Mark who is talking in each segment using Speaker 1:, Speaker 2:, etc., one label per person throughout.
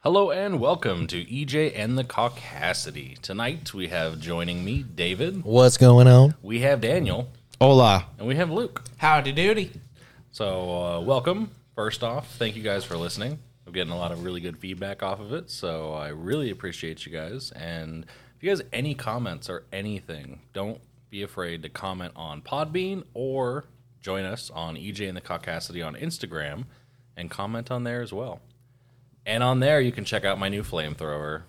Speaker 1: Hello and welcome to EJ and the Caucasity. Tonight we have joining me David,
Speaker 2: What's going on?
Speaker 1: we have Daniel,
Speaker 2: Hola.
Speaker 1: and we have Luke.
Speaker 3: Howdy doody.
Speaker 1: So, uh, welcome. First off, thank you guys for listening. I'm getting a lot of really good feedback off of it, so I really appreciate you guys. And if you guys have any comments or anything, don't be afraid to comment on Podbean or join us on EJ and the Caucasity on Instagram and comment on there as well. And on there, you can check out my new flamethrower.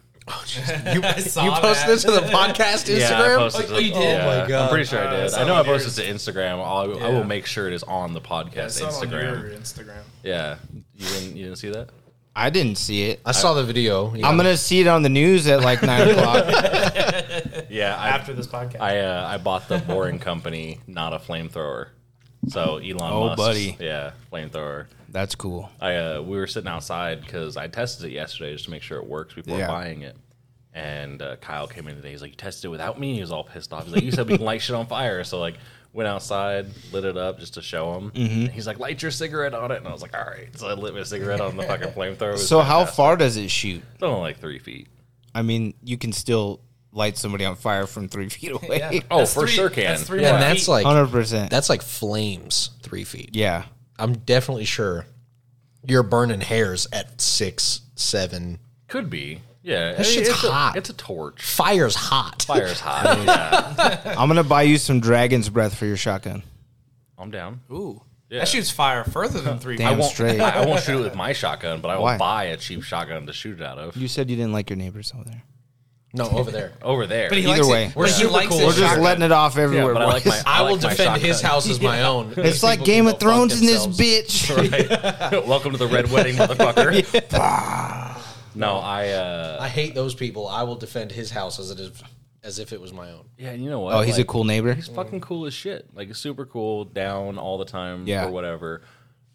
Speaker 2: You,
Speaker 3: I saw
Speaker 2: you
Speaker 3: that.
Speaker 2: posted this to the podcast Instagram?
Speaker 1: Yeah, I posted
Speaker 3: Oh,
Speaker 1: it-
Speaker 3: you did?
Speaker 1: yeah,
Speaker 2: Oh my
Speaker 1: I'm
Speaker 2: God.
Speaker 1: pretty sure I
Speaker 3: Uh,
Speaker 1: did.
Speaker 3: it's
Speaker 1: I know
Speaker 3: on
Speaker 1: I posted
Speaker 3: yours.
Speaker 1: it to Instagram. I'll, I will make sure it is on the podcast
Speaker 4: It's not
Speaker 1: Instagram.
Speaker 4: on your Instagram.
Speaker 1: Yeah, you didn't you didn't see that?
Speaker 5: I didn't see it.
Speaker 2: I saw the video. yeah.
Speaker 5: I'm gonna see it on the news at like nine o'clock.
Speaker 1: Yeah, I,
Speaker 4: After this podcast,
Speaker 1: I uh, I bought the Boring Company, not a flamethrower. So Elon
Speaker 5: Oh,
Speaker 1: Musk's-
Speaker 5: buddy.
Speaker 1: yeah, flamethrower.
Speaker 5: That's cool.
Speaker 1: I uh, we were sitting outside because I tested it yesterday just to make sure it works before
Speaker 5: Yeah.
Speaker 1: buying it. And uh, Kyle came in today. He's like, "You tested it without me." He was all pissed off. He's like, "You said we can light shit on fire." So like, went outside, lit it up just to show him. And he's like, "Light your cigarette on it," and I was like, "All right." So I lit my cigarette on the fucking flamethrower. It was
Speaker 5: So how
Speaker 1: fantastic.
Speaker 5: far does it shoot?
Speaker 1: It's only like three feet.
Speaker 5: I mean, you can still light somebody on fire from three feet
Speaker 3: Yeah.
Speaker 5: away.
Speaker 1: Oh,
Speaker 3: That's
Speaker 1: for
Speaker 3: three-
Speaker 1: sure can.
Speaker 3: that's three
Speaker 1: yeah.
Speaker 3: more
Speaker 2: and that's like
Speaker 5: Hundred percent.
Speaker 2: that's like flames three feet.
Speaker 5: Yeah.
Speaker 2: I'm definitely sure you're burning hairs at six, seven.
Speaker 1: Could be. Yeah, that
Speaker 2: shit's
Speaker 1: it's a-
Speaker 2: hot.
Speaker 1: it's a torch.
Speaker 2: Fire's hot.
Speaker 1: Fire's hot. yeah.
Speaker 5: I'm gonna buy you some dragon's breath for your shotgun.
Speaker 1: I'm down.
Speaker 3: Ooh. That shoots fire further than three
Speaker 5: Damn
Speaker 3: feet.
Speaker 5: straight.
Speaker 1: I, I won't shoot it with my shotgun, but I will
Speaker 5: Why?
Speaker 1: buy a cheap shotgun to shoot it out of.
Speaker 5: You said you didn't like your neighbors over there.
Speaker 2: No, over there.
Speaker 1: Over there.
Speaker 3: But he
Speaker 5: Either
Speaker 3: likes
Speaker 5: way.
Speaker 3: it.
Speaker 5: We're
Speaker 3: but he
Speaker 2: super
Speaker 3: likes
Speaker 2: cool.
Speaker 3: it
Speaker 2: We're
Speaker 5: We're just
Speaker 3: shotgun.
Speaker 5: letting it off
Speaker 1: yeah,
Speaker 5: everywhere.
Speaker 1: but I like my.
Speaker 5: boys.
Speaker 1: I,
Speaker 2: I, will
Speaker 1: like my
Speaker 2: defend
Speaker 1: shotgun.
Speaker 2: his house as my own.
Speaker 5: it's
Speaker 2: These
Speaker 5: like
Speaker 2: people
Speaker 5: Game
Speaker 2: can
Speaker 5: of
Speaker 2: go fuck
Speaker 5: Thrones in this
Speaker 2: themselves.
Speaker 5: bitch.
Speaker 1: Welcome to the red wedding, motherfucker. No, I. uh
Speaker 2: I hate those people. I will defend his house as it is as if it was my own.
Speaker 1: Yeah, you know what?
Speaker 5: Oh, he's a
Speaker 1: Like,
Speaker 5: cool neighbor.
Speaker 1: He's fucking cool as shit. Like super cool, down all the time,
Speaker 5: Yeah.
Speaker 1: or whatever.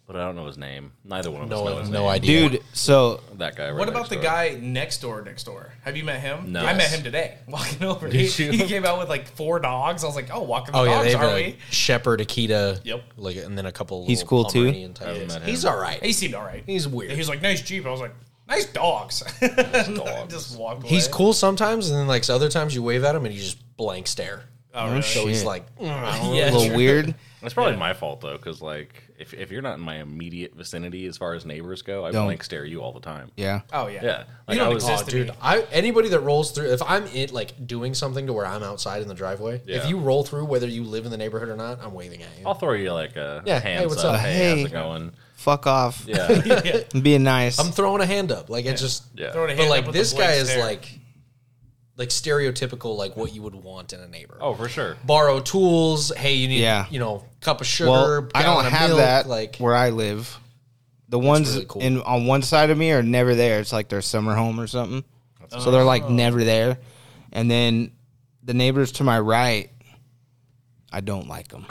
Speaker 1: But I don't know his name. Neither one of us know
Speaker 2: No,
Speaker 1: his
Speaker 2: no
Speaker 1: name.
Speaker 2: idea.
Speaker 5: Dude, so
Speaker 1: That guy. Right
Speaker 4: What about
Speaker 1: next
Speaker 4: the
Speaker 1: door.
Speaker 4: guy next door? Next door. Have you met him?
Speaker 1: No.
Speaker 4: I met
Speaker 1: Yes.
Speaker 4: him today. Walking over, he,
Speaker 1: Did you?
Speaker 4: he came out with like four dogs. I was like, "Oh, walking the
Speaker 2: Oh yeah,
Speaker 4: dogs,
Speaker 2: they have
Speaker 4: are
Speaker 2: a
Speaker 4: we?"
Speaker 2: shepherd, Akita,
Speaker 4: Yep.
Speaker 2: like, and then a couple.
Speaker 5: He's
Speaker 2: little
Speaker 5: cool, too?
Speaker 2: Pomeranian types.
Speaker 1: haven't met him.
Speaker 2: He's all right.
Speaker 4: He seemed all right.
Speaker 2: He's weird.
Speaker 4: He was like, "Nice jeep." I was like, "Nice dogs." dogs. Just walked away.
Speaker 2: He's cool sometimes, and then like other times you wave at him and he just blank stare.
Speaker 4: Oh, really?
Speaker 2: So he's like,
Speaker 4: Mm,
Speaker 5: a little weird.
Speaker 1: That's probably my fault though, because like if, if you're not in my immediate vicinity as far as neighbors go, I
Speaker 5: Don't.
Speaker 1: blank stare at you all the time.
Speaker 5: Yeah.
Speaker 4: Oh yeah.
Speaker 1: Yeah,
Speaker 4: You
Speaker 1: like
Speaker 4: don't
Speaker 1: I was
Speaker 4: exist to
Speaker 2: dude,
Speaker 4: me.
Speaker 2: I anybody that rolls through, if I'm in like doing something to where I'm outside in the driveway,
Speaker 1: Yeah.
Speaker 2: if you roll through, whether you live in the neighborhood or not, I'm waving at you.
Speaker 4: Oh.
Speaker 1: I'll throw you like a
Speaker 2: Yeah, hey,
Speaker 1: hands
Speaker 2: what's
Speaker 1: up,
Speaker 2: up?
Speaker 1: hey,
Speaker 5: Hey.
Speaker 1: how's it going?
Speaker 5: Fuck off.
Speaker 1: Yeah,
Speaker 5: I'm being nice.
Speaker 2: I'm throwing a hand up, like it's just.
Speaker 1: yeah.
Speaker 4: Throwing a
Speaker 2: But
Speaker 4: hand
Speaker 2: like
Speaker 4: up with
Speaker 2: this
Speaker 4: the blank
Speaker 2: guy is
Speaker 4: stare.
Speaker 2: like, like stereotypical, like what you would want in a neighbor.
Speaker 1: Oh, for sure.
Speaker 2: borrow tools. Hey, you need,
Speaker 5: Yeah.
Speaker 2: you know, cup of sugar.
Speaker 5: well, I
Speaker 2: gallon
Speaker 5: don't
Speaker 2: of
Speaker 5: have
Speaker 2: milk,
Speaker 5: that
Speaker 2: Like,
Speaker 5: where I live. The ones
Speaker 2: really cool.
Speaker 5: in on one side of me are never there. It's like their summer home or something. So they're
Speaker 2: Oh.
Speaker 5: like never there. And then the neighbors to my right, I don't like them.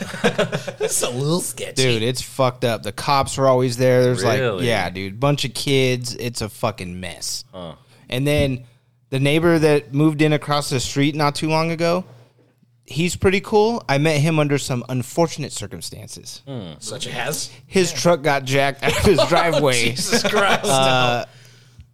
Speaker 2: it's a little sketchy.
Speaker 5: Dude, it's fucked up. The cops are always there. There's like,
Speaker 1: Really?
Speaker 5: yeah, dude, bunch of kids. It's a fucking mess.
Speaker 1: Huh.
Speaker 5: And then the neighbor that moved in across the street not too long ago, he's pretty cool. I met him under some unfortunate circumstances.
Speaker 1: Hmm.
Speaker 2: such as
Speaker 5: His truck got jacked out of his
Speaker 2: Oh,
Speaker 5: driveway
Speaker 4: Jesus Christ.
Speaker 5: Uh,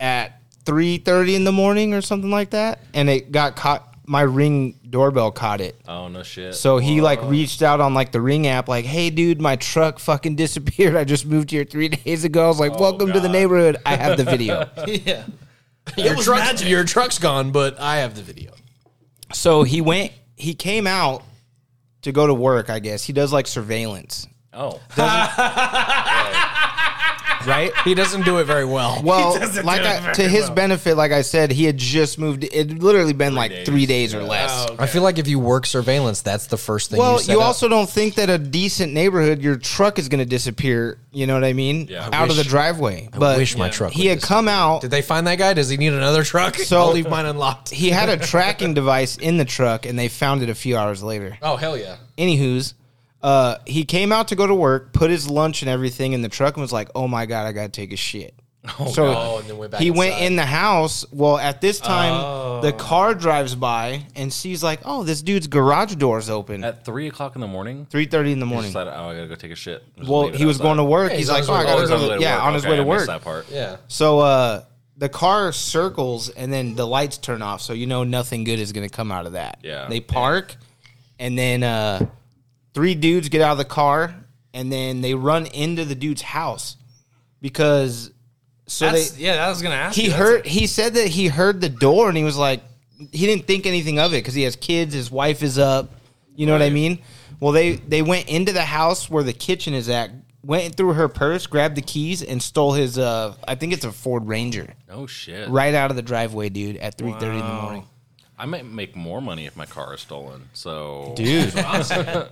Speaker 5: at 3:30 in the morning or something like that, and it got caught. My ring doorbell caught it,
Speaker 1: Oh no shit.
Speaker 5: so he like reached out on like the ring app, like, "Hey, dude, my truck fucking disappeared. I just moved here three days ago. I was like, welcome to the
Speaker 1: God.
Speaker 5: neighborhood. I have the video."
Speaker 2: yeah. Your truck's, your truck's gone, but I have the video.
Speaker 5: so he went. He came out to go to work. I guess he does like surveillance,
Speaker 1: oh,
Speaker 5: right?
Speaker 2: He doesn't do it very well.
Speaker 5: Well,
Speaker 4: doesn't
Speaker 5: like
Speaker 4: do it
Speaker 5: I,
Speaker 4: very
Speaker 5: to his
Speaker 4: well.
Speaker 5: benefit, like I said, he had just moved. It had literally been like
Speaker 1: days.
Speaker 5: three days or less.
Speaker 4: Oh, okay.
Speaker 2: I feel like if you work surveillance, that's the first thing.
Speaker 5: Well,
Speaker 2: you, set
Speaker 5: you
Speaker 2: up.
Speaker 5: also don't think that a decent neighborhood, your truck is going to disappear. You know what I mean?
Speaker 1: Yeah. I
Speaker 5: Out of the
Speaker 2: wish-
Speaker 5: driveway. but
Speaker 2: wish my truck
Speaker 5: He
Speaker 2: would
Speaker 5: had come out.
Speaker 2: Did they find that guy? Does he need another truck?
Speaker 5: So-
Speaker 2: I'll leave mine unlocked.
Speaker 5: He had a tracking device in the truck, and they found it a few hours later.
Speaker 2: Oh hell yeah!
Speaker 5: Anywho's, uh, he came out to go to work, put his lunch and everything in the truck, and was like, "Oh my god, I got to take a shit." so
Speaker 2: Oh, and then went back
Speaker 5: he went
Speaker 2: inside. Oh.
Speaker 5: in the house. Well, at this time, the car drives by and sees like, "Oh, this dude's garage door's open."
Speaker 1: at three o'clock in the morning.
Speaker 5: Three thirty in the
Speaker 1: He
Speaker 5: morning.
Speaker 1: decided, oh, I gotta go take a shit. Just
Speaker 5: Well,
Speaker 1: leave it
Speaker 5: he was
Speaker 1: outside.
Speaker 5: going to work.
Speaker 2: Yeah,
Speaker 5: he's,
Speaker 2: he's on
Speaker 5: like,
Speaker 2: his
Speaker 5: oh,
Speaker 2: way
Speaker 5: I
Speaker 2: to
Speaker 1: Oh,
Speaker 5: gotta
Speaker 1: he's on his way
Speaker 5: go. to-
Speaker 1: to
Speaker 5: yeah,
Speaker 1: work.
Speaker 5: on his
Speaker 1: Okay,
Speaker 5: way to
Speaker 1: I missed
Speaker 5: work.
Speaker 1: That part.
Speaker 2: Yeah.
Speaker 5: So uh, the car circles and then the lights turn off, so you know nothing good is going to come out of that.
Speaker 1: Yeah.
Speaker 5: They park, and then uh, three dudes get out of the car, and then they run into the dude's house because so
Speaker 3: That's,
Speaker 5: they
Speaker 3: yeah, that was gonna ask.
Speaker 5: he
Speaker 3: you. That's
Speaker 5: heard he said that he heard the door and he was like he didn't think anything of it because he has kids his wife is up you know what i mean well they they went into the house where the kitchen is at went through her purse grabbed the keys and stole his uh i think it's a ford ranger
Speaker 1: Oh shit!
Speaker 5: right out of the driveway dude at 3.30 in the morning
Speaker 1: I might make more money if my car is stolen. So
Speaker 5: dude
Speaker 3: what I'm saying.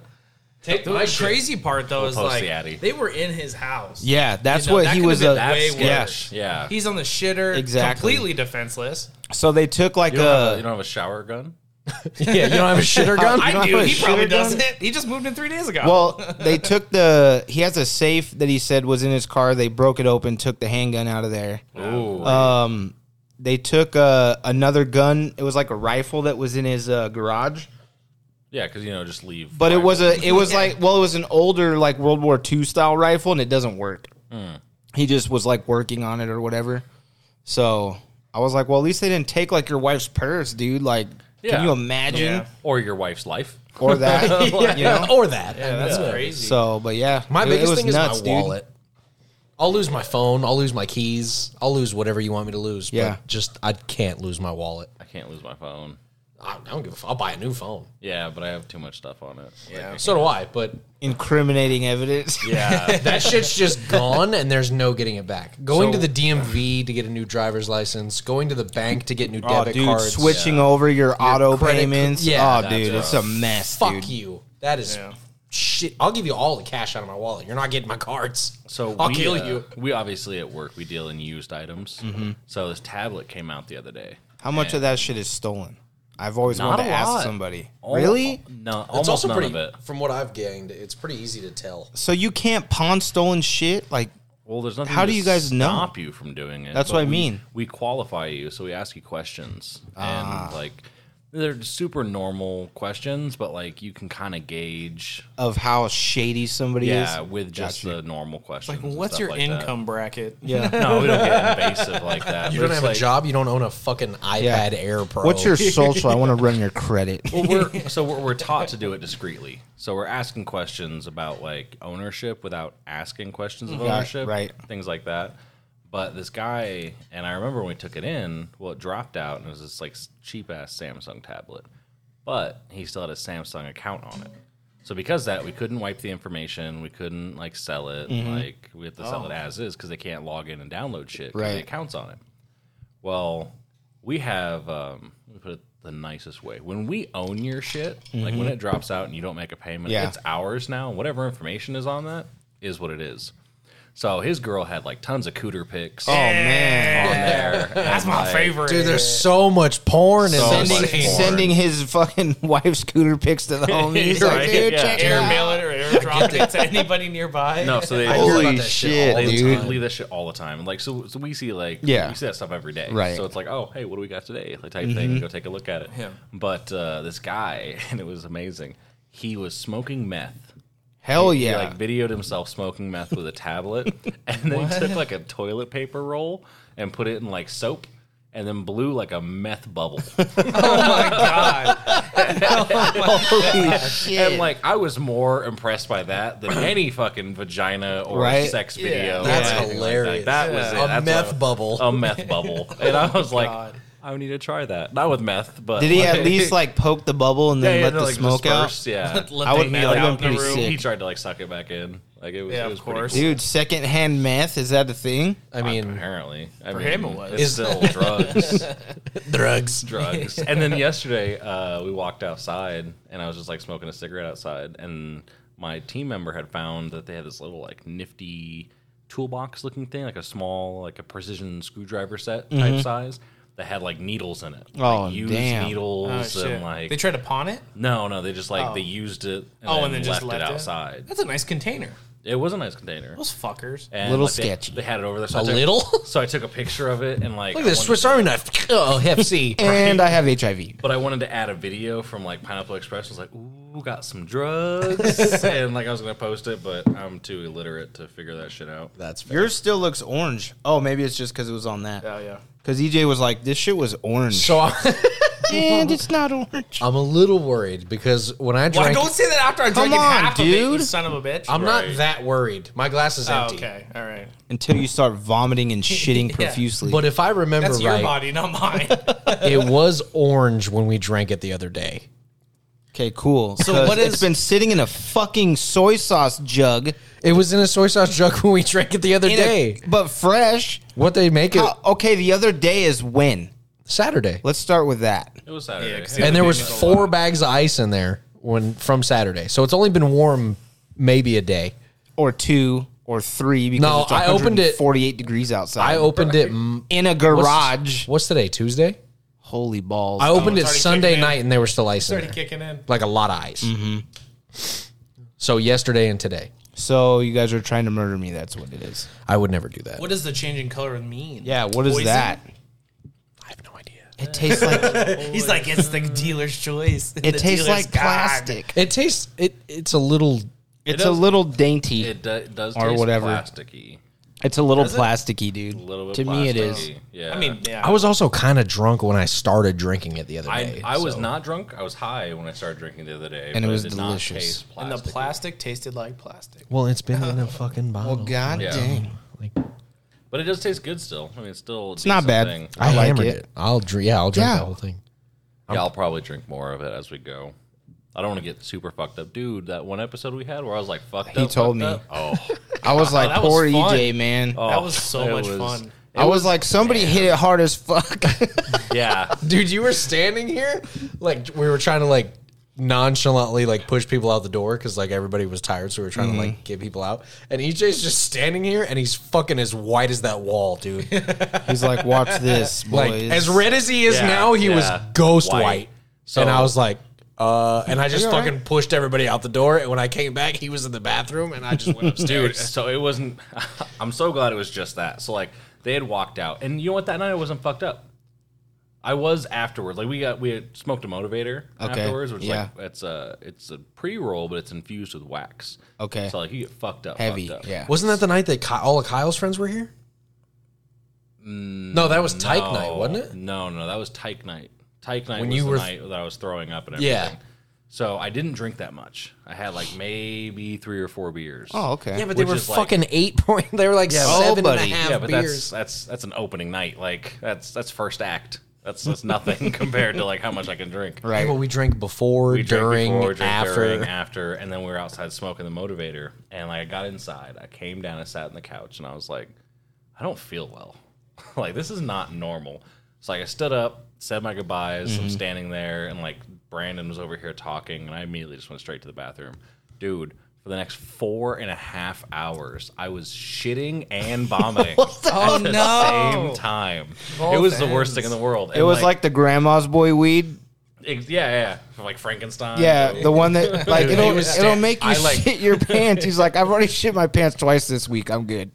Speaker 3: Take
Speaker 4: my
Speaker 3: the
Speaker 4: shit.
Speaker 3: crazy part though is
Speaker 1: post
Speaker 3: like
Speaker 1: the Addy.
Speaker 3: they were in his house.
Speaker 5: yeah that's
Speaker 3: You know,
Speaker 5: what
Speaker 3: that
Speaker 5: he
Speaker 3: could've
Speaker 5: was
Speaker 3: been
Speaker 5: a
Speaker 3: way
Speaker 5: that's- yeah
Speaker 3: worse.
Speaker 1: yeah.
Speaker 3: He's on the shitter,
Speaker 5: Exactly.
Speaker 3: completely defenseless.
Speaker 5: so they took like
Speaker 1: you, don't have a, you
Speaker 5: a
Speaker 1: don't have a shower gun.
Speaker 2: Yeah, you don't have a shitter gun.
Speaker 5: You don't
Speaker 3: I
Speaker 5: have
Speaker 3: do.
Speaker 5: a
Speaker 3: He probably
Speaker 5: shitter gun?
Speaker 3: doesn't. He just moved in three days ago.
Speaker 5: well, they took the. He has a safe that he said was in his car. They broke it open, took the handgun out of there.
Speaker 1: Ooh.
Speaker 5: um, they took uh, another gun. It was like a rifle that was in his uh, garage,
Speaker 1: yeah, because you know, just leave.
Speaker 5: but it
Speaker 1: Why-
Speaker 5: was a. It was like well, it was an older like World War II style rifle, and it doesn't work.
Speaker 2: Hmm.
Speaker 5: He just was like working on it or whatever. So I was like, well, at least they didn't take like your wife's purse, dude. Like,
Speaker 1: Yeah.
Speaker 5: can you imagine?
Speaker 3: Yeah.
Speaker 1: or your wife's life.
Speaker 5: Or that, you know.
Speaker 2: or that.
Speaker 3: yeah, that's crazy.
Speaker 5: So, but yeah,
Speaker 2: My
Speaker 5: it- it
Speaker 2: biggest
Speaker 5: was
Speaker 2: thing
Speaker 5: nuts,
Speaker 2: is
Speaker 5: dude.
Speaker 2: my wallet. I'll lose my phone. I'll lose my keys. I'll lose whatever you want me to lose.
Speaker 5: Yeah.
Speaker 2: But just I can't lose my wallet.
Speaker 1: I can't lose my phone.
Speaker 2: I, I don't give a. F- I'll buy a new phone.
Speaker 1: Yeah, but I have too much stuff on it. Yeah.
Speaker 2: So do I. But
Speaker 5: Incriminating evidence.
Speaker 1: yeah.
Speaker 2: that shit's just gone, and there's no getting it back. Going
Speaker 1: So-
Speaker 2: to the DMV to get a new driver's license. Going to the bank to get new
Speaker 5: Oh,
Speaker 2: debit
Speaker 5: dude,
Speaker 2: cards.
Speaker 5: switching over your, auto
Speaker 2: credit ca-
Speaker 5: payments.
Speaker 2: Yeah,
Speaker 5: oh,
Speaker 2: that's
Speaker 5: dude, it's a mess.
Speaker 2: Fuck
Speaker 5: dude.
Speaker 2: you. That is
Speaker 3: Yeah.
Speaker 2: shit. I'll give you all the cash out of my wallet. You're not getting my cards.
Speaker 1: So
Speaker 2: I'll
Speaker 1: we,
Speaker 2: kill
Speaker 1: uh,
Speaker 2: you.
Speaker 1: We obviously at work we deal in used items.
Speaker 5: Mm-hmm.
Speaker 1: So this tablet came out the other day.
Speaker 5: How much of that shit is stolen? I've always
Speaker 1: Not
Speaker 5: wanted
Speaker 1: a
Speaker 5: to ask
Speaker 1: lot.
Speaker 5: somebody.
Speaker 1: Al-
Speaker 5: really?
Speaker 1: No,
Speaker 2: It's
Speaker 1: almost
Speaker 2: also
Speaker 1: none
Speaker 2: pretty.
Speaker 1: of it.
Speaker 2: From what I've gained, it's pretty easy to tell.
Speaker 5: So you can't pawn stolen shit? Like,
Speaker 1: Well, there's nothing.
Speaker 5: How
Speaker 1: to
Speaker 5: do you guys know?
Speaker 1: stop you from doing it?
Speaker 5: That's
Speaker 1: but
Speaker 5: what I
Speaker 1: we-
Speaker 5: mean.
Speaker 1: We qualify you, so we ask you questions,
Speaker 2: Ah.
Speaker 1: and like they're super normal questions, but like you can kind of gauge,
Speaker 5: of how shady somebody
Speaker 1: yeah,
Speaker 5: is?
Speaker 1: with just the normal questions.
Speaker 3: Like,
Speaker 1: and
Speaker 3: what's
Speaker 1: stuff
Speaker 3: your
Speaker 1: like that.
Speaker 3: income bracket?
Speaker 5: Yeah.
Speaker 1: No, we don't get invasive like that.
Speaker 2: You
Speaker 1: but
Speaker 2: don't
Speaker 1: it's
Speaker 2: have
Speaker 1: like-
Speaker 2: a job. You don't own a fucking iPad
Speaker 5: Yeah.
Speaker 2: Air Pro.
Speaker 5: What's your social? I want to run your credit. Oh,
Speaker 1: Well, we're, so we're, we're taught to do it discreetly. So we're asking questions about like ownership without asking questions of ownership,
Speaker 5: right.
Speaker 1: Things like that. But this guy, and I remember when we took it in, well, it dropped out and it was this like cheap ass Samsung tablet, but he still had a Samsung account on it. So because of that, we couldn't wipe the information, we couldn't like sell it,
Speaker 5: Mm-hmm.
Speaker 1: like we have to sell it as is because they can't log in and download shit. 'cause The
Speaker 5: Oh. Right.
Speaker 1: account's on it. Well, we have um let me put it the nicest way. When we own your shit, like when it drops out and you don't make a payment,
Speaker 5: Mm-hmm. Yeah.
Speaker 1: it's ours now. and Whatever information is on that is what it is. So his girl had like tons of cooter pics
Speaker 5: Oh,
Speaker 1: on
Speaker 5: man.
Speaker 1: there.
Speaker 3: That's my favorite.
Speaker 2: dude? There's so much porn
Speaker 1: So much
Speaker 2: in this.
Speaker 1: porn.
Speaker 2: thing.
Speaker 5: Sending his fucking wife's scooter pics to the homies. He's like,
Speaker 1: Right,
Speaker 5: dude,
Speaker 1: yeah.
Speaker 5: check it out.
Speaker 3: airmail it or airdrop it to anybody nearby.
Speaker 1: No, so they
Speaker 2: Holy
Speaker 5: Holy
Speaker 2: shit,
Speaker 5: shit,
Speaker 1: they
Speaker 5: dude.
Speaker 1: leave that shit all the time. Like so, so we see like
Speaker 5: Yeah.
Speaker 1: we see that stuff every day.
Speaker 5: Right. Mm-hmm.
Speaker 1: So it's like, oh hey, what do we got today? Like type thing, go take a look at it. But uh, this guy, and it was amazing. He was smoking meth.
Speaker 5: Hell
Speaker 1: He
Speaker 5: Oh, yeah.
Speaker 1: like videoed himself smoking meth with a tablet, and then took like a toilet paper roll and put it in like soap, and then blew like a meth bubble.
Speaker 5: Holy
Speaker 1: and
Speaker 5: shit.
Speaker 1: like I was more impressed by that than any fucking vagina or
Speaker 5: Right?
Speaker 1: sex video. or
Speaker 2: That's
Speaker 1: anything like
Speaker 2: hilarious.
Speaker 1: That, That was
Speaker 2: Yeah.
Speaker 1: it.
Speaker 2: A
Speaker 1: That's
Speaker 2: meth
Speaker 1: what I-
Speaker 2: bubble.
Speaker 1: A Oh, meth bubble. And
Speaker 3: Oh
Speaker 1: I was like, I need to try that. Not with meth, but
Speaker 5: Did he
Speaker 1: like,
Speaker 5: at least like poke the bubble and
Speaker 1: yeah,
Speaker 5: then
Speaker 1: yeah,
Speaker 5: let
Speaker 1: no,
Speaker 5: the
Speaker 1: like,
Speaker 5: smoke out?
Speaker 1: disperse, Yeah.
Speaker 3: Let
Speaker 5: I
Speaker 3: they
Speaker 5: would've-
Speaker 3: melt
Speaker 5: I would've
Speaker 3: out
Speaker 5: been
Speaker 3: in
Speaker 5: pretty
Speaker 3: the room.
Speaker 5: sick.
Speaker 1: He tried to like suck it back in. Like it was,
Speaker 3: Yeah,
Speaker 1: it
Speaker 3: of
Speaker 1: was pretty
Speaker 3: course.
Speaker 1: cool.
Speaker 5: Dude, secondhand meth, is that a thing?
Speaker 2: I mean,
Speaker 1: Apparently, I mean,
Speaker 3: him it was.
Speaker 1: It's still drugs.
Speaker 2: drugs.
Speaker 1: drugs. And then yesterday, uh, we walked outside, and I was just like smoking a cigarette outside, and my team member had found that they had this little like nifty toolbox looking thing, like a small like a precision screwdriver set type
Speaker 2: Mm-hmm.
Speaker 1: size that had like needles in it.
Speaker 5: Oh,
Speaker 1: like, used
Speaker 5: damn.
Speaker 3: Oh,
Speaker 1: needles
Speaker 3: shit.
Speaker 1: and like
Speaker 3: they tried to pawn it.
Speaker 1: no, no, they just like they used it. And
Speaker 3: Oh,
Speaker 1: then
Speaker 3: and then
Speaker 1: left
Speaker 3: just left
Speaker 1: it
Speaker 3: it?
Speaker 1: outside.
Speaker 3: That's a nice container.
Speaker 1: It was a nice container.
Speaker 3: Those fuckers.
Speaker 1: And,
Speaker 5: Little
Speaker 1: like, they-
Speaker 5: sketchy.
Speaker 1: They, had it over there. So I
Speaker 2: A
Speaker 1: took-
Speaker 2: little?
Speaker 1: So I took a picture of it and like
Speaker 2: Look
Speaker 1: I
Speaker 2: at this
Speaker 1: wanted
Speaker 2: Swiss
Speaker 1: to-
Speaker 2: Army knife. Oh, FC.
Speaker 5: And I have HIV.
Speaker 1: But I wanted to add a video from like Pineapple Express. I was like, ooh, got some drugs. and like I was going to post it, but I'm too illiterate to figure that shit out.
Speaker 2: That's fair.
Speaker 5: Yours still looks orange. Oh, maybe it's just because it was on that.
Speaker 3: yeah.
Speaker 5: Because EJ was like, this shit was orange.
Speaker 2: So I-
Speaker 5: and it's not orange.
Speaker 2: I'm a little worried because when I
Speaker 3: Why
Speaker 2: drank,
Speaker 3: don't say that after I
Speaker 5: Come
Speaker 3: drank it
Speaker 5: on,
Speaker 3: half of it, you
Speaker 5: dude.
Speaker 3: son of a bitch.
Speaker 2: I'm
Speaker 1: Right.
Speaker 2: not that worried. My glass is
Speaker 3: oh,
Speaker 2: empty.
Speaker 3: okay, all right.
Speaker 5: Until you start vomiting and shitting
Speaker 3: Yeah.
Speaker 5: profusely.
Speaker 2: But if I remember
Speaker 3: That's your
Speaker 2: right,
Speaker 3: body, not mine.
Speaker 2: it was orange when we drank it the other day.
Speaker 5: okay, cool. So
Speaker 3: So
Speaker 5: what
Speaker 3: what
Speaker 5: it's
Speaker 3: is-
Speaker 5: been sitting in a fucking soy sauce jug.
Speaker 2: It was in a soy sauce jug when we drank it the other
Speaker 5: in a-
Speaker 2: day.
Speaker 5: but fresh.
Speaker 2: what they make it
Speaker 5: How- okay, the other day is when?
Speaker 2: Saturday,
Speaker 5: Let's start with that.
Speaker 1: It was Saturday.
Speaker 3: Yeah, 'cause
Speaker 1: Yeah.
Speaker 2: and there was
Speaker 3: It's a
Speaker 2: four bags of ice in there when from Saturday. So it's only been warm maybe a day.
Speaker 5: Or two or three because
Speaker 2: No,
Speaker 5: it's
Speaker 2: I opened it-
Speaker 5: 48 degrees outside.
Speaker 2: I opened it. m-
Speaker 5: in a garage.
Speaker 2: What's today? Tuesday.
Speaker 5: Holy balls.
Speaker 2: I opened
Speaker 3: it's
Speaker 2: it
Speaker 3: already
Speaker 2: Sunday
Speaker 3: kicking in.
Speaker 2: night, and there was still ice in
Speaker 3: already
Speaker 2: there,
Speaker 3: kicking in.
Speaker 2: like a lot of ice. So yesterday and today,
Speaker 5: So you guys are trying to murder me. That's what it is.
Speaker 2: I would never do that.
Speaker 3: What does the change in color mean?
Speaker 5: Yeah, what is
Speaker 3: Poison?
Speaker 5: that?
Speaker 2: I have no idea.
Speaker 5: It tastes like
Speaker 3: He's like, it's the dealer's choice.
Speaker 5: it tastes like plastic.
Speaker 2: It tastes. It. It's a little.
Speaker 5: It's a
Speaker 1: does-
Speaker 5: little dainty.
Speaker 1: It do- it does
Speaker 5: Or
Speaker 1: taste
Speaker 5: whatever.
Speaker 1: plasticky.
Speaker 5: it's a little plasticky, dude.
Speaker 1: A little bit
Speaker 5: to me, it is.
Speaker 1: plasticky. Yeah.
Speaker 3: I mean, yeah.
Speaker 2: I was also kind of drunk when I started drinking it the other
Speaker 1: I,
Speaker 2: day.
Speaker 1: I was
Speaker 2: so-
Speaker 1: not drunk. I was high when I started drinking the other day,
Speaker 5: And it
Speaker 1: but
Speaker 5: was
Speaker 1: did
Speaker 5: delicious.
Speaker 1: Not taste
Speaker 3: and the
Speaker 1: plasticky.
Speaker 3: plastic tasted like plastic.
Speaker 2: Well, it's been in a fucking bottle.
Speaker 5: Well, god
Speaker 1: Yeah.
Speaker 5: dang,
Speaker 2: Like,
Speaker 1: but it does taste good still. I mean, it's still
Speaker 5: it's not bad.
Speaker 1: Yeah,
Speaker 2: I,
Speaker 5: I, like
Speaker 2: hammered
Speaker 5: it.
Speaker 2: it. I'll drink. Yeah, I'll drink
Speaker 5: Yeah.
Speaker 2: the whole thing.
Speaker 1: I'll probably drink more of it as we go. I don't want to get super fucked up, dude. That one episode we had where I was like fucked
Speaker 5: He
Speaker 1: up.
Speaker 5: told
Speaker 1: fucked
Speaker 5: me.
Speaker 1: up. Oh,
Speaker 5: I was like,
Speaker 3: that was
Speaker 5: poor
Speaker 3: fun.
Speaker 5: EJ, man.
Speaker 1: oh,
Speaker 3: That was so
Speaker 1: it
Speaker 3: much fun.
Speaker 5: I was, like, somebody hit it hard as fuck.
Speaker 1: Yeah,
Speaker 2: Dude, you were standing here like we were trying to like nonchalantly like push people out the door because like everybody was tired, so we were trying to like get people out. And EJ's just standing here, and he's fucking as white as that wall, dude.
Speaker 5: He's like, watch this, boys.
Speaker 2: like as red as he is
Speaker 1: Yeah,
Speaker 2: now, he was
Speaker 1: yeah.
Speaker 2: ghost
Speaker 1: White.
Speaker 2: white.
Speaker 1: So-
Speaker 2: and I was like, uh, and I just
Speaker 5: all right?
Speaker 2: fucking pushed everybody out the door. And when I came back, he was in the bathroom, and I just went
Speaker 1: dude.
Speaker 2: upstairs.
Speaker 1: So it wasn't. I'm so glad it was just that. So like they had walked out, and you know what? That night I wasn't fucked up. I was afterwards. Like we got we had smoked a motivator
Speaker 5: Okay,
Speaker 1: afterwards, which
Speaker 5: yeah.
Speaker 1: like it's a it's a pre roll, but it's infused with wax.
Speaker 5: Okay.
Speaker 1: So like you get fucked up,
Speaker 5: Heavy,
Speaker 1: fucked up.
Speaker 5: yeah.
Speaker 2: Wasn't that the night that Ky- all of Kyle's friends were here? no, that was Tyke night, wasn't it?
Speaker 1: Oh, No, no, that was Tyke night. Tyke night
Speaker 2: When
Speaker 1: was
Speaker 2: you
Speaker 1: the
Speaker 2: were-
Speaker 1: night that I was throwing up and everything.
Speaker 2: Yeah.
Speaker 1: So I didn't drink that much. I had like maybe three or four beers.
Speaker 5: oh, okay.
Speaker 2: Yeah, but
Speaker 1: Which
Speaker 2: they were
Speaker 1: is like-
Speaker 2: fucking eight point. They were like
Speaker 5: but-
Speaker 2: seven and a
Speaker 5: Yeah,
Speaker 2: half
Speaker 1: yeah, but that's
Speaker 2: beers.
Speaker 1: that's that's an opening night. Like that's that's first act. That's that's nothing compared to like how much I can drink.
Speaker 5: right.
Speaker 2: Well, we drank before,
Speaker 1: We drank
Speaker 2: during,
Speaker 1: before, drank
Speaker 2: after.
Speaker 1: during, after, and then we were outside smoking the motivator. And like I got inside, I came down, I sat on the couch, and I was like, I don't feel well. like this is not normal. So like I stood up, said my goodbyes. I'm standing there, and like Brandon was over here talking, and I immediately just went straight to the bathroom, dude. For the next four and a half hours, I was shitting and vomiting at the same time. it was the worst thing in the world.
Speaker 5: it was like, the grandma's boy weed.
Speaker 1: ex- yeah, yeah, yeah, like Frankenstein.
Speaker 5: Yeah, the one that like
Speaker 2: Dude,
Speaker 5: it'll
Speaker 2: he was
Speaker 5: it'll
Speaker 2: sta-
Speaker 5: make you
Speaker 2: I, like-
Speaker 5: shit your pants. He's like, I've already shit my pants twice this week. I'm good.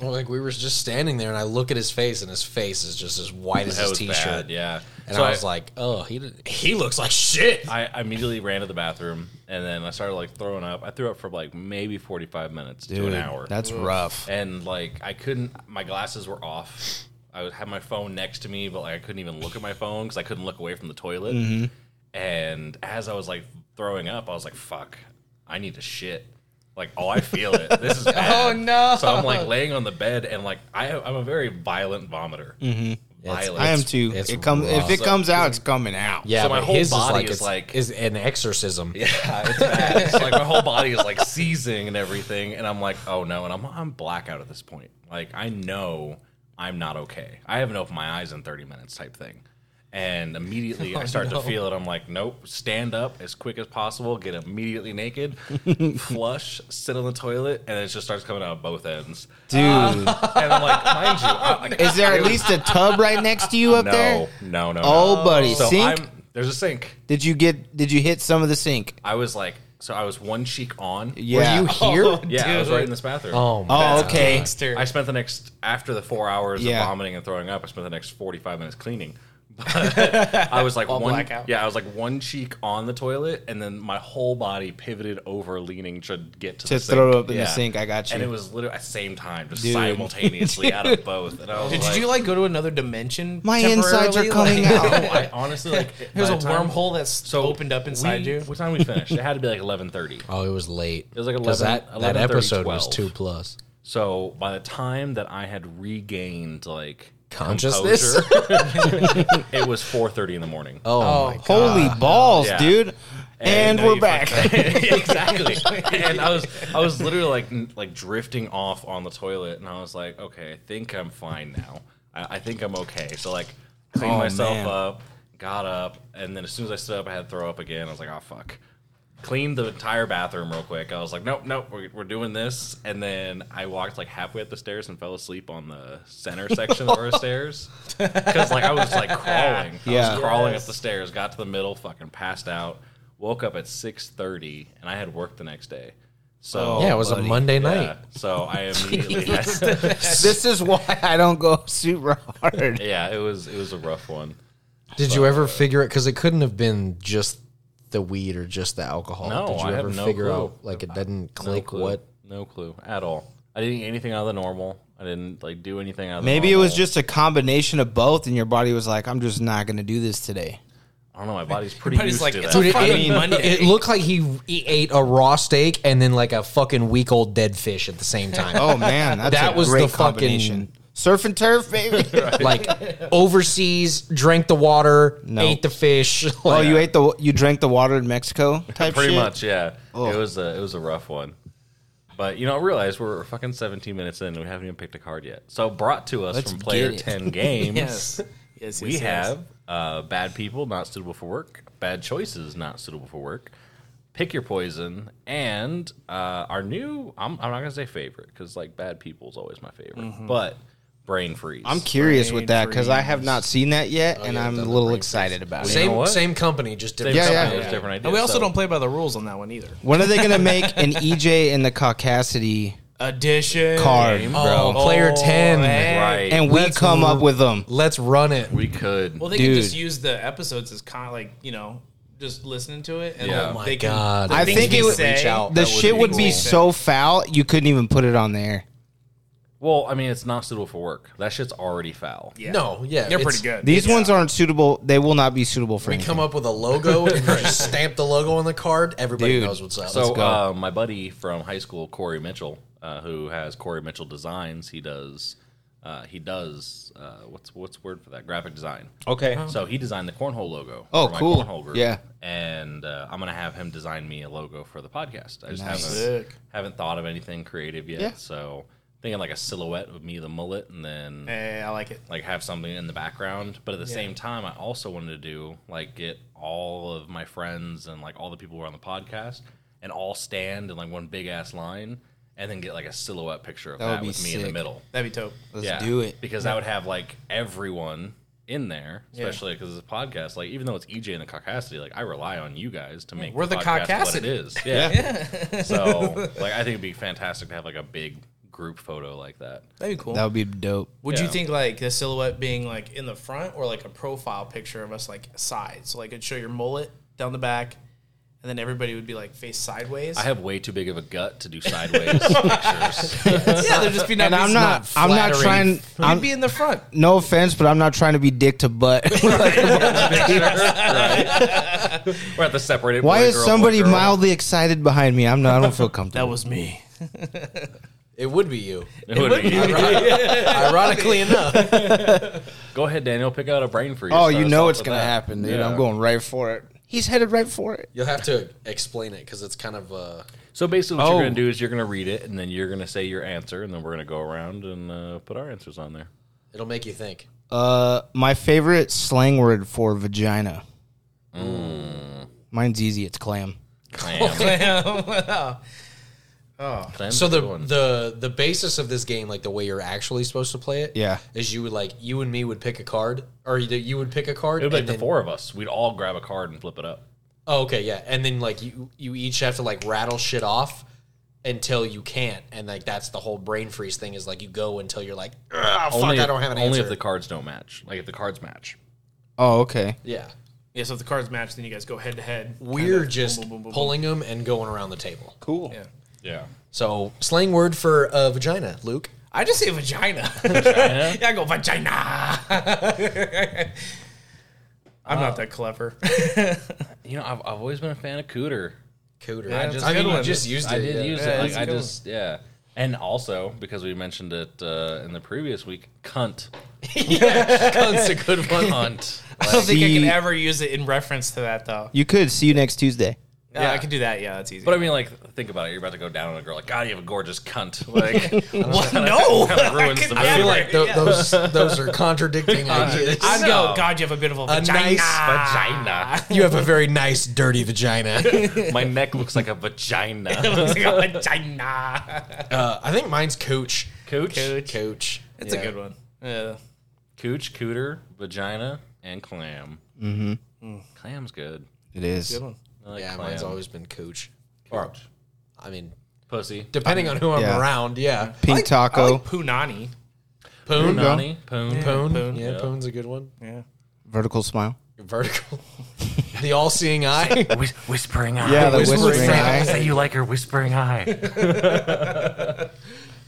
Speaker 2: Well, like we were just standing there, and I look at his face, and his face is just as white as
Speaker 1: that
Speaker 2: his
Speaker 1: was
Speaker 2: t-shirt.
Speaker 1: bad. Yeah,
Speaker 2: And
Speaker 1: So
Speaker 2: I was like, oh, he did, he looks like shit.
Speaker 1: I I immediately ran to the bathroom and then I started like throwing up. I threw up for like maybe 45 minutes to an hour.
Speaker 5: That's rough.
Speaker 1: and like I couldn't, my glasses were off. I was- had my phone next to me, but like I couldn't even look at my phone because I couldn't look away from the toilet. And as I was like throwing up, I was like, fuck, I need to shit. Like, oh, I feel it. This is bad.
Speaker 3: Oh, no.
Speaker 1: So I'm like laying on the bed and like I, I'm a very violent vomiter. Mm-hmm. Violent.
Speaker 5: I am too.
Speaker 2: it's
Speaker 5: It comes if
Speaker 2: rough.
Speaker 5: it comes out, it's coming out.
Speaker 2: Yeah,
Speaker 1: So my
Speaker 2: but
Speaker 1: whole
Speaker 2: his
Speaker 1: body
Speaker 2: is
Speaker 1: is
Speaker 2: like
Speaker 1: like-
Speaker 2: it's- is an exorcism.
Speaker 1: Yeah, it's bad. It's like my whole body is like seizing and everything, and I'm like, oh no, and I'm I'm blackout at this point. Like I know I'm not okay. I haven't opened my eyes in 30 minutes type thing, and immediately
Speaker 5: Oh,
Speaker 1: I start to feel it. I'm like, nope, stand up as quick as possible, get immediately naked, flush, sit on the toilet, and it just starts coming out both ends.
Speaker 5: Dude,
Speaker 1: And I'm like, mind you, I'm like,
Speaker 5: is there at least a tub right next to you up
Speaker 1: no,
Speaker 5: there?
Speaker 1: no, no, no.
Speaker 5: Oh, buddy,
Speaker 1: so
Speaker 5: sink.
Speaker 1: I'm, there's a sink.
Speaker 5: Did you get? Did you hit some of the sink?
Speaker 1: I was like, so I was one cheek on.
Speaker 5: Yeah.
Speaker 2: Were you here?
Speaker 3: Oh.
Speaker 1: Yeah, I was right in this bathroom.
Speaker 2: Oh, my
Speaker 5: oh, okay.
Speaker 3: Gangster.
Speaker 1: I spent the next after the four hours
Speaker 5: Yeah.
Speaker 1: of vomiting and throwing up. I spent the next forty five minutes cleaning. I was like
Speaker 3: All
Speaker 1: one,
Speaker 3: blackout.
Speaker 1: yeah, I was like one cheek on the toilet, and then my whole body pivoted over, leaning to get to,
Speaker 5: To
Speaker 1: the sink.
Speaker 5: throw up in the
Speaker 1: Yeah.
Speaker 5: sink, I got you.
Speaker 1: And it was literally at the same time, just
Speaker 5: Dude.
Speaker 1: simultaneously out of both. And I was
Speaker 3: Did
Speaker 1: like,
Speaker 3: you like go to another dimension?
Speaker 5: My insides are
Speaker 3: temporarily?
Speaker 5: coming
Speaker 3: Like, oh,
Speaker 5: out.
Speaker 1: No, I honestly like.
Speaker 3: There's
Speaker 1: by
Speaker 3: a
Speaker 1: the time-
Speaker 3: wormhole that's opened up inside
Speaker 1: we-
Speaker 3: you.
Speaker 1: What time we finished? It had to be like eleven thirty.
Speaker 2: Oh, it was late. It
Speaker 1: was like 11
Speaker 2: that, that
Speaker 1: 11:30,
Speaker 2: episode was
Speaker 1: 12.
Speaker 2: two plus.
Speaker 1: So by the time that I had regained like
Speaker 2: Consciousness?
Speaker 1: composure, it was four thirty in the morning.
Speaker 2: Oh,
Speaker 3: Oh,
Speaker 2: my God.
Speaker 5: Holy balls,
Speaker 1: Yeah.
Speaker 5: dude. And,
Speaker 1: uh,
Speaker 5: we're
Speaker 1: you
Speaker 5: back.
Speaker 1: fucked up. exactly. And I was I was literally like n- like drifting off on the toilet, and I was like, okay, I think I'm fine now. I, I think I'm okay. So like, cleaned
Speaker 5: Oh,
Speaker 1: myself
Speaker 5: man.
Speaker 1: up, got up, and then as soon as I stood up, I had to throw up again. I was like, oh fuck. Cleaned the entire bathroom real quick. I was like, nope, nope, we're, we're doing this. And then I walked like halfway up the stairs and fell asleep on the center section of our stairs because like I was like crawling. I
Speaker 5: Yeah.
Speaker 1: was crawling up the stairs, got to the middle, fucking passed out. Woke up at six thirty, and I had work the next day.
Speaker 5: Oh,
Speaker 1: So
Speaker 2: Yeah, it was a Monday
Speaker 1: Yeah,
Speaker 2: night.
Speaker 1: So I immediately yeah,
Speaker 5: this is why I don't go super hard.
Speaker 1: yeah, it was it was a rough one.
Speaker 2: Did you ever figure it? Because it couldn't have been just the weed or just the alcohol.
Speaker 1: No,
Speaker 2: Did you
Speaker 1: I have
Speaker 2: ever
Speaker 1: no
Speaker 2: figure
Speaker 1: clue.
Speaker 2: out like it didn't
Speaker 1: No
Speaker 2: click
Speaker 1: clue.
Speaker 2: what?
Speaker 1: No clue at all. I didn't eat anything out of the normal. I didn't like do anything out of the
Speaker 5: Maybe it was
Speaker 1: normal.
Speaker 5: just a combination of both, and your body was like, I'm just not going to do this today.
Speaker 1: I don't know. My body's pretty used
Speaker 3: body's like,
Speaker 1: to
Speaker 3: "It's
Speaker 1: that.
Speaker 3: a fucking
Speaker 2: it,
Speaker 3: Monday."
Speaker 2: it looked like he he ate a raw steak and then like a fucking week old dead fish at the same time.
Speaker 5: Oh, man. That's
Speaker 2: That
Speaker 5: a
Speaker 2: was
Speaker 5: great
Speaker 2: the fucking-
Speaker 5: combination. Oh, Surf and turf, baby.
Speaker 2: Like overseas, drank the water,
Speaker 5: No.
Speaker 2: ate the fish.
Speaker 5: Oh,
Speaker 2: Like,
Speaker 5: you ate the you drank the water in Mexico type
Speaker 1: pretty
Speaker 5: shit?
Speaker 1: much yeah it was a it was a rough one but you know I realize we're fucking 17 minutes in and we haven't even picked a card yet so brought to us
Speaker 5: Let's
Speaker 1: from player
Speaker 5: get it.
Speaker 1: 10 games
Speaker 3: Yes. Yes, yes,
Speaker 1: we
Speaker 3: yes.
Speaker 1: have uh, bad people not suitable for work bad choices not suitable for work pick your poison and uh, our new I'm, I'm not gonna say favorite because like bad people is always my favorite but brain freeze
Speaker 5: Mm-hmm. I'm curious with that because I have not seen Oh, that yet, and I'm a little excited about it.
Speaker 2: same
Speaker 1: know what?
Speaker 2: same company, just different.
Speaker 5: Yeah, yeah.
Speaker 1: It was different ideas,
Speaker 3: And we also
Speaker 1: so-
Speaker 3: don't play by the rules on that one either.
Speaker 5: When are they going to make an EJ and the Caucasity
Speaker 3: Addition.
Speaker 5: card,
Speaker 1: Game,
Speaker 5: bro?
Speaker 2: Oh, player ten.
Speaker 1: right
Speaker 5: and we
Speaker 2: Let's
Speaker 5: come up
Speaker 2: r-
Speaker 5: with them.
Speaker 2: Let's run it. Oh
Speaker 1: we could
Speaker 3: Well, they
Speaker 5: Dude.
Speaker 3: can just use the episodes as kind of like you know just listening to it. And
Speaker 1: Yeah.
Speaker 3: like,
Speaker 1: Oh my
Speaker 3: they can,
Speaker 2: God.
Speaker 3: the
Speaker 5: I
Speaker 3: things
Speaker 5: think
Speaker 3: we
Speaker 5: it would-
Speaker 3: say-
Speaker 2: Reach out.
Speaker 5: The
Speaker 2: That
Speaker 5: shit would be
Speaker 3: cool.
Speaker 5: so foul you couldn't even put it on there.
Speaker 1: well I mean it's not suitable for work that shit's already foul
Speaker 3: Yeah.
Speaker 2: No, yeah,
Speaker 3: they're
Speaker 2: it's-
Speaker 3: pretty good.
Speaker 5: These ones aren't suitable. They will not be suitable for
Speaker 2: We
Speaker 5: me.
Speaker 2: come up with a logo and just stamp the logo on the card. Everybody
Speaker 5: Dude.
Speaker 2: knows what's up.
Speaker 1: So uh, my buddy from high school, Corey Mitchell, uh, who has Corey Mitchell Designs, he does uh, he does uh, what's what's the word for that graphic design.
Speaker 5: Okay.
Speaker 1: So he designed the cornhole logo.
Speaker 5: Oh,
Speaker 1: for my
Speaker 5: cool.
Speaker 1: cornhole group.
Speaker 5: Yeah.
Speaker 1: And uh, I'm gonna have him design me a logo for the podcast. I just
Speaker 5: Nice.
Speaker 1: haven't haven't thought of anything creative yet.
Speaker 5: Yeah.
Speaker 1: So thinking like a silhouette with me the mullet, and then
Speaker 3: Eh, I like it.
Speaker 1: like have something in the background. But at the same time, I also wanted to do like get all of my friends and like all the people who are on the podcast and all stand in like one big ass line and then get like a silhouette picture of
Speaker 5: That would
Speaker 1: that
Speaker 5: be
Speaker 1: with me in the
Speaker 5: sick.
Speaker 1: middle.
Speaker 3: That'd be dope.
Speaker 5: Let's do it.
Speaker 1: Because I would have like everyone in there, especially because it's a podcast. Like even though it's EJ and the Caucasity, like I rely on you guys to make
Speaker 3: We're the
Speaker 1: podcast what it
Speaker 3: Caucasity.
Speaker 1: is. Yeah. so like I think it'd be fantastic to have like a big group photo like that.
Speaker 3: That'd be cool.
Speaker 5: That would be dope.
Speaker 3: would you
Speaker 1: yeah.
Speaker 3: think like the silhouette being like in the front or like a profile picture of us like side? So like it'd show your mullet down the back, and then everybody would be like face sideways.
Speaker 1: I have way too big of a gut to do sideways pictures.
Speaker 3: yeah, there'd just be
Speaker 5: And I'm not. I'm not
Speaker 2: flattering.
Speaker 5: trying. I'm,
Speaker 3: We'd be in the front.
Speaker 5: no offense, but I'm not trying to be dick to butt.
Speaker 1: We're at the separated.
Speaker 5: Why
Speaker 1: boy,
Speaker 5: is
Speaker 1: girl,
Speaker 5: somebody
Speaker 1: boy, girl.
Speaker 5: mildly excited behind me? I'm not. I don't feel
Speaker 3: That
Speaker 5: comfortable.
Speaker 3: was me.
Speaker 2: it would be you.
Speaker 1: It would be.
Speaker 2: Ironically enough,
Speaker 1: Go ahead, Daniel. Pick out a brain freeze.
Speaker 5: oh,
Speaker 1: Start
Speaker 5: you
Speaker 1: us
Speaker 5: know
Speaker 1: off
Speaker 5: it's
Speaker 1: with
Speaker 5: gonna
Speaker 1: that.
Speaker 5: happen, dude.
Speaker 1: Yeah.
Speaker 5: I'm going right for it. He's headed right for it.
Speaker 2: you'll have to explain it because it's kind of uh,
Speaker 1: So basically, what
Speaker 5: Oh.
Speaker 1: you're gonna do is you're gonna read it, and then you're gonna say your answer, and then we're gonna go around and uh, put our answers on there.
Speaker 2: it'll make you think.
Speaker 5: Uh, my favorite slang word for vagina. Mm. Mine's easy. It's clam.
Speaker 1: Clam. Clam's
Speaker 2: Oh, So
Speaker 1: a
Speaker 2: the
Speaker 1: good one.
Speaker 2: the the basis of this game, like the way you're actually supposed to play it,
Speaker 5: Yeah.
Speaker 2: is you would like you and me would pick a card, or you, you would pick a card.
Speaker 1: it would be like
Speaker 2: and
Speaker 1: the
Speaker 2: then-
Speaker 1: four of us. We'd all grab a card and flip it up.
Speaker 2: Oh, okay, yeah, and then like you you each have to like rattle shit off until you can't, and like that's the whole brain freeze thing is like you go until you're like, "Ah, fuck,
Speaker 1: only
Speaker 2: I
Speaker 1: if-
Speaker 2: don't have an
Speaker 1: Only
Speaker 2: answer.
Speaker 1: if the cards don't match. Like if the cards match.
Speaker 5: Oh, okay.
Speaker 2: Yeah.
Speaker 3: Yeah, so if the cards match, then you guys go head to head.
Speaker 2: We're just pulling them and going around the table.
Speaker 5: Cool.
Speaker 3: Yeah.
Speaker 1: Yeah.
Speaker 2: So, slang word for uh, vagina, Luke.
Speaker 3: I just say vagina. yeah, I go vagina. I'm
Speaker 1: Uh,
Speaker 3: not that clever.
Speaker 1: You know, I've, I've always been a fan of cooter.
Speaker 2: Cooter.
Speaker 3: Yeah,
Speaker 2: I
Speaker 3: that's
Speaker 2: just,
Speaker 3: a
Speaker 2: I
Speaker 3: good
Speaker 2: mean, you
Speaker 3: one.
Speaker 2: just used it.
Speaker 1: I did
Speaker 2: yeah.
Speaker 1: use
Speaker 3: Yeah,
Speaker 1: it. Like
Speaker 3: that's a
Speaker 1: I
Speaker 3: good one.
Speaker 1: just yeah. And also because we mentioned it uh, in the previous week, cunt. cunt's a good one. Cunt.
Speaker 3: I don't think I can
Speaker 5: See-
Speaker 3: ever use it in reference to that though.
Speaker 5: You could see you next Tuesday.
Speaker 3: Yeah,
Speaker 1: Yeah.
Speaker 3: I can do that. Yeah, that's easy.
Speaker 1: But I mean, like, think about it. You're about to go down on a girl. Like, God, you have a gorgeous cunt. Like,
Speaker 3: what? No,
Speaker 1: kinda ruins
Speaker 3: I could
Speaker 1: the movie.
Speaker 2: I
Speaker 3: never.
Speaker 2: feel like tho-
Speaker 3: Yeah.
Speaker 2: those those are contradicting ideas.
Speaker 3: I'd
Speaker 1: No.
Speaker 3: go. God, you have a beautiful
Speaker 2: A
Speaker 3: vagina.
Speaker 2: nice
Speaker 1: vagina.
Speaker 2: You have a very nice, dirty vagina.
Speaker 1: My neck looks like a vagina.
Speaker 3: Like a vagina.
Speaker 2: Uh, I think mine's Coach.
Speaker 1: Cooch,
Speaker 2: Coach.
Speaker 3: It's a good one. Yeah.
Speaker 1: cooch, cooter, vagina, and clam. Mm-hmm. Clam's good.
Speaker 5: It is.
Speaker 3: Good one.
Speaker 1: I like
Speaker 2: Mm. Yeah,
Speaker 1: clam.
Speaker 2: mine's always been Coach.
Speaker 1: or
Speaker 2: I mean,
Speaker 1: pussy.
Speaker 2: depending on who I'm
Speaker 5: yeah.
Speaker 2: around, yeah.
Speaker 5: Pink taco.
Speaker 3: I like punani.
Speaker 2: Poon.
Speaker 1: Punani, poon.
Speaker 2: Poon.
Speaker 3: Poon,
Speaker 2: Yeah, Poon's a good one.
Speaker 3: Yeah.
Speaker 5: vertical smile.
Speaker 2: Vertical. the all seeing eye.
Speaker 1: Whis- whispering eye.
Speaker 5: Yeah, the
Speaker 2: Whispering
Speaker 5: whispering,
Speaker 2: eye.
Speaker 5: eye.
Speaker 1: you like her whispering eye.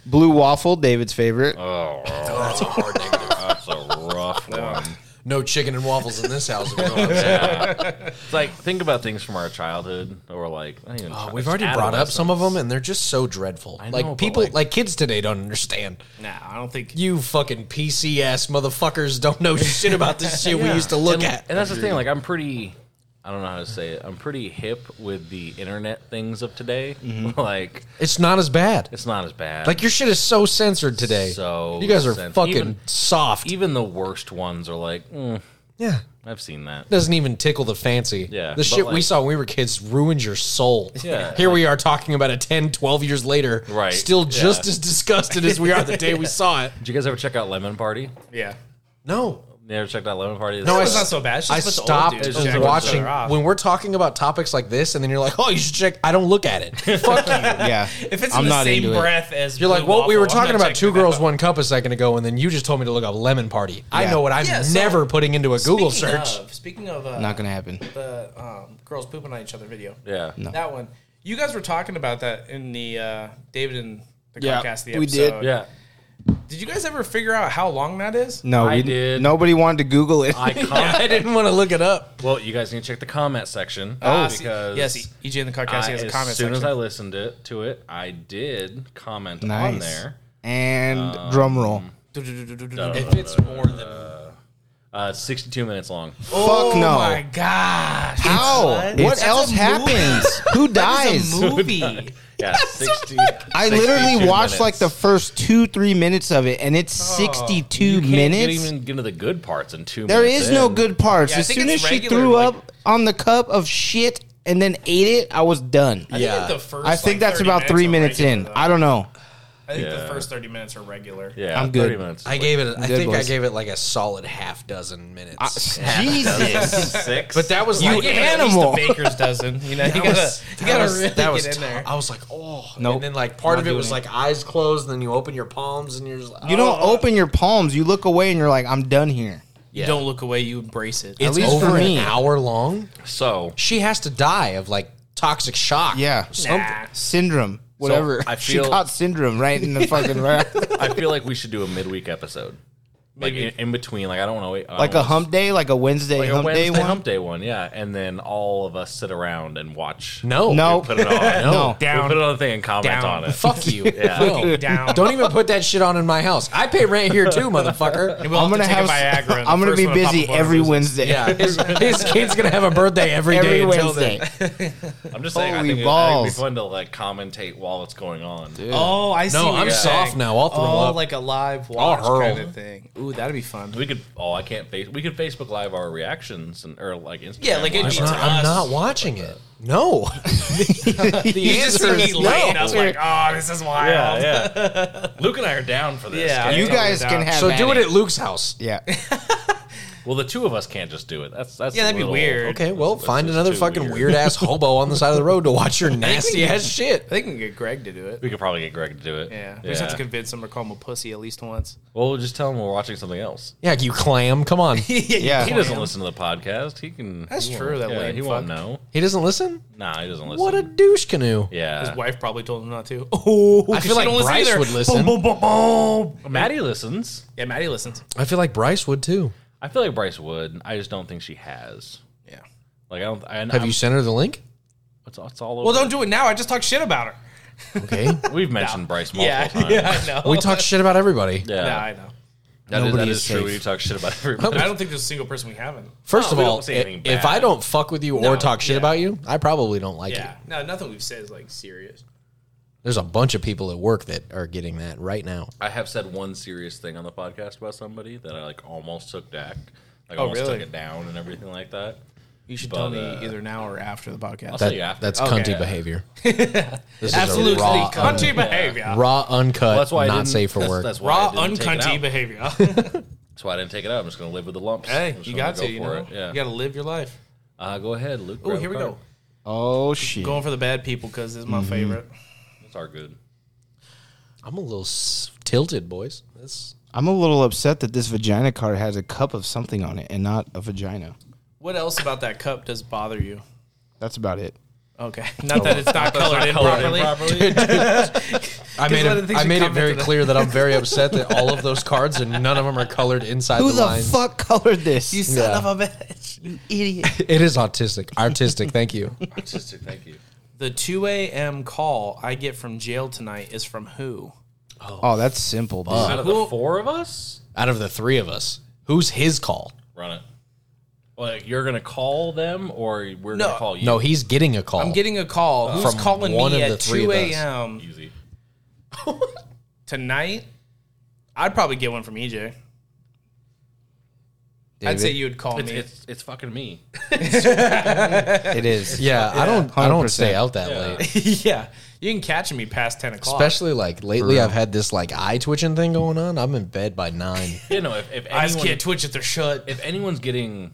Speaker 5: Blue waffle, David's favorite.
Speaker 1: Oh,
Speaker 2: That's a hard negative.
Speaker 1: that's a rough one.
Speaker 2: No chicken and waffles in this house. if you know what I'm saying.
Speaker 1: It's like think about things from our childhood, or like not even.
Speaker 2: Uh,
Speaker 1: chi-
Speaker 2: we've
Speaker 1: it's
Speaker 2: already brought up
Speaker 1: adolescence.
Speaker 2: some of them, and they're just so dreadful.
Speaker 1: I know,
Speaker 2: like
Speaker 1: but
Speaker 2: people, like,
Speaker 1: like-
Speaker 2: kids today, don't understand.
Speaker 3: Nah, I don't think.
Speaker 2: You fucking PC ass motherfuckers don't know shit about this shit we used to look
Speaker 1: and,
Speaker 2: at.
Speaker 1: And that's the thing. Like I'm pretty. I don't know how to say it. I'm pretty hip with the internet things of today. Like
Speaker 2: It's not as bad.
Speaker 1: it's not as bad.
Speaker 2: Mm-hmm. Like your shit is so censored today.
Speaker 1: So
Speaker 2: you guys are
Speaker 1: cens-
Speaker 2: fucking
Speaker 1: even-
Speaker 2: soft.
Speaker 1: even the worst ones are like, mm,
Speaker 2: yeah.
Speaker 1: I've seen that.
Speaker 2: Doesn't even tickle the fancy.
Speaker 1: Yeah,
Speaker 2: The
Speaker 1: but
Speaker 2: shit we
Speaker 1: like-
Speaker 2: saw when we were kids ruined your soul.
Speaker 1: Yeah.
Speaker 2: Here we are talking about it 10, 12 years later.
Speaker 1: Right.
Speaker 2: Still
Speaker 1: Yeah.
Speaker 2: just as disgusted as we are the day we saw it.
Speaker 1: Did you guys ever check out Lemon Party?
Speaker 3: Yeah.
Speaker 2: No.
Speaker 1: You ever checked out Lemon Party?
Speaker 2: No, I
Speaker 3: It's
Speaker 2: s-
Speaker 3: not so bad. It's just
Speaker 2: I
Speaker 3: a bunch of old
Speaker 2: stopped
Speaker 3: dudes
Speaker 1: It's just
Speaker 3: jacking each
Speaker 2: watching
Speaker 3: other off.
Speaker 2: when we're talking about topics like this, and then you're like, "Oh, you should check." I don't look at it. Fuck you.
Speaker 5: Yeah.
Speaker 3: If it's
Speaker 5: I'm
Speaker 3: in the
Speaker 5: not
Speaker 3: same
Speaker 5: into it.
Speaker 3: breath as
Speaker 2: You're like,
Speaker 3: Blue
Speaker 2: "Well, we were
Speaker 3: Waffle, I'm
Speaker 2: talking
Speaker 3: not
Speaker 2: about two
Speaker 3: checking that
Speaker 2: girls,
Speaker 3: out."
Speaker 2: one cup a second ago, and then you just told me to look up lemon party." I
Speaker 5: Yeah.
Speaker 2: know what I'm
Speaker 3: Yeah, so-
Speaker 2: never putting into a Google
Speaker 3: Speaking
Speaker 2: search.
Speaker 3: Of, speaking of uh,
Speaker 5: Not gonna happen.
Speaker 3: the um, girls pooping on each other video.
Speaker 1: Yeah.
Speaker 3: That one. You guys were talking about that in the uh, David and the
Speaker 5: Yeah,
Speaker 3: podcast. The episode.
Speaker 5: we did.
Speaker 1: Yeah.
Speaker 3: Did you guys ever figure out how long that is?
Speaker 5: No,
Speaker 1: I
Speaker 5: we
Speaker 1: did.
Speaker 5: did. Nobody wanted to Google it.
Speaker 1: I
Speaker 2: I
Speaker 1: comment.
Speaker 2: didn't want to look it up.
Speaker 1: well, you guys need to check the comment section.
Speaker 2: Oh.
Speaker 3: Ah, see-
Speaker 1: because
Speaker 3: yes, EJ and the podcast
Speaker 1: I,
Speaker 3: has a
Speaker 1: as
Speaker 3: comment
Speaker 1: soon
Speaker 3: section.
Speaker 1: as I listened it, to it, I did comment on
Speaker 5: Nice.
Speaker 1: there.
Speaker 5: and drum roll.
Speaker 2: If it's more than
Speaker 1: Uh, 62 minutes long.
Speaker 5: Fuck no.
Speaker 3: Oh my gosh!
Speaker 5: How?
Speaker 3: What,
Speaker 5: What else happens? Who dies?
Speaker 3: It's a movie.
Speaker 1: Yeah, 60.
Speaker 5: I
Speaker 1: 62
Speaker 5: literally watched
Speaker 1: minutes.
Speaker 5: like the first two, three minutes of it, and it's 62
Speaker 1: You can't get
Speaker 5: minutes.
Speaker 1: even get to the good parts in two
Speaker 5: There
Speaker 1: minutes.
Speaker 5: is no
Speaker 1: in.
Speaker 5: good parts.
Speaker 3: Yeah, I
Speaker 5: as
Speaker 3: think
Speaker 5: soon as
Speaker 3: it's
Speaker 5: she
Speaker 3: regular,
Speaker 5: threw
Speaker 3: like-
Speaker 5: up on the cup of shit and then ate it, I was done. I,
Speaker 2: yeah.
Speaker 3: the first,
Speaker 5: think
Speaker 3: like,
Speaker 5: that's
Speaker 3: 30
Speaker 5: about three minutes
Speaker 3: are regular,
Speaker 5: in.
Speaker 3: though.
Speaker 5: I don't know.
Speaker 3: I think
Speaker 1: Yeah.
Speaker 3: the first thirty minutes are regular.
Speaker 1: Yeah,
Speaker 5: I'm good.
Speaker 1: 30 minutes.
Speaker 2: I gave it. I
Speaker 5: Good
Speaker 2: think I
Speaker 5: boys.
Speaker 2: gave it like a solid half dozen minutes.
Speaker 5: Jesus.
Speaker 1: six.
Speaker 2: but that was
Speaker 5: You
Speaker 2: like
Speaker 5: animal.
Speaker 3: At least the baker's dozen. You know, you
Speaker 2: That
Speaker 3: gotta,
Speaker 2: was-
Speaker 3: you
Speaker 2: that
Speaker 3: gotta
Speaker 2: was-
Speaker 3: really
Speaker 2: that was
Speaker 3: get in
Speaker 2: tough.
Speaker 3: there.
Speaker 2: I was like, oh,
Speaker 5: Nope.
Speaker 2: and then like part of it
Speaker 5: doing
Speaker 2: was
Speaker 5: it.
Speaker 2: like eyes closed, and then you open your palms, and you're just like,
Speaker 5: You don't open your palms. You look away and you're like, I'm done here.
Speaker 3: You don't look away. You embrace it.
Speaker 2: It's
Speaker 5: least
Speaker 2: over
Speaker 5: for me.
Speaker 2: an hour long.
Speaker 1: so
Speaker 2: She has to die of like toxic shock.
Speaker 5: Yeah.
Speaker 3: Nah.
Speaker 5: Syndrome. Whatever.
Speaker 1: I
Speaker 5: she
Speaker 1: feel-
Speaker 5: caught syndrome right in the fucking right.
Speaker 1: I feel like we should do a midweek episode, like
Speaker 3: Maybe.
Speaker 1: in, in between. Like I don't want to wait. I
Speaker 5: Like
Speaker 1: don't
Speaker 5: a
Speaker 1: wanna-
Speaker 5: hump day, like a Wednesday
Speaker 1: like a
Speaker 5: hump
Speaker 1: Wednesday
Speaker 5: day one.
Speaker 1: hump day one, yeah. And then all of us sit around and watch.
Speaker 2: No.
Speaker 5: No.
Speaker 1: put it on.
Speaker 5: No.
Speaker 1: we
Speaker 3: Down.
Speaker 1: put it on the thing and comment
Speaker 3: Down.
Speaker 1: on it.
Speaker 2: Fuck you.
Speaker 1: Fucking
Speaker 3: down.
Speaker 2: Don't even put that shit on in my house. I pay rent here too, motherfucker.
Speaker 5: I'm gonna have.
Speaker 3: Viagra. and the
Speaker 5: I'm gonna
Speaker 3: first
Speaker 5: be
Speaker 3: one to pop
Speaker 5: busy
Speaker 3: a bottle
Speaker 5: every
Speaker 3: is-
Speaker 5: Wednesday.
Speaker 2: Yeah, his, his kid's gonna have a birthday every
Speaker 5: Every
Speaker 2: day until then.
Speaker 5: Wednesday.
Speaker 1: I'm just saying. I think, it-
Speaker 5: Holy
Speaker 1: I think it'd
Speaker 5: balls.
Speaker 1: be fun to like commentate while it's going on.
Speaker 3: Oh, I see.
Speaker 2: No,
Speaker 3: what
Speaker 2: I'm
Speaker 3: you're
Speaker 2: soft
Speaker 3: saying.
Speaker 2: now. I'll throw
Speaker 3: oh,
Speaker 2: up.
Speaker 3: like a live watch
Speaker 2: hurl.
Speaker 3: kind of thing. Ooh, that'd be fun.
Speaker 1: We could. Oh, I can't. Face, we could Facebook Live our reactions and or like Instagram.
Speaker 3: Yeah, like, it'd
Speaker 1: Live
Speaker 3: be
Speaker 1: our-
Speaker 3: tough.
Speaker 2: I'm not watching it. No. the
Speaker 3: You just heard
Speaker 2: answer
Speaker 3: me
Speaker 2: is
Speaker 3: laying
Speaker 2: no.
Speaker 3: up like, oh, this is wild.
Speaker 1: Yeah, yeah. Luke and I are down for this.
Speaker 3: Yeah.
Speaker 1: Okay?
Speaker 5: You
Speaker 3: Totally
Speaker 5: guys
Speaker 3: down.
Speaker 5: can have.
Speaker 2: So do
Speaker 5: at
Speaker 2: it at Luke's house.
Speaker 5: Yeah.
Speaker 1: Well, the two of us can't just do it. That's that's
Speaker 3: Yeah,
Speaker 1: a
Speaker 3: that'd be
Speaker 1: little-
Speaker 3: weird.
Speaker 2: Okay, well,
Speaker 1: that's
Speaker 2: find
Speaker 1: just
Speaker 2: another
Speaker 1: too
Speaker 2: fucking weird ass hobo on the side of the road to watch your nasty ass
Speaker 3: I
Speaker 2: shit.
Speaker 3: think we can get Greg to do it.
Speaker 1: We could probably get Greg to do it.
Speaker 3: Yeah, we just have to convince him or call him a pussy at least once.
Speaker 1: Well, we'll just tell him we're watching something else.
Speaker 2: Yeah, you clam. Come on. He
Speaker 5: Yeah.
Speaker 1: He doesn't listen to the podcast. He can.
Speaker 3: That's
Speaker 1: he
Speaker 3: true,
Speaker 1: won't-
Speaker 3: that
Speaker 1: yeah,
Speaker 3: lame
Speaker 1: he won't
Speaker 3: fuck.
Speaker 1: know.
Speaker 2: doesn't listen?
Speaker 1: Nah, he doesn't listen.
Speaker 2: What a douche canoe.
Speaker 1: yeah.
Speaker 3: His wife probably told him not to. Oh, 'cause she
Speaker 2: feel like
Speaker 3: don't listen
Speaker 2: Bryce
Speaker 3: either.
Speaker 2: would listen.
Speaker 3: Boom, boom, boom, boom.
Speaker 1: Maddie listens.
Speaker 3: Yeah, Maddie listens.
Speaker 2: I feel like Bryce would too.
Speaker 1: I feel like Bryce would. I just don't think she has.
Speaker 3: Yeah.
Speaker 1: Like I don't. I,
Speaker 2: Have you sent her the link?
Speaker 1: It's, it's all over.
Speaker 3: Well, don't do it now. I just talked shit about her.
Speaker 2: Okay.
Speaker 1: We've mentioned Bryce multiple
Speaker 3: Yeah,
Speaker 1: times.
Speaker 3: yeah, I know.
Speaker 2: we talk shit about everybody.
Speaker 1: Oh, Yeah.
Speaker 3: Nah, I know.
Speaker 1: That is, that
Speaker 5: Nobody
Speaker 1: is
Speaker 5: is
Speaker 1: true.
Speaker 5: safe.
Speaker 1: We talk shit about everybody.
Speaker 3: I don't think there's a single person we haven't.
Speaker 2: First
Speaker 1: No, we
Speaker 2: of
Speaker 1: don't
Speaker 2: all,
Speaker 1: say anything
Speaker 2: i- if
Speaker 1: bad.
Speaker 2: I don't fuck with you or
Speaker 3: No,
Speaker 2: talk shit
Speaker 3: yeah.
Speaker 2: about you, I probably don't like you.
Speaker 3: Yeah. No, nothing we've said is like serious.
Speaker 2: There's a bunch of people at work that are getting that right now.
Speaker 1: I have said one serious thing on the podcast about somebody that I like almost took back. Like almost
Speaker 3: really?
Speaker 1: took it down and everything like that.
Speaker 3: You should
Speaker 1: tell me
Speaker 3: either now or after the podcast.
Speaker 1: I'll
Speaker 2: uh, That,
Speaker 1: tell you after.
Speaker 2: That's
Speaker 1: Oh,
Speaker 2: cunty
Speaker 3: yeah.
Speaker 2: behavior. This is a
Speaker 3: Absolutely
Speaker 2: raw,
Speaker 3: cunty
Speaker 2: un-
Speaker 3: behavior.
Speaker 2: raw, uncut,
Speaker 1: Oh, that's why I
Speaker 2: not
Speaker 1: didn't-
Speaker 2: safe for
Speaker 1: that's-
Speaker 2: work.
Speaker 1: That's why
Speaker 3: Raw,
Speaker 1: I didn't take it
Speaker 3: uncunty
Speaker 1: out.
Speaker 3: behavior.
Speaker 1: That's why I didn't take it out. I'm just gonna live with the lumps.
Speaker 3: hey,
Speaker 1: I'm just
Speaker 3: you
Speaker 1: gonna
Speaker 3: got
Speaker 1: go
Speaker 3: to, you
Speaker 1: for
Speaker 3: know.
Speaker 1: it. Yeah.
Speaker 3: You got to live your life.
Speaker 1: uh, go ahead, Luke.
Speaker 3: Oh,
Speaker 1: grab a
Speaker 3: here we
Speaker 1: card. Mm-hmm.
Speaker 3: go.
Speaker 5: Oh shit.
Speaker 3: Going for the bad people because this is my favorite.
Speaker 1: It's our good.
Speaker 2: I'm a little s- tilted, boys. That's
Speaker 5: I'm a little upset that this vagina card has a cup of something on it and not a vagina.
Speaker 3: What else about that cup does bother you?
Speaker 5: That's about it.
Speaker 3: Okay, not that it's not colored in properly.
Speaker 2: I made
Speaker 3: one of the
Speaker 2: it,
Speaker 3: things
Speaker 2: I
Speaker 3: that
Speaker 2: made it
Speaker 3: comes
Speaker 2: very
Speaker 3: into the-
Speaker 2: clear that I'm very upset that all of those cards and none of them are colored inside
Speaker 5: Who
Speaker 2: the
Speaker 5: the
Speaker 2: lines.
Speaker 5: fuck colored this?
Speaker 3: You son
Speaker 2: Yeah.
Speaker 3: of a bitch! You idiot.
Speaker 2: It is autistic, artistic. Thank you.
Speaker 1: Artistic, thank you.
Speaker 3: The 2 a.m. call I get from jail tonight is from who?
Speaker 5: oh, that's simple, dude.
Speaker 1: Out of the four of us,
Speaker 2: Out of the three of us, who's his call?
Speaker 1: run it. Like you're gonna call them, or we're
Speaker 3: No.
Speaker 1: gonna call you.
Speaker 2: No, he's getting a call.
Speaker 3: I'm getting a
Speaker 1: Oh.
Speaker 3: call. Who's
Speaker 2: From
Speaker 3: calling
Speaker 2: one
Speaker 3: me
Speaker 2: of the
Speaker 3: at
Speaker 2: three
Speaker 3: 2
Speaker 2: of us.
Speaker 3: a.m.
Speaker 1: easy.
Speaker 3: tonight? I'd probably get one from EJ. I'd say you would call
Speaker 1: It's,
Speaker 3: me.
Speaker 1: it's it's fucking me.
Speaker 5: It is.
Speaker 2: yeah, I don't. I don't
Speaker 5: 100%.
Speaker 2: stay out that late.
Speaker 3: yeah, you can catch me past 10 o'clock.
Speaker 2: Especially like lately, I've had this like eye twitching thing going on. I'm in bed by nine.
Speaker 1: You know, if if
Speaker 3: Eyes
Speaker 1: anyone,
Speaker 3: can't twitch if they're shut.
Speaker 1: if anyone's getting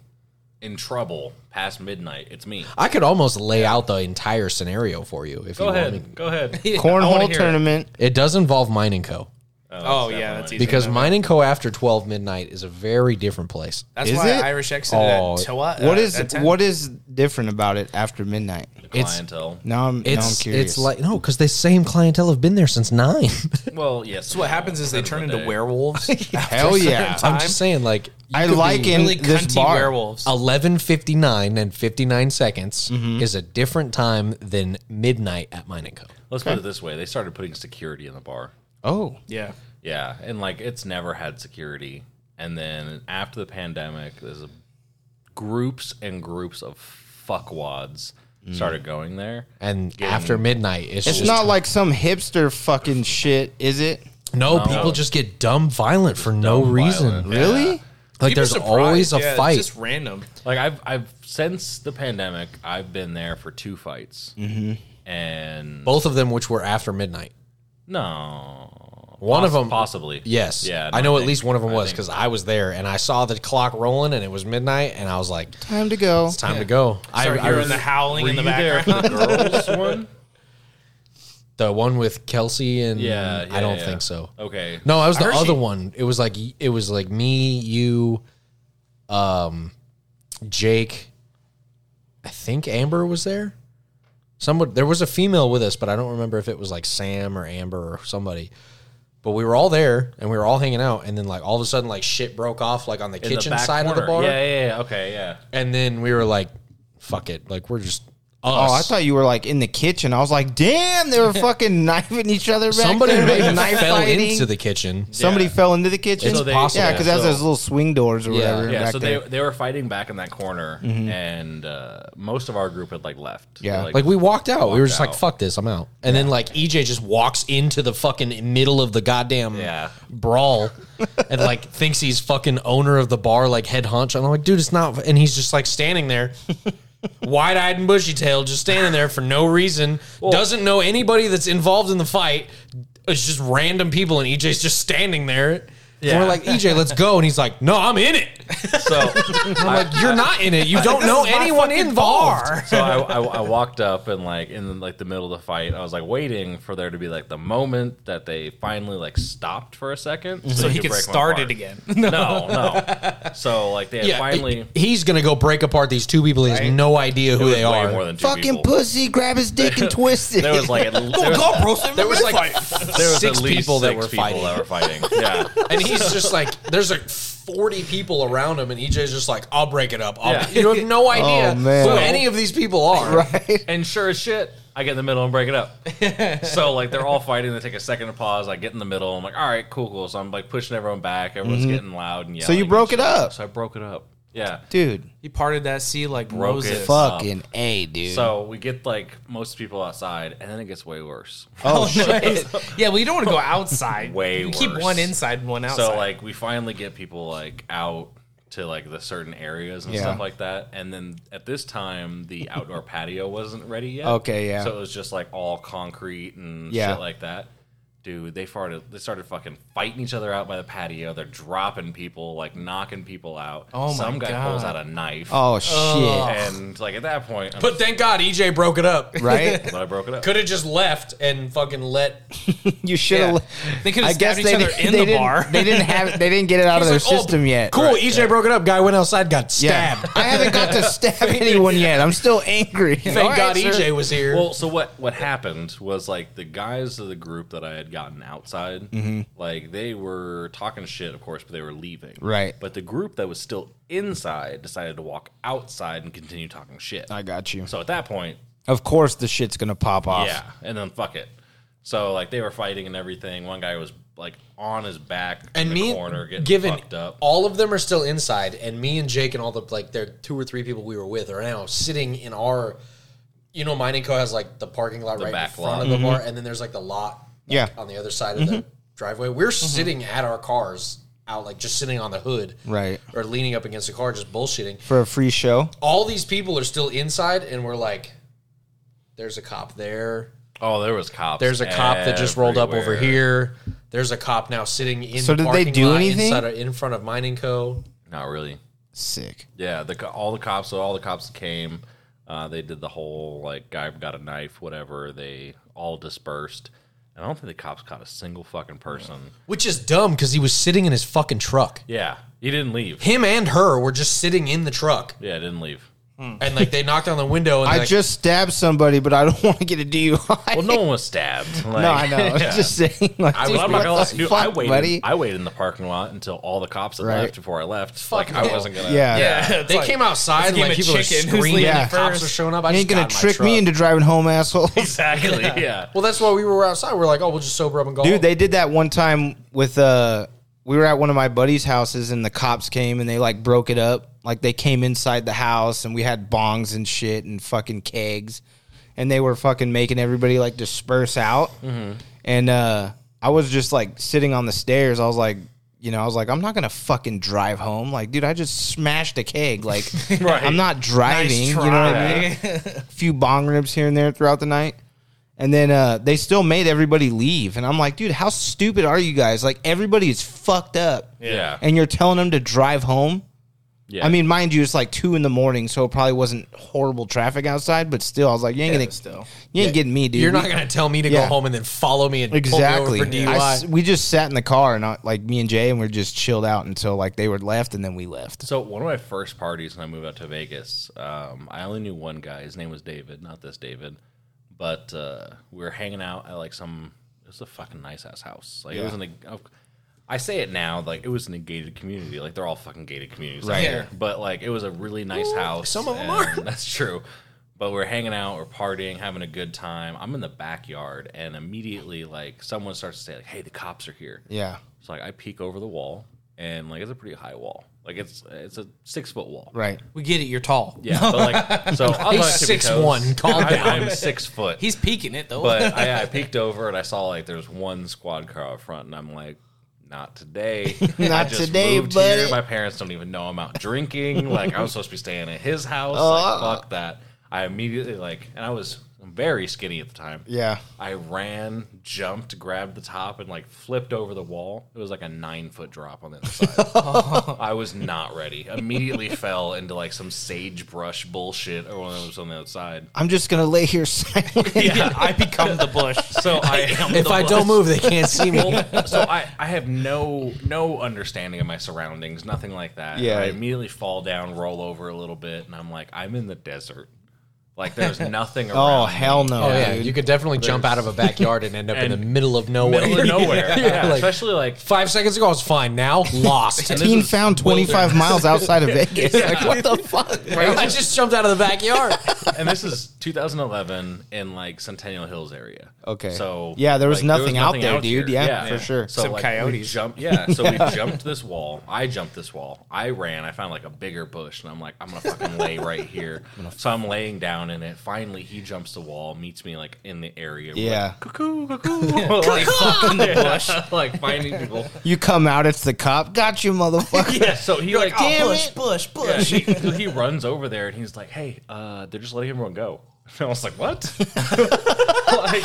Speaker 1: in trouble past midnight, it's me.
Speaker 2: I could almost lay out the entire scenario for you if
Speaker 1: Go
Speaker 2: you want me.
Speaker 1: ahead, go ahead.
Speaker 5: Cornhole tournament.
Speaker 2: It does involve Mining Co.
Speaker 3: Oh, yeah, that's easy.
Speaker 2: Because Mining Co. after twelve midnight is a very different place.
Speaker 3: That's
Speaker 5: Is
Speaker 3: why
Speaker 5: it?
Speaker 3: Irish exited
Speaker 2: Oh,
Speaker 3: at to what?
Speaker 5: What
Speaker 3: uh,
Speaker 5: is
Speaker 3: at 10.
Speaker 5: what is different about it after midnight?
Speaker 2: it's-
Speaker 1: clientele.
Speaker 5: Now I'm now I'm
Speaker 2: It's
Speaker 5: curious.
Speaker 2: it's like no, because the same clientele have been there since nine.
Speaker 1: Well, yes.
Speaker 3: What happens is they turn into
Speaker 1: werewolves.
Speaker 3: werewolves.
Speaker 5: hell yeah.
Speaker 2: I'm just saying, like
Speaker 5: I like in
Speaker 3: really
Speaker 5: this
Speaker 3: cunty
Speaker 5: bar.
Speaker 3: werewolves.
Speaker 2: eleven fifty nine and fifty nine seconds is a different time than midnight at Mining Co.
Speaker 1: Let's put it this way: they started putting security in the bar.
Speaker 5: Oh,
Speaker 3: yeah.
Speaker 1: Yeah, and like it's never had security. And then after the pandemic, there's a, groups and groups of fuckwads
Speaker 3: Mm.
Speaker 1: started going there.
Speaker 2: And after midnight, it's,
Speaker 5: it's
Speaker 2: just
Speaker 5: not like some hipster fucking shit, is it?
Speaker 2: no, people just get dumb violent for no
Speaker 1: dumb
Speaker 2: reason.
Speaker 1: violent. Yeah.
Speaker 5: Really?
Speaker 2: Like
Speaker 3: You'd be
Speaker 2: there's
Speaker 3: surprised.
Speaker 2: always a
Speaker 3: Yeah, it's
Speaker 2: fight.
Speaker 3: just random.
Speaker 1: Like I've I've since the pandemic, I've been there for two fights, mm-hmm. and
Speaker 2: Both of them, which were after midnight.
Speaker 1: no,
Speaker 2: One of them-
Speaker 1: possibly
Speaker 2: Yes.
Speaker 1: yeah. no,
Speaker 2: I know at
Speaker 1: think-
Speaker 2: least one of them
Speaker 1: I
Speaker 2: was
Speaker 1: think-
Speaker 2: because I was there and I saw the clock rolling and it was midnight and I was like,
Speaker 5: Time to go.
Speaker 2: it's time to go. I,
Speaker 3: Start
Speaker 2: I
Speaker 3: hearing
Speaker 2: was-
Speaker 3: the howling
Speaker 1: Were
Speaker 3: in the
Speaker 1: you there
Speaker 3: background.
Speaker 1: for the girls one?
Speaker 2: the one with Kelsey and
Speaker 1: Yeah, yeah,
Speaker 2: I don't
Speaker 1: yeah.
Speaker 2: think so.
Speaker 1: Okay,
Speaker 2: No, I was the
Speaker 3: heard
Speaker 2: other
Speaker 3: she-
Speaker 2: one. It was like it was like me, you, um, Jake. I think Amber was there. Somebody there was a female with us, but I don't remember if it was like Sam or Amber or somebody. But we were all there and we were all hanging out, and then like all of a sudden, like shit broke off like on the
Speaker 1: In the
Speaker 2: kitchen
Speaker 1: back
Speaker 2: side of the bar,
Speaker 1: corner. Yeah, yeah, yeah. Okay, yeah.
Speaker 2: and then we were like, "Fuck it!" Like we're just us.
Speaker 5: Oh, I thought you were like in the kitchen. I was like, damn, they were fucking kniving each other. Back
Speaker 2: somebody
Speaker 5: there,
Speaker 2: maybe
Speaker 5: knife
Speaker 2: fell
Speaker 5: fighting.
Speaker 2: into the kitchen.
Speaker 5: Somebody
Speaker 1: Yeah.
Speaker 5: fell into the kitchen.
Speaker 2: It's So they- possible.
Speaker 5: Yeah, because that's
Speaker 1: So-
Speaker 5: those little swing doors or
Speaker 2: Yeah.
Speaker 5: whatever.
Speaker 1: Yeah,
Speaker 5: back
Speaker 1: so
Speaker 5: there.
Speaker 1: they they were fighting back in that corner, and uh, most of our group had like left.
Speaker 5: Yeah.
Speaker 1: They're
Speaker 2: Mm-hmm. Like we walked out. we were just
Speaker 1: out.
Speaker 2: like, "Fuck this, I'm out." And then like EJ just walks into the fucking middle of the goddamn
Speaker 1: Yeah.
Speaker 2: brawl, and like thinks he's fucking owner of the bar, like head hunch. And I'm like, dude, it's not. And he's just like standing there, wide eyed and bushy tailed, just standing there for no reason. doesn't know anybody that's involved in the fight. It's just random people, and EJ's just E standing there. And we're like, EJ, let's go. And he's like, no, I'm in it.
Speaker 1: So I-
Speaker 2: Like, you're not in it. You don't know anyone involved.
Speaker 1: So I, I, I walked up and like in like the middle of the fight, I was like waiting for there to be like the moment that they finally like stopped for a second, so,
Speaker 3: so
Speaker 1: they
Speaker 3: he
Speaker 1: could
Speaker 3: could
Speaker 1: break them
Speaker 3: start
Speaker 1: apart.
Speaker 3: it again.
Speaker 1: No, no. So like they had
Speaker 2: Yeah,
Speaker 1: finally
Speaker 2: he- he's going to go break apart these two people. He has no idea
Speaker 1: it
Speaker 2: who
Speaker 1: was
Speaker 2: they
Speaker 1: way
Speaker 2: are.
Speaker 1: more than two
Speaker 5: Fucking
Speaker 1: people.
Speaker 5: pussy, grab his dick and twist it.
Speaker 1: There was like at, there was,
Speaker 2: there was like
Speaker 1: there was
Speaker 2: six
Speaker 1: at least
Speaker 2: people that
Speaker 1: six
Speaker 2: were
Speaker 1: people
Speaker 2: fighting.
Speaker 1: that were fighting. Yeah.
Speaker 2: and he's just like, there's like 40 people around him, and EJ's just like, I'll break it up. I'll,
Speaker 1: Yeah.
Speaker 2: You have no idea
Speaker 5: Oh, man.
Speaker 2: who any of these people are.
Speaker 5: right?
Speaker 1: And sure as shit, I get in the middle and break it up. so like they're all fighting, they take a second to pause. I get in the middle. I'm like, all right, cool, cool. So I'm like pushing everyone back. Everyone's getting loud and yelling.
Speaker 5: So you broke
Speaker 1: and
Speaker 5: it
Speaker 1: shit.
Speaker 5: up.
Speaker 1: So I broke it up. Yeah.
Speaker 5: Dude,
Speaker 3: He parted that sea like
Speaker 1: Broke
Speaker 3: Moses.
Speaker 1: it.
Speaker 5: fucking A, dude.
Speaker 1: So we get like most people outside, and then it gets way worse.
Speaker 5: oh, shit.
Speaker 3: yeah, well, you don't want to go outside.
Speaker 1: Way
Speaker 3: you keep
Speaker 1: worse.
Speaker 3: one inside and one outside.
Speaker 1: So like we finally get people like out to like the certain areas and
Speaker 5: Yeah.
Speaker 1: stuff like that. And then at this time the outdoor patio wasn't ready yet.
Speaker 5: Okay, yeah.
Speaker 1: So it was just like all concrete and
Speaker 5: Yeah.
Speaker 1: shit like that. Dude, they farted they started fucking fighting each other out by the patio. They're dropping people, like knocking people out.
Speaker 3: Oh, my
Speaker 1: Some guy pulls
Speaker 3: God.
Speaker 1: out a knife.
Speaker 5: Oh, shit.
Speaker 1: And like at that point, I'm
Speaker 2: But thank God EJ broke it up.
Speaker 5: Right?
Speaker 1: just glad I broke it up.
Speaker 2: Could have just left and fucking let.
Speaker 5: You should have.
Speaker 3: They could have stabbed each other in the
Speaker 5: didn't,
Speaker 3: bar.
Speaker 5: They didn't have. They didn't get it out of their
Speaker 2: It's like, oh,
Speaker 5: system yet.
Speaker 2: Cool. EJ broke it up. Guy went outside, got
Speaker 5: Yeah.
Speaker 2: stabbed.
Speaker 5: I haven't got to stab anyone yet. I'm still angry.
Speaker 2: Thank God E EJ was here.
Speaker 1: Well, so what what happened was like the guys of the group that I had gotten outside,
Speaker 2: Mm-hmm.
Speaker 1: like they were talking shit, of course, but they were leaving.
Speaker 5: Right.
Speaker 1: But the group that was still inside decided to walk outside and continue talking shit.
Speaker 5: I got you.
Speaker 1: So at that point,
Speaker 5: Of course, the shit's gonna pop off.
Speaker 1: yeah, and then fuck it. So like they were fighting and everything. One guy was like on his back
Speaker 2: and
Speaker 1: in
Speaker 2: me,
Speaker 1: the corner getting
Speaker 2: given
Speaker 1: fucked up.
Speaker 2: all of them are still inside, and me and Jake and all the like, there two or three people we were with are now sitting in our, you know, Mining Co has like the parking lot right
Speaker 1: back
Speaker 2: in front
Speaker 1: lot.
Speaker 2: of the bar, and then there's like the lot, like,
Speaker 5: Mm-hmm. Yeah. Mm-hmm.
Speaker 2: on the other side of the driveway. We're sitting at our cars out, like just sitting on the hood,
Speaker 5: Right.
Speaker 2: or leaning up against the car, just bullshitting.
Speaker 5: For a free show.
Speaker 2: All these people are still inside, and we're like, "There's a cop there."
Speaker 1: oh, there was cops.
Speaker 2: There's a cop that just rolled up over
Speaker 1: everywhere.
Speaker 2: here. There's a cop now sitting in.
Speaker 5: So
Speaker 2: the
Speaker 5: did they
Speaker 2: parking
Speaker 5: do
Speaker 2: lot
Speaker 5: anything?
Speaker 2: inside of, in front of Mining Co?
Speaker 1: Not really.
Speaker 5: Sick.
Speaker 1: Yeah, the co- all the cops. So all the cops came. Uh, they did the whole like guy got a knife, whatever. They all dispersed, and I don't think the cops caught a single fucking person.
Speaker 2: Which is dumb because he was sitting in his fucking truck.
Speaker 1: Yeah, he didn't leave.
Speaker 2: Him and her were just sitting in the truck,
Speaker 1: Yeah, didn't leave.
Speaker 3: Hmm.
Speaker 2: and like they knocked on the window, and
Speaker 5: I
Speaker 2: I like, just
Speaker 5: just stabbed somebody, but I don't want to get a DUI.
Speaker 1: Well, no one was stabbed. Like,
Speaker 5: no, I know. I was just saying. Like,
Speaker 1: I,
Speaker 5: dude,
Speaker 1: am not
Speaker 5: what
Speaker 1: gonna lie,
Speaker 5: the
Speaker 1: dude, I
Speaker 5: fuck,
Speaker 1: waited.
Speaker 5: buddy?
Speaker 1: I waited in the parking lot until all the cops had
Speaker 5: Right.
Speaker 1: left before I left. like I wasn't gonna.
Speaker 5: Yeah.
Speaker 3: yeah,
Speaker 2: they came outside, and,
Speaker 3: game
Speaker 2: like
Speaker 3: of
Speaker 2: people were
Speaker 3: chicken, who's
Speaker 2: screaming,
Speaker 5: leaving
Speaker 2: and cops
Speaker 3: first?
Speaker 2: were showing up. I
Speaker 5: You ain't
Speaker 2: just
Speaker 5: gonna
Speaker 2: got in my
Speaker 5: trick me
Speaker 2: truck.
Speaker 5: into driving home, asshole.
Speaker 1: exactly. Yeah.
Speaker 2: Well, that's why we were outside. We are like, oh, we'll just sober up and go. home.
Speaker 5: Dude, they did that one time with uh we were at one of my buddy's houses and the cops came and they like broke it up. Like they came inside the house and we had bongs and shit and fucking kegs and they were fucking making everybody like disperse out. And uh I was just like sitting on the stairs. I was like, you know, I was like, I'm not gonna fucking drive home. Like, dude, I just smashed a keg. Like, I'm not driving. you know what I mean? few bong ribs here and there throughout the night. And then uh, they still made everybody leave. And I'm like, dude, how stupid are you guys? Like, everybody is fucked up.
Speaker 1: Yeah.
Speaker 5: And you're telling them to drive home?
Speaker 1: Yeah.
Speaker 5: I mean, mind you, it's like two in the morning, so it probably wasn't horrible traffic outside, but still, I was like, you ain't,
Speaker 3: Yeah,
Speaker 5: gonna,
Speaker 3: still.
Speaker 5: You ain't getting me, dude.
Speaker 2: you're not
Speaker 5: We-
Speaker 2: gonna tell me to
Speaker 5: Yeah.
Speaker 2: go home and then follow me and
Speaker 5: Exactly.
Speaker 2: pull me over for
Speaker 5: I
Speaker 2: DUI.
Speaker 5: s- we just sat in the car and I, like me and Jay, and we are just chilled out until like they were left, and then we left.
Speaker 1: So one of my first parties when I moved out to Vegas, um, I only knew one guy. His name was David, not this David, but uh, we were hanging out at like some. It was a fucking nice ass house. Like it was in a. oh, I say it now, like it was in a gated community. Like they're all fucking gated communities, right? Here. But like it was a really nice house.
Speaker 2: some of 'em
Speaker 1: and- That's true. But we're hanging out, we're partying, having a good time. I'm in the backyard, and immediately, like someone starts to say, like, "Hey, the cops are here."
Speaker 5: Yeah.
Speaker 1: So like I peek over the wall, and like it's a pretty high wall. Like it's it's a six foot wall.
Speaker 5: Right.
Speaker 3: We get it. You're tall.
Speaker 1: Yeah. But like so I'm
Speaker 2: He's six one. Calm down.
Speaker 1: I'm six foot.
Speaker 3: He's peeking it though.
Speaker 1: but I, I peeked over and I saw like there's one squad car out front, and I'm like. Not today. I
Speaker 5: Not
Speaker 1: just
Speaker 5: today,
Speaker 1: moved here.
Speaker 5: buddy.
Speaker 1: My parents don't even know I'm out drinking. Like I was supposed to be staying at his house. Like, fuck that. I immediately like, and I was I'm very skinny at the time.
Speaker 5: Yeah.
Speaker 1: I ran, jumped, grabbed the top, and like flipped over the wall. It was like a nine foot drop on the other side. I was not ready. Immediately fell into like some sagebrush bullshit or one of those on the other side.
Speaker 5: I'm just gonna lay here silently.
Speaker 1: Yeah.
Speaker 3: I become the bush.
Speaker 1: So I,
Speaker 2: If I don't move, they can't see me.
Speaker 1: Well, so I, I have no no understanding of my surroundings, nothing like that.
Speaker 5: Yeah.
Speaker 1: I immediately fall down, roll over a little bit, and I'm like, I'm in the desert. Like there's nothing around.
Speaker 5: Oh hell no!
Speaker 2: Oh yeah,
Speaker 5: dude.
Speaker 2: you could definitely jump out of a backyard and end up in the middle of nowhere.
Speaker 1: middle of nowhere.
Speaker 2: Yeah,
Speaker 1: Yeah,
Speaker 2: like-
Speaker 1: especially like
Speaker 2: Five seconds ago, I was fine. Now lost.
Speaker 1: And this
Speaker 5: Teen
Speaker 1: is
Speaker 5: found 25 miles outside of Vegas. Like what the fuck?
Speaker 2: I just jumped out of the backyard.
Speaker 1: and this is 2011 in like Centennial Hills area.
Speaker 5: Okay.
Speaker 1: So
Speaker 5: Yeah, there was nothing out there, dude. Yeah, for sure.
Speaker 1: So
Speaker 3: Some
Speaker 1: like,
Speaker 3: coyotes.
Speaker 1: We jumped, yeah. So we jumped this wall. I jumped this wall. I ran. I found like a bigger bush, and I'm like, I'm gonna fucking lay right here. so I'm laying down in it. Finally, he jumps the wall, meets me like in the area. We're
Speaker 5: Yeah.
Speaker 1: Like, cuckoo, cuckoo. like fucking the bush. like finding people.
Speaker 5: You come out, it's the cop. Got you, motherfucker.
Speaker 1: Yeah. So he like,
Speaker 5: "Damn
Speaker 3: bush,
Speaker 5: it."
Speaker 3: bush,
Speaker 1: Yeah,
Speaker 3: bush.
Speaker 1: he, he runs over there and he's like, "Hey, uh, they're just letting everyone go." And I was like, "What?" like,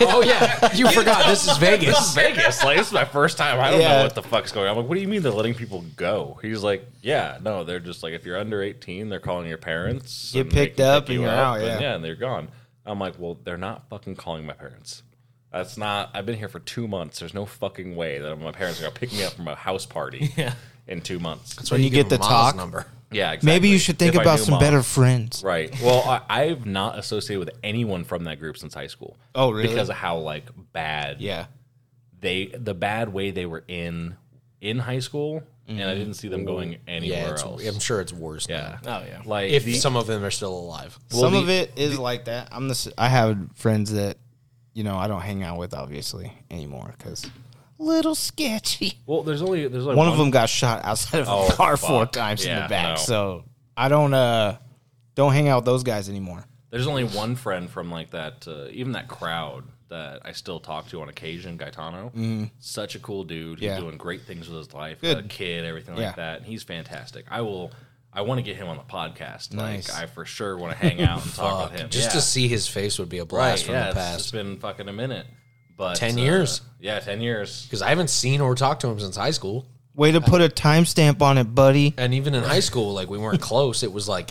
Speaker 2: Oh yeah, you forgot. This is
Speaker 1: this is
Speaker 2: Vegas.
Speaker 1: Vegas. Like, this is my first time. I don't
Speaker 5: Yeah.
Speaker 1: know what the fuck's going on. I'm like, what do you mean they're letting people go? He's like, yeah, no, they're just like, if you're under 18, they're calling your parents.
Speaker 5: Get
Speaker 1: and they
Speaker 5: picked
Speaker 1: can
Speaker 5: up
Speaker 1: pick
Speaker 5: and
Speaker 1: you
Speaker 5: you're
Speaker 1: up,
Speaker 5: out,
Speaker 1: and
Speaker 5: yeah.
Speaker 1: yeah, and they're gone. I'm like, well, they're not fucking calling my parents. That's not. I've been here for two months. There's no fucking way that my parents are gonna pick me up from a house party in two months.
Speaker 5: When you get the
Speaker 2: Give him Ma's
Speaker 5: talk,
Speaker 2: number.
Speaker 1: Yeah, exactly.
Speaker 5: maybe you should think
Speaker 1: If I
Speaker 5: about
Speaker 1: knew
Speaker 5: some
Speaker 1: mom-
Speaker 5: better friends.
Speaker 1: Right. Well, I, I've not associated with anyone from that group since high school.
Speaker 5: Oh, really?
Speaker 1: Because of how like bad
Speaker 5: Yeah.
Speaker 1: they the bad way they were in in high school, and I didn't see them going
Speaker 2: Yeah,
Speaker 1: anywhere
Speaker 2: it's,
Speaker 1: else.
Speaker 2: I'm sure it's worse.
Speaker 1: yeah.
Speaker 3: Oh, yeah.
Speaker 1: Like
Speaker 2: If
Speaker 1: the-
Speaker 2: some of them are still alive.
Speaker 5: Some of it is like that. I'm the. s- I have friends that, you know, I don't hang out with obviously anymore because little sketchy.
Speaker 1: well, there's only there's like
Speaker 5: One of them got shot outside of
Speaker 1: Oh,
Speaker 5: a car
Speaker 1: fuck.
Speaker 5: four times in
Speaker 1: Yeah,
Speaker 5: the back.
Speaker 1: no.
Speaker 5: So I don't uh don't hang out with those guys anymore.
Speaker 1: There's only one friend from like that, uh, even that crowd that I still talk to on occasion, Gaetano. Such a cool dude.
Speaker 5: Mm-hmm. Yeah.
Speaker 1: He's doing great things with his life.
Speaker 5: Good.
Speaker 1: A kid, everything
Speaker 5: Yeah.
Speaker 1: like that. And he's fantastic. I will. I want to get him on the podcast.
Speaker 5: Nice.
Speaker 1: Like I for sure want to hang out and talk with him.
Speaker 2: Just
Speaker 1: Yeah.
Speaker 2: to see his face would be a
Speaker 1: Right,
Speaker 2: blast from
Speaker 1: yeah,
Speaker 2: the
Speaker 1: it's-
Speaker 2: past.
Speaker 1: it's been fucking a minute. But
Speaker 2: 10
Speaker 1: uh,
Speaker 2: years.
Speaker 1: Yeah, ten years.
Speaker 2: Because I haven't seen or talked to him since high school.
Speaker 5: Way to put a timestamp on it, buddy.
Speaker 2: And even in high school, like we weren't close. It was like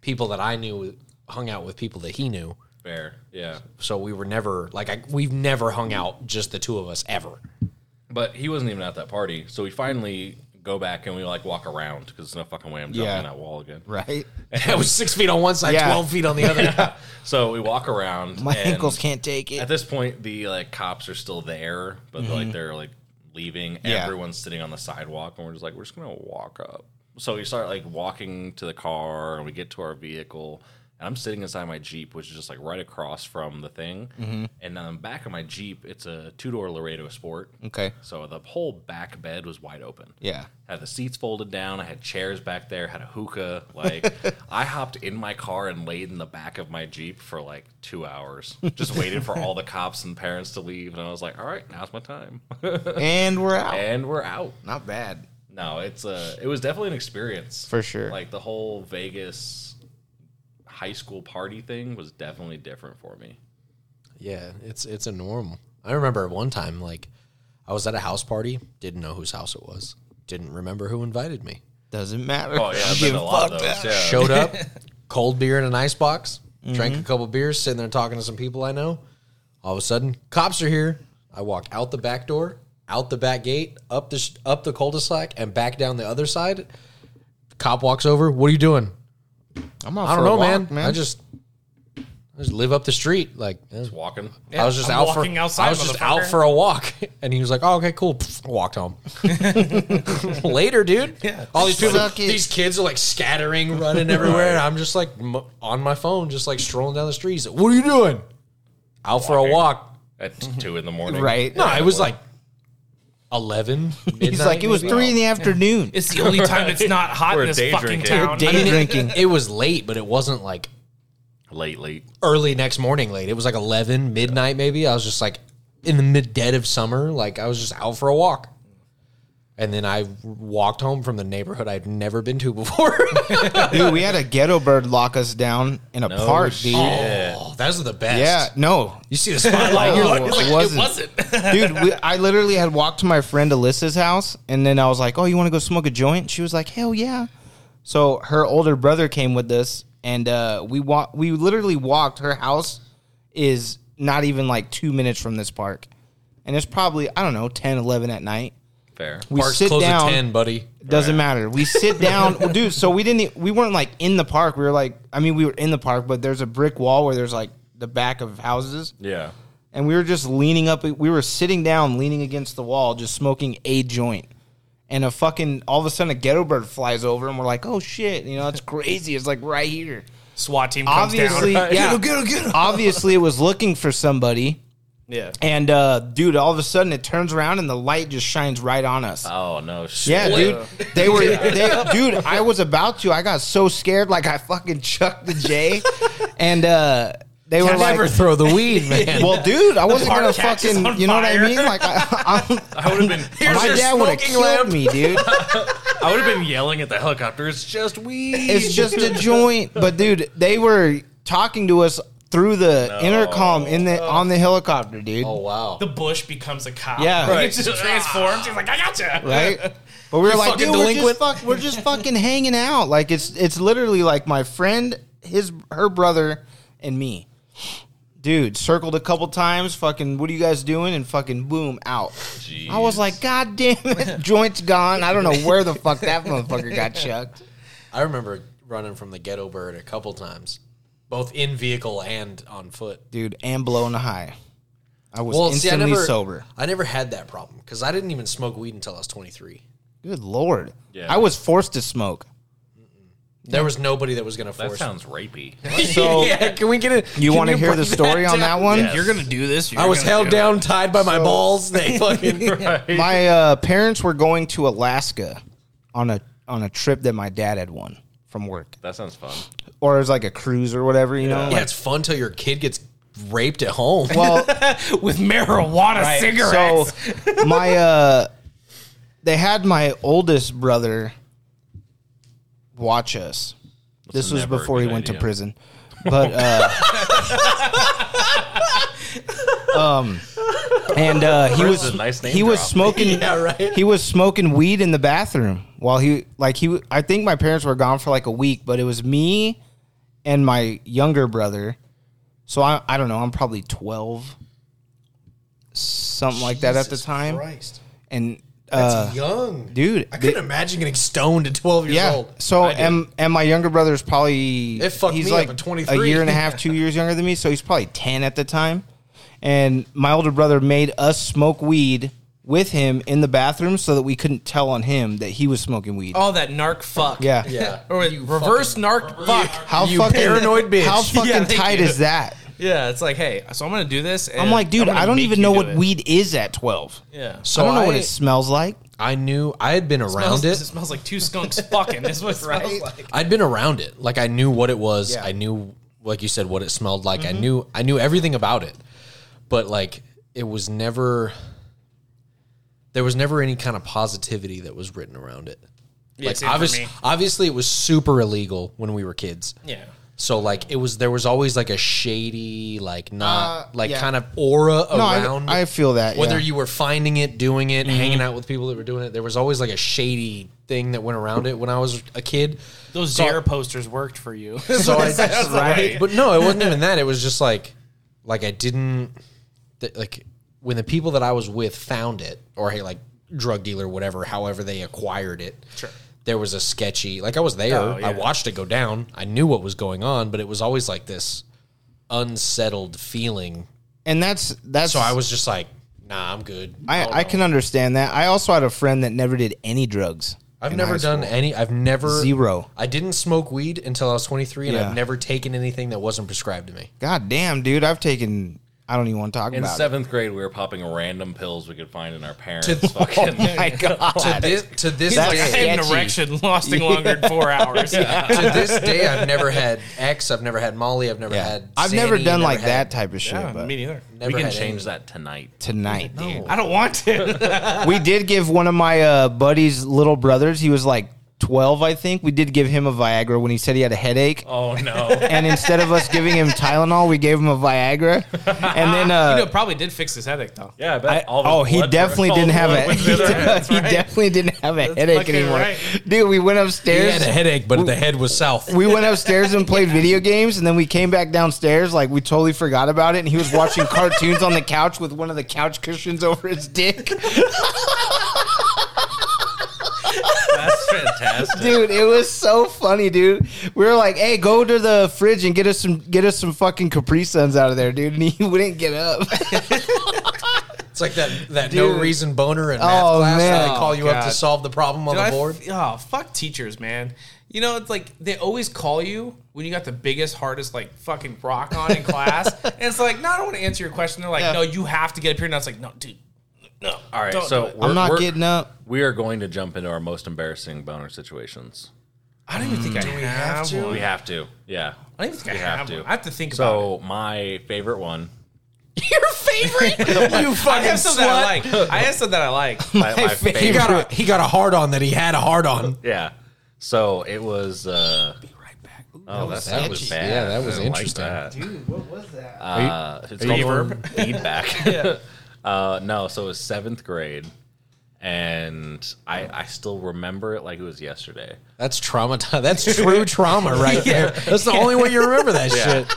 Speaker 2: people that I knew hung out with people that he knew.
Speaker 1: Fair. Yeah.
Speaker 2: So we were never like I, we've never hung out just the two of us ever.
Speaker 1: But he wasn't even at that party. So we finally go back and we like walk around because there's no fucking way I'm jumping
Speaker 5: Yeah.
Speaker 1: that wall again.
Speaker 5: Right?
Speaker 2: it was six feet on one side,
Speaker 5: Yeah.
Speaker 2: twelve feet on the other.
Speaker 1: So we walk around.
Speaker 5: My
Speaker 1: and
Speaker 5: ankles can't take
Speaker 1: At
Speaker 5: it.
Speaker 1: this point, the like cops are still there, but they're, like they're like leaving.
Speaker 5: Mm-hmm. Yeah.
Speaker 1: Everyone's sitting on the sidewalk, and we're just like, we're just gonna walk up. So we start like walking to the car, and we get to our vehicle, and I'm sitting inside my Jeep, which is just like right across from the thing.
Speaker 5: Mm-hmm.
Speaker 1: And on the back of my Jeep, it's a two door Laredo Sport.
Speaker 5: Okay.
Speaker 1: So the whole back bed was wide open.
Speaker 5: Yeah.
Speaker 1: Had the seats folded down. I had chairs back there. Had a hookah. Like I hopped in my car and laid in the back of my jeep for like two hours, just waiting for all the cops and parents to leave. And I was like, "All right, now's my time."
Speaker 5: And we're out.
Speaker 1: and we're out.
Speaker 5: Not bad.
Speaker 1: No, it's uh It was definitely an experience
Speaker 5: For sure.
Speaker 1: Like the whole Vegas high school party thing was definitely different for me.
Speaker 2: yeah, it's it's a norm. I remember one time like I was at a house party, didn't know whose house it was, didn't remember who invited me.
Speaker 5: Doesn't matter.
Speaker 1: Oh yeah, I've been
Speaker 5: Give
Speaker 1: to a
Speaker 5: a
Speaker 1: lot of
Speaker 5: fuck
Speaker 1: those.
Speaker 5: that.
Speaker 1: Yeah.
Speaker 2: Showed up, cold beer in an ice box, drank a couple beers, sitting there talking to some people I know. All of a sudden, cops are here. I walked out the back door, out the back gate, up the sh- up the cul-de-sac, and back down the other side. Cop walks over. What are you doing?
Speaker 5: I'm out
Speaker 2: I don't
Speaker 5: for a
Speaker 2: know,
Speaker 5: walk,
Speaker 2: man. I just I just live up the street. Like eh.
Speaker 1: Walking.
Speaker 2: I was just
Speaker 3: I'm
Speaker 2: out for
Speaker 3: walking outside,
Speaker 2: I was just
Speaker 3: motherfucker.
Speaker 2: out for a walk, and he was like, "Oh, okay, cool." Pff, walked home. Later, dude. Yeah. All these people,
Speaker 5: Suck it.
Speaker 2: these kids are like scattering, running everywhere, and I'm just like m- on my phone, just like strolling down the street. He's like, what are you doing? Out for a
Speaker 1: Walking.
Speaker 2: walk.
Speaker 1: At two in the morning.
Speaker 5: Right.
Speaker 2: No, it was like eleven.
Speaker 5: He's like, it was three in the afternoon.
Speaker 3: It's the only time it's not hot
Speaker 1: We're
Speaker 3: in this
Speaker 1: day
Speaker 3: fucking
Speaker 1: drinking.
Speaker 3: town.
Speaker 5: Day drinking.
Speaker 2: It was late, but it wasn't like
Speaker 1: Late, late.
Speaker 2: early next morning late. It was like 11, midnight maybe. I was just like in the mid dead of summer, like I was just out for a walk. And then I walked home from the neighborhood I'd never been to before.
Speaker 5: Dude, we had a ghetto bird lock us down in a park, dude.
Speaker 1: shit.
Speaker 2: Oh, Those are the best.
Speaker 5: Yeah, Oh. no,
Speaker 2: You see the spotlight. you're like,
Speaker 5: No, it wasn't. Dude, we, I literally had walked to my friend Alyssa's house, and then I was like, "Oh, you want to go smoke a joint?" She was like, "Hell yeah!" So her older brother came with us, and uh, we wa- We literally walked. Her house is not even like two minutes from this park, and it's probably I don't know 10, 11 at night.
Speaker 1: Fair.
Speaker 5: We
Speaker 2: park's
Speaker 5: sit
Speaker 2: close
Speaker 5: down.
Speaker 2: at ten, buddy.
Speaker 5: Doesn't matter. We sit down, well, dude. So we didn't. e- We weren't like in the park. We were like, I mean, we were in the park, but there's a brick wall where there's like the back of houses
Speaker 1: Yeah.
Speaker 5: and we were just leaning up. We were sitting down, leaning against the wall, just smoking a joint. And a fucking all of a sudden a ghetto bird flies over, and we're like, "Oh shit!" You know, it's crazy. It's like right here.
Speaker 3: SWAT team comes
Speaker 5: Obviously,
Speaker 3: down.
Speaker 5: yeah. Obviously, it was looking for somebody.
Speaker 3: Yeah.
Speaker 5: And uh, dude, all of a sudden it turns around and the light just shines right on us.
Speaker 1: Oh no. Shit.
Speaker 5: Yeah, dude. They were, they, dude. I was about to. I got so scared, like I fucking chucked the J, and uh, they were like,
Speaker 2: never throw the weed, man.
Speaker 5: "Well, dude, I wasn't
Speaker 3: park
Speaker 5: gonna
Speaker 3: catch is
Speaker 5: fucking,
Speaker 3: on
Speaker 5: you know what I
Speaker 3: fire.
Speaker 5: mean? Like, I, I'm,
Speaker 1: I would have been.
Speaker 5: my
Speaker 3: your
Speaker 5: dad would have
Speaker 3: smoking
Speaker 5: killed
Speaker 3: lamp.
Speaker 5: me, dude.
Speaker 1: I would have been yelling at the helicopter. It's just weed.
Speaker 5: It's just a joint. But dude, they were talking to us through the intercom in the on the helicopter, dude.
Speaker 2: oh wow.
Speaker 3: The bush becomes a cop.
Speaker 5: Yeah.
Speaker 3: Like,
Speaker 5: Right.
Speaker 3: It just transforms. He's like, I gotcha.
Speaker 5: Right? But we were like,
Speaker 2: fucking
Speaker 5: dude, we're
Speaker 2: delinquent."
Speaker 5: just, fuck, we're just fucking hanging out. Like it's it's literally like my friend, his her brother, and me. Dude, circled a couple times, fucking, what are you guys doing? And fucking boom, out. I was like, God damn it, joint's gone. I don't know where the fuck that motherfucker got chucked.
Speaker 2: I remember running from the ghetto bird a couple times, both in vehicle and on foot.
Speaker 5: Dude, and blown high. I was
Speaker 2: Well, see, I
Speaker 5: instantly
Speaker 2: never,
Speaker 5: sober.
Speaker 2: I never had that problem because I didn't even smoke weed until I was 23.
Speaker 5: Good lord.
Speaker 1: Yeah.
Speaker 5: I was forced to smoke.
Speaker 2: There was nobody that was going to
Speaker 1: that
Speaker 2: force. me.
Speaker 1: sounds rapey.
Speaker 5: So
Speaker 2: can we get it?
Speaker 5: you want to hear the story on that one?
Speaker 1: Yes.
Speaker 3: You're gonna do this. You're
Speaker 2: I was
Speaker 3: gonna
Speaker 2: held
Speaker 3: do it.
Speaker 2: down, tied by my balls. They fucking.
Speaker 5: My uh, parents were going to Alaska on a on a trip that my dad had won from work.
Speaker 1: that sounds fun. or
Speaker 5: Or it was like a cruise or whatever, you know?
Speaker 2: Yeah, it's fun till your kid gets raped at home.
Speaker 5: Well,
Speaker 3: with marijuana cigarettes.
Speaker 5: So my uh they had my oldest brother watch us. this was
Speaker 1: never a
Speaker 5: before he
Speaker 1: good
Speaker 5: went
Speaker 1: idea.
Speaker 5: to prison. But uh um and uh he
Speaker 1: Prison's
Speaker 5: was
Speaker 1: a nice name
Speaker 5: he was
Speaker 1: drop.
Speaker 5: smoking
Speaker 2: Yeah, right.
Speaker 5: he was smoking weed in the bathroom while he like he I think my parents were gone for like a week, but it was me and my younger brother. So I I don't know, I'm probably 12 something like that at the
Speaker 2: Jesus
Speaker 5: time.
Speaker 2: Christ.
Speaker 5: And uh
Speaker 2: Young
Speaker 5: dude,
Speaker 2: I
Speaker 5: the-
Speaker 2: couldn't imagine getting stoned at 12 years
Speaker 5: yeah.
Speaker 2: old.
Speaker 5: So and and my younger brother's probably
Speaker 2: It fucked
Speaker 5: he's
Speaker 2: me up
Speaker 5: like
Speaker 2: at
Speaker 5: a
Speaker 2: 23.
Speaker 5: year and a half, two years younger than me. So he's probably ten at the time. And my older brother made us smoke weed with him in the bathroom so that we couldn't tell on him that he was smoking weed.
Speaker 3: Oh, that narc fuck.
Speaker 5: yeah.
Speaker 2: Yeah.
Speaker 3: Or wait, reverse narc fuck.
Speaker 5: How
Speaker 2: You
Speaker 5: fucking
Speaker 2: paranoid bitch.
Speaker 5: How fucking
Speaker 2: Yeah,
Speaker 3: thank
Speaker 5: tight
Speaker 3: you.
Speaker 5: is that?
Speaker 3: Yeah, it's like, hey, so I'm gonna do this. And
Speaker 5: I'm like, dude,
Speaker 3: gonna
Speaker 5: I don't
Speaker 3: make
Speaker 5: even
Speaker 3: you
Speaker 5: know
Speaker 3: do
Speaker 5: what
Speaker 3: it.
Speaker 5: weed is at twelve.
Speaker 3: Yeah.
Speaker 5: I
Speaker 2: So
Speaker 5: don't know
Speaker 2: I,
Speaker 5: what it smells like.
Speaker 2: I knew I had been around
Speaker 3: smells,
Speaker 2: it.
Speaker 3: smells like two skunks fucking. This was right.
Speaker 2: I'd been around it. Like I knew what it was.
Speaker 5: Yeah.
Speaker 2: I knew, like you said, what it smelled like. I knew, I knew everything about it. But like, it was never. There was never any kind of positivity that was written around it. like
Speaker 3: same for
Speaker 2: obvious-
Speaker 3: me.
Speaker 2: obviously, it was super illegal when we were kids.
Speaker 3: Yeah.
Speaker 2: So like, it was there was always like a shady, like not
Speaker 5: Uh,
Speaker 2: like
Speaker 5: yeah.
Speaker 2: kind of aura
Speaker 5: No,
Speaker 2: around.
Speaker 5: I, I feel that.
Speaker 2: whether
Speaker 5: yeah.
Speaker 2: you were finding it, doing it, hanging out with people that were doing it, there was always like a shady thing that went around it when I was a kid.
Speaker 3: Those
Speaker 2: So-
Speaker 3: dare posters worked for you.
Speaker 2: So I just, right? But no, it wasn't even that. It was just like, like I didn't, th- like when the people that I was with found it, or hey, like drug dealer, whatever, however they acquired it. Sure. There was a sketchy, like I was there.
Speaker 3: Oh, yeah.
Speaker 2: I watched it go down. I knew what was going on, but it was always like this unsettled feeling.
Speaker 5: and that's that's
Speaker 2: So I was just like, nah, I'm good.
Speaker 5: I, I can understand that. I also had a friend that never did any drugs.
Speaker 2: I've
Speaker 5: in
Speaker 2: never
Speaker 5: high
Speaker 2: done
Speaker 5: school.
Speaker 2: any. I've never
Speaker 5: Zero.
Speaker 2: I didn't smoke weed until I was 23, and
Speaker 5: Yeah.
Speaker 2: I've never taken anything that wasn't prescribed to me.
Speaker 5: God damn, dude. I've taken. I don't even want to talk
Speaker 1: In
Speaker 5: about
Speaker 1: seventh grade, we were popping random pills we could find in our parents' fucking.
Speaker 5: it. Oh My God.
Speaker 2: To this, to this
Speaker 5: That's
Speaker 3: I
Speaker 5: Yeah.
Speaker 2: day,
Speaker 3: had an
Speaker 5: Sketchy.
Speaker 3: erection lasting longer than four hours. Yeah.
Speaker 2: to this day, I've never had X. I've never had Molly. I've never
Speaker 5: yeah.
Speaker 2: had.
Speaker 5: I've never
Speaker 2: Xanny,
Speaker 5: done like
Speaker 2: never had-
Speaker 5: that type of shit. but
Speaker 3: me neither.
Speaker 1: we
Speaker 2: never
Speaker 1: can
Speaker 2: had
Speaker 1: change
Speaker 2: any-
Speaker 1: that tonight.
Speaker 5: tonight, dude.
Speaker 3: I don't want to.
Speaker 5: we did give one of my uh, buddy's little brothers. He was like twelve, I think, we did give him a Viagra when he said he had a headache.
Speaker 1: Oh no.
Speaker 5: And instead of us giving him Tylenol, we gave him a Viagra. And then uh,
Speaker 3: You know, it probably did fix his headache though.
Speaker 1: Yeah, I
Speaker 5: I-
Speaker 1: bet all of his
Speaker 5: oh, he
Speaker 1: blood
Speaker 5: definitely
Speaker 1: pressure-
Speaker 5: didn't have
Speaker 1: all
Speaker 5: a
Speaker 1: his
Speaker 5: he,
Speaker 1: blood went to the other
Speaker 5: he definitely didn't have a headache
Speaker 3: fucking
Speaker 5: anymore,
Speaker 3: right.
Speaker 5: dude. We went
Speaker 2: He
Speaker 5: upstairs.
Speaker 2: had a headache, but the head was south.
Speaker 5: we went upstairs and played video games, and then we came back downstairs like we totally forgot about it. And he was watching cartoons on the couch with one of the couch cushions over his dick,
Speaker 1: That's fantastic.
Speaker 5: dude. It was so funny, dude. We were like, "Hey, go to the fridge and get us some get us some fucking Capri Suns out of there, dude." And he wouldn't get up.
Speaker 2: It's like that that no
Speaker 5: Dude.
Speaker 2: reason boner in math
Speaker 5: Oh,
Speaker 2: class.
Speaker 5: man.
Speaker 2: Man. They call you up to
Speaker 3: God.
Speaker 2: solve the problem on
Speaker 3: Dude, I
Speaker 2: the
Speaker 3: f-
Speaker 2: board.
Speaker 3: oh, fuck teachers, man. You know, it's like they always call you when you got the biggest, hardest, like fucking rock on in class. and it's like, no, I don't want to answer your question. They're like,
Speaker 5: Yeah.
Speaker 3: no, you have to get up here. And I was like, no, dude, no.
Speaker 1: All right,
Speaker 3: don't do
Speaker 1: so
Speaker 3: it.
Speaker 1: we're,
Speaker 5: I'm not
Speaker 1: we're-
Speaker 5: getting up.
Speaker 1: We are going to jump into our most embarrassing boner situations.
Speaker 3: I don't even think I have,
Speaker 1: We
Speaker 3: one.
Speaker 1: have to. Yeah.
Speaker 3: I don't even think
Speaker 1: We
Speaker 3: I have,
Speaker 1: have to.
Speaker 3: one. I have to think about it.
Speaker 1: So my favorite one.
Speaker 5: Your favorite? you
Speaker 3: I
Speaker 5: fucking
Speaker 3: have something that I
Speaker 5: slut.
Speaker 3: like. I have something that I like.
Speaker 1: My, my
Speaker 5: favorite.
Speaker 2: He got a he got a hard on that he had a hard on.
Speaker 1: Yeah. So it was. Uh, Oh, that, that was
Speaker 5: edgy.
Speaker 1: bad.
Speaker 2: Yeah, that
Speaker 1: I
Speaker 2: was
Speaker 1: didn't like
Speaker 2: interesting.
Speaker 1: that.
Speaker 5: Dude, what was that?
Speaker 1: Uh, it's
Speaker 2: you-
Speaker 1: called feedback. uh, no, so it was seventh grade, and I I still remember it like it was yesterday.
Speaker 2: That's trauma. That's true trauma right there. That's the only way you remember that
Speaker 1: Yeah.
Speaker 2: shit.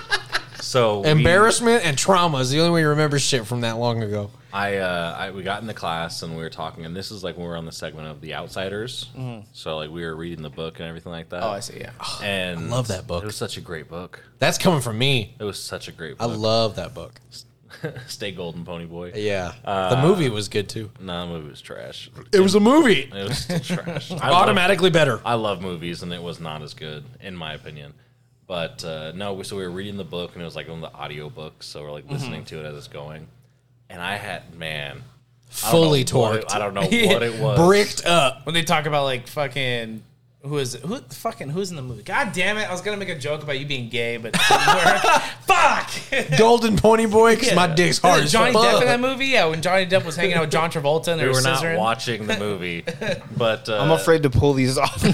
Speaker 1: So we-
Speaker 2: Embarrassment and trauma is the only way you remember shit from that long ago.
Speaker 1: I, uh, I we got in the class and we were talking, and this is like when we were on the segment of the outsiders. So like we were reading the book and everything like that.
Speaker 3: Oh, I see. Yeah.
Speaker 1: And
Speaker 2: love that book.
Speaker 1: It was such a great book.
Speaker 2: That's coming from me.
Speaker 1: It was such a great
Speaker 2: I
Speaker 1: book.
Speaker 2: love that book.
Speaker 1: Stay golden, pony boy.
Speaker 2: Yeah, the movie was good too.
Speaker 1: Nah, the movie was trash.
Speaker 2: It was a movie.
Speaker 1: It was still trash. I love-
Speaker 2: Automatically better.
Speaker 1: I love movies, and it was not as good, in my opinion. But uh, no, we- so we were reading the book, and it was like on the audio book, so we're like listening
Speaker 2: Mm-hmm.
Speaker 1: to it as it's going. And I had, man, I don't know
Speaker 2: Fully
Speaker 1: what
Speaker 2: torqued.
Speaker 1: it- I don't know what it was.
Speaker 2: Bricked up.
Speaker 3: When they talk about like fucking. Who is it? Who fucking who's in the movie? God damn it! I was gonna make a joke about you being gay, but fuck.
Speaker 2: Golden Pony Boy, because my dick's hard
Speaker 3: Is
Speaker 2: as
Speaker 3: it Johnny Depp
Speaker 2: fuck.
Speaker 3: in that movie? Yeah, when Johnny Depp was hanging out with John Travolta and they
Speaker 1: We
Speaker 3: were,
Speaker 1: were not
Speaker 3: scissoring.
Speaker 1: watching the movie, but uh,
Speaker 5: I'm afraid to pull these off.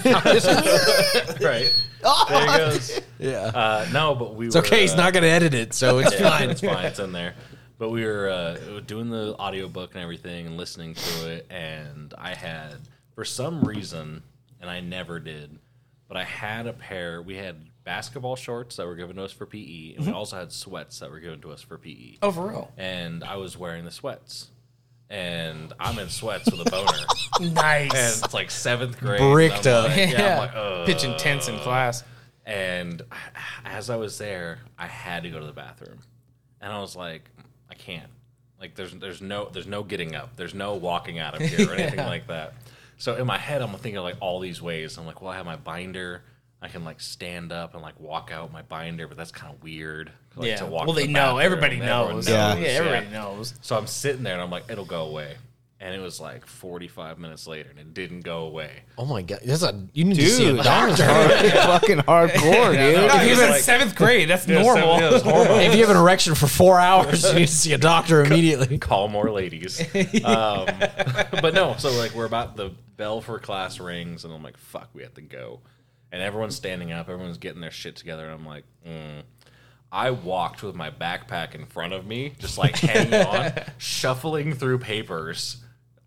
Speaker 1: Right there it goes.
Speaker 2: Yeah.
Speaker 1: Uh, no, but we.
Speaker 2: It's okay. He's
Speaker 1: uh,
Speaker 2: not going to edit it, so it's
Speaker 1: Yeah,
Speaker 2: fine.
Speaker 1: It's fine. It's in there. But we were uh, doing the audiobook and everything and listening to it. And I had, for some reason, and I never did, but I had a pair. We had basketball shorts that were given to us for PE, and we also had sweats that were given to us for PE.
Speaker 3: Oh, for real?
Speaker 1: And I was wearing the sweats. And I'm in sweats with a boner. and
Speaker 3: Nice.
Speaker 1: it's like seventh grade.
Speaker 2: Bricked
Speaker 1: and I'm
Speaker 2: up.
Speaker 1: like-
Speaker 3: yeah.
Speaker 1: yeah. I'm like, uh, "Ugh."
Speaker 3: Pitching tense in class.
Speaker 1: And as I was there, I had to go to the bathroom, and I was like, I can't. Like, there's there's no there's no getting up. There's no walking out of here or anything like that. So in my head, I'm thinking like all these ways. I'm like, well, I have my binder. I can like stand up and like walk out with my binder, but that's kind of weird. Like,
Speaker 3: yeah.
Speaker 1: To walk
Speaker 3: well,
Speaker 1: to
Speaker 3: they
Speaker 1: the
Speaker 3: know.
Speaker 1: bathroom.
Speaker 3: Everybody
Speaker 1: Everyone
Speaker 3: knows.
Speaker 5: Yeah.
Speaker 3: Yeah, everybody knows.
Speaker 1: so I'm sitting there and I'm like, it'll go away. And it was like 45 minutes later and it didn't go away.
Speaker 2: Oh my god, that's a you need to see a
Speaker 5: dude,
Speaker 2: doctor.
Speaker 5: fucking hardcore, dude.
Speaker 3: No, he was in
Speaker 1: like-
Speaker 3: seventh grade. That's normal.
Speaker 1: Yeah, it was horrible.
Speaker 2: if you have an erection for four hours, you need to see a doctor immediately.
Speaker 1: call more ladies. Um, but no, so like we're about the bell for class rings, and I'm like, fuck, we have to go. And everyone's standing up, everyone's getting their shit together, and I'm like, mm. I walked with my backpack in front of me, just like hanging on, shuffling through papers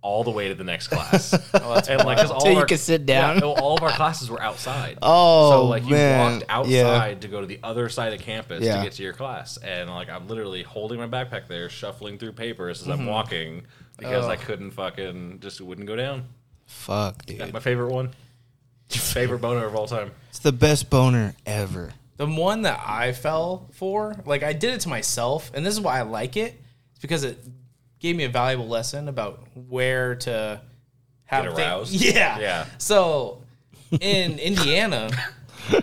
Speaker 1: all the way to the next class. and like, 'cause all
Speaker 5: Oh, Till
Speaker 1: of
Speaker 5: you
Speaker 1: our-
Speaker 5: could sit down.
Speaker 1: Yeah, no, all of our classes were outside.
Speaker 5: Oh,
Speaker 1: so like you
Speaker 5: man.
Speaker 1: walked
Speaker 5: Yeah.
Speaker 1: outside to go to the other side of campus
Speaker 5: Yeah.
Speaker 1: to get to your class. And like I'm literally holding my backpack there, shuffling through papers as
Speaker 3: Mm-hmm.
Speaker 1: I'm walking because I couldn't fucking just wouldn't go down.
Speaker 5: Fuck, dude.
Speaker 1: My favorite one. favorite boner of all time.
Speaker 5: It's the best boner ever.
Speaker 3: The one that I fell for, like I did it to myself, and this is why I like it. It's because it gave me a valuable lesson about where to have
Speaker 1: Get
Speaker 3: thi-
Speaker 1: aroused?
Speaker 3: Yeah,
Speaker 1: Yeah.
Speaker 3: So in Indiana,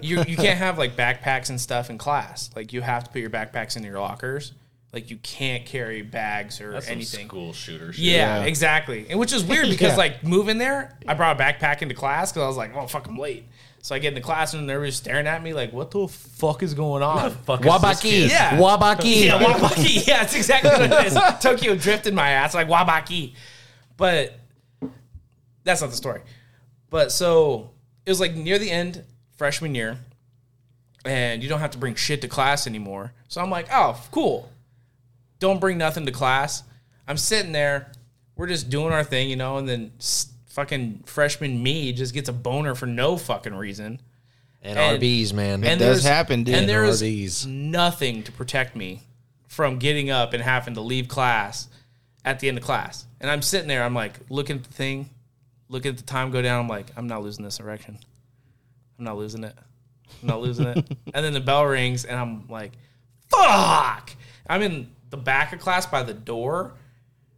Speaker 3: you you can't have like backpacks and stuff in class. Like you have to put your backpacks in your lockers. Like you can't carry bags or
Speaker 1: That's
Speaker 3: anything.
Speaker 1: Some school shooter shit.
Speaker 3: Yeah, exactly. And which is weird because like moving there, I brought a backpack into class because I was like, oh fuck, I'm late. So I get in the classroom and they're just staring at me like, what the fuck is going on?
Speaker 1: Fuck is this
Speaker 2: Wabaki,
Speaker 1: kid?
Speaker 3: Yeah.
Speaker 2: wabaki.
Speaker 3: yeah, wabaki. Yeah, it's exactly what it is. Tokyo drifted my ass like wabaki, but that's not the story. But so it was like near the end freshman year, and you don't have to bring shit to class anymore. So I'm like, oh, cool. Don't bring nothing to class. I'm sitting there, we're just doing our thing, you know, and then s- fucking freshman me just gets a boner for no fucking reason.
Speaker 2: And, RBs, man.
Speaker 5: does
Speaker 3: there's-
Speaker 5: happen, dude.
Speaker 3: And there is
Speaker 2: NRDs.
Speaker 3: nothing to protect me from getting up and having to leave class at the end of class. And I'm sitting there, I'm like looking at the thing, looking at the time go down. I'm like, I'm not losing this erection. I'm not losing it. I'm not losing it. And then the bell rings, and I'm like, fuck. I'm in the back of class by the door.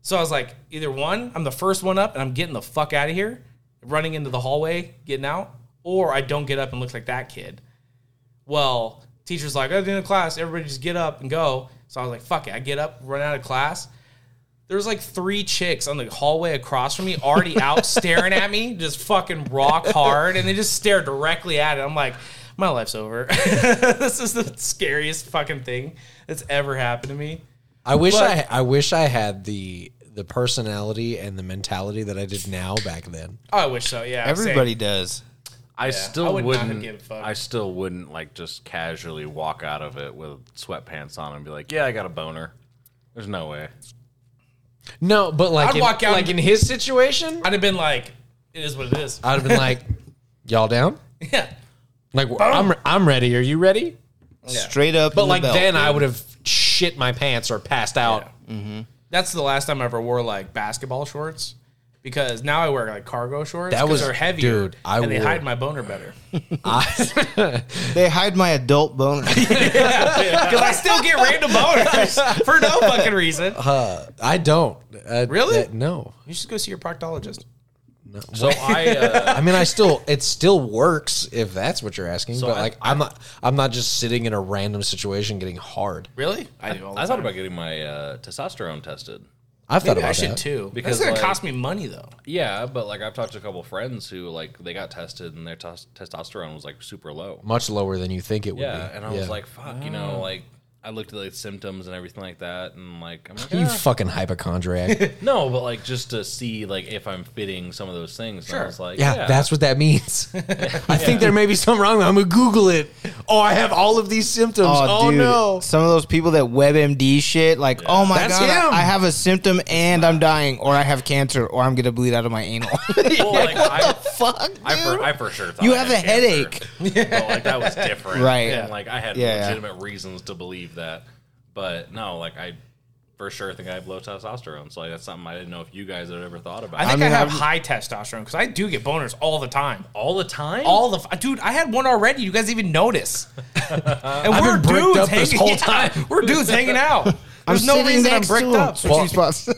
Speaker 3: So I was like, either one, I'm the first one up and I'm getting the fuck out of here, running into the hallway, getting out, or I don't get up and look like that kid. Well, teacher's like, at the end of class, everybody just get up and go. So I was like, fuck it. I get up, run out of class. There's like three chicks on the hallway across from me already out staring at me, just fucking rock hard. And they just stare directly at it. I'm like, my life's over. this is the scariest fucking thing that's ever happened to me.
Speaker 2: I wish
Speaker 3: But-
Speaker 2: I I wish I had the the personality and the mentality that I did now back then.
Speaker 3: Oh, I wish so. Yeah. same.
Speaker 5: Everybody does.
Speaker 1: I
Speaker 3: I
Speaker 1: still
Speaker 3: would not have
Speaker 1: wouldn't.
Speaker 3: given a fuck.
Speaker 1: I still wouldn't like just casually walk out of it with sweatpants on and be like, "Yeah, I got a boner." There's no way.
Speaker 2: No, but like
Speaker 3: I'd
Speaker 2: in,
Speaker 3: walk out
Speaker 2: like in
Speaker 3: and-
Speaker 2: his situation,
Speaker 3: I'd have been like, it is what it is.
Speaker 2: I'd have been like, "Y'all down?"
Speaker 3: yeah.
Speaker 2: Like I'm I'm ready. Are you ready?
Speaker 5: Straight up.
Speaker 2: But
Speaker 5: in the
Speaker 2: like
Speaker 5: belt.
Speaker 2: then I would have shit my pants or passed out.
Speaker 3: Mm-hmm. That's the last time I ever wore like basketball shorts because now I wear like cargo shorts.
Speaker 2: That
Speaker 3: 'cause
Speaker 2: was-
Speaker 3: they're heavier
Speaker 2: dude, I
Speaker 3: and they
Speaker 2: wore-
Speaker 3: hide my boner better
Speaker 5: they hide my adult boner.
Speaker 3: because I still get random boners for no fucking reason.
Speaker 2: Uh-huh. I don't. Uh,
Speaker 3: Really?
Speaker 2: that- no.
Speaker 3: You should go see your proctologist.
Speaker 1: So I. Uh,
Speaker 2: I mean, I still it still works if that's what you're asking. but
Speaker 1: I-
Speaker 2: like I'm not I'm not just sitting in a random situation getting hard.
Speaker 3: Really? I do. All the
Speaker 1: I
Speaker 3: time.
Speaker 1: thought about getting my uh, testosterone tested.
Speaker 2: I've thought
Speaker 3: Maybe
Speaker 2: about
Speaker 3: I should
Speaker 2: that.
Speaker 3: too.
Speaker 1: Because,
Speaker 3: Because it's gonna
Speaker 1: like-
Speaker 3: cost me money though.
Speaker 1: Yeah, but like I've talked to a couple friends who like they got tested and their tes- testosterone was like super low.
Speaker 2: Much lower than you think it would
Speaker 1: Yeah,
Speaker 2: be.
Speaker 1: and I was like, "Fuck," you know, like. I looked at like symptoms and everything like that, and like I'm like,
Speaker 2: you
Speaker 1: "Yeah."
Speaker 2: fucking hypochondriac.
Speaker 1: no, but like just to see like if I'm fitting some of those things. And I was like,
Speaker 2: yeah,
Speaker 1: yeah,
Speaker 2: that's what that means. I think there may be something wrong. with it. I'm gonna Google it. Oh, I have all of these symptoms. Oh, no.
Speaker 5: Some of those people that WebMD shit, like, oh my
Speaker 2: That's
Speaker 5: god, I-
Speaker 2: him.
Speaker 5: I have a symptom and I'm dying, or I have cancer, or I'm gonna bleed out of my anal.
Speaker 1: Well, like, I,
Speaker 5: Fuck,
Speaker 1: I
Speaker 5: dude.
Speaker 1: for, I for sure thought
Speaker 5: You
Speaker 1: I
Speaker 5: have
Speaker 1: had
Speaker 5: a
Speaker 1: cancer. But like that was different,
Speaker 5: Right.
Speaker 1: And like I had
Speaker 5: Yeah, yeah.
Speaker 1: legitimate reasons to believe that, but no, like I for sure think I have low testosterone. So like, that's something I didn't know if you guys had ever thought about
Speaker 3: I think I,
Speaker 5: mean,
Speaker 3: have
Speaker 5: I'm-
Speaker 3: high testosterone because I do get boners all the time.
Speaker 1: all the time.
Speaker 3: All the f- dude, I had one already. You guys even notice? And we're
Speaker 2: been bricked
Speaker 3: dudes
Speaker 2: up
Speaker 3: hanging
Speaker 2: this whole
Speaker 3: yeah, we're dudes hanging out. There's no
Speaker 5: sitting
Speaker 3: reason I'm
Speaker 5: next to
Speaker 3: bricked
Speaker 5: him.
Speaker 3: up.
Speaker 5: Switching spots.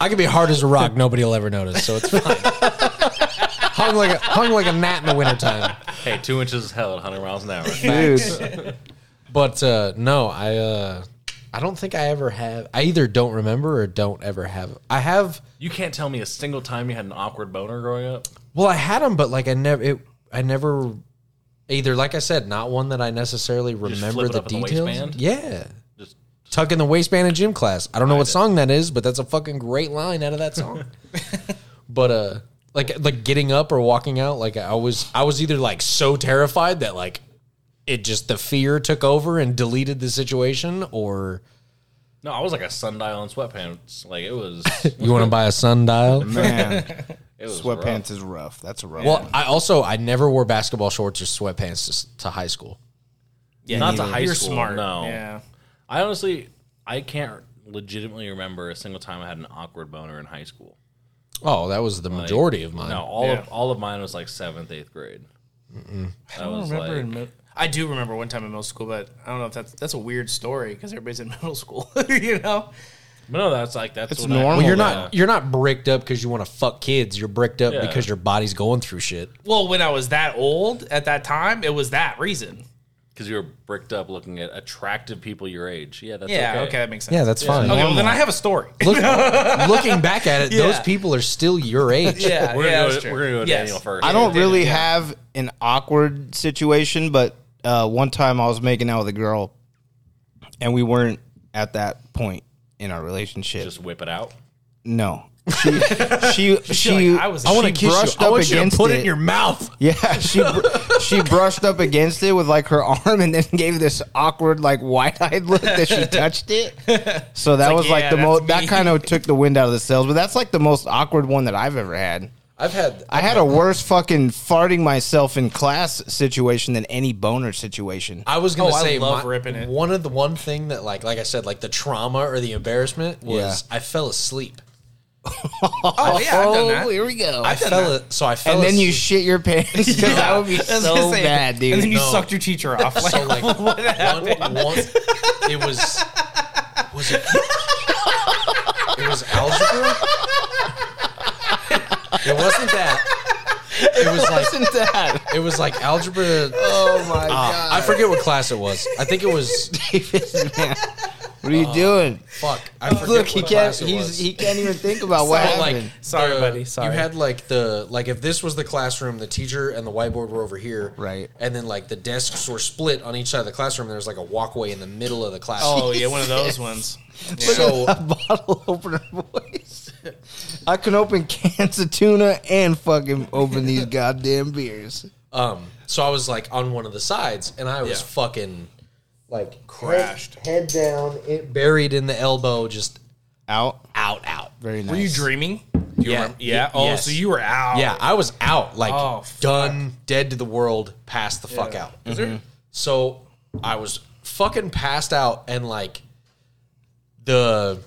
Speaker 2: I could be hard as a rock. Nobody will ever notice, so it's fine. hung like a, hung like a gnat in the wintertime.
Speaker 1: hey, two inches is hell at 100 miles an hour.
Speaker 5: Dude,
Speaker 2: But uh, no, I uh, I don't think I ever have. I either don't remember or don't ever have. I have.
Speaker 1: you can't tell me a single time you had an awkward boner growing up.
Speaker 2: Well, I had them, but like I never. It, I never. Either, like I said, not one that I necessarily remember
Speaker 1: flip it
Speaker 2: the
Speaker 1: up in the
Speaker 2: details.
Speaker 1: waistband?
Speaker 2: yeah,
Speaker 1: Just
Speaker 2: tuck in the waistband in gym class. I don't know what song that is, but that's a fucking great line out of that song. but uh, like like getting up or walking out, like I was I was either like so terrified that like it just the fear took over and deleted the situation, or
Speaker 1: no, I was like a sundial in sweatpants. Like it was,
Speaker 2: you want to buy a sundial.
Speaker 5: man,
Speaker 1: it was rough.
Speaker 5: sweatpants is rough. That's a rough.
Speaker 2: Well,
Speaker 5: one.
Speaker 2: I also I never wore basketball shorts or sweatpants to, s- to high school.
Speaker 3: Yeah,
Speaker 1: Not to high
Speaker 3: You're
Speaker 1: school,
Speaker 3: smart.
Speaker 1: no.
Speaker 3: Yeah.
Speaker 1: I honestly, I can't legitimately remember a single time I had an awkward boner in high school.
Speaker 2: Oh, that was the
Speaker 1: Like,
Speaker 2: majority of mine.
Speaker 1: No, all
Speaker 3: Yeah.
Speaker 1: of all of mine was like seventh, eighth grade. I
Speaker 3: I
Speaker 1: was
Speaker 3: don't remember.
Speaker 1: like,
Speaker 3: in mid- I do remember one time in middle school, but I don't know if that's that's a weird story because everybody's in middle school, you know.
Speaker 1: but no, that's like that's
Speaker 5: It's
Speaker 1: when I-
Speaker 5: normal.
Speaker 2: Well, you're
Speaker 5: though.
Speaker 2: not you're not bricked up because you want to fuck kids. You're bricked up
Speaker 1: Yeah.
Speaker 2: because your body's going through shit.
Speaker 3: Well, when I was that old at that time, it was that reason.
Speaker 1: because you were bricked up looking at attractive people your age. Yeah, that's
Speaker 3: yeah,
Speaker 1: okay.
Speaker 3: okay. that makes sense.
Speaker 2: Yeah, that's fine.
Speaker 3: Okay, well then I have a story.
Speaker 2: Look, looking back at it, those
Speaker 3: Yeah.
Speaker 2: people are still your age.
Speaker 3: yeah,
Speaker 1: We're gonna,
Speaker 3: yeah, that's
Speaker 1: go,
Speaker 3: true.
Speaker 1: we're gonna go to
Speaker 3: Yes.
Speaker 1: Daniel first.
Speaker 5: I don't really have an awkward situation, but uh, one time I was making out with a girl, and we weren't at that point in our relationship.
Speaker 1: just whip it out.
Speaker 5: No. She she she,
Speaker 3: like, I was- I
Speaker 5: she
Speaker 3: wanna
Speaker 5: brushed up against it.
Speaker 2: mouth.
Speaker 5: yeah, she br- she brushed up against it with like her arm, and then gave this awkward, like wide-eyed look that she touched it. So that was like
Speaker 3: yeah,
Speaker 5: the
Speaker 3: that's
Speaker 5: most.
Speaker 3: me.
Speaker 5: That kind of took the wind out of the sails. But that's like the most awkward one that I've ever had.
Speaker 2: I've had
Speaker 5: I had a worse fucking farting myself in class situation than any boner situation.
Speaker 2: I was gonna
Speaker 3: Oh, I
Speaker 2: say
Speaker 3: love ripping it.
Speaker 2: One of the one thing that like like I said, like the trauma or the embarrassment was I fell asleep.
Speaker 3: Oh yeah, I've done that.
Speaker 5: here we go.
Speaker 2: I fell a- so I fell
Speaker 5: and then you
Speaker 2: asleep.
Speaker 5: shit your pants because that would be so bad, dude.
Speaker 3: And then you
Speaker 2: No.
Speaker 3: sucked your teacher off. Like,
Speaker 2: so like one, one, it was was it it was algebra. It wasn't that. It was like
Speaker 5: Listen to that.
Speaker 2: it was like algebra.
Speaker 5: Oh my god,
Speaker 2: I forget what class it was. I think it was
Speaker 5: David, man. What are you doing?
Speaker 2: fuck. I forget
Speaker 5: Look, he
Speaker 2: what
Speaker 5: can't.
Speaker 2: class it
Speaker 5: He's,
Speaker 2: was.
Speaker 5: he can't even think about what
Speaker 2: But,
Speaker 5: happened.
Speaker 3: Sorry,
Speaker 2: the-
Speaker 3: buddy, sorry.
Speaker 2: You had like the like if this was the classroom, the teacher and the whiteboard were over here,
Speaker 5: Right.
Speaker 2: And then like the desks were split on each side of the classroom. There was like a walkway in the middle of the classroom.
Speaker 3: oh yeah, one of those ones.
Speaker 2: so
Speaker 5: a bottle opener voice. I can open cans of tuna and fucking open these goddamn beers.
Speaker 2: um, so I was like on one of the sides, and I was
Speaker 1: Yeah.
Speaker 2: fucking like
Speaker 4: Crashed.
Speaker 2: head, head down, it buried in the elbow, just
Speaker 5: Out.
Speaker 2: out, out.
Speaker 5: Very nice.
Speaker 3: Were you dreaming?
Speaker 2: yeah,
Speaker 1: yeah.
Speaker 3: Oh,
Speaker 2: yes.
Speaker 3: so you were out.
Speaker 2: Yeah, I was out, like
Speaker 3: Oh, fuck.
Speaker 2: done, dead to the world, passed the fuck out.
Speaker 5: Mm-hmm.
Speaker 2: So I was fucking passed out, and like the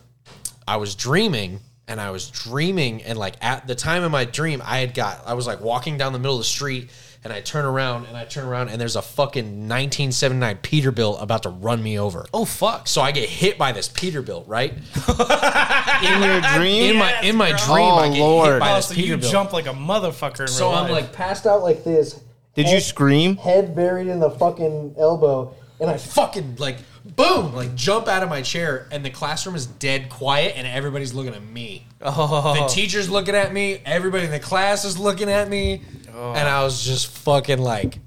Speaker 2: I was dreaming, and I was dreaming, and like at the time of my dream, I had got I was like walking down the middle of the street, and I turn around, and I turn around, and there's a fucking 1979 Peterbilt about to run me over.
Speaker 3: Oh fuck.
Speaker 2: So I get hit by this Peterbilt, right?
Speaker 5: in your dream?
Speaker 2: In my in my
Speaker 3: Yes,
Speaker 2: dream, I
Speaker 5: Oh,
Speaker 2: get
Speaker 5: Lord.
Speaker 2: hit by
Speaker 3: Oh,
Speaker 2: this
Speaker 3: so you
Speaker 2: Peterbilt.
Speaker 3: jump like a motherfucker. In
Speaker 2: so
Speaker 3: real
Speaker 2: I'm
Speaker 3: life.
Speaker 2: like passed out like this,
Speaker 5: Did
Speaker 2: Oh.
Speaker 5: you scream?
Speaker 2: head buried in the fucking elbow, and I fucking like boom, like jump out of my chair, and the classroom is dead quiet, and everybody's looking at me.
Speaker 3: Oh.
Speaker 2: The teacher's looking at me, everybody in the class is looking at me,
Speaker 3: Oh.
Speaker 2: and I was just fucking like,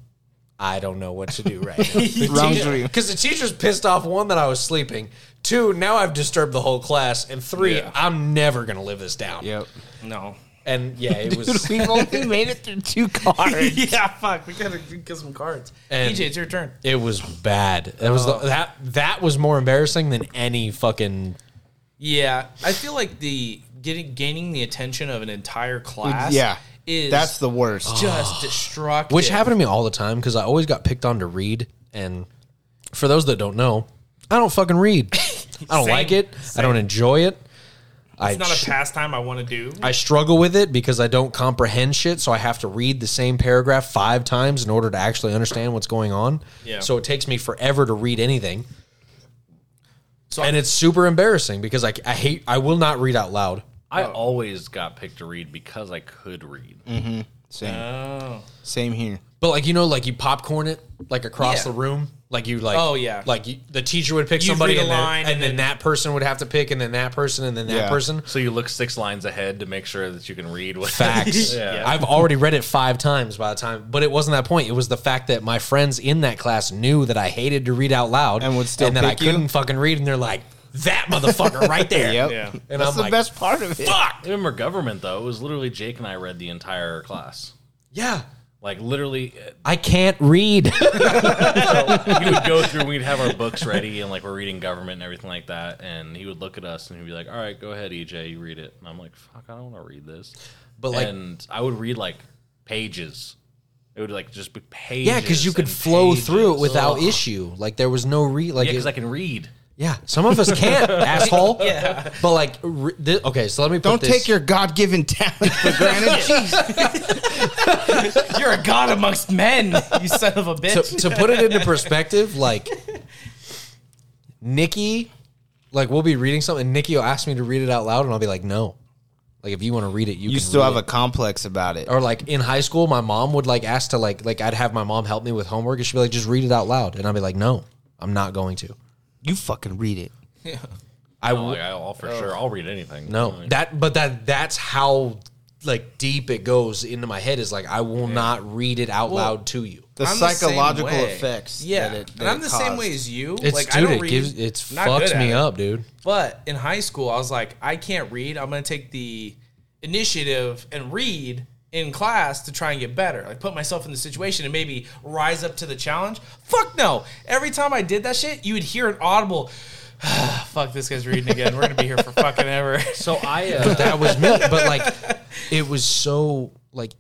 Speaker 2: I don't know what to do right now.
Speaker 5: Wrong dream.
Speaker 2: Because the teacher's pissed off one that I was sleeping. Two, now I've disturbed the whole class, and three,
Speaker 3: Yeah.
Speaker 2: I'm never gonna live this down.
Speaker 5: Yep.
Speaker 3: no.
Speaker 2: And yeah, it was.
Speaker 5: We've only made it through two cards.
Speaker 3: yeah, fuck. We gotta get some cards.
Speaker 2: And-
Speaker 3: DJ, it's your turn.
Speaker 2: It was bad. That
Speaker 3: Oh.
Speaker 2: was the, that that was more embarrassing than any fucking
Speaker 3: Yeah, I feel like the getting gaining the attention of an entire class.
Speaker 5: yeah.
Speaker 3: is
Speaker 5: That's the worst.
Speaker 3: just destructive.
Speaker 2: which happened to me all the time because I always got picked on to read. And for those that don't know, I don't fucking read. I don't
Speaker 3: Same.
Speaker 2: like it. I don't enjoy it. I
Speaker 3: It's not
Speaker 2: sh-
Speaker 3: a pastime I want to do.
Speaker 2: I struggle with it because I don't comprehend shit, so I have to read the same paragraph five times in order to actually understand what's going on.
Speaker 3: Yeah.
Speaker 2: So it takes me forever to read anything.
Speaker 3: So-
Speaker 2: and it's super embarrassing because I, I hate I will not read out loud.
Speaker 1: I always got picked to read because I could read.
Speaker 5: Same. Same here.
Speaker 2: But like you know, like you popcorn it like across
Speaker 3: Yeah.
Speaker 2: the room. Like you like
Speaker 3: Oh, yeah.
Speaker 2: like you, the teacher would pick
Speaker 3: You'd
Speaker 2: somebody
Speaker 3: read a
Speaker 2: and, then,
Speaker 3: line
Speaker 2: and,
Speaker 3: and
Speaker 2: then,
Speaker 3: then-
Speaker 2: that person would have to pick and then that person and then that
Speaker 5: Yeah.
Speaker 2: person.
Speaker 1: So you look six lines ahead to make sure that you can read what
Speaker 2: Facts.
Speaker 1: yeah.
Speaker 2: I've already read it five times by the time, but it wasn't that point. It was the fact that my friends in that class knew that I hated to read out loud
Speaker 5: And would still
Speaker 2: and that I
Speaker 5: pick you?
Speaker 2: couldn't fucking read, and they're like, "That motherfucker right there."
Speaker 5: Yep.
Speaker 3: Yeah. And
Speaker 5: That's
Speaker 2: I'm
Speaker 5: the
Speaker 2: like,
Speaker 5: best part of it.
Speaker 1: Fuck. I remember government though. It was literally Jake and I read the entire class.
Speaker 2: Yeah,
Speaker 1: Like literally,
Speaker 2: I can't read.
Speaker 1: he would go through. We'd have our books ready, and like we're reading government and everything like that. And he would look at us and he'd be like, "All right, go ahead, EJ, you read it." And I'm like, "Fuck, I don't want to read this."
Speaker 2: But, like-
Speaker 1: and I would read like pages. It would like just be pages.
Speaker 2: yeah, because you could
Speaker 1: and
Speaker 2: flow through it
Speaker 1: pages.
Speaker 2: without issue. Like there was no re like
Speaker 1: Yeah,
Speaker 2: it-
Speaker 1: because I can read.
Speaker 2: Yeah, some of us can't, asshole. Yeah, but like, re- thi- okay, so let me put
Speaker 5: Don't
Speaker 2: this-
Speaker 5: take your God given talent for granted. Jeez.
Speaker 3: You're a god amongst men, you son of a
Speaker 2: to,
Speaker 3: bitch.
Speaker 2: to put it into perspective. Like, Nikki, like we'll be reading something. and Nikki will ask me to read it out loud, and I'll be like, no. Like if you want to read it, you
Speaker 5: You
Speaker 2: can
Speaker 5: still
Speaker 2: read
Speaker 5: have
Speaker 2: it.
Speaker 5: a complex about it.
Speaker 2: or like in high school, my mom would like ask to like like I'd have my mom help me with homework, and she'd be like, just read it out loud, and I'd be like, no, I'm not going to.
Speaker 5: You fucking read it.
Speaker 2: I
Speaker 1: I'm
Speaker 2: w-
Speaker 1: Like I'll I'll for sure, I'll read anything.
Speaker 2: No, that but that that's how like deep it goes into my head is like I will not read it out loud to you.
Speaker 5: The
Speaker 3: I'm the same
Speaker 5: psychological
Speaker 3: way.
Speaker 5: effects.
Speaker 3: Yeah,
Speaker 5: That it, that
Speaker 3: and I'm
Speaker 5: it
Speaker 3: the same
Speaker 5: caused.
Speaker 3: way as you.
Speaker 2: It's
Speaker 3: like,
Speaker 2: dude,
Speaker 3: I don't
Speaker 2: it
Speaker 3: read,
Speaker 2: gives it's
Speaker 3: not good
Speaker 2: fucks
Speaker 3: at
Speaker 2: me
Speaker 3: it.
Speaker 2: up, dude.
Speaker 3: But in high school, I was like, I can't read. I'm gonna take the initiative and read in class to try and get better. Like put myself in the situation and maybe rise up to the challenge. Fuck no. Every time I did that shit, you would hear an audible fuck this guy's reading again. We're gonna be here for fucking ever. Oh,
Speaker 1: So I uh,
Speaker 2: that was me. But like, it was so like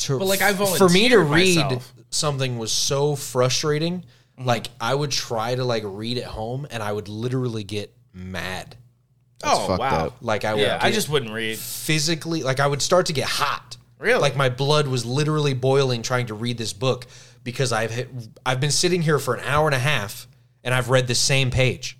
Speaker 2: to
Speaker 3: like, I
Speaker 2: for me to
Speaker 3: volunteered
Speaker 2: read
Speaker 3: myself. Mm-hmm.
Speaker 2: something was so frustrating. Like I would try to like read at home, and I would literally get mad.
Speaker 3: oh
Speaker 5: fucked
Speaker 3: wow.
Speaker 5: up.
Speaker 2: Like I would,
Speaker 3: Yeah, I
Speaker 2: get
Speaker 3: just wouldn't read.
Speaker 2: physically like I would start to get hot.
Speaker 3: Really?
Speaker 2: Like my blood was literally boiling trying to read this book because I've hit, I've been sitting here for an hour and a half and I've read the same page.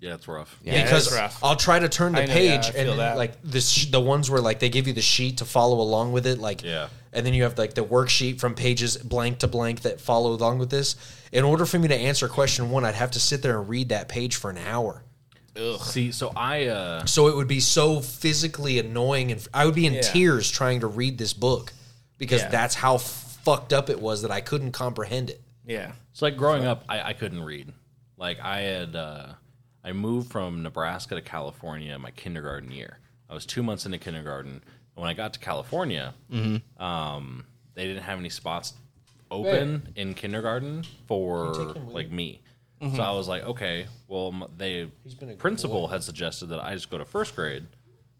Speaker 1: yeah, it's rough.
Speaker 3: Yeah,
Speaker 2: because
Speaker 3: that's rough.
Speaker 2: I'll try to turn the
Speaker 3: I know, yeah,
Speaker 2: page
Speaker 3: I feel
Speaker 2: and
Speaker 3: that.
Speaker 2: like this sh- the ones where like they give you the sheet to follow along with it like
Speaker 1: Yeah.
Speaker 2: and then you have like the worksheet from pages blank to blank that follow along with this. In order for me to answer question 1, I'd have to sit there and read that page for an hour.
Speaker 1: See, so I uh,
Speaker 2: So it would be so physically annoying, and I would be in
Speaker 3: Yeah.
Speaker 2: tears trying to read this book because
Speaker 3: Yeah.
Speaker 2: that's how fucked up it was that I couldn't comprehend it.
Speaker 3: Yeah.
Speaker 1: so like growing up, I, I couldn't read. Like I had uh, I moved from Nebraska to California in my kindergarten year. I was two months into kindergarten. When I got to California,
Speaker 2: Mm-hmm.
Speaker 1: um, they didn't have any spots open in kindergarten for like me.
Speaker 2: Mm-hmm.
Speaker 1: So I was like, okay, well, m- they principal had suggested that I just go to first grade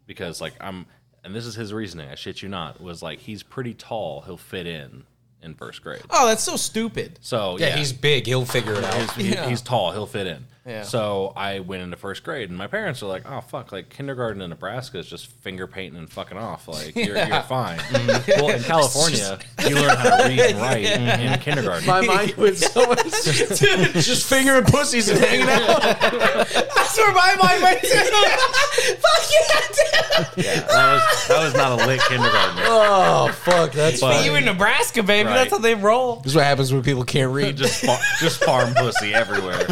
Speaker 1: because like I'm, and this is his reasoning. I shit you not, was like he's pretty tall, he'll fit in in first grade.
Speaker 3: Oh, that's so stupid.
Speaker 1: So
Speaker 2: Yeah, he's big; he'll figure it out.
Speaker 1: He's, he- he's tall. He'll fit in.
Speaker 3: Yeah.
Speaker 1: So I went into first grade, and my parents are like, "Oh fuck! Like kindergarten in Nebraska is just finger painting and fucking off. Like you're, you're fine." Mm-hmm. Well, in California, you learn how to read and write in kindergarten.
Speaker 2: My mind was so much just fingering pussies and hanging out.
Speaker 3: That's where my mind went to. Fuck
Speaker 1: yeah, that was that was not a lit kindergarten.
Speaker 2: Oh fuck, that's
Speaker 1: But-
Speaker 2: funny.
Speaker 3: yeah. You in Nebraska, baby.
Speaker 1: Right.
Speaker 3: That's how they roll.
Speaker 2: This is what happens when people can't read.
Speaker 1: just far, just farm pussy everywhere.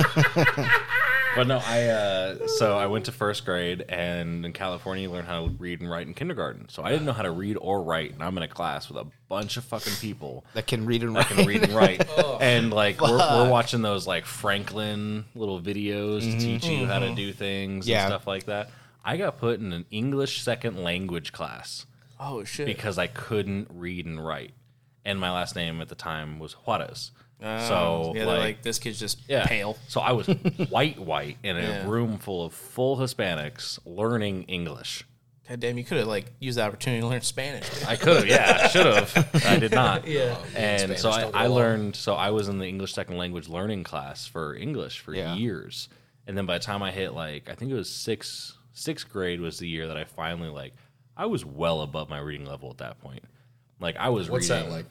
Speaker 1: but no, I uh, so I went to first grade, and in California, you learn how to read and write in kindergarten. So I didn't know how to read or write, and I'm in a class with a bunch of fucking people
Speaker 5: that can read and
Speaker 1: that
Speaker 5: write.
Speaker 1: can read and write,
Speaker 3: Oh.
Speaker 1: and like we're, we're watching those like Franklin little videos to teach you how to
Speaker 3: Mm-hmm.
Speaker 1: do things
Speaker 5: Yeah.
Speaker 1: and stuff like that. I got put in an English second language class
Speaker 3: Oh shit.
Speaker 1: because I couldn't read and write, and my last name at the time was Juarez. so
Speaker 3: Oh, yeah, they're
Speaker 1: like,
Speaker 3: like this kid's just
Speaker 1: yeah.
Speaker 3: pale.
Speaker 1: So I was white, white in a
Speaker 3: Yeah.
Speaker 1: room full of full Hispanics learning English.
Speaker 3: God damn, you could have like used the opportunity to learn Spanish.
Speaker 1: I could have, yeah, I should have. I did not.
Speaker 3: Yeah.
Speaker 1: And so
Speaker 2: Spanish
Speaker 1: I,
Speaker 2: don't go
Speaker 1: I
Speaker 2: along.
Speaker 1: learned, so I was in the English second language learning class for English for
Speaker 5: Yeah.
Speaker 1: years. And then by the time I hit like, I think it was sixth, sixth grade was the year that I finally like, I was well above my reading level at that point. Like I was
Speaker 2: What's that
Speaker 1: reading.
Speaker 2: like?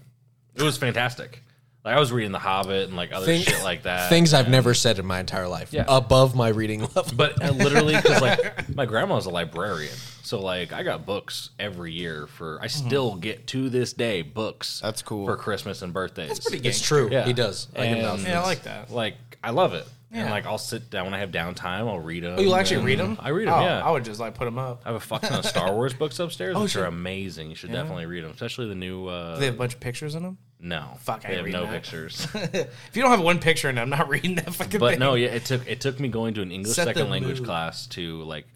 Speaker 1: It was fantastic. Like I was reading The Hobbit and like other
Speaker 2: Thing-
Speaker 1: shit like that.
Speaker 2: Things I've never said in my entire life.
Speaker 1: Uh, Yeah.
Speaker 2: Above my reading level.
Speaker 1: But uh, literally, because like my grandma's a librarian, so like I got books every year for. I
Speaker 3: Mm-hmm.
Speaker 1: still get to this day books.
Speaker 5: That's cool.
Speaker 1: for Christmas and birthdays. That's
Speaker 3: pretty
Speaker 2: It's true.
Speaker 1: Yeah.
Speaker 2: He does. I can
Speaker 1: And-
Speaker 2: vouch for
Speaker 3: Yeah, I
Speaker 2: this.
Speaker 3: like that.
Speaker 1: Like I love it, and
Speaker 3: Yeah.
Speaker 1: like I'll sit down when I have downtime. I'll read them.
Speaker 3: Oh, you actually read Oh, them?
Speaker 1: I read 'em, yeah.
Speaker 3: I would just like put them up.
Speaker 1: I have a fuck ton of Star Wars books upstairs, which
Speaker 3: Oh, shit.
Speaker 1: are amazing. You should definitely read them, especially the new. Uh,
Speaker 3: Do they have a bunch of pictures in them?
Speaker 1: no,
Speaker 3: Fuck, I
Speaker 1: they have
Speaker 3: read
Speaker 1: no
Speaker 3: that.
Speaker 1: pictures.
Speaker 3: If you don't have one picture in it, I'm not reading that fucking
Speaker 1: But
Speaker 3: thing.
Speaker 1: no, yeah, it took it took me going to an English
Speaker 3: Set the
Speaker 1: second language
Speaker 3: mood.
Speaker 1: class to like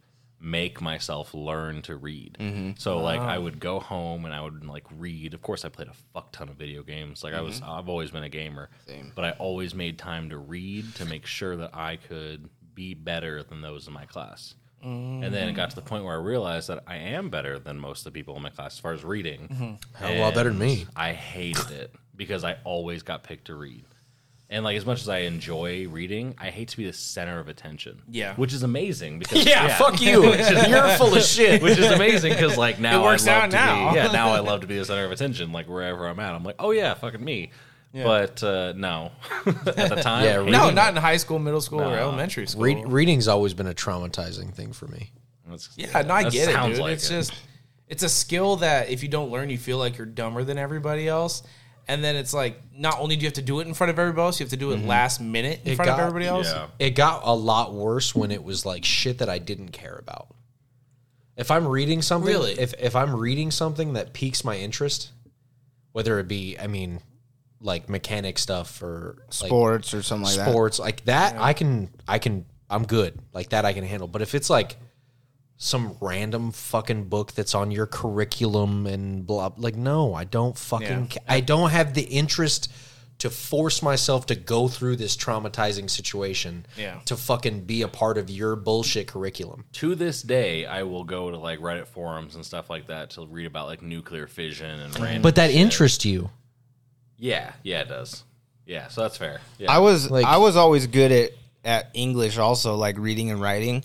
Speaker 1: make myself learn to read.
Speaker 3: Mm-hmm.
Speaker 1: So like
Speaker 2: Ah.
Speaker 1: I would go home and I would like read. Of course, I played a fuck ton of video games. Like I was,
Speaker 3: Mm-hmm.
Speaker 1: I've always been a gamer, but I always made time to read to make sure that I could be better than those in my class. And then it got to the point where I realized that I am better than most of the people in my class as far as reading.
Speaker 3: Mm-hmm.
Speaker 2: Hell, a lot better than me.
Speaker 1: I hated it because I always got picked to read. And like as much as I enjoy reading, I hate to be the center of attention.
Speaker 3: Yeah.
Speaker 1: which is amazing because
Speaker 2: Yeah, fuck you. You're full of shit.
Speaker 1: which is amazing because like now
Speaker 3: works
Speaker 1: I love
Speaker 3: out
Speaker 1: to
Speaker 3: now.
Speaker 1: Be, yeah, now I love to be the center of attention. Like wherever I'm at, I'm like, oh yeah, fucking me. But uh, no, at the time,
Speaker 2: Yeah,
Speaker 1: hated
Speaker 3: No,
Speaker 1: it.
Speaker 3: not in high school, middle school, or elementary school.
Speaker 2: Read, reading's always been a traumatizing thing for me.
Speaker 1: That's-
Speaker 3: yeah, no, I
Speaker 1: that
Speaker 3: get it,
Speaker 1: sounds
Speaker 3: dude.
Speaker 1: like
Speaker 3: it's
Speaker 1: it.
Speaker 3: just it's a skill that if you don't learn, you feel like you're dumber than everybody else. And then it's like not only do you have to do it in front of everybody else, you have to do it last minute in
Speaker 2: It
Speaker 3: front
Speaker 2: got-
Speaker 3: of everybody else.
Speaker 1: Mm-hmm. yeah.
Speaker 2: It got a lot worse when it was like shit that I didn't care about. If I'm reading something,
Speaker 3: Really?
Speaker 2: if if I'm reading something that piques my interest, whether it be, I mean, like mechanic stuff or like
Speaker 5: Sports or something like that.
Speaker 2: sports like that, I can I can I'm good like that I can handle. But if it's like some random fucking book that's on your curriculum and blah. Like, no, I don't fucking.
Speaker 3: Yeah.
Speaker 2: ca- I don't have the interest to force myself to go through this traumatizing situation.
Speaker 3: Yeah.
Speaker 2: To fucking be a part of your bullshit curriculum.
Speaker 1: to this day, I will go to like Reddit forums and stuff like that to read about like nuclear fission and random.
Speaker 2: But that interests you.
Speaker 1: yeah, yeah, it does. Yeah, so that's fair. Yeah,
Speaker 5: I was
Speaker 2: Like-
Speaker 5: I was always good at at English also like reading and writing.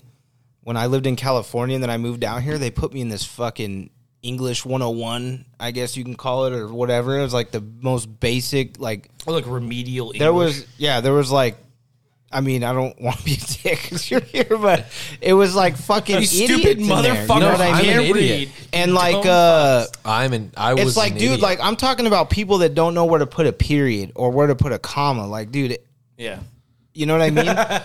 Speaker 5: When I lived in California and then I moved down here, they put me in this fucking English 101, I guess you can call it or whatever. It was like the most basic like
Speaker 3: Or like remedial. English.
Speaker 5: there was yeah, there was like I mean, I don't want to be a dick 'cause you're here, but it was like fucking
Speaker 3: You
Speaker 5: idiots
Speaker 3: stupid
Speaker 5: in there,
Speaker 3: motherfucker.
Speaker 5: You know what
Speaker 2: No,
Speaker 5: I
Speaker 2: I'm
Speaker 5: mean?
Speaker 2: an
Speaker 3: can't
Speaker 2: idiot.
Speaker 3: read.
Speaker 5: And like
Speaker 3: Dumb
Speaker 5: uh
Speaker 2: I'm an. I was.
Speaker 5: it's like,
Speaker 2: an
Speaker 5: dude,
Speaker 2: idiot.
Speaker 5: like I'm talking about people that don't know where to put a period or where to put a comma. Like, dude,
Speaker 3: yeah.
Speaker 5: you know what I mean?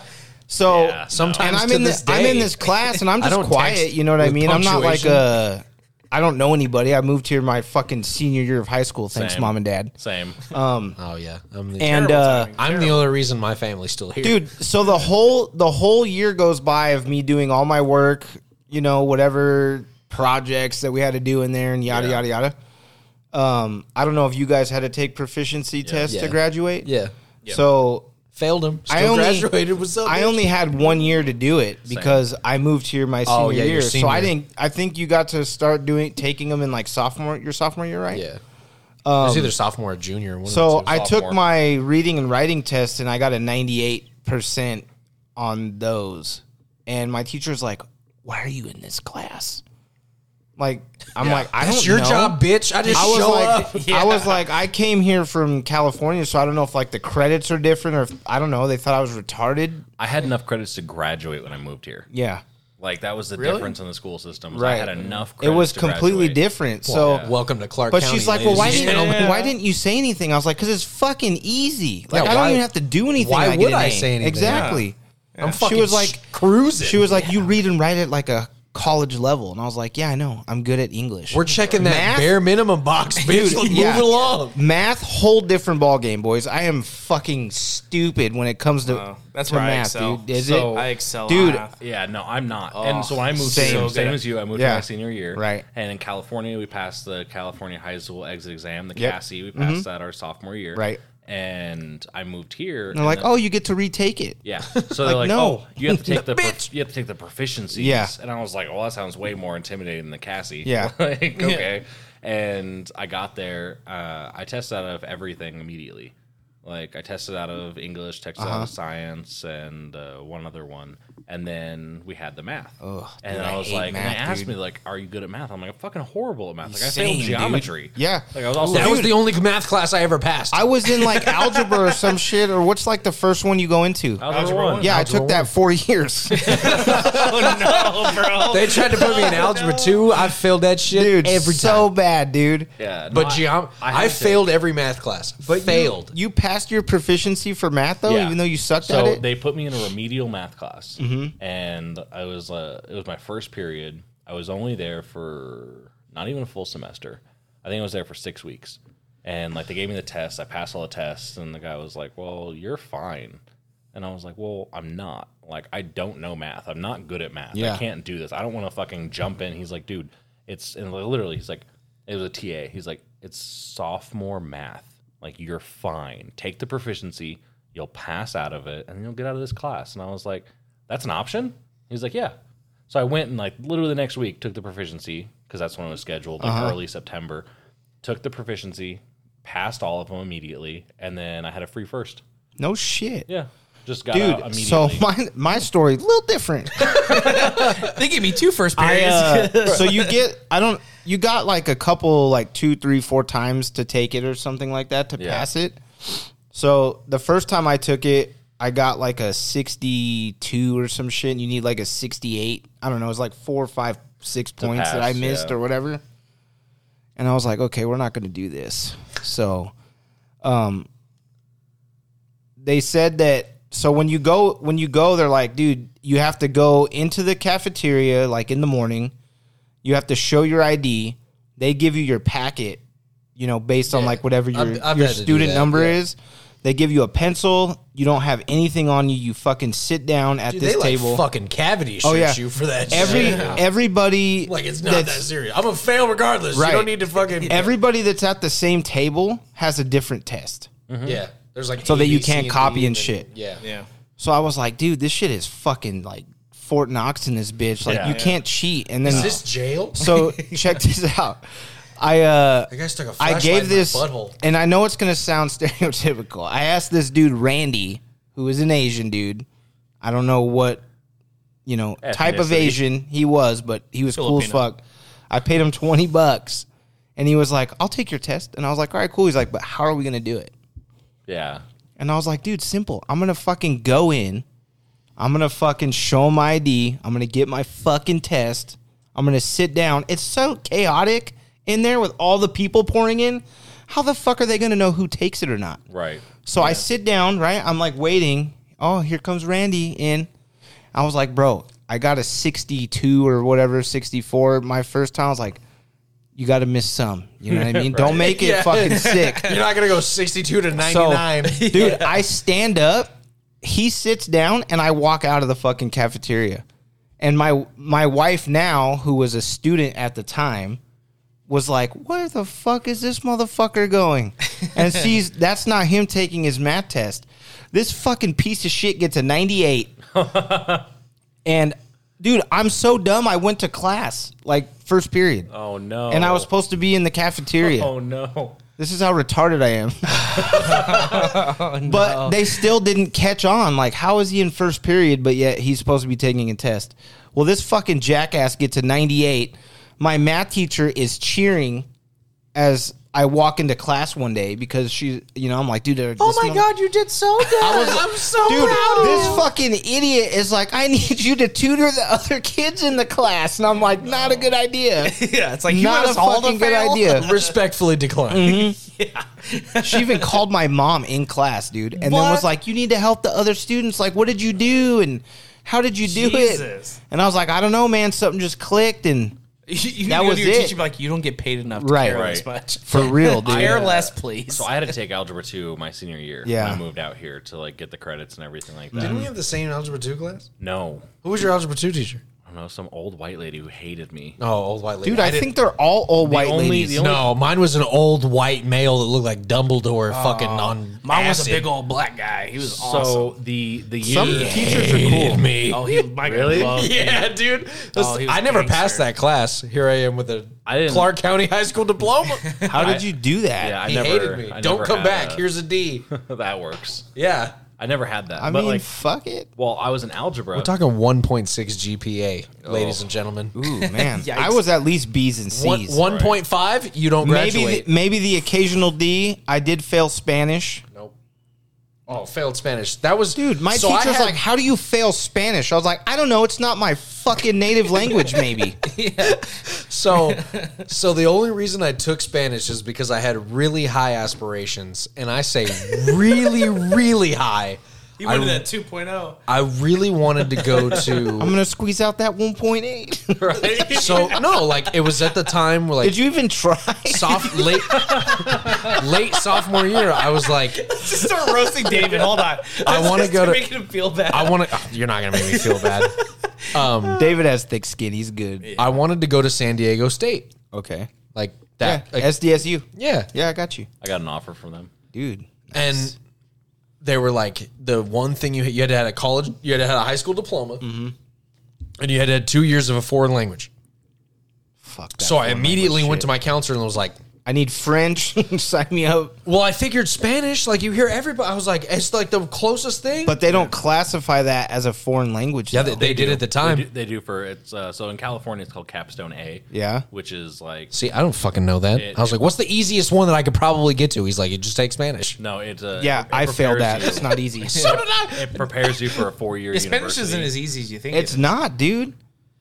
Speaker 5: So
Speaker 1: Yeah, no.
Speaker 2: sometimes
Speaker 5: and I'm
Speaker 2: to
Speaker 5: in
Speaker 2: this
Speaker 5: this, I'm in
Speaker 2: day.
Speaker 5: this class and I'm
Speaker 2: I
Speaker 5: just
Speaker 2: don't
Speaker 5: quiet.
Speaker 2: text
Speaker 5: You know what I
Speaker 2: with
Speaker 5: mean? I'm not like
Speaker 2: punctuation.
Speaker 5: a. I don't know anybody. I moved here my fucking senior year of high school. Thanks,
Speaker 1: Same.
Speaker 5: mom and dad.
Speaker 1: same.
Speaker 2: Oh yeah, I'm the,
Speaker 5: And uh,
Speaker 2: I'm the only reason my family's still here,
Speaker 5: dude, so the whole the whole year goes by of me doing all my work. You know, whatever projects that we had to do in there and yada
Speaker 1: Yeah.
Speaker 5: yada yada. Um, I don't know if you guys had to take proficiency tests
Speaker 2: Yeah.
Speaker 5: to graduate.
Speaker 2: Yeah,
Speaker 5: So
Speaker 2: failed him. Still
Speaker 5: I only-
Speaker 2: graduated. What's up?
Speaker 5: I only had one year to do it because I moved here my senior
Speaker 2: Oh, yeah, your
Speaker 5: year. So I
Speaker 2: senior.
Speaker 5: didn't. I think you got to start doing taking them in like sophomore your sophomore year, right?
Speaker 2: Yeah. it was either sophomore or junior. One
Speaker 5: Um, So
Speaker 2: of the two.
Speaker 5: I
Speaker 1: Sophomore.
Speaker 5: took my reading and writing test and I got a ninety eight percent on those. And my teacher's like, "Why are you in this class?" Like I'm like, I
Speaker 2: That's
Speaker 5: don't
Speaker 2: your
Speaker 5: know."
Speaker 2: job, bitch. I just
Speaker 5: I was
Speaker 2: show up.
Speaker 5: like, I was like, I came here from California, so I don't know if like the credits are different or if, I don't know. They thought I was retarded.
Speaker 1: I had enough credits to graduate when I moved here.
Speaker 5: Yeah,
Speaker 1: Like that was the difference in the school system. was I
Speaker 5: Right.
Speaker 1: had enough.
Speaker 5: it
Speaker 1: Credits
Speaker 5: was
Speaker 1: to
Speaker 5: completely
Speaker 1: graduate.
Speaker 5: different. So,
Speaker 2: Welcome to Clark
Speaker 5: but
Speaker 2: County.
Speaker 5: she's like, "Well, why
Speaker 2: ladies and
Speaker 5: didn't
Speaker 2: gentlemen.
Speaker 5: why didn't you say anything?" I was like, "Cause it's fucking easy. Like
Speaker 2: Yeah,
Speaker 5: I don't
Speaker 2: why-
Speaker 5: even have to do anything.
Speaker 2: why
Speaker 5: and get
Speaker 2: would
Speaker 5: an
Speaker 2: I
Speaker 5: A."
Speaker 2: say anything?
Speaker 5: Exactly.
Speaker 2: I'm fucking
Speaker 5: she was like,
Speaker 2: cruising.
Speaker 5: she was like, "You read and write at like a college level," and I was like, "Yeah, I know. I'm good at English.
Speaker 2: we're checking that
Speaker 5: Math?
Speaker 2: bare minimum box, bitch.
Speaker 5: Dude,
Speaker 2: Let's
Speaker 5: yeah.
Speaker 2: move it along.
Speaker 5: math, whole different ball game, boys. I am fucking stupid when it comes to
Speaker 3: Wow. That's
Speaker 5: to
Speaker 3: where I
Speaker 5: math,
Speaker 3: excel.
Speaker 5: dude. Is
Speaker 3: So-
Speaker 5: it?
Speaker 3: I excel
Speaker 5: dude.
Speaker 3: at math.
Speaker 1: Yeah, no, I'm not. and so I moved
Speaker 5: Oh, same.
Speaker 1: same,
Speaker 5: So
Speaker 1: same
Speaker 3: good.
Speaker 1: as you. I moved
Speaker 5: Yeah.
Speaker 1: my senior year,
Speaker 5: Right.
Speaker 1: And in California, we passed the California High School Exit Exam, the
Speaker 5: Yep. Mm-hmm.
Speaker 1: CASI. E. We passed that our sophomore year,
Speaker 5: Right.
Speaker 1: And I moved here.
Speaker 5: And they're like,
Speaker 1: then-
Speaker 5: "Oh, you get to retake it."
Speaker 1: Yeah. So they're like, oh,
Speaker 5: no.
Speaker 1: you have to take the prof- you have to take the proficiencies.
Speaker 5: Yeah.
Speaker 1: And I was like, well, that sounds way more intimidating than the Cassie.
Speaker 5: Yeah.
Speaker 1: like, okay. And I got there. Uh, I tested out of everything immediately. Like I tested out of English, tested
Speaker 5: Uh-huh.
Speaker 1: out of science, and uh, one other one. And then we had the math. and
Speaker 5: dude,
Speaker 1: I
Speaker 5: I
Speaker 1: was
Speaker 5: hate
Speaker 1: like, and they
Speaker 5: math,
Speaker 1: asked
Speaker 5: dude.
Speaker 1: me like, are you good at math? I'm like, I'm fucking horrible at math. Like I
Speaker 5: Same,
Speaker 1: failed
Speaker 5: dude.
Speaker 1: geometry.
Speaker 5: Yeah.
Speaker 1: Like I was also
Speaker 2: That was the only math class I ever passed.
Speaker 5: I was in like algebra or some shit, or what's like the first one you go into?
Speaker 1: I was number
Speaker 3: Algebra
Speaker 1: one.
Speaker 3: one.
Speaker 5: yeah, I
Speaker 2: algebra
Speaker 5: took that four years.
Speaker 3: Oh no, bro.
Speaker 2: they tried to put me in algebra two. I failed that shit
Speaker 5: dude.
Speaker 2: every time.
Speaker 5: so bad, dude.
Speaker 1: Yeah. no,
Speaker 2: but
Speaker 1: I-
Speaker 2: geom-
Speaker 1: I
Speaker 2: I,
Speaker 1: had to-
Speaker 2: failed every math class. But failed.
Speaker 5: You passed your proficiency for math though,
Speaker 1: Yeah.
Speaker 5: even though you sucked
Speaker 1: so
Speaker 5: at it. Mm-hmm.
Speaker 1: they put me in a remedial math class, and I was uh, it was my first period. I was only there for not even a full semester. I think I was there for six weeks, and like they gave me the test. I passed all the tests, and the guy was like, "Well, you're fine," and I was like, "Well, I'm not. Like, I don't know math. I'm not good at math.
Speaker 5: Yeah.
Speaker 1: I can't do this. I don't want to fucking jump in." He's like, "Dude, it's and like, literally." He's like, "It was a TA." He's like, "It's sophomore math." Like you're fine. Take the proficiency, you'll pass out of it, and you'll get out of this class. And I was like, that's an option? He's like, yeah. So I went and like literally the next week took the proficiency because that's when it was scheduled, like
Speaker 5: Uh-huh.
Speaker 1: early September. Took the proficiency, passed all of them immediately, and then I had a free first.
Speaker 5: no shit.
Speaker 1: Yeah, just got out
Speaker 5: Dude,
Speaker 1: immediately.
Speaker 5: so my my story a little different.
Speaker 3: They gave me two first Oh
Speaker 5: I,
Speaker 3: periods.
Speaker 5: uh, so you get I don't you got like a couple like two three four times to take it or something like that to
Speaker 1: Yeah.
Speaker 5: pass it. So the first time I took it, I got like a sixty two or some shit. And you need like a sixty eight. I don't know. It's like four five six points that I
Speaker 1: pass,
Speaker 5: missed
Speaker 1: yeah.
Speaker 5: or whatever. And I was like, okay, we're not going to do this. So, um, they said that. So when you go, when you go, they're like, dude, you have to go into the cafeteria like in the morning. You have to show your ID. They give you your packet, you know, based on like whatever your
Speaker 2: I've- I've
Speaker 5: your
Speaker 2: had to do
Speaker 5: student
Speaker 2: that,
Speaker 5: number
Speaker 2: yeah.
Speaker 5: is. They give you a pencil. You don't have anything on you. You fucking sit down at
Speaker 2: Dude,
Speaker 5: this
Speaker 2: they
Speaker 5: table.
Speaker 2: like fucking cavity shoot
Speaker 5: Oh, yeah.
Speaker 2: you for that.
Speaker 5: Every
Speaker 2: shit.
Speaker 5: everybody
Speaker 2: like it's not that
Speaker 5: that's-
Speaker 2: serious. I'm gonna fail regardless.
Speaker 5: Right.
Speaker 2: You don't need to fucking
Speaker 5: everybody that's at the same table has a different test.
Speaker 2: yeah. There's like
Speaker 5: So that you
Speaker 2: ABC
Speaker 5: can't copy
Speaker 2: D
Speaker 5: and shit.
Speaker 2: Yeah,
Speaker 3: Yeah.
Speaker 5: So I was like, dude, this shit is fucking like Fort Knox in this bitch. Like
Speaker 1: Yeah.
Speaker 5: you can't cheat. And then
Speaker 2: Is this jail?
Speaker 5: so check this out. I uh
Speaker 2: That guy stuck a
Speaker 5: I
Speaker 2: flashlight
Speaker 5: gave
Speaker 2: in my
Speaker 5: this,
Speaker 2: butthole.
Speaker 5: and I know it's gonna sound stereotypical. I asked this dude Randy, who is an Asian dude. I don't know what you know type of
Speaker 1: Ethnicity.
Speaker 5: Asian he was, but he was cool as
Speaker 3: Filipino.
Speaker 5: fuck. I paid him twenty bucks, and he was like, "I'll take your test," and I was like, "All right, cool." He's like, "But how are we gonna do it?"
Speaker 1: Yeah.
Speaker 5: And I was like, dude, simple. I'm gonna fucking go in. I'm gonna fucking show my ID. I'm gonna get my fucking test. I'm gonna sit down. It's so chaotic in there with all the people pouring in. How the fuck are they gonna know who takes it or not?
Speaker 1: Right.
Speaker 5: So I sit down, right? I'm like waiting. Oh, here comes Randy in. I was like, bro, I got a 62 or whatever, 64 my first time. I was like, you gotta miss some. You know what I mean? Don't make it
Speaker 2: Yeah.
Speaker 5: fucking sick.
Speaker 2: You're not gonna go 62 to 99.
Speaker 5: So, dude, I stand up, he sits down, and I walk out of the fucking cafeteria. And my my wife now, who was a student at the time, was like, "Where the fuck is this motherfucker going?" And sees that's not him taking his math test. This fucking piece of shit gets a ninety eight. and dude, I'm so dumb. I went to class like first period,
Speaker 1: Oh no.
Speaker 5: and I was supposed to be in the cafeteria.
Speaker 1: Oh no.
Speaker 5: This is how retarded I am. But they still didn't catch on. Like, how is he in first period, but yet he's supposed to be taking a test? Well, this fucking jackass gets a 98. My math teacher is cheering as I walk into class one day because she, you know, I'm like, dude, oh my god, you did so good. I was, I'm so dude, proud. This fucking idiot is like, I need you to tutor the other kids in the class, and I'm like, not a good idea.
Speaker 3: Yeah. It's like you
Speaker 5: not
Speaker 3: want
Speaker 5: a
Speaker 3: us all to
Speaker 5: fucking good
Speaker 3: fail?
Speaker 5: idea.
Speaker 2: Respectfully decline.
Speaker 5: She even called my mom in class, dude, and then was
Speaker 3: What?
Speaker 5: like, "You need to help the other students. Like, what did you do? And how did you do
Speaker 3: Jesus.
Speaker 5: it?" And I was like, "I don't know, man. Something just clicked." And
Speaker 3: You, you
Speaker 5: That
Speaker 3: go
Speaker 5: was
Speaker 3: to your
Speaker 5: it.
Speaker 3: teacher and be like, you don't get paid enough to
Speaker 5: Right.
Speaker 3: care
Speaker 1: Right.
Speaker 3: this much.
Speaker 5: for real, dude.
Speaker 3: Care less, please.
Speaker 1: So I had to take algebra two my senior year.
Speaker 5: Yeah.
Speaker 1: When I moved out here to like get the credits and everything like that.
Speaker 2: Didn't we have the same algebra two class?
Speaker 1: No.
Speaker 2: Who was your algebra two teacher?
Speaker 1: I don't know. Some old white lady who hated me.
Speaker 2: Oh, old white lady.
Speaker 5: dude, I,
Speaker 2: didn't-
Speaker 5: think they're all old white
Speaker 1: only-
Speaker 5: ladies.
Speaker 1: the only-
Speaker 2: no, mine was an old white male that looked like Dumbledore, fucking on.
Speaker 3: Mine was a
Speaker 2: acid.
Speaker 3: big old black guy. He was awesome.
Speaker 1: So the the
Speaker 5: Some
Speaker 1: year-
Speaker 5: teachers are cool.
Speaker 2: Hated me.
Speaker 3: Oh, he my
Speaker 1: Really?
Speaker 3: Loved it.
Speaker 2: Yeah, dude.
Speaker 3: Oh, he was
Speaker 2: I never
Speaker 3: gangster.
Speaker 2: passed that class. Here I am with a
Speaker 1: I didn't-
Speaker 2: Clark County High School diploma.
Speaker 5: How did you do that?
Speaker 1: Yeah, I
Speaker 2: he
Speaker 1: never
Speaker 2: hated me.
Speaker 1: I
Speaker 2: Don't
Speaker 1: never
Speaker 2: come
Speaker 1: had
Speaker 2: back.
Speaker 1: a-
Speaker 2: Here's a D.
Speaker 1: that works.
Speaker 2: Yeah.
Speaker 1: I never had that.
Speaker 5: I
Speaker 1: but
Speaker 5: mean,
Speaker 1: like,
Speaker 5: fuck it.
Speaker 1: well, I was in algebra.
Speaker 2: We're talking 1.6 GPA, ladies and gentlemen.
Speaker 5: Oh. Ooh, man,
Speaker 3: Yikes.
Speaker 5: I was at least B's and C's.
Speaker 2: One, 1.5, you don't
Speaker 5: maybe the,
Speaker 2: graduate.
Speaker 5: maybe the occasional D. I did fail Spanish.
Speaker 2: nope. Oh, failed Spanish. That was
Speaker 5: Dude, my
Speaker 2: so I
Speaker 5: teacher's
Speaker 2: had-
Speaker 5: like, "How do you fail Spanish?" I was like, "I don't know. It's not my fucking native language. Maybe."
Speaker 2: So, so the only reason I took Spanish is because I had really high aspirations, and I say really, really high.
Speaker 3: He
Speaker 2: I,
Speaker 3: went to that 2.0.
Speaker 2: I really wanted to
Speaker 5: I'm
Speaker 2: go to.
Speaker 5: gonna squeeze out that 1.8.
Speaker 2: So no, like it was at the time where like
Speaker 5: Did you even try?
Speaker 2: soft late late sophomore year. I was like,
Speaker 3: Just start roasting David. Hold on.
Speaker 2: I wanna
Speaker 3: Just
Speaker 2: go to-
Speaker 3: make him feel bad.
Speaker 2: I want to. you're not gonna make me feel bad. Um,
Speaker 5: David has thick skin. He's good.
Speaker 2: I wanted to go to San Diego State,
Speaker 5: Okay.
Speaker 2: like
Speaker 5: Yeah.
Speaker 2: that. like-
Speaker 5: SDSU.
Speaker 2: yeah,
Speaker 5: Yeah, I got you,
Speaker 1: I got an offer from them.
Speaker 5: dude.
Speaker 2: and they were like the one thing you you had to have a college you had to have a high school diploma
Speaker 5: Mm-hmm.
Speaker 2: and you had to have two years of a foreign language
Speaker 5: Fuck. That
Speaker 2: so i
Speaker 5: foreign
Speaker 2: immediately
Speaker 5: language
Speaker 2: went
Speaker 5: shit.
Speaker 2: to my counselor and was like
Speaker 5: I need French. Sign me up.
Speaker 2: well i figured spanish like you hear everybody i was like it's like the closest thing
Speaker 5: But they don't classify that as a foreign language.
Speaker 2: yeah
Speaker 5: though.
Speaker 2: they, they did at the
Speaker 1: They
Speaker 2: time
Speaker 1: do, they do for it's uh, so in California it's called Capstone A.
Speaker 5: Yeah.
Speaker 1: which is like
Speaker 2: see i don't fucking know that
Speaker 1: It-
Speaker 2: i was like what's the easiest one that i could probably get to he's like you just take spanish
Speaker 1: no, it's a
Speaker 5: yeah, I failed that. It's
Speaker 1: It's
Speaker 5: not easy.
Speaker 1: It prepares you for a four year.
Speaker 3: His Spanish
Speaker 1: university.
Speaker 3: isn't as easy as you think.
Speaker 5: it's
Speaker 3: it is.
Speaker 5: not, dude.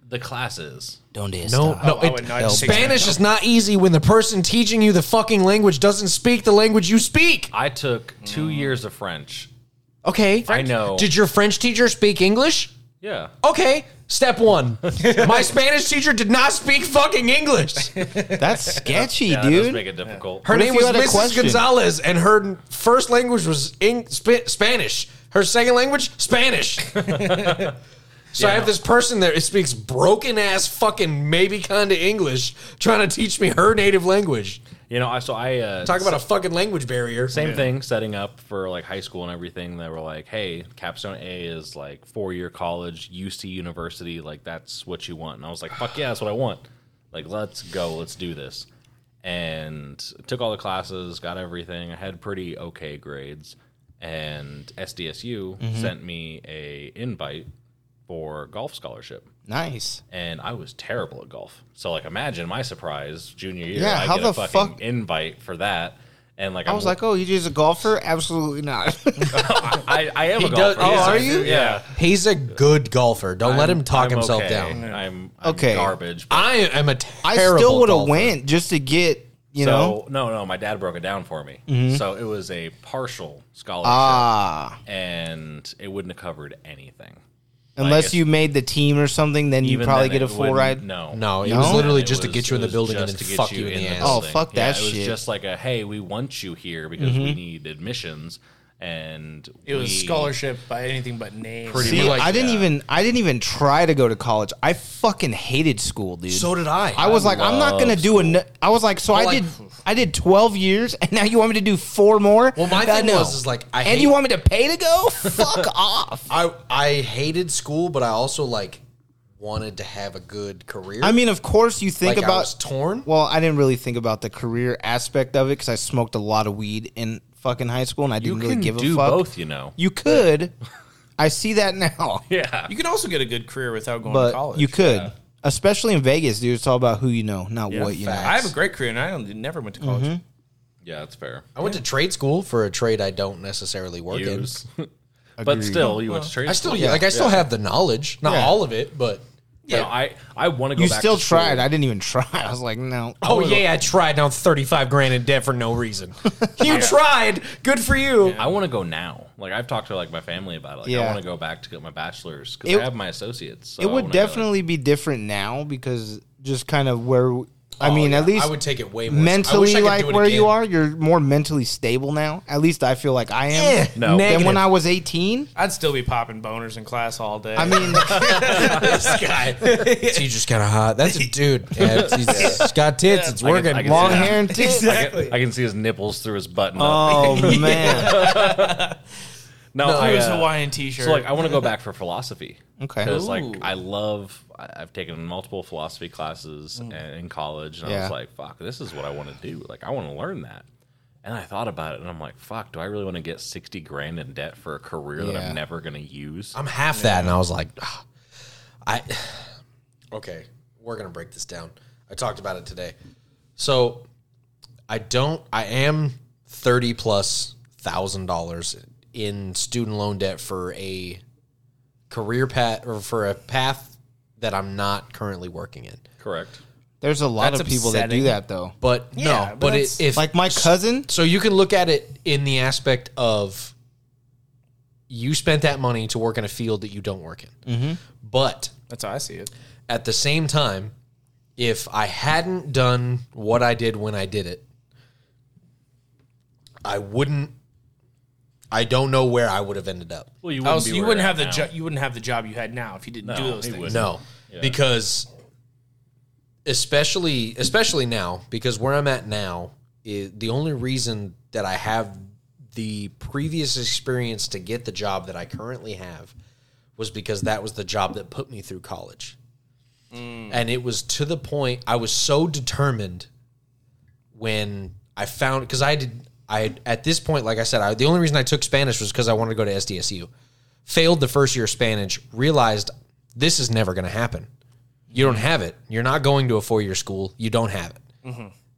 Speaker 1: the classes.
Speaker 5: Don't no,
Speaker 2: no, no.
Speaker 3: I
Speaker 2: it-
Speaker 3: would not just take
Speaker 2: Spanish is not easy when the person teaching you the fucking language doesn't speak the language you speak.
Speaker 1: I
Speaker 2: Mm.
Speaker 1: took two years of French.
Speaker 2: Okay.
Speaker 1: I know.
Speaker 2: Did your French teacher speak English?
Speaker 1: Yeah.
Speaker 2: Okay, step one. My Spanish teacher did not speak fucking English.
Speaker 5: That's sketchy,
Speaker 1: Yeah, that does
Speaker 5: dude.
Speaker 1: make it difficult.
Speaker 2: Her
Speaker 5: What if
Speaker 2: name
Speaker 5: you
Speaker 2: was
Speaker 5: had a
Speaker 2: Mrs.
Speaker 5: question?
Speaker 2: Gonzalez, and her first language was in, sp- Spanish. Her second language, Spanish. so I have this person there. It speaks broken ass fucking maybe kind of English, trying to teach me her native language.
Speaker 1: You know, I so I uh,
Speaker 2: Talk about a fucking language barrier.
Speaker 1: Same thing, setting up for like high school and everything. They were like, "Hey, capstone A is like four year college, UC university. Like that's what you want." And I was like, "Fuck yeah, that's what I want." Like, let's go, let's do this. And took all the classes, got everything. I had pretty okay grades. And SDSU
Speaker 2: Mm-hmm.
Speaker 1: sent me a invite for golf scholarship,
Speaker 5: Nice.
Speaker 1: and I was terrible at golf. So like, imagine my surprise junior year.
Speaker 5: Yeah,
Speaker 1: I
Speaker 5: how
Speaker 1: get
Speaker 5: the
Speaker 1: a fucking
Speaker 5: fuck-
Speaker 1: invite for that. And like
Speaker 5: I was like, oh, you just a golfer? Absolutely not.
Speaker 1: I, I am a golfer.
Speaker 2: does- oh,
Speaker 1: Yes,
Speaker 2: are
Speaker 1: I-
Speaker 5: you?
Speaker 1: Yeah.
Speaker 2: He's a good golfer. Don't let him talk
Speaker 1: I'm
Speaker 2: himself
Speaker 1: okay.
Speaker 2: down.
Speaker 1: I'm, I'm
Speaker 5: Okay. Uh,
Speaker 1: garbage. but-
Speaker 2: I am a terrible.
Speaker 5: I still would have
Speaker 2: golfer.
Speaker 5: went just to get, you
Speaker 1: so,
Speaker 5: know.
Speaker 1: no, no, my dad broke it down for me.
Speaker 2: Mm-hmm.
Speaker 1: So it was a partial scholarship,
Speaker 5: Ah,
Speaker 1: and it wouldn't have covered anything.
Speaker 5: unless
Speaker 1: guess-
Speaker 5: you made the team or something, then you
Speaker 1: Even
Speaker 5: probably
Speaker 1: then,
Speaker 5: get a
Speaker 1: it
Speaker 5: full
Speaker 1: wouldn't-
Speaker 5: ride.
Speaker 1: No,
Speaker 2: No, it
Speaker 5: No?
Speaker 2: was literally
Speaker 1: It
Speaker 2: just to
Speaker 1: was-
Speaker 2: get you in the
Speaker 1: it was
Speaker 2: building and
Speaker 1: just
Speaker 2: then
Speaker 1: to get
Speaker 2: fuck you in the ass.
Speaker 5: Oh,
Speaker 1: building.
Speaker 5: fuck
Speaker 1: Yeah,
Speaker 5: that
Speaker 1: It
Speaker 5: shit. Mm-hmm.
Speaker 1: was just like a hey, we want you here because we need admissions, and
Speaker 3: It was
Speaker 1: we-
Speaker 3: scholarship by anything but name.
Speaker 5: See, I didn't even I didn't even try to go to college. I fucking hated school, dude.
Speaker 2: So did I.
Speaker 5: I was like, I'm not gonna do an. I was like, so I
Speaker 2: like-
Speaker 5: did. I did 12 years, and now you want me to do four more?
Speaker 2: Well, my
Speaker 5: That-
Speaker 2: thing
Speaker 5: no.
Speaker 2: was is like I
Speaker 5: and
Speaker 2: hate-
Speaker 5: you want me to pay to go? Fuck off.
Speaker 2: I I hated school, but I also like wanted to have a good career.
Speaker 5: I mean, of course, you think
Speaker 2: Like, I
Speaker 5: about
Speaker 2: was torn?
Speaker 5: Well, I didn't really think about the career aspect of it because I smoked a lot of weed in fucking high school, and I
Speaker 1: You
Speaker 5: didn't
Speaker 1: can
Speaker 5: really give
Speaker 1: do
Speaker 5: a fuck.
Speaker 1: both, you know.
Speaker 5: You could. I see that now,
Speaker 1: Yeah,
Speaker 3: You can also get a good career without going
Speaker 5: but
Speaker 3: to college.
Speaker 5: you could, especially in Vegas, dude. It's all about who you know, not
Speaker 3: Yeah.
Speaker 5: what you know.
Speaker 2: Fact.
Speaker 3: I have a great career, and I only- never went to college.
Speaker 1: yeah, that's fair.
Speaker 2: I went to trade school for a trade I don't necessarily work
Speaker 1: Use. but still, you went to trade.
Speaker 2: in. I still
Speaker 1: school.
Speaker 2: like I still have the knowledge, not
Speaker 5: Yeah.
Speaker 2: all of it, but
Speaker 1: Yeah, I I want to go.
Speaker 5: You
Speaker 1: back
Speaker 5: still
Speaker 1: to school.
Speaker 5: tried. I didn't even try. I was like, no.
Speaker 2: Oh yeah, I tried. Now thirty five grand in debt for no reason. you tried. Good for you.
Speaker 1: I want to go now. Like I've talked to like my family about it. Like,
Speaker 5: Yeah.
Speaker 1: I want to go back to get my bachelor's because
Speaker 5: It-
Speaker 1: I have my associates. so I
Speaker 5: it would
Speaker 2: Oh,
Speaker 1: wanna go, like-
Speaker 5: definitely be different now because just kind of where I
Speaker 2: Oh,
Speaker 5: mean,
Speaker 2: yeah,
Speaker 5: at least
Speaker 2: I would take it way more I
Speaker 5: mentally,
Speaker 2: wish I could
Speaker 5: like
Speaker 2: do it
Speaker 5: where you
Speaker 2: again.
Speaker 5: are, you're more mentally stable now. At least I feel like I am.
Speaker 1: No.
Speaker 5: Than
Speaker 2: Negative.
Speaker 5: when I was 18.
Speaker 3: I'd still be popping boners in class all day.
Speaker 5: I mean,
Speaker 2: this guy. Teacher's kind of hot. That's a dude. Yeah, he's, he's got tits. It's
Speaker 1: I can-
Speaker 2: working.
Speaker 1: I can
Speaker 5: long
Speaker 1: see that.
Speaker 5: hair and tits.
Speaker 1: I, I can see his nipples through his button. up.
Speaker 5: Oh man. Oh.
Speaker 1: No,
Speaker 3: I
Speaker 1: I,
Speaker 3: was
Speaker 1: uh,
Speaker 3: Hawaiian T-shirt.
Speaker 1: so like I want to go back for philosophy.
Speaker 5: Okay.
Speaker 1: because like
Speaker 3: Ooh.
Speaker 1: I love. I- I've taken multiple philosophy classes a- in college, and I
Speaker 5: Yeah.
Speaker 1: was like, "Fuck, this is what I want to do. Like I want to learn that." And I thought about it, and I'm like, "Fuck, do I really want to get sixty grand in debt for a career that
Speaker 5: Yeah.
Speaker 1: I'm never going to use?"
Speaker 2: I'm half that, and I was like, "Ah, I. Okay, we're gonna break this down. I talked about it today. So, I don't. I am thirty plus thousand dollars in student loan debt for a career path or for a path that I'm not currently working in.
Speaker 1: Correct.
Speaker 5: There's a lot
Speaker 3: That's
Speaker 5: of people that do
Speaker 3: upsetting.
Speaker 5: that though.
Speaker 2: But
Speaker 3: Yeah,
Speaker 2: no,
Speaker 3: but
Speaker 2: but it,
Speaker 3: that's-
Speaker 2: if
Speaker 5: Like my cousin,
Speaker 2: so you can look at it in the aspect of you spent that money to work in a field that you don't work in. But
Speaker 3: That's how I see it.
Speaker 2: at the same time, if I hadn't done what I did when I did it, I wouldn't. I don't know where I would have ended up.
Speaker 1: Well, you
Speaker 3: Oh, so you wouldn't have the
Speaker 1: job.
Speaker 3: jo- you wouldn't have the job you had now if you didn't
Speaker 1: No,
Speaker 3: do those
Speaker 1: he
Speaker 3: things.
Speaker 1: wouldn't.
Speaker 2: No, because especially especially now, because where I'm at now, is the only reason that I have the previous experience to get the job that I currently have was because that was the job that put me through college. And it was to the point I was so determined when I found because I did I had- at this point, like I said, I, the only reason I took Spanish was because I wanted to go to SDSU. Failed the first year of Spanish, realized this is never going to happen. You don't have it. You're not going to a four year school. You don't have it.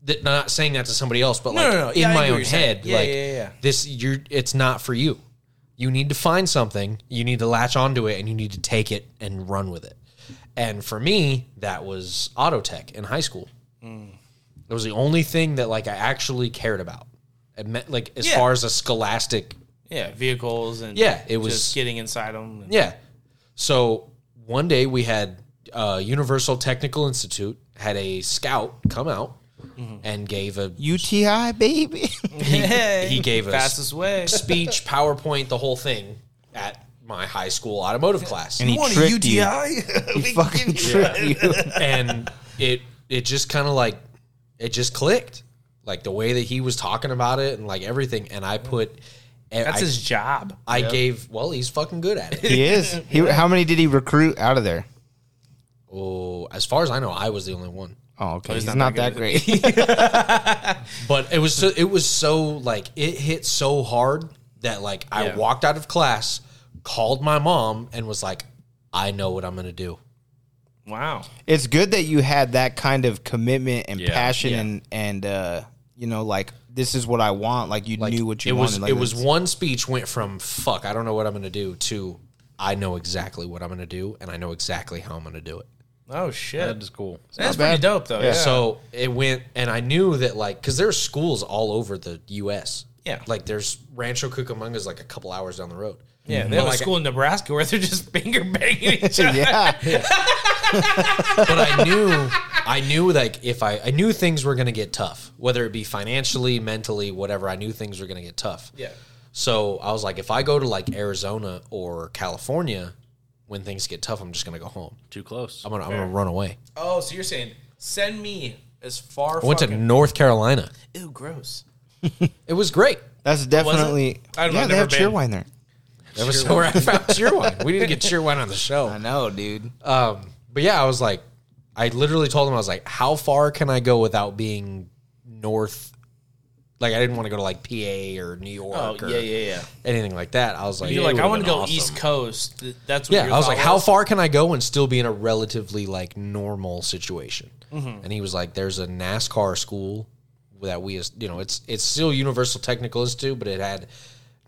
Speaker 2: That, not saying that to somebody else, but like
Speaker 3: Mm-hmm. no, no.
Speaker 2: in
Speaker 3: Yeah, I
Speaker 2: my
Speaker 3: get what
Speaker 2: own
Speaker 3: you're saying.
Speaker 2: head,
Speaker 3: Yeah,
Speaker 2: like
Speaker 3: yeah, yeah, yeah.
Speaker 2: this, you're it's not for you. You need to find something. You need to latch onto it, and you need to take it and run with it. And for me, that was auto tech in high school. It was the only thing that like I actually cared about. It meant like as
Speaker 3: Yeah.
Speaker 2: far as a scholastic,
Speaker 3: Yeah, vehicles and
Speaker 2: Yeah, it was-
Speaker 3: just getting inside them.
Speaker 2: yeah. So one day we had uh, Universal Technical Institute had a scout come out and gave a
Speaker 5: UTI baby.
Speaker 2: he gave us
Speaker 3: Fastest way.
Speaker 2: speech, PowerPoint, the whole thing at my high school automotive class.
Speaker 5: and he tricked you. He fucking tricked you.
Speaker 2: and it it just kind of like it just clicked like the way that he was talking about it and like everything and i put eh,
Speaker 3: That's
Speaker 2: I,
Speaker 3: his job.
Speaker 2: I gave well he's fucking good at it
Speaker 5: He is. He, How many did he recruit out of there?
Speaker 2: oh as far as i know i was the only one
Speaker 5: Oh, okay. he's, not, that great.
Speaker 2: but it was so, it was so like it hit so hard that like i
Speaker 3: Yeah.
Speaker 2: walked out of class called my mom and was like i know what i'm gonna do
Speaker 3: Wow.
Speaker 5: it's good that you had that kind of commitment and
Speaker 1: Yeah.
Speaker 5: passion and and uh, you know like this is what I want. Like you knew what you
Speaker 2: it
Speaker 5: wanted.
Speaker 2: was
Speaker 5: like,
Speaker 2: it was
Speaker 5: this-
Speaker 2: one speech went from fuck i don't know what i'm gonna do to i know exactly what i'm gonna do and i know exactly how i'm gonna do it
Speaker 3: Oh shit.
Speaker 1: That is cool.
Speaker 3: That's pretty
Speaker 5: bad.
Speaker 3: dope though. Yeah.
Speaker 2: So it went, and I knew that like because there's schools all over the U.S.
Speaker 3: Yeah.
Speaker 2: like there's Rancho Cucamonga's like a couple hours down the road.
Speaker 3: Yeah, they
Speaker 2: But,
Speaker 3: have a
Speaker 2: like,
Speaker 3: school in Nebraska where they're just finger banging each other.
Speaker 5: yeah.
Speaker 2: but I knew, I knew like if I, I knew things were gonna get tough, whether it be financially, mentally, whatever. I knew things were gonna get tough.
Speaker 3: Yeah.
Speaker 2: So I was like, if I go to like Arizona or California, when things get tough, I'm just gonna go home.
Speaker 1: Too close.
Speaker 2: I'm gonna, I'm gonna run away.
Speaker 3: Oh, so you're saying send me as far.
Speaker 2: I went to North Carolina.
Speaker 3: Ew, gross.
Speaker 2: It was great.
Speaker 5: That's definitely.
Speaker 3: I don't know,
Speaker 5: yeah,
Speaker 3: I've
Speaker 5: they
Speaker 3: never
Speaker 5: have cheer
Speaker 3: been.
Speaker 5: wine there.
Speaker 2: That was where I found Cheerwine. We need to get Cheerwine on the show.
Speaker 5: I know, dude.
Speaker 2: Um, but yeah, I was like, I literally told him, I was like, how far can I go without being north? Like, I didn't want to go to like PA or New York
Speaker 3: Oh
Speaker 2: or
Speaker 3: yeah, yeah, yeah.
Speaker 2: anything like that. I was like,
Speaker 3: You're
Speaker 1: Yeah, it
Speaker 3: like, I
Speaker 1: would've
Speaker 3: want to
Speaker 1: been
Speaker 3: go
Speaker 1: awesome.
Speaker 3: East Coast. Th- That's what
Speaker 2: yeah,
Speaker 3: your
Speaker 2: I was
Speaker 3: thought
Speaker 2: like, how far can I go and still be in a relatively like normal situation?
Speaker 3: Mm-hmm.
Speaker 2: And he was like, there's a NASCAR school that we, you know, it's it's still Universal Technical Institute, but it had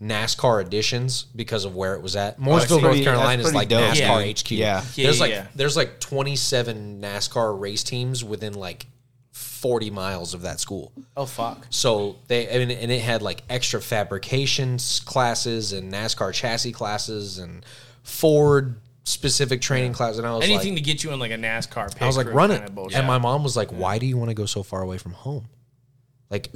Speaker 2: NASCAR editions because of where it was at.
Speaker 3: Oh,
Speaker 2: Mooresville, North
Speaker 5: pretty-
Speaker 2: Carolina
Speaker 5: that's
Speaker 2: is like
Speaker 5: pretty dope,
Speaker 2: NASCAR
Speaker 3: dude.
Speaker 2: HQ.
Speaker 5: Yeah.
Speaker 3: Yeah,
Speaker 2: there's
Speaker 3: yeah,
Speaker 2: like
Speaker 3: yeah.
Speaker 2: there's like 27 NASCAR race teams within like 40 miles of that school.
Speaker 3: Oh fuck.
Speaker 2: So they I mean, and it had like extra fabrications classes and NASCAR chassis classes and Ford specific training classes. And I was
Speaker 3: Anything
Speaker 2: like,
Speaker 3: to get you in like a NASCAR.
Speaker 2: I was like,
Speaker 3: pit crew
Speaker 2: run it.
Speaker 3: kind of bullshit.
Speaker 2: and my mom was like, why do you want to go so far away from home? Like,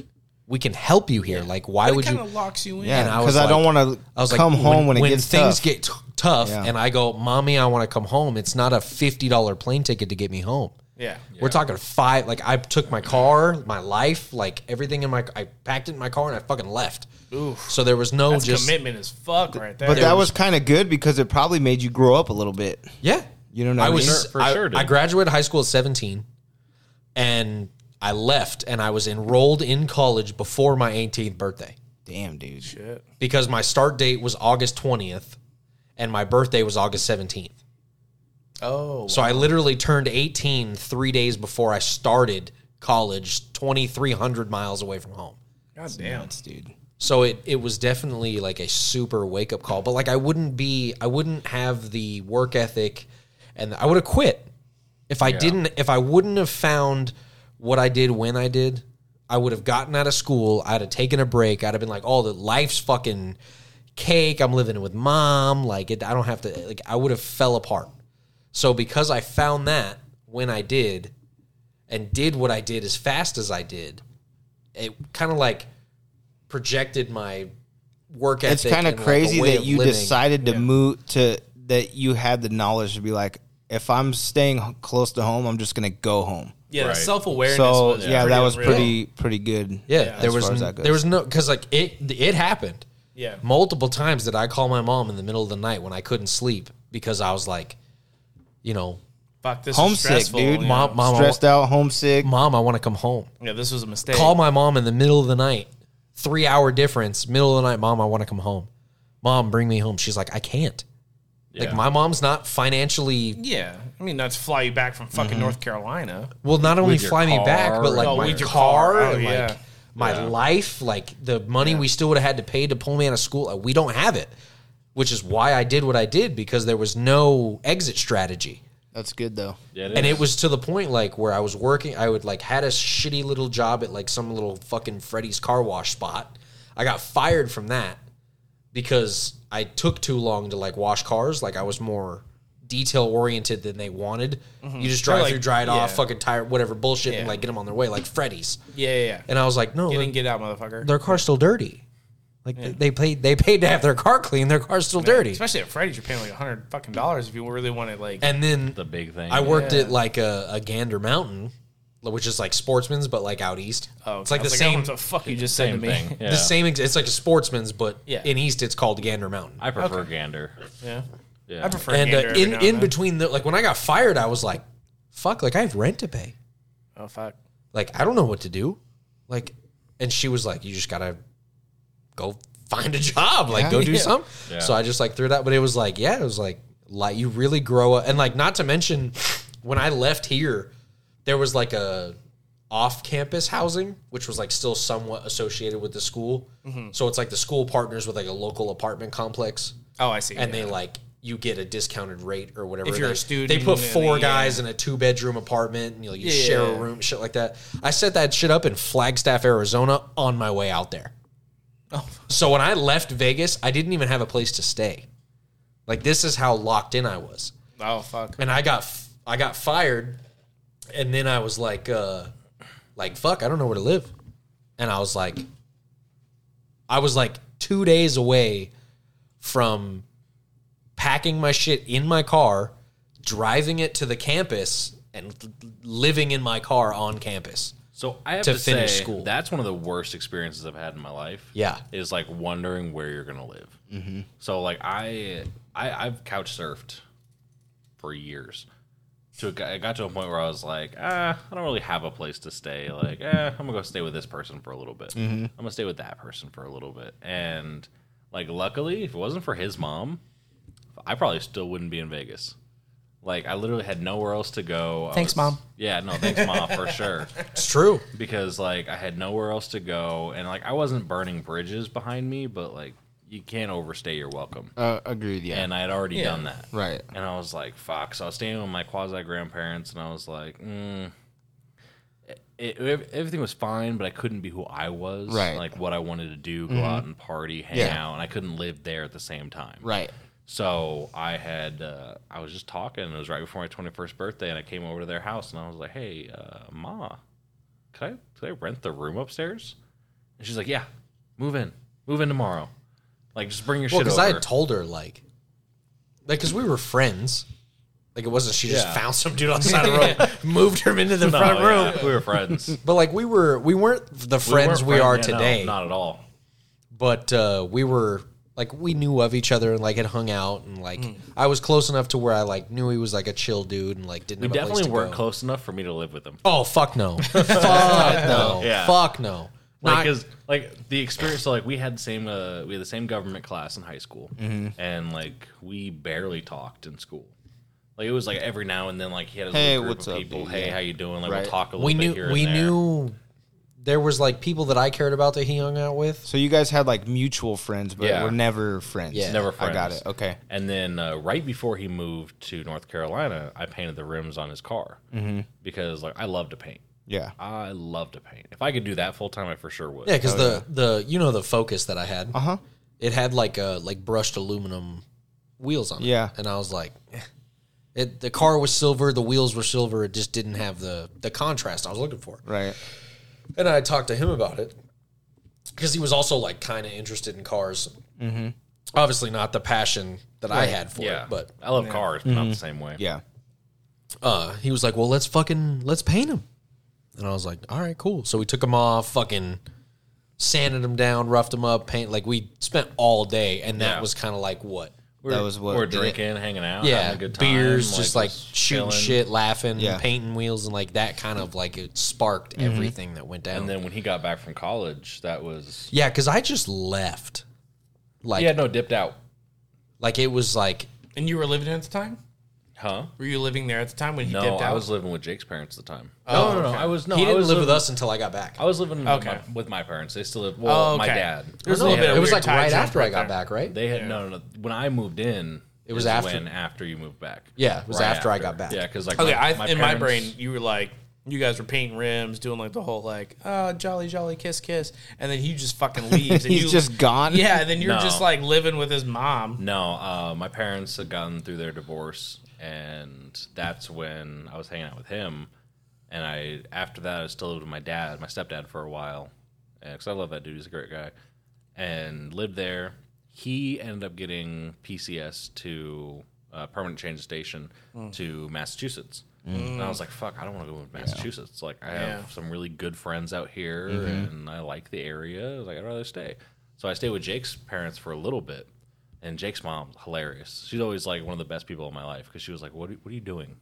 Speaker 2: we can help you here. Like, why
Speaker 3: But it
Speaker 2: would
Speaker 3: kind
Speaker 2: you?
Speaker 3: of locks you in.
Speaker 5: Yeah,
Speaker 2: And I
Speaker 5: because
Speaker 2: was
Speaker 5: I, don't
Speaker 2: like-
Speaker 5: want
Speaker 2: I was
Speaker 5: to
Speaker 2: like,
Speaker 5: come home when, it gets
Speaker 2: things
Speaker 5: tough.
Speaker 2: get t- tough,
Speaker 5: Yeah.
Speaker 2: and I go, "Mommy, I want to come home." It's not a fifty dollar plane ticket to get me home.
Speaker 3: Yeah.
Speaker 2: We're talking five. Like I took my car, my life, like everything in my. I packed it in my car and I fucking left. So there was no
Speaker 3: That's
Speaker 2: just
Speaker 3: commitment as fuck right there.
Speaker 5: but that was kind of good because it probably made you grow up a little bit.
Speaker 2: yeah.
Speaker 5: You know what I
Speaker 2: I was
Speaker 5: mean?
Speaker 1: Sure, for
Speaker 2: I,
Speaker 1: sure, dude.
Speaker 2: I graduated high school at seventeen, and I left, and I was enrolled in college before my eighteenth birthday.
Speaker 5: Damn, dude. Shit.
Speaker 2: because my start date was August 20th and my birthday was August 17th. Oh. So I literally turned 18 3 days before I started college 2300 miles away from home.
Speaker 3: God damn.
Speaker 5: dude.
Speaker 2: So it it was definitely like a super wake up call, but like I wouldn't be I wouldn't have the work ethic and I would have quit. If I didn't if I wouldn't have found what I did when I did, I would have gotten out of school, I'd have taken a break, I'd have been like, "Oh, the life's fucking cake. I'm living with mom. Like it, I don't have to like I would have fell apart." So because I found that when I did and did what I did as fast as I did, it kind of like projected my work ethic.
Speaker 5: It's kind of
Speaker 2: and, like, a
Speaker 5: crazy
Speaker 2: way
Speaker 5: that
Speaker 2: of
Speaker 5: you
Speaker 2: living.
Speaker 5: decided to move to that you had the knowledge to be like, if I'm staying h- close to home, I'm just gonna go home.
Speaker 3: Yeah,
Speaker 1: Right.
Speaker 3: self awareness.
Speaker 5: So
Speaker 3: was
Speaker 5: yeah, that was
Speaker 3: unreal.
Speaker 5: pretty pretty good.
Speaker 2: Yeah,
Speaker 5: as
Speaker 2: there
Speaker 5: far
Speaker 2: was
Speaker 5: as that goes.
Speaker 2: there was no because like it it happened.
Speaker 3: Yeah.
Speaker 2: multiple times did I call my mom in the middle of the night when I couldn't sleep because I was like, you know,
Speaker 3: Fuck this. is
Speaker 5: homesick,
Speaker 3: stressful,
Speaker 5: dude.
Speaker 3: yeah.
Speaker 2: mom, mom, I
Speaker 5: stressed
Speaker 2: wa-
Speaker 5: out, homesick.
Speaker 2: mom, I want to come home.
Speaker 3: Yeah, this was a mistake.
Speaker 2: Call my mom in the middle of the night, three hour difference, middle of the night. Mom, I want to come home. Mom, bring me home. She's like, I can't. Like my mom's not financially
Speaker 3: Yeah, I mean that's fly you back from
Speaker 2: Mm-hmm.
Speaker 3: fucking North Carolina.
Speaker 2: Well, not only
Speaker 1: your
Speaker 2: fly me back,
Speaker 1: car
Speaker 2: but like
Speaker 1: and-
Speaker 2: my
Speaker 1: Oh,
Speaker 3: with your
Speaker 2: car,
Speaker 3: car.
Speaker 2: and
Speaker 3: Oh,
Speaker 2: like
Speaker 3: yeah.
Speaker 2: my life, like the money we still would have had to pay to pull me out of school. Like, we don't have it, which is why I did what I did because there was no exit strategy.
Speaker 5: That's good though.
Speaker 1: Yeah,
Speaker 2: And
Speaker 1: is.
Speaker 2: it was to the point like where I was working, I would like had a shitty little job at like some little fucking Freddy's car wash spot. I got fired from that because I took too long to like wash cars. Like I was more detail oriented than they wanted. You just drive
Speaker 3: Mm-hmm. like-
Speaker 2: through, dry it off,
Speaker 3: yeah.
Speaker 2: fucking tire, whatever bullshit, and
Speaker 3: Yeah.
Speaker 2: like get them on their way, like Freddy's.
Speaker 3: Yeah, yeah, yeah.
Speaker 2: And I was like, no,
Speaker 3: Get in,
Speaker 2: their,
Speaker 3: get out, motherfucker.
Speaker 2: their car's still dirty. Like they, they paid, they paid to have their car clean. Their car's still dirty.
Speaker 3: Especially at Freddy's, you're paying like hundred fucking dollars if you really want it. Like,
Speaker 2: and then
Speaker 1: the big thing.
Speaker 2: I worked at like a, a Gander Mountain, which is like Sportsman's, but like out east.
Speaker 3: oh,
Speaker 2: it's like
Speaker 3: I
Speaker 2: the
Speaker 3: was
Speaker 2: same,
Speaker 3: What the fuck you just said to
Speaker 1: same
Speaker 3: me?
Speaker 1: thing. Yeah.
Speaker 2: the same. ex- It's like a Sportsman's, but
Speaker 3: Yeah.
Speaker 2: in east it's called Gander Mountain.
Speaker 1: I prefer gander.
Speaker 3: Yeah.
Speaker 1: Yeah.
Speaker 3: I prefer
Speaker 2: and
Speaker 3: gander
Speaker 2: uh,
Speaker 3: every
Speaker 2: in
Speaker 3: now and
Speaker 2: in
Speaker 3: then.
Speaker 2: between the like when I got fired, I was like, fuck, like I have rent to pay.
Speaker 3: Oh fuck.
Speaker 2: Like I don't know what to do. Like, and she was like, you just gotta go find a job, like go do something.
Speaker 1: Yeah.
Speaker 2: So I just like threw it out, but it was like, yeah, it was like like you really grow up, and like not to mention when I left here, there was like a off campus housing, which was like still somewhat associated with the school.
Speaker 1: Mm-hmm.
Speaker 2: So it's like the school partners with like a local apartment complex
Speaker 3: Oh, I see.
Speaker 2: and
Speaker 3: yeah.
Speaker 2: they like you get a discounted rate or whatever.
Speaker 3: If you're a
Speaker 2: They-
Speaker 3: student,
Speaker 2: they put
Speaker 3: and
Speaker 2: four
Speaker 3: the-
Speaker 2: guys in a two bedroom apartment, and you, know, you share a
Speaker 3: Yeah.
Speaker 2: room, shit like that. I set that shit up in Flagstaff, Arizona, on my way out there.
Speaker 3: Oh.
Speaker 2: So when I left Vegas, I didn't even have a place to stay. Like this is how locked in I was,
Speaker 3: Oh fuck.
Speaker 2: and I got f- I got fired, and then I was like, uh, like fuck, I don't know where to live, and I was like, I was like two days away from packing my shit in my car, driving it to the campus, and l- living in my car on campus.
Speaker 1: So I have
Speaker 2: To
Speaker 1: to,
Speaker 2: finish
Speaker 1: say,
Speaker 2: school.
Speaker 1: that's one of the worst experiences I've had in my life.
Speaker 2: Yeah. Mm-hmm.
Speaker 1: is like wondering where you're gonna live. So like I, I I've couch surfed for years. So it got- I got to a point where I was like, ah, I don't really have a place to stay. Like, eh, I'm gonna go stay with this person for a little bit.
Speaker 2: Mm-hmm.
Speaker 1: I'm gonna stay with that person for a little bit. And like, luckily, if it wasn't for his mom, I probably still wouldn't be in Vegas. Like, I literally had nowhere else to go. I
Speaker 3: Thanks,
Speaker 1: was-
Speaker 3: Mom.
Speaker 1: Yeah, no, thanks, mom, for sure
Speaker 2: It's true.
Speaker 1: because like I had nowhere else to go, and like I wasn't burning bridges behind me, but like you can't overstay your welcome,
Speaker 5: Uh, agreed. Yeah.
Speaker 1: and I had already done that.
Speaker 5: right.
Speaker 1: And I was like, "Fuck!" So I was staying with my quasi grandparents, and I was like, mm, it, it- "Everything was fine, but I couldn't be who I was,
Speaker 5: Right. Mm-hmm.
Speaker 1: Like what I wanted to do, go out and party, hang
Speaker 5: Yeah.
Speaker 1: out, and I couldn't live there at the same time,
Speaker 5: Right.
Speaker 1: so I had uh, I was just talking. It was right before my twenty first birthday, and I came over to their house, and I was like, "Hey, uh, Ma, could I could I rent the room upstairs?" And she's like, "Yeah, move in, move in tomorrow. Like, just bring your
Speaker 2: Well,
Speaker 1: shit
Speaker 2: because
Speaker 1: over."
Speaker 2: I had told her like, like because we were friends. Like it wasn't she just
Speaker 1: Yeah.
Speaker 2: found some dude on the side of the road, moved him into the
Speaker 1: No,
Speaker 2: front room.
Speaker 1: yeah, we were friends. We
Speaker 2: But like we were, we weren't the friends
Speaker 1: weren't
Speaker 2: we, are
Speaker 1: yeah, no,
Speaker 2: today.
Speaker 1: not at all.
Speaker 2: but uh, we were like we knew of each other and like had hung out and like
Speaker 1: Mm.
Speaker 2: I was close enough to where I like knew he was like a chill dude and like didn't
Speaker 1: We
Speaker 2: have a place
Speaker 1: definitely
Speaker 2: to
Speaker 1: weren't
Speaker 2: go.
Speaker 1: close enough for me to live with them.
Speaker 2: Oh fuck no, fuck no,
Speaker 1: Yeah.
Speaker 2: fuck no.
Speaker 1: Like,
Speaker 2: Not-
Speaker 1: 'cause, like the experience, so, like we had the same, uh, we had the same government class in high school, and like we barely talked in school. Like it was like every now and then, like he had his
Speaker 5: Hey,
Speaker 1: little group
Speaker 5: what's
Speaker 1: of
Speaker 5: up,
Speaker 1: people.
Speaker 5: dude?
Speaker 1: Hey,
Speaker 5: Yeah.
Speaker 1: how you doing? Like
Speaker 5: Right.
Speaker 1: we'll talk a little
Speaker 2: we
Speaker 1: bit
Speaker 2: knew
Speaker 1: here. and
Speaker 2: we
Speaker 1: there.
Speaker 2: knew there was like people that I cared about that he hung out with.
Speaker 5: So you guys had like mutual friends, but
Speaker 1: Yeah.
Speaker 5: we're never friends.
Speaker 2: Yeah.
Speaker 1: never
Speaker 5: I
Speaker 1: friends.
Speaker 5: got it. Okay.
Speaker 1: And then uh, right before he moved to North Carolina, I painted the rims on his car mm-hmm. because like I love to paint.
Speaker 5: Yeah.
Speaker 1: I love to paint. If I could do that full time, I for sure would.
Speaker 2: Oh, Yeah, because the the you know the Focus that I had, uh huh, it had like uh like brushed aluminum wheels on it.
Speaker 5: Yeah.
Speaker 2: and I was like, eh. it the car was silver, the wheels were silver, it just didn't have the the contrast I was looking for.
Speaker 5: Right.
Speaker 2: and I talked to him about it because he was also like kind of interested in cars. Mm-hmm. Obviously, not the passion that I had for
Speaker 1: yeah.
Speaker 2: it, but
Speaker 1: I love cars, but not the same way.
Speaker 5: Yeah.
Speaker 2: uh, he was like, "Well, let's fucking let's paint him," and I was like, "All right, cool." So we took him off, fucking sanded him down, roughed him up, paint. Like we spent all day, and that
Speaker 1: Yeah.
Speaker 2: was kind of like what,
Speaker 1: We're,
Speaker 5: That was what
Speaker 1: we're
Speaker 5: did it.
Speaker 1: drinking, hanging out,
Speaker 2: yeah,
Speaker 1: having a good time,
Speaker 2: beers, just like
Speaker 1: chilling.
Speaker 2: shooting shit, laughing,
Speaker 5: Yeah.
Speaker 2: painting wheels, and like that kind of like it sparked everything that went down.
Speaker 1: And then when he got back from college, that was
Speaker 2: yeah, because I just left. Like
Speaker 1: yeah, no, dipped out,
Speaker 2: Like it was like
Speaker 3: And you were living there at the time?
Speaker 1: huh?
Speaker 3: Were you living there at the time when he
Speaker 1: No,
Speaker 3: dipped out?
Speaker 1: I was living with Jake's parents at the time.
Speaker 3: Oh,
Speaker 1: no, no,
Speaker 3: okay.
Speaker 1: I was no,
Speaker 2: he
Speaker 1: I
Speaker 2: didn't
Speaker 1: was
Speaker 2: live
Speaker 1: living,
Speaker 2: with us until I got back.
Speaker 1: I was living
Speaker 3: Okay.
Speaker 1: with, my, with my parents. They still live. Well,
Speaker 3: Oh,
Speaker 1: my
Speaker 3: okay.
Speaker 1: dad.
Speaker 3: There's a
Speaker 1: They
Speaker 3: little
Speaker 1: had-
Speaker 3: bit
Speaker 2: it
Speaker 3: of
Speaker 2: was
Speaker 3: weird
Speaker 2: like
Speaker 3: time
Speaker 2: right
Speaker 3: jump
Speaker 2: after
Speaker 3: right
Speaker 2: I got
Speaker 3: there.
Speaker 2: back, right?
Speaker 1: They had no, no, no. When I moved in,
Speaker 2: It was
Speaker 1: is
Speaker 2: after.
Speaker 1: When after you moved back.
Speaker 2: Yeah, it was after I got back.
Speaker 1: Yeah, because like
Speaker 3: Okay,
Speaker 1: my-
Speaker 3: I,
Speaker 1: my
Speaker 3: in my
Speaker 1: parents-
Speaker 3: brain, you were like, you guys were painting rims, doing like the whole like, oh, jolly, jolly, kiss, kiss, and then he just fucking leaves. And
Speaker 5: He's
Speaker 3: you,
Speaker 5: just gone?
Speaker 3: Yeah, and then you're
Speaker 1: No.
Speaker 3: just like living with his mom.
Speaker 1: No, uh, my parents had gotten through their divorce, and that's when I was hanging out with him. And I after that, I still lived with my dad, my stepdad, for a while, because I love that dude. He's a great guy, and lived there. He ended up getting PCS to uh, permanent change of station to Massachusetts. And I was like, "Fuck, I don't want to go to Massachusetts. Like, I have some really good friends out here, and I like the area. I was like, I'd rather stay." So I stayed with Jake's parents for a little bit, and Jake's mom, hilarious. She's always like one of the best people in my life because she was like, "What are, what are you doing?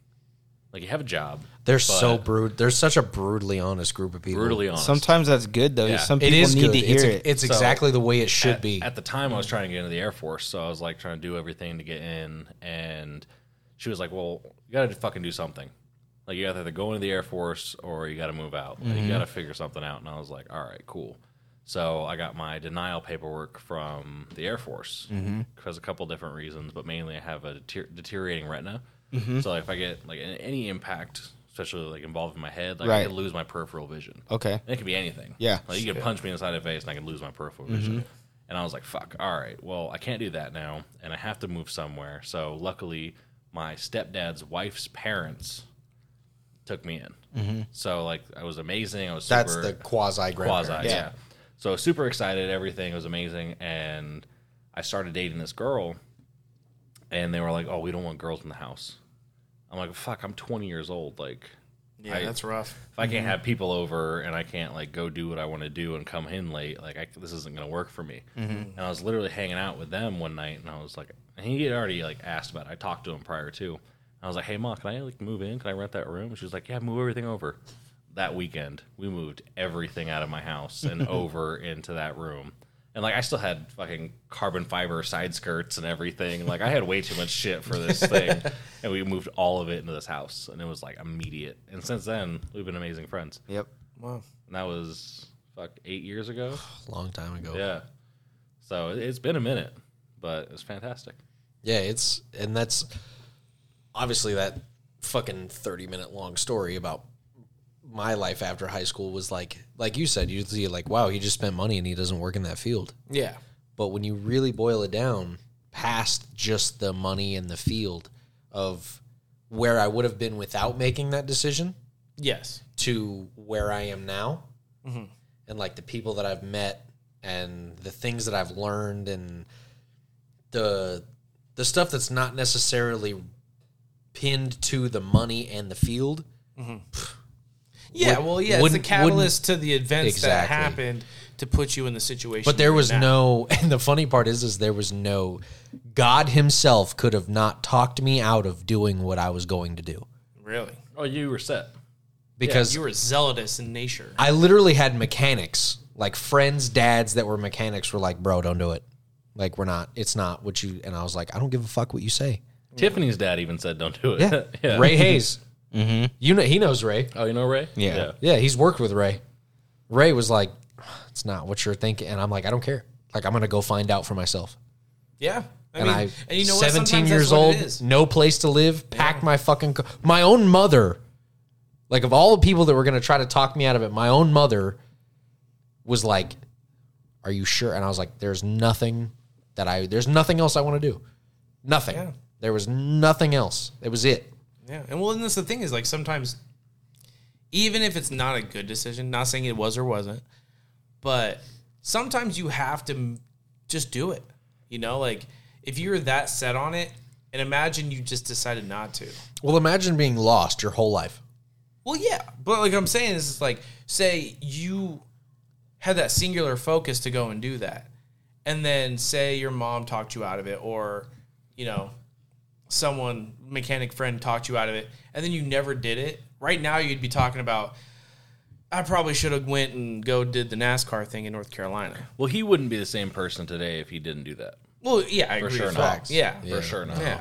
Speaker 1: Like, you have a job.
Speaker 2: They're so brute. They're such a brutally honest group of people.
Speaker 1: brutally honest."
Speaker 5: Sometimes that's good though. 'cause
Speaker 1: Yeah.
Speaker 5: Some
Speaker 2: It
Speaker 5: people
Speaker 2: is
Speaker 5: need
Speaker 2: good.
Speaker 5: to hear
Speaker 2: it's
Speaker 5: it.
Speaker 2: it's exactly the way it should
Speaker 1: at,
Speaker 2: be.
Speaker 1: At the time, I was trying to get into the Air Force, so I was like trying to do everything to get in. And she was like, "Well, you got to fucking do something. Like you got to either go into the Air Force or you got to move out. Like,
Speaker 2: Mm-hmm.
Speaker 1: You got to figure something out." And I was like, "All right, cool." So I got my denial paperwork from the Air Force
Speaker 2: Mm-hmm.
Speaker 1: because a couple different reasons, but mainly I have a deter- deteriorating retina.
Speaker 2: Mm-hmm.
Speaker 1: So like, if I get like an- any impact, especially like involving my head, like I
Speaker 5: Right.
Speaker 1: could lose my peripheral vision.
Speaker 5: Okay.
Speaker 1: And it could be anything.
Speaker 5: Yeah.
Speaker 1: Like you could punch me inside the face and I could lose my peripheral vision. And I was like, fuck, all right, well, I can't do that now. And I have to move somewhere. So luckily, my stepdad's wife's parents took me in. So, like, I was amazing. I was super
Speaker 2: That's the
Speaker 1: quasi.
Speaker 2: quasi grandparent.
Speaker 1: Yeah. So super excited. Everything was amazing, and I started dating this girl, and they were like, "Oh, we don't want girls in the house." I'm like, "Fuck, I'm 20 years old. Like,
Speaker 3: Yeah,
Speaker 1: I-
Speaker 3: that's rough.
Speaker 1: if I can't have people over and I can't like go do what I want to do and come in late, like I, this isn't gonna work for me. And I was literally hanging out with them one night, and I was like, and he had already like asked about. It. I talked to him prior to. I was like, hey ma, can I like move in? Can I rent that room? And she was like, yeah, move everything over. That weekend, we moved everything out of my house and over into that room. And like I still had fucking carbon fiber side skirts and everything. Like I had way too much shit for this thing. and we moved all of it into this house and it was like immediate. And since then, we've been amazing friends.
Speaker 5: Yep.
Speaker 1: And that was fuck 8 years ago.
Speaker 2: Long time ago.
Speaker 1: Yeah. So it- it's been a minute, but it's fantastic.
Speaker 2: Yeah, it's and that's obviously that fucking 30 minute long story about my life after high school was like like you said, you see like, wow, he just spent money and he doesn't work in that field.
Speaker 3: Yeah.
Speaker 2: But when you really boil it down past just the money and the field of where I would have been without making that decision
Speaker 3: Yes.
Speaker 2: to where I am now and like the people that I've met and the things that I've learned and the the stuff that's not necessarily pinned to the money and the field.
Speaker 3: Yeah, well, yeah, it's the
Speaker 2: wouldn't-
Speaker 3: catalyst to the events that
Speaker 2: Exactly.
Speaker 3: happened to put you in the situation.
Speaker 2: But there
Speaker 3: you're
Speaker 2: was
Speaker 3: in now.
Speaker 2: no and the funny part is is there was no God himself could have not talked me out of doing what I was going to do.
Speaker 3: really
Speaker 1: Oh, you were set.
Speaker 2: Because
Speaker 3: you were zealotous in nature.
Speaker 2: I literally had mechanics, like friends, dads that were mechanics were like, bro, don't do it. Like, we're not, it's not what you, and I was like, I don't give a fuck what you say.
Speaker 1: Tiffany's dad even said don't do it.
Speaker 2: Yeah. Ray Hayes. Mm-hmm. You know, he knows Ray.
Speaker 1: Oh, you know Ray?
Speaker 5: Yeah.
Speaker 2: Yeah. He's worked with Ray. Ray was like, it's not what you're thinking. And I'm like, I don't care. Like, I'm going to go find out for myself.
Speaker 3: Yeah, I
Speaker 2: and
Speaker 3: mean,
Speaker 2: I,
Speaker 3: and you know, what?
Speaker 2: 17
Speaker 3: Sometimes
Speaker 2: years
Speaker 3: that's what
Speaker 2: old,
Speaker 3: it is.
Speaker 2: no place to live, packed my fucking car. My own mother, like of all the people that were going to try to talk me out of it, my own mother was like, Are you sure? And I was like, There's nothing that I, there's nothing else I want to do. Nothing. There was nothing else. It was it.
Speaker 3: Yeah, and well, and that's the thing is like sometimes, even if it's not a good decision, not saying it was or wasn't, but sometimes you have to m- just do it. You know, like if you're that set on it, and imagine you just decided not to.
Speaker 2: Well, imagine being lost your whole life.
Speaker 3: Well, yeah, but like I'm saying is, it's like say you had that singular focus to go and do that, and then say your mom talked you out of it, or you know, someone mechanic friend talked you out of it, and then you never did it. Right now, you'd be talking about. I probably should have went and go did the NASCAR thing in North Carolina.
Speaker 1: Well, he wouldn't be the same person today if he didn't do that.
Speaker 3: Well, yeah, I agree.
Speaker 1: sure
Speaker 3: with
Speaker 1: not.
Speaker 3: that. Yeah,
Speaker 1: For sure not.
Speaker 3: Yeah.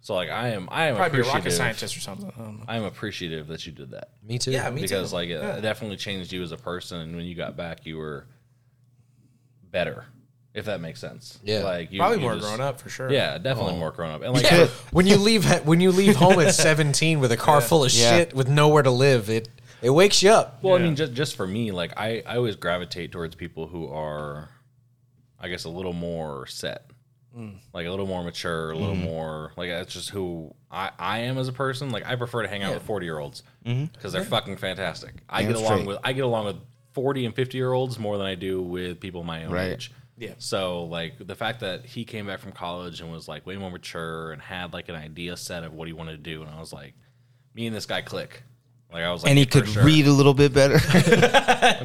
Speaker 1: So like I am I am
Speaker 3: probably be a rocket
Speaker 1: appreciative-
Speaker 3: scientist or something. I don't know.
Speaker 1: I'm appreciative that you did that.
Speaker 2: Me too.
Speaker 3: Yeah, me
Speaker 1: because
Speaker 3: too.
Speaker 1: like it, it definitely changed you as a person and when you got back you were better if that makes sense
Speaker 2: Yeah.
Speaker 1: like you,
Speaker 3: probably
Speaker 1: you
Speaker 3: more
Speaker 1: just-
Speaker 3: grown up for sure.
Speaker 1: yeah definitely more grown up and like
Speaker 2: Yeah. when you leave when you leave home at 17 with a car full of
Speaker 5: Yeah.
Speaker 2: shit with nowhere to live, it it wakes you up.
Speaker 1: well i mean just just for me like I, I always gravitate towards people who are i guess a little more set
Speaker 5: Mm.
Speaker 1: like a little more mature, a little
Speaker 5: Mm-hmm.
Speaker 1: more like that's just who I, I am as a person. Like I prefer to hang out with forty year olds because
Speaker 5: Mm-hmm.
Speaker 1: they're fucking fantastic. I get along
Speaker 5: straight.
Speaker 1: with I get along with forty and fifty year olds more than I do with people my own
Speaker 5: Right.
Speaker 1: age.
Speaker 3: Yeah.
Speaker 1: So like the fact that he came back from college and was like way more mature and had like an idea set of what he wanted to do, and I was like, me and this guy click. Like I was like,
Speaker 5: and he
Speaker 1: for
Speaker 5: could
Speaker 1: sure.
Speaker 5: read a little bit better.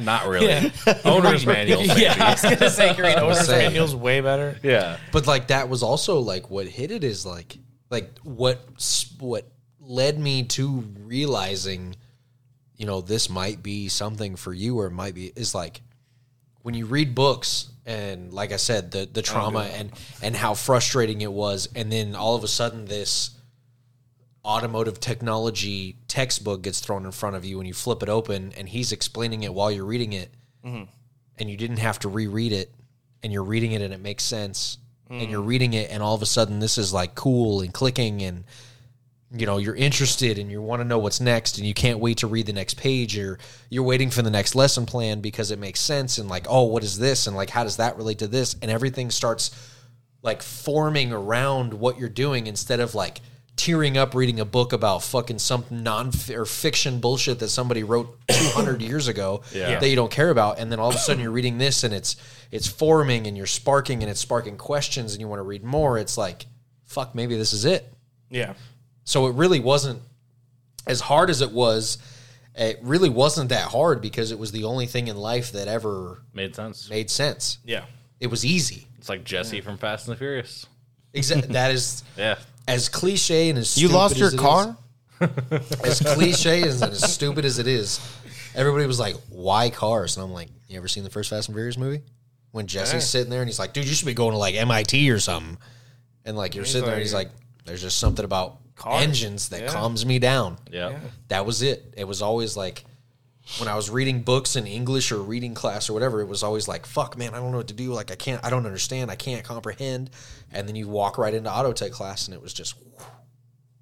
Speaker 1: Not really. Owner's manuals. maybe.
Speaker 3: yeah, I was gonna say Green Owner's
Speaker 2: Same.
Speaker 3: Manual's way better.
Speaker 1: Yeah.
Speaker 2: But like that was also like what hit it is like like what s- what led me to realizing you know this might be something for you or it might be is like when you read books and like I said the the trauma and and how frustrating it was and then all of a sudden this automotive technology textbook gets thrown in front of you and you flip it open and he's explaining it while you're reading it and you didn't have to reread it and you're reading it and it makes sense and you're reading it and all of a sudden this is like cool and clicking and you know you're interested and you want to know what's next and you can't wait to read the next page or you're waiting for the next lesson plan because it makes sense and like oh what is this and like how does that relate to this and everything starts like forming around what you're doing instead of like tearing up reading a book about fucking some non or fiction bullshit that somebody wrote 200 years ago
Speaker 1: Yeah.
Speaker 2: that you don't care about and then all of a sudden you're reading this and it's it's forming and you're sparking and it's sparking questions and you want to read more it's like fuck maybe this is it
Speaker 3: Yeah,
Speaker 2: so it really wasn't as hard as it was. It really wasn't that hard because it was the only thing in life that ever
Speaker 1: Made sense.
Speaker 2: made sense.
Speaker 3: yeah.
Speaker 2: It was easy.
Speaker 1: It's like Jesse from Fast and the Furious.
Speaker 2: Exa- that is
Speaker 1: Yeah.
Speaker 2: as cliche and as
Speaker 5: you
Speaker 2: stupid
Speaker 5: lost
Speaker 2: as
Speaker 5: your
Speaker 2: it is-
Speaker 5: car?
Speaker 2: As cliche as, and as stupid as it is, everybody was like, "Why cars?" And I'm like, "You ever seen the first Fast and Furious movie?" When Jesse's sitting there and he's like, "Dude, you should be going to like MIT or something," and like you're sitting there and he's like, "There's just something about
Speaker 3: Cars.
Speaker 2: engines that
Speaker 3: Yeah.
Speaker 2: calms me down."
Speaker 1: Yeah.
Speaker 2: that was it. It was always like when I was reading books in English or reading class or whatever, it was always like, fuck, man, I don't know what to do. Like, I can't, I don't understand. I can't comprehend. And then you walk right into auto tech class and it was just whew,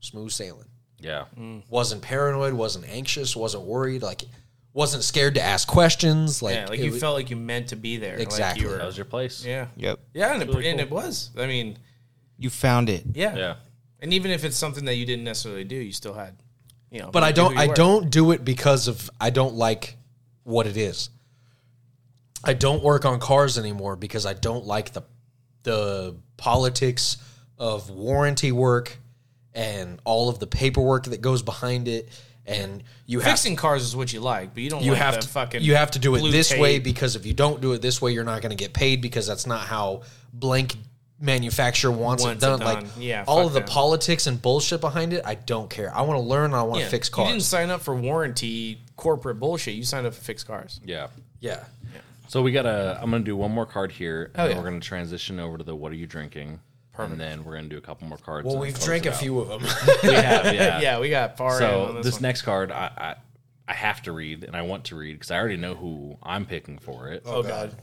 Speaker 2: smooth sailing.
Speaker 1: Yeah.
Speaker 2: Wasn't paranoid, wasn't anxious, wasn't worried, like, wasn't scared to ask questions. Like,
Speaker 3: Yeah, like
Speaker 2: it
Speaker 3: you
Speaker 2: wa-
Speaker 3: felt like you meant to be there. Like
Speaker 2: Exactly.
Speaker 3: you
Speaker 1: That
Speaker 3: were,
Speaker 1: was your place.
Speaker 3: yeah.
Speaker 5: Yep.
Speaker 3: Yeah, and, it, and it was. I mean,
Speaker 5: You found it.
Speaker 3: yeah.
Speaker 1: Yeah.
Speaker 3: And even if it's something that you didn't necessarily do, you still had, you know.
Speaker 2: But I
Speaker 3: you knew
Speaker 2: don't.
Speaker 3: who you
Speaker 2: I
Speaker 3: were.
Speaker 2: don't do it because of. I don't like what it is. I don't work on cars anymore because I don't like the the politics of warranty work and all of the paperwork that goes behind it. And you have
Speaker 3: Fixing cars is what you like, but you don't.
Speaker 2: you
Speaker 3: like
Speaker 2: have
Speaker 3: the
Speaker 2: to
Speaker 3: fucking.
Speaker 2: you have to do
Speaker 3: blue
Speaker 2: it this way
Speaker 3: tape.
Speaker 2: because if you don't do it this way, you're not going to get paid because that's not how blank manufacturer wants,
Speaker 3: Wants
Speaker 2: it
Speaker 3: it
Speaker 2: done. Like
Speaker 3: done. Yeah,
Speaker 2: all
Speaker 3: fuck
Speaker 2: of the
Speaker 3: them.
Speaker 2: politics and bullshit behind it, I don't care. I want to learn. and I want to
Speaker 3: Yeah.
Speaker 2: fix cars.
Speaker 3: You didn't sign up for warranty corporate bullshit. You signed up for fixed cars.
Speaker 1: Yeah.
Speaker 2: yeah.
Speaker 1: So we gotta. I'm gonna do one more card here, and
Speaker 3: Oh,
Speaker 1: then
Speaker 3: yeah.
Speaker 1: we're gonna transition over to the what are you drinking, and then we're gonna do a couple more cards.
Speaker 2: Well,
Speaker 1: and then
Speaker 2: we've
Speaker 1: close
Speaker 2: drank
Speaker 1: it
Speaker 2: a
Speaker 1: out.
Speaker 2: few of them.
Speaker 1: We have, yeah.
Speaker 3: Yeah, we got far. in
Speaker 1: So
Speaker 3: on
Speaker 1: this,
Speaker 3: this, one.
Speaker 1: next card, I, I I have to read, and I want to read because I already know who I'm picking for it.
Speaker 3: oh god,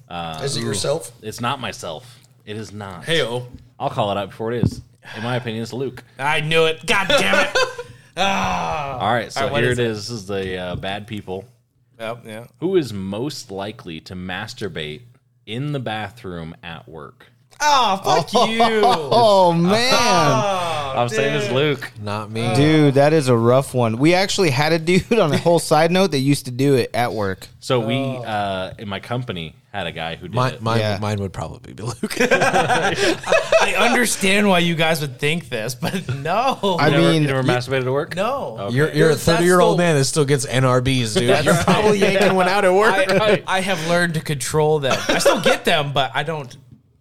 Speaker 2: Is it yourself?
Speaker 1: It's not myself. It is not.
Speaker 2: Heyo.
Speaker 1: I'll call it out before it is. In my opinion, it's Luke.
Speaker 3: I knew it. God damn it.
Speaker 1: All right, so
Speaker 3: All right, what
Speaker 1: here
Speaker 3: is
Speaker 1: it is. This is the uh, bad people.
Speaker 3: oh, yeah.
Speaker 1: Who is most likely to masturbate in the bathroom at work?
Speaker 3: Oh fuck you. Ah.
Speaker 5: Oh man.
Speaker 1: I'm saying it's Luke.
Speaker 2: Not me.
Speaker 5: Dude, that is a rough one. We actually had a dude on a whole side note that used to do it at work.
Speaker 1: So we
Speaker 3: Oh.
Speaker 1: uh, in my company had a guy who did
Speaker 2: mine,
Speaker 1: it.
Speaker 2: mine,
Speaker 5: Yeah.
Speaker 2: mine would probably be Luke.
Speaker 3: I understand why you guys would think this, but no,
Speaker 5: I
Speaker 1: You never,
Speaker 5: mean,
Speaker 1: you never masturbated at work?
Speaker 3: no.
Speaker 2: You're, you're a
Speaker 3: That's the-
Speaker 2: 30 year old man that still gets NRBs, dude. You're probably yanking one out at work.
Speaker 3: I, I have learned to control them. I still get them, but I don't.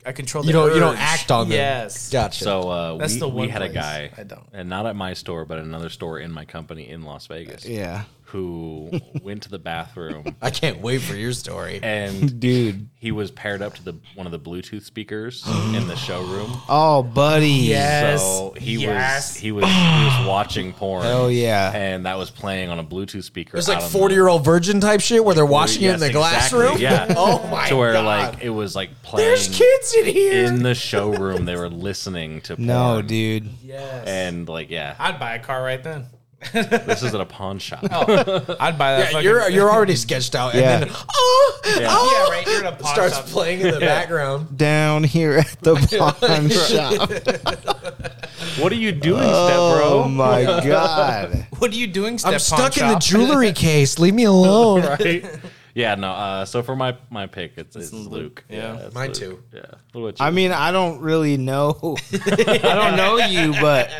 Speaker 3: I control. The
Speaker 2: you don't you don't
Speaker 3: urge.
Speaker 2: act on them.
Speaker 3: Yes.
Speaker 2: Gotcha.
Speaker 1: So uh,
Speaker 3: That's
Speaker 1: we,
Speaker 3: the
Speaker 1: we
Speaker 3: one
Speaker 1: had a
Speaker 3: place
Speaker 1: guy,
Speaker 3: I don't.
Speaker 1: and not at my store, but at another store in my company in Las Vegas,
Speaker 5: yeah.
Speaker 1: who went to the bathroom
Speaker 2: I can't wait for your story.
Speaker 1: and
Speaker 5: Dude.
Speaker 1: he was paired up to the one of the Bluetooth speakers in the showroom.
Speaker 5: Oh, buddy. Yeah.
Speaker 3: Yes.
Speaker 1: So he
Speaker 3: Yes.
Speaker 1: was he was he was watching porn.
Speaker 5: Hell yeah.
Speaker 1: And that was playing on a Bluetooth speaker.
Speaker 2: It's
Speaker 1: out
Speaker 2: like
Speaker 1: on
Speaker 2: 40
Speaker 1: the-
Speaker 2: year old virgin type shit where they're watching it in
Speaker 1: Yes,
Speaker 2: the glass
Speaker 1: exactly,
Speaker 2: room.
Speaker 1: Yeah.
Speaker 2: Oh my
Speaker 1: to where
Speaker 2: god.
Speaker 1: like it was like playing
Speaker 2: There's kids in here.
Speaker 1: in the showroom. They were listening to porn.
Speaker 5: No, dude.
Speaker 3: Yes.
Speaker 1: And like yeah.
Speaker 3: I'd buy a car right then.
Speaker 1: This isn't a pawn shop.
Speaker 3: I'd buy that.
Speaker 2: Yeah,
Speaker 3: fucking-
Speaker 2: you're you're already sketched out, and
Speaker 5: Yeah.
Speaker 2: then oh, oh,
Speaker 3: Yeah, right. You're in a pawn
Speaker 2: starts
Speaker 3: shop.
Speaker 2: playing in the background.
Speaker 5: Down here at the pawn shop.
Speaker 1: What are you doing,
Speaker 5: Oh
Speaker 1: step
Speaker 5: my god.
Speaker 3: What are you doing? Step
Speaker 2: I'm stuck in the
Speaker 3: shop?
Speaker 2: jewelry case. Leave me alone.
Speaker 1: bro? Right? Yeah, no. Uh, so for my my pick, it's, it's Luke.
Speaker 3: Yeah.
Speaker 1: it's
Speaker 2: Mine
Speaker 1: Luke.
Speaker 2: too.
Speaker 1: Yeah. What about you?
Speaker 5: I mean, I don't really know. I don't know you, but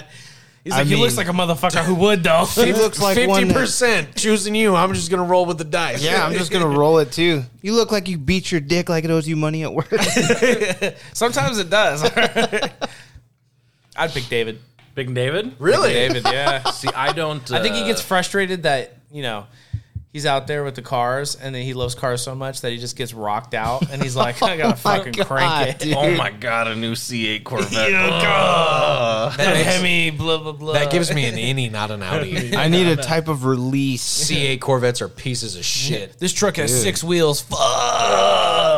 Speaker 3: He's
Speaker 5: I
Speaker 3: like, he looks
Speaker 5: mean-
Speaker 3: like a motherfucker who would though.
Speaker 5: he looks like one.
Speaker 2: Fifty
Speaker 5: that-
Speaker 2: percent choosing you. I'm just gonna roll with the dice.
Speaker 5: Yeah, I'm just gonna roll it too. You look like you beat your dick like it owes you money at work.
Speaker 3: Sometimes it does. I'd pick David.
Speaker 1: Big David.
Speaker 2: really.
Speaker 3: David, yeah.
Speaker 1: See, I don't. Uh,
Speaker 3: I think he gets frustrated that you know he's out there with the cars, and then he loves cars so much that he just gets rocked out, and he's like, I gotta fucking crank it.
Speaker 5: dude.
Speaker 1: Oh my god, a new C8 Corvette.
Speaker 3: That
Speaker 2: makes-
Speaker 3: Hemi, blah blah blah.
Speaker 2: That gives me an innie, not an outie.
Speaker 5: I need a type of release.
Speaker 2: C8 Corvettes are pieces of shit.
Speaker 3: this truck has six wheels. Fuck.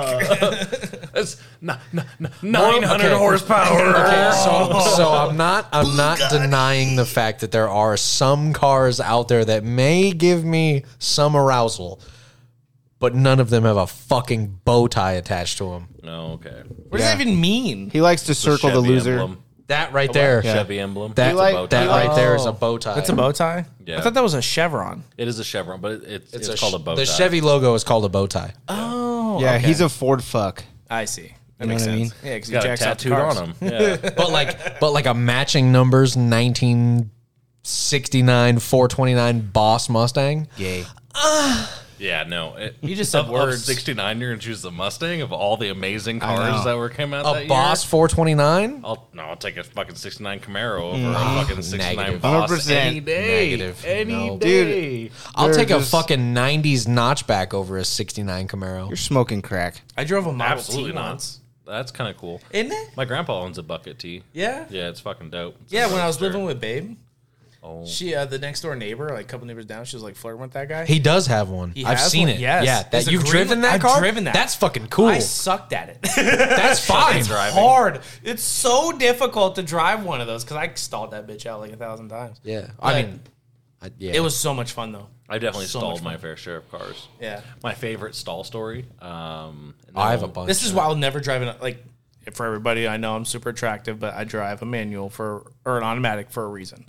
Speaker 1: That's n- n- n- 900
Speaker 2: okay.
Speaker 1: horsepower.
Speaker 2: Okay, so, so I'm not I'm not denying the fact that there are some cars out there that may give me some arousal, but none of them have a fucking bow tie attached to them.
Speaker 1: No, okay.
Speaker 3: What does that even mean?
Speaker 5: He likes to circle the
Speaker 1: Chevy
Speaker 5: loser.
Speaker 1: Emblem.
Speaker 2: That right there,
Speaker 1: Chevy emblem.
Speaker 2: that
Speaker 1: It's a bow tie.
Speaker 2: that right there is a bow tie.
Speaker 3: That's a bow tie.
Speaker 1: Yeah.
Speaker 3: I thought that was a Chevron.
Speaker 1: It is a Chevron, but it, it's, it's,
Speaker 2: It's a-
Speaker 1: called a bow tie.
Speaker 2: The Chevy logo is called a bow tie.
Speaker 5: yeah, he's a Ford fuck.
Speaker 3: I see.
Speaker 5: You know
Speaker 3: That makes
Speaker 5: what I
Speaker 3: sense.
Speaker 5: mean?
Speaker 3: Yeah, because
Speaker 1: He's got it tattooed on him. Yeah.
Speaker 2: but like but like a matching numbers 1969 429 Boss Mustang.
Speaker 5: Gay.
Speaker 1: yeah, no. It,
Speaker 3: You just said
Speaker 1: of,
Speaker 3: words.
Speaker 1: Of 69, you're going to choose the Mustang of all the amazing
Speaker 5: know.
Speaker 1: cars that were came out
Speaker 2: A
Speaker 3: Uh,
Speaker 1: that
Speaker 2: Boss
Speaker 1: year?
Speaker 2: 429?
Speaker 1: I'll, no, I'll take a fucking 69 Camaro over a fucking 69
Speaker 2: Negative.
Speaker 1: Boss
Speaker 5: 100%.
Speaker 1: any day.
Speaker 2: Negative.
Speaker 1: Any
Speaker 2: No.
Speaker 1: day.
Speaker 2: I'll
Speaker 5: They're
Speaker 2: take
Speaker 5: just-
Speaker 2: a fucking '90s notchback over a '69 Camaro.
Speaker 5: You're smoking crack.
Speaker 3: I drove a Model
Speaker 1: Absolutely
Speaker 3: T
Speaker 1: not.
Speaker 3: once.
Speaker 1: That's kind of cool.
Speaker 3: Isn't it?
Speaker 1: My grandpa owns a bucket tee.
Speaker 3: Yeah.
Speaker 1: Yeah, it's fucking dope. It's a
Speaker 3: Yeah, when I was
Speaker 1: roadster.
Speaker 3: living with Babe,
Speaker 1: Oh.
Speaker 3: she uh, the next door neighbor, like a couple neighbors down, she was like flirting with that guy.
Speaker 2: He does have one.
Speaker 3: He
Speaker 2: I've
Speaker 3: has
Speaker 2: seen
Speaker 3: one?
Speaker 2: it.
Speaker 3: Yes.
Speaker 2: Yeah,
Speaker 3: It's
Speaker 2: that
Speaker 3: a
Speaker 2: you've
Speaker 3: green-
Speaker 2: driven that
Speaker 3: I've
Speaker 2: car.
Speaker 3: driven that.
Speaker 2: That's fucking cool.
Speaker 3: I sucked at it.
Speaker 2: That's fine.
Speaker 1: It's driving.
Speaker 3: Hard. It's so difficult to drive one of those because I stalled that bitch out like a thousand times.
Speaker 2: Yeah, I
Speaker 3: But
Speaker 2: mean, I, yeah.
Speaker 3: it was so much fun though.
Speaker 1: I definitely
Speaker 3: So much
Speaker 1: stalled
Speaker 3: fun.
Speaker 1: my fair share of cars.
Speaker 3: Yeah.
Speaker 1: My favorite stall story. Um, and
Speaker 2: I have a
Speaker 1: then-
Speaker 2: bunch.
Speaker 3: This is why I'll never drive an like for everybody. I know I'm super attractive, but I drive a manual for or an automatic for a reason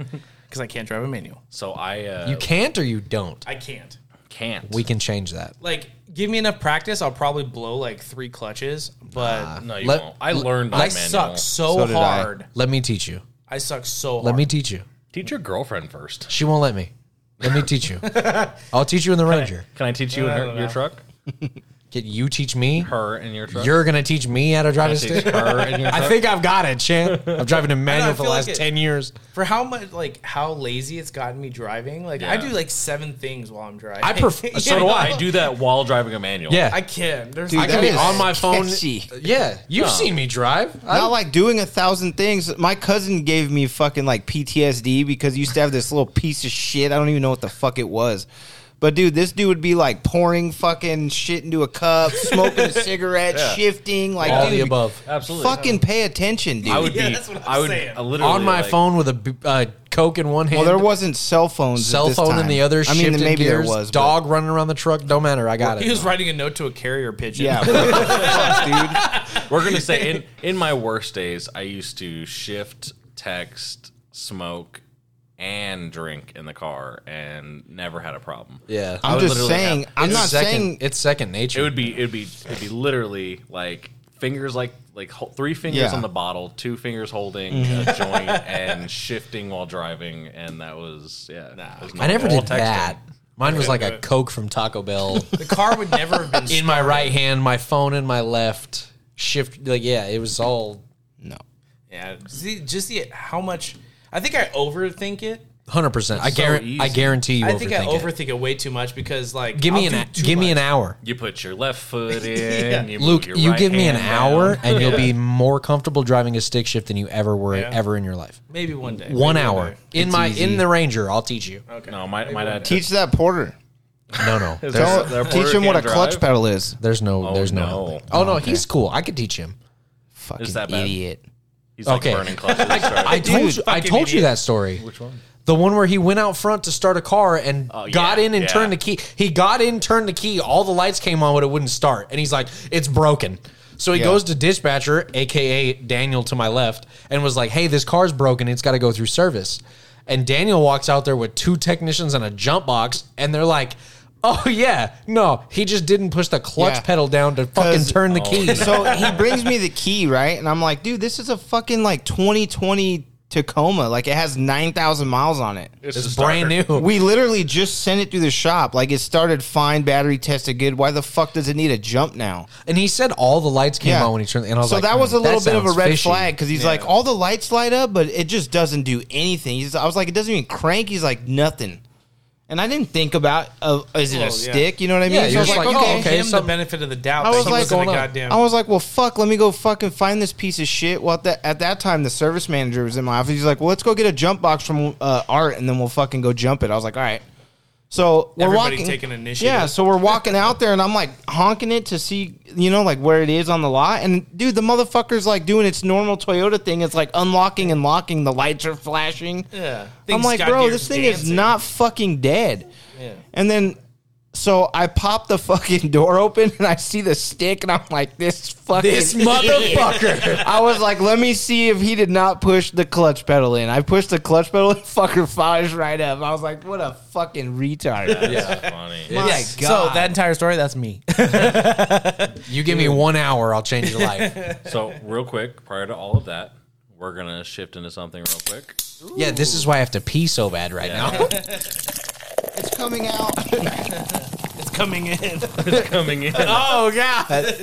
Speaker 3: because I can't drive a manual.
Speaker 1: So I uh,
Speaker 2: you can't or you don't.
Speaker 3: I can't.
Speaker 1: can't.
Speaker 2: We can change that.
Speaker 3: Like, give me enough practice, I'll probably blow like three clutches, but
Speaker 1: no, you
Speaker 2: Let-
Speaker 1: won't. I learned my
Speaker 3: I
Speaker 1: Ah, manual.
Speaker 3: suck so,
Speaker 5: So did I.
Speaker 3: hard.
Speaker 2: Let me teach you.
Speaker 3: I. suck so hard.
Speaker 2: Let me teach you.
Speaker 1: Teach your girlfriend first.
Speaker 2: She won't let me. Let me teach you. I'll teach you in the Ranger.
Speaker 1: Can I teach you in her, your truck?
Speaker 2: Can you teach me?
Speaker 1: Her in your truck.
Speaker 2: You're gonna teach me how to drive a
Speaker 1: Can I teach
Speaker 2: stick.
Speaker 1: her in your truck.
Speaker 2: I think I've got it, champ. I'm driving a manual for the
Speaker 3: feel
Speaker 2: last
Speaker 3: like it-
Speaker 2: ten years.
Speaker 3: for how much like how lazy it's gotten me driving. Like I
Speaker 1: Yeah.
Speaker 3: do like seven things while I'm driving.
Speaker 2: I pref-
Speaker 3: You
Speaker 2: so do
Speaker 3: know?
Speaker 1: I do that while driving a manual.
Speaker 2: Yeah,
Speaker 3: I can. There's
Speaker 5: Dude,
Speaker 3: I
Speaker 2: I can
Speaker 5: that
Speaker 2: be
Speaker 5: is
Speaker 2: on my phone.
Speaker 5: sketchy.
Speaker 2: Yeah, you've
Speaker 1: No.
Speaker 2: seen me drive. I-
Speaker 5: Not like doing a thousand things. My cousin gave me fucking like PTSD because he used to have this little piece of shit. I don't even know what the fuck it was. But dude, this dude would be like pouring fucking shit into a cup, smoking a cigarette, shifting, like
Speaker 2: all
Speaker 5: dude,
Speaker 2: the above.
Speaker 1: absolutely.
Speaker 5: Fucking pay attention, dude.
Speaker 1: I would
Speaker 3: Yeah,
Speaker 1: be.
Speaker 3: that's what I'm
Speaker 1: I would
Speaker 3: saying.
Speaker 1: uh, literally
Speaker 2: On my
Speaker 1: like,
Speaker 2: phone with a b- uh, coke in one hand.
Speaker 5: well, there wasn't cell phones. at
Speaker 2: cell
Speaker 5: this
Speaker 2: phone in
Speaker 5: time.
Speaker 2: the other.
Speaker 5: I mean,
Speaker 2: shifting
Speaker 5: maybe
Speaker 2: gears,
Speaker 5: there was but-
Speaker 2: dog running around the truck. Don't matter. I got
Speaker 3: he
Speaker 2: it.
Speaker 3: was writing a note to a carrier pigeon.
Speaker 5: Yeah, what the fuck, dude.
Speaker 1: We're gonna say in in my worst days, I used to shift, text, smoke, and drink in the car, and never had a problem.
Speaker 2: Yeah,
Speaker 1: I
Speaker 5: I'm
Speaker 1: would
Speaker 5: just
Speaker 1: literally have-
Speaker 5: saying. I'm
Speaker 2: It's
Speaker 5: not
Speaker 2: second,
Speaker 5: saying
Speaker 2: it's second nature.
Speaker 1: It would be it'd be it'd be literally like fingers like like hol- three fingers
Speaker 5: Yeah.
Speaker 1: on the bottle, two fingers holding a
Speaker 2: Mm-hmm.
Speaker 1: joint and shifting while driving, and that was yeah. it was
Speaker 2: I never
Speaker 1: all
Speaker 2: did
Speaker 1: texting.
Speaker 2: that. Mine was like a coke from Taco Bell
Speaker 3: The car would never have been
Speaker 2: in my right hand, my phone in my left. Shift like yeah, it was all
Speaker 5: no.
Speaker 3: Yeah. See, just the how much I think I overthink it.
Speaker 2: hundred percent. I
Speaker 1: so
Speaker 2: guarantee. I
Speaker 1: easy.
Speaker 2: guarantee you.
Speaker 3: I think I
Speaker 2: overthink it.
Speaker 3: overthink it. way too much because like
Speaker 2: Give me
Speaker 3: I'll
Speaker 2: an
Speaker 3: do too
Speaker 2: give me an
Speaker 3: much.
Speaker 2: hour.
Speaker 1: You put your left foot in.
Speaker 3: Yeah.
Speaker 1: you move
Speaker 2: Luke,
Speaker 1: your
Speaker 2: you
Speaker 1: right
Speaker 2: give me an
Speaker 1: hand
Speaker 2: hour
Speaker 1: down.
Speaker 2: and you'll be more comfortable driving a stick shift than you ever were ever in your life.
Speaker 3: maybe one day
Speaker 2: One
Speaker 3: Maybe
Speaker 2: hour
Speaker 3: day.
Speaker 2: in my in the Ranger, I'll teach you.
Speaker 3: Okay.
Speaker 1: No, my my dad.
Speaker 5: Teach that porter.
Speaker 2: No, no,
Speaker 1: their-
Speaker 5: Tell,
Speaker 1: their
Speaker 5: teach
Speaker 1: porter
Speaker 5: him what a
Speaker 1: can't
Speaker 5: clutch
Speaker 1: drive.
Speaker 5: pedal is.
Speaker 2: there's no, there's no.
Speaker 1: no.
Speaker 2: helping. Oh no, he's cool. I could teach him.
Speaker 5: Fucking
Speaker 1: that bad?
Speaker 5: idiot.
Speaker 1: He's like
Speaker 2: Okay.
Speaker 1: burning clutches. right?
Speaker 2: I told you, I
Speaker 3: fucking
Speaker 2: told you
Speaker 3: idiot.
Speaker 2: that story.
Speaker 1: Which one?
Speaker 2: The one where he went out front to start a car and
Speaker 6: yeah,
Speaker 2: got in and
Speaker 6: yeah.
Speaker 2: turned the key. He got in, turned the key. All the lights came on, but it wouldn't start. And he's like, "It's broken." So he
Speaker 5: Yeah.
Speaker 2: goes to dispatcher, aka Daniel, to my left, and was like, "Hey, this car's broken. It's got to go through service." And Daniel walks out there with two technicians and a jump box, and they're like, "Oh yeah, no, he just didn't push the clutch
Speaker 5: Yeah.
Speaker 2: pedal down to fucking
Speaker 5: 'Cause-
Speaker 2: turn the key."
Speaker 5: So he brings me the key, right? And I'm like, dude, this is a fucking like 2020 Tacoma. Like it has 9,000 miles on it.
Speaker 6: It's,
Speaker 2: It's brand new.
Speaker 5: We literally just sent it through the shop. Like it started fine, battery tested good. Why the fuck does it need a jump now?
Speaker 2: And he said all the lights came on when he turned. And I was
Speaker 5: so
Speaker 2: like,
Speaker 5: that was a
Speaker 2: "Hmm,
Speaker 5: little bit of a
Speaker 2: sounds
Speaker 5: red
Speaker 2: fishy."
Speaker 5: flag because he's like, all the lights light up, but it just doesn't do anything. He's, I was like, it doesn't even crank. He's like, nothing. And I didn't think about, uh, is it a
Speaker 3: yeah.
Speaker 5: stick? You know what I mean?
Speaker 2: Yeah,
Speaker 5: So
Speaker 2: you're
Speaker 5: I was
Speaker 2: just
Speaker 5: like,
Speaker 2: like,
Speaker 3: Give
Speaker 2: oh, okay,
Speaker 3: him
Speaker 2: some-
Speaker 3: the benefit of the doubt.
Speaker 5: I
Speaker 3: that
Speaker 5: was
Speaker 3: he
Speaker 5: like,
Speaker 3: wasn't a
Speaker 2: going on?
Speaker 3: goddamn-
Speaker 5: I was like, well, fuck, let me go fucking find this piece of shit. Well, at, the, at that time, the service manager was in my office. He's like, well, let's go get a jump box from uh, Art and then we'll fucking go jump it. I was like, all right. So we're
Speaker 3: Everybody
Speaker 5: walking.
Speaker 3: taking initiative.
Speaker 5: Yeah, so we're walking out there and I'm like honking it to see, you know, like where it is on the lot. And dude, the motherfucker's like doing its normal Toyota thing. It's like unlocking and locking. The lights are flashing.
Speaker 3: yeah.
Speaker 5: I'm
Speaker 3: Things
Speaker 5: like,
Speaker 3: got
Speaker 5: bro,
Speaker 3: here
Speaker 5: this thing is
Speaker 3: dancing.
Speaker 5: not fucking dead.
Speaker 3: Yeah.
Speaker 5: And then, so I pop the fucking door open and I see the stick and I'm like, this fucking
Speaker 2: This motherfucker.
Speaker 5: I was like, let me see if he did not push the clutch pedal in. I pushed the clutch pedal and fucker fires right up. I was like, what a fucking retard.
Speaker 1: That's funny.
Speaker 5: My God.
Speaker 3: So that entire story, that's me.
Speaker 2: you give me one hour, I'll change your life.
Speaker 1: So, real quick, prior to all of that, we're going to shift into something real quick.
Speaker 2: yeah, this is why I have to pee so bad right now.
Speaker 5: it's coming out.
Speaker 3: it's coming in.
Speaker 1: Coming in.
Speaker 5: Oh, God.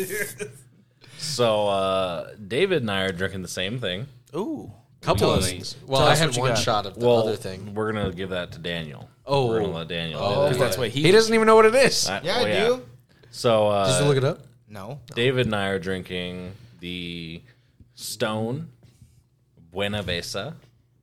Speaker 1: So, uh, David and I are drinking the same thing.
Speaker 3: Ooh.
Speaker 2: Couple of
Speaker 1: Tell
Speaker 2: things.
Speaker 1: me.
Speaker 2: Well,
Speaker 3: Tell
Speaker 2: I
Speaker 3: us
Speaker 2: had
Speaker 3: what you
Speaker 2: one
Speaker 3: got.
Speaker 2: shot of the
Speaker 1: Well,
Speaker 2: other thing.
Speaker 1: we're going to give that to Daniel.
Speaker 2: Oh.
Speaker 1: We're going to let Daniel do that.
Speaker 3: That's what he.
Speaker 2: He doesn't even know what it is.
Speaker 1: That-
Speaker 5: Yeah,
Speaker 1: well,
Speaker 5: I do.
Speaker 1: So, uh,
Speaker 2: Just look it up.
Speaker 5: No.
Speaker 1: David and I are drinking the Stone Buena Vesa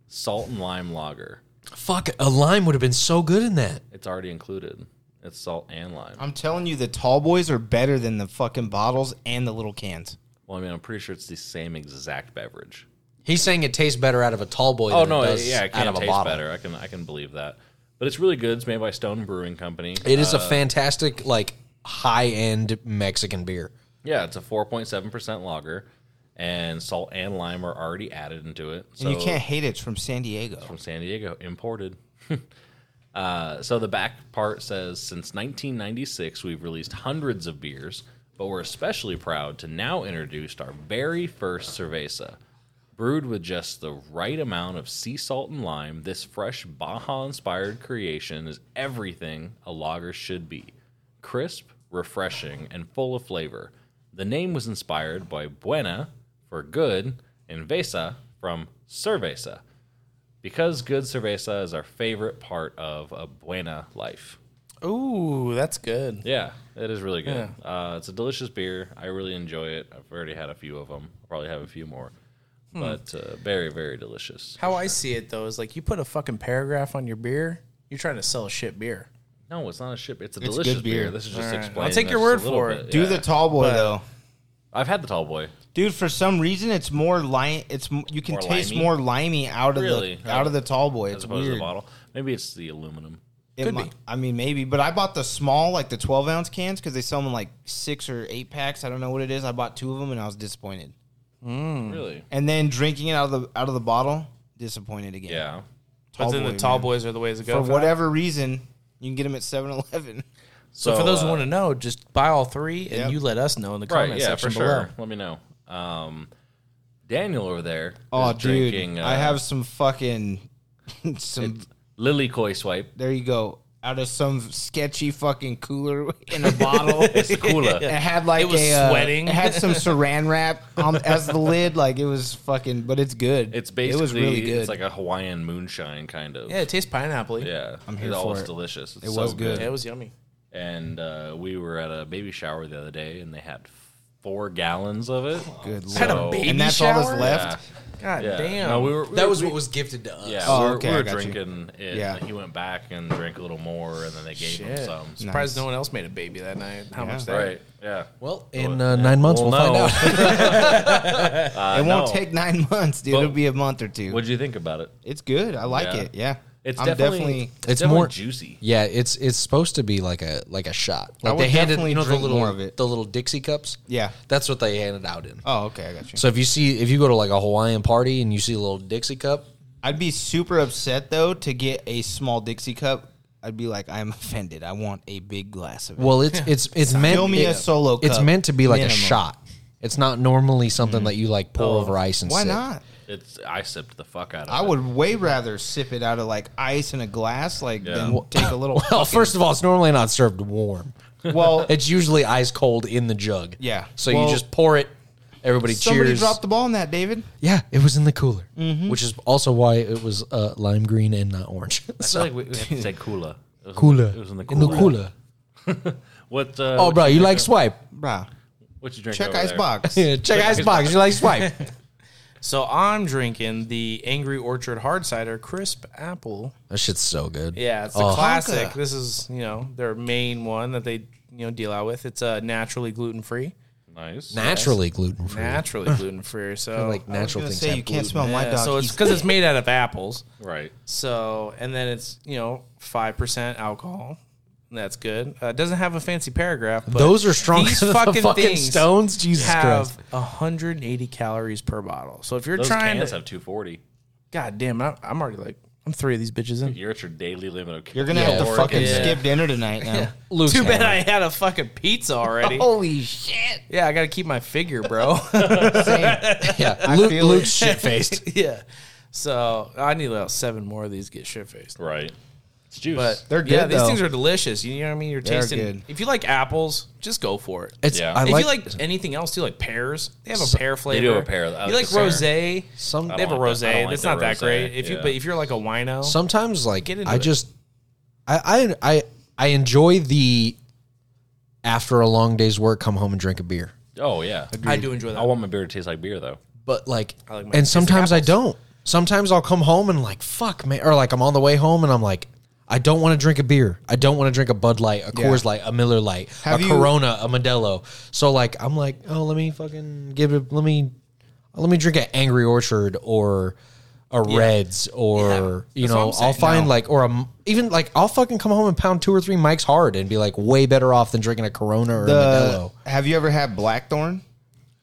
Speaker 1: Salt and Lime Lager.
Speaker 2: Fuck, a lime would have been so good in that.
Speaker 1: It's already included. It's salt and lime.
Speaker 5: I'm telling you, the tall boys are better than the fucking bottles and the little cans.
Speaker 1: Well, I mean, I'm pretty sure it's the same exact beverage.
Speaker 2: He's saying it tastes better out of a tall boy.
Speaker 1: Oh
Speaker 2: than
Speaker 1: no,
Speaker 2: it
Speaker 1: it-
Speaker 2: does
Speaker 1: yeah, it
Speaker 2: out
Speaker 1: can
Speaker 2: of a
Speaker 1: taste
Speaker 2: bottle.
Speaker 1: better. I can I can believe that. But it's really good. It's made by Stone Brewing Company. Uh,
Speaker 2: It is a fantastic, like high end Mexican beer.
Speaker 1: yeah, it's a 4.7% lager, and salt and lime are already added into it. So
Speaker 5: And you can't hate it. It's from San Diego.
Speaker 1: from San Diego, imported. uh, so the back part says since 1996, we've released hundreds of beers, but we're especially proud to now introduce our very first cerveza. Brewed with just the right amount of sea salt and lime, this fresh Baja inspired creation is everything a lager should be crisp, refreshing, and full of flavor. The name was inspired by Buena for good and Vesa from Cerveza because good cerveza is our favorite part of a buena life.
Speaker 3: Ooh, that's good.
Speaker 1: Yeah, it is really good. Uh, it's a delicious beer. I really enjoy it. I've already had a few of them. I'll probably have a few more,
Speaker 3: Hmm.
Speaker 1: but uh, very, very delicious.
Speaker 3: How I see it though is like you put a fucking paragraph on your beer. You're trying to sell shit beer.
Speaker 1: No, it's not a ship. It's a
Speaker 5: It's
Speaker 1: delicious
Speaker 5: good
Speaker 1: beer.
Speaker 5: beer.
Speaker 1: This is just
Speaker 3: All right.
Speaker 1: explaining.
Speaker 3: I'll take
Speaker 1: this
Speaker 3: your word
Speaker 1: a little
Speaker 3: for
Speaker 1: bit.
Speaker 3: it.
Speaker 5: Do
Speaker 1: Yeah.
Speaker 5: the tall boy,
Speaker 3: But-
Speaker 5: though.
Speaker 1: I've had the tall boy.
Speaker 5: Dude, for some reason, it's more lime. It's m- you can
Speaker 1: More
Speaker 5: taste
Speaker 1: limey?
Speaker 5: more limey out of
Speaker 1: Really?
Speaker 5: the out of the tall boy.
Speaker 1: As
Speaker 5: It's
Speaker 1: opposed to
Speaker 5: weird.
Speaker 1: the bottle, maybe it's the aluminum.
Speaker 5: It
Speaker 3: Could
Speaker 5: mi-
Speaker 3: be.
Speaker 5: I mean, maybe, but I bought the small, like the twelve ounce cans, because they sell them in, like six or eight packs. I don't know what it is. I bought two of them, and I was disappointed.
Speaker 3: Hmm.
Speaker 1: Really?
Speaker 5: And then drinking it out of the out of the bottle, disappointed again.
Speaker 1: Yeah.
Speaker 5: Tall
Speaker 3: but then
Speaker 5: boy,
Speaker 3: the tall
Speaker 5: man.
Speaker 3: boys are the ways to go.
Speaker 5: For
Speaker 3: that.
Speaker 5: whatever reason, you can get them at 7-Eleven.
Speaker 3: So, for those who
Speaker 1: uh,
Speaker 3: want to know, just buy all three and
Speaker 5: Yep.
Speaker 3: you let us know in the
Speaker 1: right,
Speaker 3: comment
Speaker 1: yeah, for
Speaker 3: section
Speaker 1: sure.
Speaker 3: below.
Speaker 1: Let me know. Um, Daniel over there.
Speaker 5: Oh,
Speaker 1: is
Speaker 5: dude,
Speaker 1: drinking, uh,
Speaker 5: I have some fucking some.
Speaker 1: Lily Koi Swipe.
Speaker 5: There you go. Out of some sketchy fucking cooler in a bottle.
Speaker 1: It's the cooler.
Speaker 5: It had like
Speaker 3: It was
Speaker 5: a, uh,
Speaker 3: sweating.
Speaker 5: it had some saran wrap on, as the lid. Like it was fucking, but it's good.
Speaker 1: It's basically
Speaker 5: it was really good.
Speaker 1: it's like a Hawaiian moonshine kind of.
Speaker 3: Yeah, it tastes pineapple.
Speaker 1: Yeah. I'm
Speaker 5: here
Speaker 1: it all
Speaker 5: for
Speaker 1: was
Speaker 5: it.
Speaker 1: delicious. It's
Speaker 5: It
Speaker 1: so
Speaker 5: was good.
Speaker 3: Yeah, it was yummy.
Speaker 1: And uh, we were at a baby shower the other day and they had four gallons of it.
Speaker 5: good.
Speaker 3: Had
Speaker 5: Lord.
Speaker 1: So-
Speaker 3: a baby
Speaker 5: And that's all
Speaker 3: shower?
Speaker 5: that's left.
Speaker 3: God
Speaker 1: Yeah.
Speaker 3: damn.
Speaker 1: No, we were we
Speaker 2: That
Speaker 1: were-
Speaker 2: was what was gifted to us.
Speaker 1: yeah,
Speaker 5: Oh,
Speaker 1: we were,
Speaker 5: okay,
Speaker 1: we
Speaker 5: I
Speaker 1: were
Speaker 5: got you.
Speaker 1: drinking it.
Speaker 5: Yeah.
Speaker 1: He went back and drank a little more and then they gave him
Speaker 3: Shit.
Speaker 1: some. So-
Speaker 3: Surprised no one else made a baby that night. How much that?
Speaker 1: Right. Yeah.
Speaker 2: Well, in uh, nine months we'll, find
Speaker 1: no.
Speaker 2: out.
Speaker 5: it
Speaker 1: no.
Speaker 5: won't take nine months, dude.
Speaker 1: But-
Speaker 5: It'll be a month or two.
Speaker 1: What'd you think about it?
Speaker 5: it's good. I like
Speaker 1: Yeah.
Speaker 5: it. Yeah.
Speaker 1: It's
Speaker 5: I'm
Speaker 1: definitely,
Speaker 5: definitely-
Speaker 1: it's
Speaker 2: It's
Speaker 1: definitely
Speaker 2: more-
Speaker 1: juicy.
Speaker 2: Yeah, it's it's supposed to be like a like a shot. Like
Speaker 5: would
Speaker 2: they handed
Speaker 5: definitely
Speaker 2: you know the
Speaker 5: drink
Speaker 2: little
Speaker 5: more of it.
Speaker 2: the little Dixie cups.
Speaker 5: Yeah.
Speaker 2: that's what they handed out in.
Speaker 5: Oh, okay, I got you.
Speaker 2: So if you see if you go to like a Hawaiian party and you see a little Dixie cup,
Speaker 5: I'd be super upset though to get a small Dixie cup. I'd be like, I'm offended. I want a big glass of it.
Speaker 2: well, it's it's it's meant
Speaker 5: Fill me a
Speaker 2: it-
Speaker 5: solo
Speaker 2: It's
Speaker 5: cup,
Speaker 2: meant to be like a
Speaker 5: minimum. Mm. Oh,
Speaker 2: shot. It's not normally something that you like pour over ice and
Speaker 5: Why
Speaker 2: sip.
Speaker 5: not?
Speaker 1: It's I sipped the fuck out of
Speaker 5: I
Speaker 1: it.
Speaker 5: would way rather sip it out of like ice in a glass, like
Speaker 1: Yeah.
Speaker 5: than take a little.
Speaker 2: Well, first of all, it's normally not served warm.
Speaker 5: well,
Speaker 2: It's usually ice cold in the jug.
Speaker 5: Yeah.
Speaker 2: So
Speaker 5: Well,
Speaker 2: you just pour it. Everybody
Speaker 5: somebody
Speaker 2: cheers.
Speaker 5: dropped the Mm-hmm. ball on that, David.
Speaker 2: yeah, it was in the cooler, which is also why it was uh, lime green and not orange.
Speaker 1: I feel like we, we have to say cooler. It was in-
Speaker 2: cooler.
Speaker 1: It was in the cooler. What? Uh,
Speaker 2: Oh,
Speaker 1: what
Speaker 2: bro, you like
Speaker 1: drink-
Speaker 2: swipe?
Speaker 5: Bruh,
Speaker 1: What you drink?
Speaker 5: check
Speaker 1: over
Speaker 5: ice
Speaker 1: there?
Speaker 5: box.
Speaker 2: Yeah, check Icebox. You like swipe?
Speaker 3: So I'm drinking the Angry Orchard Hard Cider Crisp Apple.
Speaker 2: that shit's so good.
Speaker 3: Yeah, it's a
Speaker 2: Oh.
Speaker 3: classic.
Speaker 5: Tonka.
Speaker 3: This is you know their main one that they you know deal out with. It's uh, naturally gluten free.
Speaker 1: Nice.
Speaker 2: Naturally gluten free.
Speaker 3: Naturally gluten free. So
Speaker 2: like natural
Speaker 5: I was gonna
Speaker 2: things.
Speaker 5: say
Speaker 2: have
Speaker 5: you can't
Speaker 2: gluten.
Speaker 5: smell my
Speaker 3: Yeah,
Speaker 5: dog.
Speaker 3: so it's
Speaker 5: He's-
Speaker 3: because it's made out of apples.
Speaker 1: Right.
Speaker 3: So and then it's you know five percent alcohol. And that's good. Uh, it doesn't have a fancy paragraph. But
Speaker 2: Those are stronger
Speaker 3: these
Speaker 2: than the
Speaker 3: fucking,
Speaker 2: fucking
Speaker 3: things
Speaker 2: stones? Jesus
Speaker 3: have
Speaker 2: Christ.
Speaker 3: 180 calories per bottle. So if you're
Speaker 1: Those
Speaker 3: trying
Speaker 1: cans
Speaker 3: to,
Speaker 1: have 240.
Speaker 3: God damn, I'm, I'm already like, I'm three of these bitches in.
Speaker 1: You're at your daily limit of.
Speaker 5: You're gonna
Speaker 2: Yeah.
Speaker 5: have to
Speaker 1: caloric
Speaker 5: fucking
Speaker 1: intake.
Speaker 5: skip dinner tonight now.
Speaker 2: Luke's
Speaker 3: Too bad
Speaker 2: hammered. Oh.
Speaker 3: I had a fucking pizza already.
Speaker 5: Holy shit!
Speaker 3: Yeah, I gotta keep my figure, bro.
Speaker 2: Yeah, Luke,
Speaker 5: feel
Speaker 2: Luke's shit faced.
Speaker 3: yeah. So I need about seven more of these to get shit faced.
Speaker 1: Right. It's juice.
Speaker 3: But
Speaker 5: They're
Speaker 3: Yeah,
Speaker 5: good,
Speaker 3: these
Speaker 5: though.
Speaker 3: things are delicious. You know what I mean? You're
Speaker 5: They're
Speaker 3: tasting.
Speaker 5: good.
Speaker 3: If you like apples, just go for it.
Speaker 2: It's
Speaker 1: Yeah.
Speaker 2: I
Speaker 1: If
Speaker 3: if
Speaker 2: like,
Speaker 3: you like anything else, too, like pears, they have a pear flavor.
Speaker 1: do have a pear. I
Speaker 3: you
Speaker 1: like
Speaker 3: like
Speaker 1: the pear.
Speaker 3: rosé?
Speaker 2: Some- I
Speaker 3: they have a
Speaker 1: don't like
Speaker 3: rosé.
Speaker 1: the- I don't like
Speaker 3: That's
Speaker 1: the
Speaker 3: not that
Speaker 1: rosé,
Speaker 3: great. If you
Speaker 1: yeah.
Speaker 3: but if you're like a wino,
Speaker 2: sometimes like
Speaker 3: Get into
Speaker 2: I
Speaker 3: it.
Speaker 2: just I, I I I enjoy the after a long day's work come home and drink a beer.
Speaker 1: oh yeah.
Speaker 3: I do enjoy that.
Speaker 1: I want my beer to taste like beer though.
Speaker 2: But like,
Speaker 3: like my
Speaker 2: and
Speaker 3: taste
Speaker 2: sometimes I don't. Sometimes I'll come home and like fuck man or like I'm on the way home and I'm like I don't want to drink a beer. I don't want to drink a Bud Light, a Coors Light, a Miller Light,
Speaker 5: Have
Speaker 2: a
Speaker 5: you-
Speaker 2: Corona, a Modelo. So like I'm like, "Oh, let me fucking give it let me let me drink an Angry Orchard or a Reds or you know, I'll find like or a m- even like I'll fucking come home and pound two or three Mike's hard and be like way better off than drinking a Corona or a
Speaker 5: The
Speaker 2: Modelo.
Speaker 5: have you ever had blackthorn?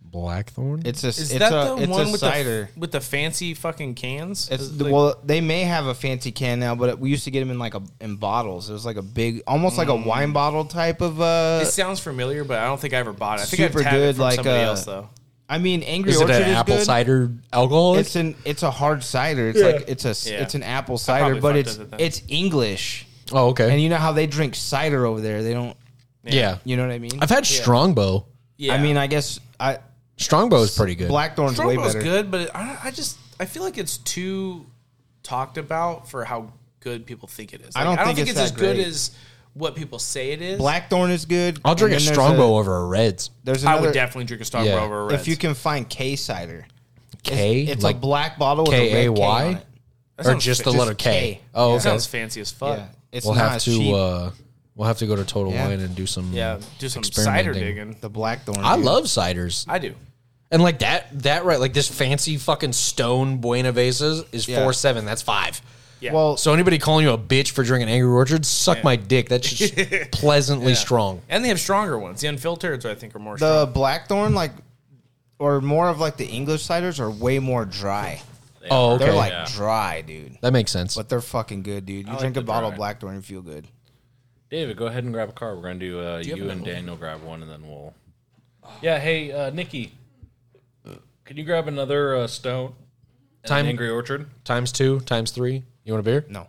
Speaker 2: Blackthorn?
Speaker 5: It's a
Speaker 3: Is
Speaker 5: it's
Speaker 3: that
Speaker 5: a
Speaker 3: the
Speaker 5: it's
Speaker 3: one
Speaker 5: a
Speaker 3: with
Speaker 5: cider.
Speaker 3: the with the fancy fucking cans?
Speaker 5: It's
Speaker 3: Is it
Speaker 5: the,
Speaker 3: like-
Speaker 5: well, they may have a fancy can now, but we used to get them in like a in bottles. It was like a big, almost like a wine bottle type of. Uh,
Speaker 3: Mm. it sounds familiar, but I don't think I ever bought it. I think
Speaker 5: Super
Speaker 3: I've had
Speaker 5: good,
Speaker 3: it from
Speaker 5: like,
Speaker 3: somebody
Speaker 5: uh,
Speaker 3: else though.
Speaker 5: I mean, Angry
Speaker 2: is it
Speaker 5: Orchard
Speaker 2: an
Speaker 5: is
Speaker 2: apple
Speaker 5: good.
Speaker 2: cider alcohol?
Speaker 5: It's an it's a hard cider. It's like it's a
Speaker 3: Yeah.
Speaker 5: it's an apple
Speaker 3: probably
Speaker 5: cider, but
Speaker 3: fucked
Speaker 5: it's
Speaker 3: with it then.
Speaker 5: it's English.
Speaker 2: oh, okay.
Speaker 5: And you know how they drink cider over there? They don't.
Speaker 2: yeah.
Speaker 5: You know what I mean?
Speaker 2: I've had Strongbow.
Speaker 3: Yeah,
Speaker 5: I mean, I guess I
Speaker 2: Strongbow is pretty good.
Speaker 5: Blackthorn's way
Speaker 3: Strongbow's
Speaker 5: better.
Speaker 3: good, but I, I just I feel like it's too talked about for how good people think it is.
Speaker 5: I
Speaker 3: Like,
Speaker 5: don't
Speaker 3: I don't
Speaker 5: think
Speaker 3: think,
Speaker 5: it's
Speaker 3: it's, as
Speaker 5: that
Speaker 3: good
Speaker 5: great.
Speaker 3: as what people say it is.
Speaker 5: Blackthorn is good.
Speaker 2: I'll drink
Speaker 5: And
Speaker 2: a
Speaker 5: then there's
Speaker 2: Strongbow over a Reds.
Speaker 5: There's
Speaker 3: I
Speaker 5: another,
Speaker 3: would definitely drink a Starbucks
Speaker 2: Yeah.
Speaker 3: over a Reds.
Speaker 5: if you can find K cider.
Speaker 2: K,
Speaker 5: It's
Speaker 2: like
Speaker 5: a black bottle with a
Speaker 2: K
Speaker 5: red
Speaker 2: A
Speaker 5: K on
Speaker 2: Y,
Speaker 5: it.
Speaker 3: That
Speaker 2: or
Speaker 3: sounds
Speaker 2: just
Speaker 3: fa-
Speaker 2: the letter
Speaker 5: K.
Speaker 2: K. Oh,
Speaker 3: that
Speaker 2: okay.
Speaker 3: sounds fancy as fuck.
Speaker 5: Yeah,
Speaker 3: Yeah,
Speaker 5: it's
Speaker 2: we'll
Speaker 5: not
Speaker 2: have
Speaker 5: cheap.
Speaker 2: to uh, we'll have to go to Total
Speaker 5: Yeah.
Speaker 2: Wine and do some.
Speaker 3: do some cider
Speaker 2: Experimenting.
Speaker 3: digging.
Speaker 5: the blackthorn.
Speaker 2: I
Speaker 5: dude.
Speaker 2: love ciders,
Speaker 3: I do.
Speaker 2: and like that that right, like this fancy fucking stone Buena Vesas is
Speaker 5: Yeah.
Speaker 2: four seven. That's five.
Speaker 3: Yeah.
Speaker 5: Well,
Speaker 2: So anybody calling you a bitch for drinking Angry Orchard, suck my dick. That's just pleasantly strong.
Speaker 3: and they have stronger ones. The unfiltered, I think, are more.
Speaker 5: the
Speaker 3: strong.
Speaker 5: blackthorn like or more of like the english ciders are way more dry
Speaker 2: Oh, okay,
Speaker 5: they're like
Speaker 1: Yeah.
Speaker 5: dry dude
Speaker 2: that makes sense.
Speaker 5: but they're fucking good dude you
Speaker 1: like
Speaker 5: drink
Speaker 1: the
Speaker 5: a bottle
Speaker 1: dry.
Speaker 5: of blackthorn you feel good
Speaker 1: David, go ahead and grab a car. We're gonna do, uh, you,
Speaker 3: have
Speaker 1: and
Speaker 3: another
Speaker 1: Daniel grab one, and then we'll. Yeah. Hey, uh, Nikki, can you grab another uh, stone? and
Speaker 2: Time-
Speaker 1: an Angry Orchard.
Speaker 2: Times two, times three. You want a beer?
Speaker 5: no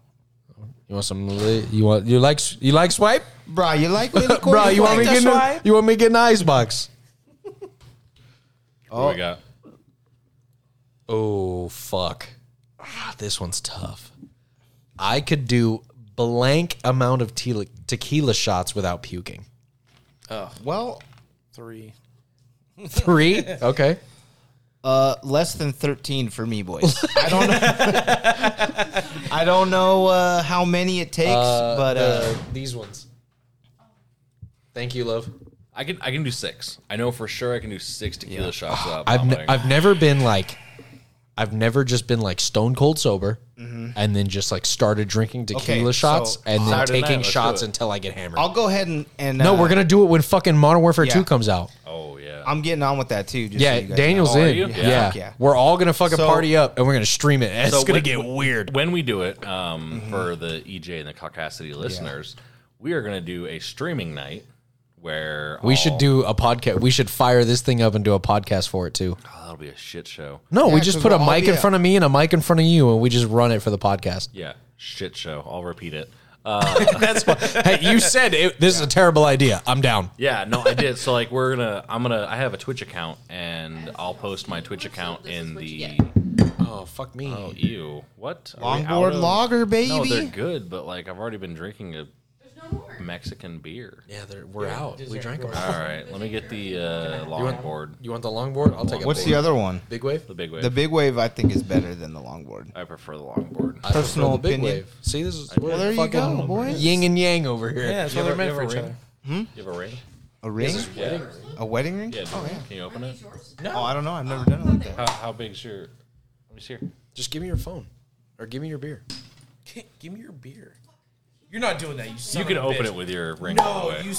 Speaker 2: You want some? li- You want you like you like swipe?
Speaker 5: bro you like mini
Speaker 2: Bro, you want me
Speaker 3: That's
Speaker 2: getting a,
Speaker 3: right.
Speaker 2: you want me getting an ice box?
Speaker 1: Oh, we got.
Speaker 2: Oh fuck, Ah, this one's tough. I could do blank amount of tequila, tequila shots without puking.
Speaker 5: well
Speaker 3: three.
Speaker 2: Three, okay.
Speaker 5: uh less than 13 for me boys i don't know i don't know uh how many it takes but uh
Speaker 2: these ones. Thank you, love.
Speaker 1: I can I can do six. I know for sure I can do six tequila shots. Up.
Speaker 2: I've n- I've never been like I've never just been like stone cold sober and then just like started drinking
Speaker 5: so
Speaker 2: tequila shots and then
Speaker 1: Saturday night,
Speaker 2: taking
Speaker 1: let's do
Speaker 2: shots
Speaker 1: it.
Speaker 2: until I get hammered.
Speaker 5: I'll go ahead and, and
Speaker 2: no,
Speaker 5: uh,
Speaker 2: we're gonna do it when fucking Modern Warfare
Speaker 5: Yeah.
Speaker 2: Two comes out.
Speaker 1: Oh yeah.
Speaker 5: I'm getting on with that too. Just so
Speaker 2: Yeah,
Speaker 5: you guys
Speaker 2: Daniel's
Speaker 1: Oh, are
Speaker 2: in.
Speaker 1: you?
Speaker 2: Yeah.
Speaker 1: Yeah.
Speaker 5: Fuck yeah.
Speaker 2: we're all gonna fucking
Speaker 5: So-
Speaker 2: party up and we're gonna stream it. It's
Speaker 1: So
Speaker 2: gonna
Speaker 1: when-
Speaker 2: get weird. Mm-hmm.
Speaker 1: when we do it um, for the EJ and the Caucasity listeners, we are going to do a streaming night where oh,
Speaker 2: We should
Speaker 1: I'll-
Speaker 2: do a podcast. We should fire this thing up and do a podcast for it too.
Speaker 1: Oh, that'll be a shit show.
Speaker 2: No, we
Speaker 5: Yeah,
Speaker 2: just
Speaker 5: 'cause
Speaker 2: put a
Speaker 5: we'll all
Speaker 2: mic
Speaker 5: be
Speaker 2: in
Speaker 5: up.
Speaker 2: front of me and a mic in front of you, and we just run it for the podcast.
Speaker 1: Yeah, shit show. I'll repeat it.
Speaker 2: That's what, hey, you said it, this is a terrible idea. I'm down.
Speaker 1: Yeah, no, I did. So like, we're gonna, I'm gonna, I have a Twitch account, and I'll post my Twitch account
Speaker 6: this is
Speaker 1: in
Speaker 6: what you
Speaker 1: the.
Speaker 2: Oh fuck me.
Speaker 1: Oh, ew! What Are we out
Speaker 5: Longboard
Speaker 1: of-
Speaker 5: lager,
Speaker 1: No, they're
Speaker 5: baby.
Speaker 1: good, but like, I've already been drinking a
Speaker 6: There's no more.
Speaker 1: Mexican beer.
Speaker 2: Yeah, they're, we're out. We drank them.
Speaker 1: All right, let me get the uh, longboard,
Speaker 2: You want the longboard? I'll take it.
Speaker 5: What's the other one?
Speaker 2: big wave?
Speaker 1: the big wave.
Speaker 5: The big wave, I think, is better than the longboard.
Speaker 1: I prefer the longboard.
Speaker 2: I prefer
Speaker 5: Personal
Speaker 2: the big
Speaker 5: opinion.
Speaker 2: wave. See, this is
Speaker 5: Well, there you go, boy.
Speaker 2: yin and yang over here.
Speaker 3: Yeah, that's
Speaker 1: You
Speaker 3: what
Speaker 1: have
Speaker 3: they're
Speaker 1: a-
Speaker 3: meant
Speaker 1: you
Speaker 3: for
Speaker 1: have a
Speaker 3: each
Speaker 1: ring?
Speaker 3: other.
Speaker 1: You have a ring?
Speaker 5: A ring?
Speaker 1: Yeah.
Speaker 5: A wedding ring?
Speaker 1: Yeah.
Speaker 5: Oh,
Speaker 1: do-
Speaker 5: yeah.
Speaker 1: Can you open it?
Speaker 5: Oh, I don't know. I've never done it like that.
Speaker 1: How, how big's your? Let me see here.
Speaker 2: Just give me your phone or give me your beer.
Speaker 3: Can't- Give me your beer. You're not doing that. You son
Speaker 1: You can
Speaker 3: of a
Speaker 1: open
Speaker 3: bitch.
Speaker 1: it with your ring. all the
Speaker 3: No,
Speaker 1: way.
Speaker 3: you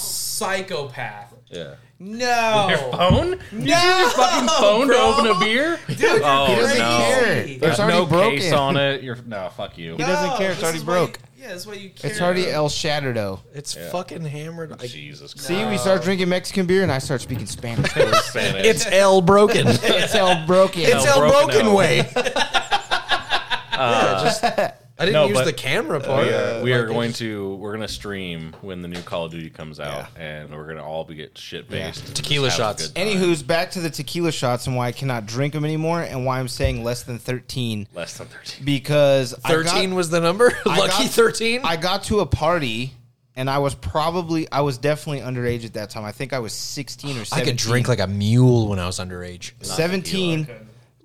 Speaker 3: psychopath.
Speaker 1: Yeah.
Speaker 3: No.
Speaker 1: Your phone?
Speaker 3: No.
Speaker 1: Fucking phone to
Speaker 3: bro.
Speaker 1: open a beer?
Speaker 5: He
Speaker 1: oh
Speaker 5: doesn't
Speaker 1: no.
Speaker 5: care.
Speaker 3: There's
Speaker 5: It's
Speaker 1: Got
Speaker 5: already
Speaker 1: no
Speaker 5: broken.
Speaker 1: case on it. You're no. Fuck you.
Speaker 5: He doesn't care. It's
Speaker 3: this
Speaker 5: already
Speaker 3: is why you-
Speaker 5: broke.
Speaker 3: yeah, that's why you care.
Speaker 5: It's already El Shatterdo.
Speaker 2: It's fucking hammered. I-
Speaker 1: Jesus Christ.
Speaker 5: See, we start drinking Mexican beer, and I start speaking Spanish.
Speaker 1: Spanish.
Speaker 2: it's L broken.
Speaker 5: it's El Broken. Uh,
Speaker 2: it's
Speaker 1: El
Speaker 2: El
Speaker 1: broken
Speaker 2: broken,
Speaker 1: out.
Speaker 2: way. Yeah, just- I didn't
Speaker 1: no,
Speaker 2: use
Speaker 1: but-
Speaker 2: the camera part.
Speaker 1: we are, we are going to we're gonna stream when the new Call of Duty comes out, and we're gonna all be get shit faced.
Speaker 2: Tequila shots.
Speaker 5: Anywho's back to the tequila shots and why I cannot drink them anymore, and why I'm saying less than thirteen
Speaker 1: Less than thirteen.
Speaker 5: because I got-
Speaker 2: 13 was the number?
Speaker 5: I got-
Speaker 2: Lucky 13?
Speaker 5: I got to a party. And I was probably, I was definitely underage at that time. I think I was 16 or 17.
Speaker 2: I could drink like a mule when I was underage.
Speaker 5: 17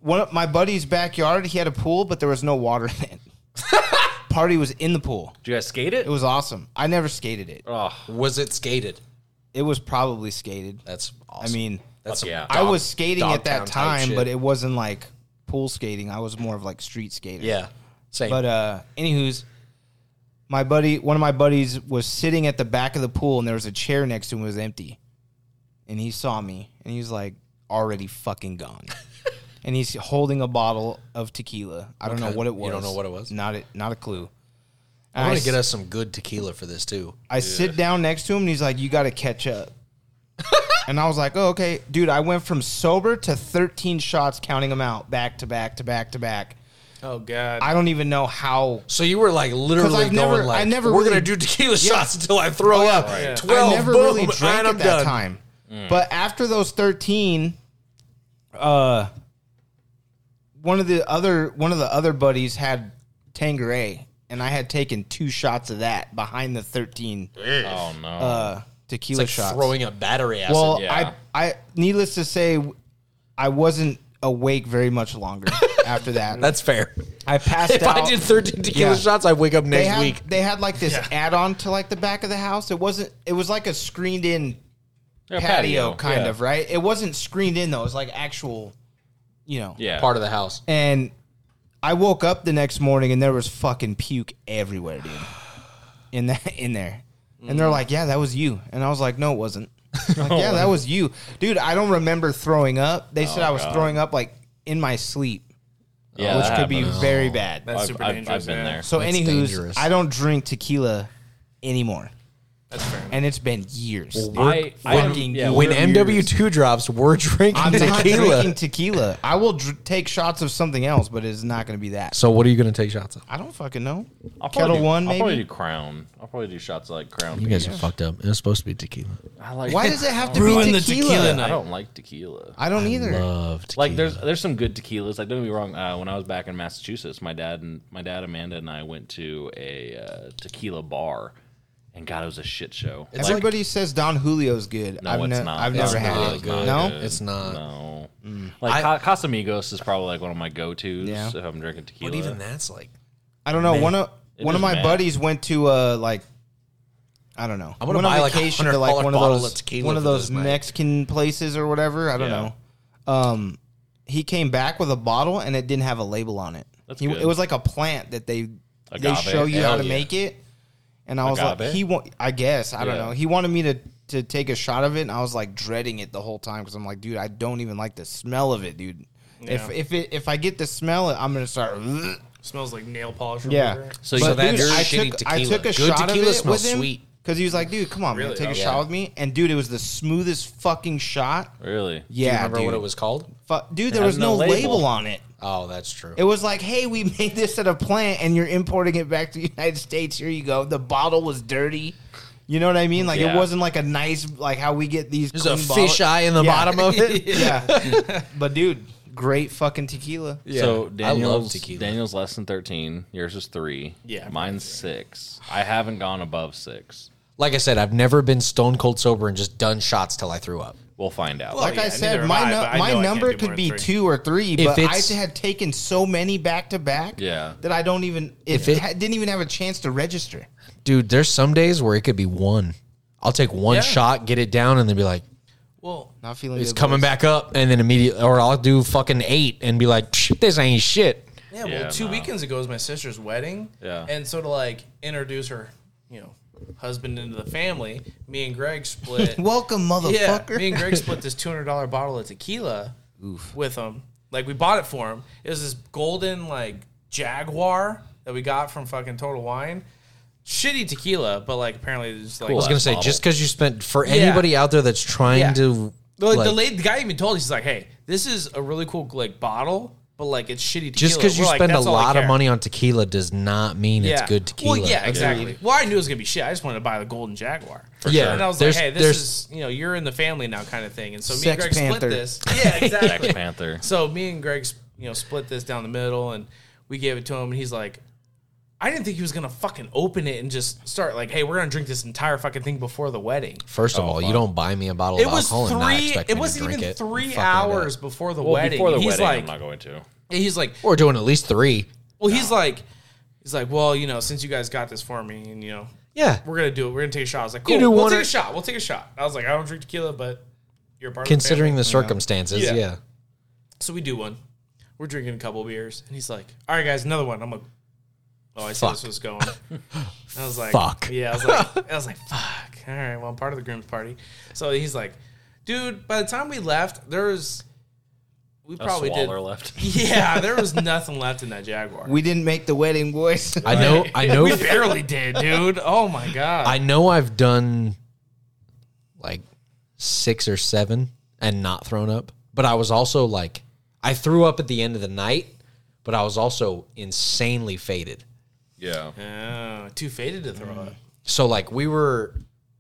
Speaker 5: one of my buddy's backyard he had a pool but there was no water in it party was in the pool
Speaker 1: Did you guys skate it?
Speaker 5: it was awesome i never skated it
Speaker 1: oh,
Speaker 2: Was it skated?
Speaker 5: it was probably skated
Speaker 2: That's
Speaker 5: i
Speaker 2: awesome.
Speaker 5: mean
Speaker 2: that's
Speaker 1: Fuck yeah.
Speaker 5: i was skating at
Speaker 2: Dogtown
Speaker 5: that
Speaker 2: type
Speaker 5: time
Speaker 2: shit.
Speaker 5: but it wasn't like pool skating i was more of like street skating
Speaker 2: yeah. Same.
Speaker 5: but uh anywho's my buddy one of my buddies was sitting at the back of the pool and there was a chair next to him it was empty and he saw me and he was like already fucking gone and he's holding a bottle of tequila i don't know
Speaker 2: kind?
Speaker 5: what it was
Speaker 2: You don't know what it was?
Speaker 5: not a, not a clue And
Speaker 2: I
Speaker 5: i,
Speaker 2: want
Speaker 5: s-
Speaker 2: to get us some good tequila for this too.
Speaker 5: I sit down next to him and he's like you got to catch up and i was like oh okay dude i went from sober to 13 shots counting them out back to back to back to back
Speaker 3: Oh god.
Speaker 5: i don't even know how
Speaker 2: So you were like literally
Speaker 5: I've
Speaker 2: going
Speaker 5: never-
Speaker 2: like,
Speaker 5: I never
Speaker 2: we're
Speaker 5: really- Oh,
Speaker 2: gonna do tequila shots until I throw up. Twelve,
Speaker 5: I never
Speaker 2: boom,
Speaker 5: really drank
Speaker 2: and I'm
Speaker 5: at that
Speaker 2: done.
Speaker 5: time.
Speaker 1: Mm.
Speaker 5: But after those thirteen, uh, one of the other one of the other buddies had Tangeray, and I had taken two shots of that behind the thirteen
Speaker 1: oh no.
Speaker 5: uh, tequila
Speaker 2: Like
Speaker 5: shots.
Speaker 2: throwing a battery acid.
Speaker 5: well,
Speaker 1: Yeah.
Speaker 5: I, I, needless to say, I wasn't awake very much longer after that.
Speaker 2: that's fair.
Speaker 5: I passed
Speaker 2: If
Speaker 5: out.
Speaker 2: I did thirteen tequila
Speaker 5: Yeah.
Speaker 2: shots, I wake up
Speaker 5: they
Speaker 2: next
Speaker 5: had,
Speaker 2: week.
Speaker 5: they had like this add-on to like the back of the house. It wasn't. It was like a screened-in
Speaker 1: Yeah,
Speaker 5: patio, kind
Speaker 1: yeah.
Speaker 5: of, right? It wasn't screened in though. It was like actual, you know.
Speaker 1: Yeah.
Speaker 2: Part of the house.
Speaker 5: And I woke up the next morning and there was fucking puke everywhere, dude. In that in there. And they're like, "Yeah, that was you." And I was like, "No, it wasn't." Like, yeah, that was you. Dude, I don't remember throwing up. They said I was throwing up like in my sleep,
Speaker 1: yeah,
Speaker 5: which
Speaker 1: that
Speaker 5: could be
Speaker 1: happens.
Speaker 5: very bad.
Speaker 3: That's
Speaker 1: I've,
Speaker 3: super
Speaker 1: I've-
Speaker 3: dangerous.
Speaker 1: I've been
Speaker 3: yeah.
Speaker 1: there.
Speaker 5: so
Speaker 2: That's
Speaker 5: anywho's,
Speaker 2: dangerous.
Speaker 5: I don't drink tequila anymore.
Speaker 3: That's fair. enough.
Speaker 5: And it's been years.
Speaker 1: I, I
Speaker 5: fucking
Speaker 1: yeah,
Speaker 2: when
Speaker 1: we're-
Speaker 2: MW two drops, we're drinking
Speaker 5: I'm not
Speaker 2: tequila.
Speaker 5: drinking tequila. I will dr- take shots of something else, but it's not going to be that.
Speaker 2: so what are you gonna take shots of?
Speaker 5: I don't fucking know.
Speaker 1: I'll probably
Speaker 5: Kettle
Speaker 1: do,
Speaker 5: One,
Speaker 1: I'll probably do
Speaker 5: maybe.
Speaker 1: Crown. I'll probably do shots of, like Crown.
Speaker 2: You guys are fucked up. It was supposed to be tequila.
Speaker 1: I like.
Speaker 5: Why does it have to
Speaker 3: Ruin
Speaker 5: be
Speaker 3: the
Speaker 5: tequila?
Speaker 3: tequila
Speaker 1: I
Speaker 3: night.
Speaker 1: don't like tequila.
Speaker 5: I don't either.
Speaker 2: Love tequila.
Speaker 1: Like there's there's some good tequilas. Like don't get me wrong. Uh, when I was back in Massachusetts, my dad and my dad Amanda and I went to a uh, tequila bar, and God, it was a shit show. Like,
Speaker 5: Everybody says Don Julio's good.
Speaker 1: No,
Speaker 5: I've,
Speaker 1: it's
Speaker 5: ne-
Speaker 1: not.
Speaker 5: I've
Speaker 1: It's
Speaker 5: never
Speaker 1: not
Speaker 5: had it.
Speaker 1: good.
Speaker 5: No,
Speaker 2: it's not.
Speaker 1: no, like Ca- Casamigos is probably like one of my go tos
Speaker 5: Mm. Yeah.
Speaker 1: if I'm drinking tequila.
Speaker 2: But even that's like
Speaker 5: I don't know. One of
Speaker 1: It
Speaker 5: one of
Speaker 1: is
Speaker 5: my
Speaker 1: mad.
Speaker 5: buddies went to uh like I don't know.
Speaker 2: I'm gonna
Speaker 5: went on
Speaker 2: buy, like, a
Speaker 5: vacation to
Speaker 2: $100
Speaker 5: like one of
Speaker 2: bottle of
Speaker 5: those
Speaker 2: tequila
Speaker 5: one of
Speaker 2: for
Speaker 5: those
Speaker 2: this night.
Speaker 5: Mexican places or whatever. I don't
Speaker 1: Yeah.
Speaker 5: know. Um, he came back with a bottle and it didn't have a label on it.
Speaker 1: That's
Speaker 5: He-
Speaker 1: good.
Speaker 5: It was like a plant that they they
Speaker 1: Agave.
Speaker 5: show you how
Speaker 1: Hell
Speaker 5: to
Speaker 1: yeah.
Speaker 5: make it. And I was like,
Speaker 1: Agave?
Speaker 5: he want, I guess I don't
Speaker 1: Yeah.
Speaker 5: know. He wanted me to to take a shot of it, and I was like dreading it the whole time because I'm like, dude, I don't even like the smell of it, dude. If if it, if I get the smell, I'm gonna start.
Speaker 3: Smells like nail polish. Or
Speaker 5: Yeah.
Speaker 3: whatever.
Speaker 2: So that's your
Speaker 5: I
Speaker 2: shitty
Speaker 5: took, I
Speaker 2: tequila.
Speaker 5: took a
Speaker 2: Good
Speaker 5: shot of
Speaker 2: tequila
Speaker 5: it
Speaker 2: smells
Speaker 5: with him
Speaker 2: sweet.
Speaker 5: because he was like, "Dude, come on,
Speaker 3: Really?
Speaker 5: man, take a
Speaker 3: Oh,
Speaker 5: shot
Speaker 2: yeah.
Speaker 5: with me." And dude, it was the smoothest fucking shot.
Speaker 1: Really?
Speaker 5: Yeah,
Speaker 2: Do you remember
Speaker 5: dude.
Speaker 2: what it was called?
Speaker 5: Fu- dude, there
Speaker 1: It
Speaker 5: was
Speaker 1: has no
Speaker 5: no label.
Speaker 1: label.
Speaker 5: on it.
Speaker 2: Oh, that's true.
Speaker 5: It was like, "Hey, we made this at a plant, and you're importing it back to the United States. Here you go." The bottle was dirty. You know what I mean? Like
Speaker 1: Yeah.
Speaker 5: it wasn't like a nice like how we get these.
Speaker 2: There's a
Speaker 5: clean bottle-
Speaker 2: fish eye in the
Speaker 5: Yeah.
Speaker 2: bottom of it.
Speaker 5: yeah, but dude, great fucking tequila.
Speaker 2: Yeah.
Speaker 1: So
Speaker 2: I
Speaker 1: Daniel's
Speaker 2: love tequila.
Speaker 1: Daniel's less than thirteen. Yours is three.
Speaker 3: Yeah.
Speaker 1: Mine's six. I haven't gone above six.
Speaker 2: Like I said, I've never been stone cold sober and just done shots till I threw up.
Speaker 1: We'll find out.
Speaker 5: like
Speaker 3: yeah,
Speaker 5: I
Speaker 3: neither
Speaker 5: said,
Speaker 3: am
Speaker 5: my
Speaker 3: I,
Speaker 5: nu-
Speaker 3: but I know I
Speaker 5: my
Speaker 3: can't
Speaker 5: number
Speaker 3: do more
Speaker 5: could
Speaker 3: than
Speaker 5: be
Speaker 3: three.
Speaker 5: two or three, but I
Speaker 2: it's-
Speaker 5: had taken so many back to back,
Speaker 1: Yeah.
Speaker 5: that I don't even if
Speaker 2: If it-
Speaker 5: it ha- didn't even have a chance to register.
Speaker 2: Dude, there's some days where it could be one. I'll take one
Speaker 3: Yeah.
Speaker 2: shot, get it down, and then be like,
Speaker 3: Well,
Speaker 5: Not feeling
Speaker 2: it's
Speaker 5: good,
Speaker 2: coming
Speaker 5: boys.
Speaker 2: back up, and then immediately, or I'll do fucking eight and be like, "Psh, this ain't shit.
Speaker 3: yeah. Well,
Speaker 1: Yeah,
Speaker 3: two
Speaker 1: no.
Speaker 3: weekends ago was my sister's wedding.
Speaker 1: Yeah.
Speaker 3: And so to like introduce her, you know, husband into the family, me and Greg split.
Speaker 5: Welcome,
Speaker 3: yeah.
Speaker 5: motherfucker.
Speaker 3: Me and Greg split this two hundred dollar bottle of tequila with him. Like we bought it for him. It was this golden like Jaguar that we got from fucking Total Wine. Shitty tequila, but like apparently it's just like
Speaker 2: I was gonna
Speaker 1: Glass
Speaker 2: say
Speaker 1: bottle.
Speaker 2: just because you spent for anybody out there that's trying
Speaker 3: Yeah.
Speaker 2: to
Speaker 3: Well, like, the,
Speaker 2: like,
Speaker 3: lady, the guy even told us, he's like, hey, this is a really cool like bottle, but like it's shitty tequila.
Speaker 2: just because you
Speaker 3: We're like,
Speaker 2: spend a
Speaker 3: "That's all I
Speaker 2: lot of
Speaker 3: care."
Speaker 2: money on tequila does not mean it's good tequila.
Speaker 3: Well, yeah, exactly. Well, I knew it was gonna be shit. I just wanted to buy the Golden Jaguar.
Speaker 2: Yeah,
Speaker 3: and I was
Speaker 2: there's-
Speaker 3: like, hey,
Speaker 2: there's-
Speaker 3: this is you know you're in the family now kind of thing. And so me
Speaker 5: Sex
Speaker 3: and Greg
Speaker 5: Panther.
Speaker 3: split this. Yeah, exactly.
Speaker 1: Black Panther.
Speaker 3: so me and Greg you know split this down the middle, and we gave it to him, and he's like. I didn't think he was gonna fucking open it and just start like, "Hey, we're gonna drink this entire fucking thing before the wedding."
Speaker 2: First of all, you don't buy me a bottle
Speaker 3: Oh, It
Speaker 2: of
Speaker 3: was
Speaker 2: alcohol and not
Speaker 3: three.
Speaker 2: expect
Speaker 3: It
Speaker 2: me to
Speaker 3: wasn't
Speaker 2: drink
Speaker 3: even
Speaker 2: it.
Speaker 3: three
Speaker 2: Fucking
Speaker 3: hours
Speaker 2: do
Speaker 3: before the
Speaker 1: Well,
Speaker 3: wedding.
Speaker 1: before the
Speaker 3: he's
Speaker 1: wedding,
Speaker 3: like,
Speaker 1: I'm not going to.
Speaker 3: he's like,
Speaker 2: it. Or doing at least three.
Speaker 3: well, he's like, he's like, well, you know, since you guys got this for me, and you know,
Speaker 2: Yeah,
Speaker 3: we're gonna do it. We're gonna take a shot. I was like, cool.
Speaker 2: You do
Speaker 3: We'll
Speaker 2: one
Speaker 3: take
Speaker 2: or-
Speaker 3: a shot. We'll take a shot. I was like, I don't drink tequila, but you're a part
Speaker 2: considering
Speaker 3: of
Speaker 2: the circumstances.
Speaker 3: Yeah.
Speaker 2: Yeah.
Speaker 3: the family. So we do one. We're drinking a couple beers, and he's like, all right, guys, another one. I'm like, oh, I see
Speaker 2: Fuck.
Speaker 3: this was going. And I was like,
Speaker 2: Fuck.
Speaker 3: Yeah, I was like, I was like, fuck. All right, well, I'm part of the groom's party. So he's like, dude. By the time we left, there was we
Speaker 1: A
Speaker 3: probably did.
Speaker 1: swaller left.
Speaker 3: Yeah, there was nothing left in that Jaguar.
Speaker 5: We didn't make the wedding, boys.
Speaker 2: I know. I
Speaker 3: we
Speaker 2: know.
Speaker 3: barely did, dude. Oh my god.
Speaker 2: I know. I've done like six or seven and not thrown up, but I was also like, I threw up at the end of the night, but I was also insanely faded.
Speaker 1: Yeah.
Speaker 3: oh, too faded to throw up.
Speaker 2: So like we were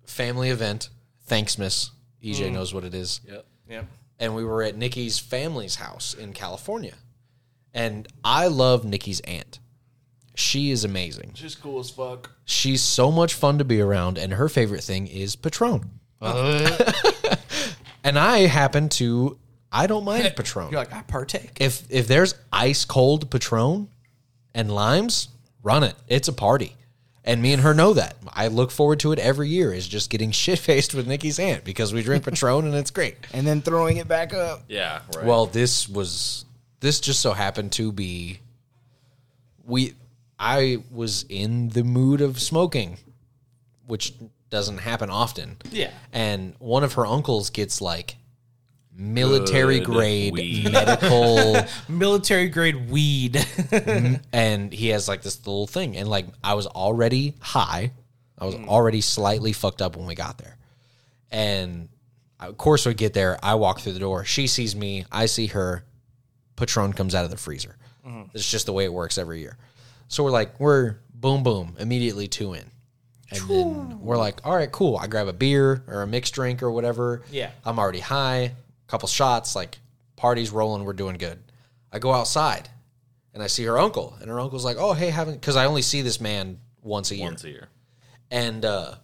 Speaker 2: family event, Thanksmas. EJ knows what it is.
Speaker 1: Yep.
Speaker 3: Yep.
Speaker 2: and we were at Nikki's family's house in California. And I love Nikki's aunt. She is amazing.
Speaker 1: She's cool as fuck.
Speaker 2: She's so much fun to be around, and her favorite thing is Patron. and I happen to, I don't mind Patron.
Speaker 3: You're like, I partake.
Speaker 2: If if there's ice cold Patron and limes, run it. It's a party. And me and her know that. I look forward to it every year. Is just getting shit faced with Nikki's aunt because we drink Patron and it's great.
Speaker 5: and then throwing it back up.
Speaker 1: Yeah. Right.
Speaker 2: Well, this was this just so happened to be we I was in the mood of smoking, which doesn't happen often.
Speaker 3: Yeah.
Speaker 2: And one of her uncles gets like military
Speaker 1: Good
Speaker 2: grade
Speaker 1: weed.
Speaker 2: medical
Speaker 3: Military grade weed.
Speaker 2: Mm-hmm. and he has like this little thing and like i was already high i was already slightly fucked up when we got there and of course we get there i walk through the door she sees me i see her patron comes out of the freezer it's just the way it works every year so we're like we're boom boom immediately two in and then we're like all right cool i grab a beer or a mixed drink or whatever
Speaker 3: Yeah.
Speaker 2: i'm already high couple shots like party's rolling we're doing good i go outside and I see her uncle, and her uncle's like, "Oh, hey, haven't?" Because I only see this man once a year,
Speaker 1: Once a year.
Speaker 2: and uh,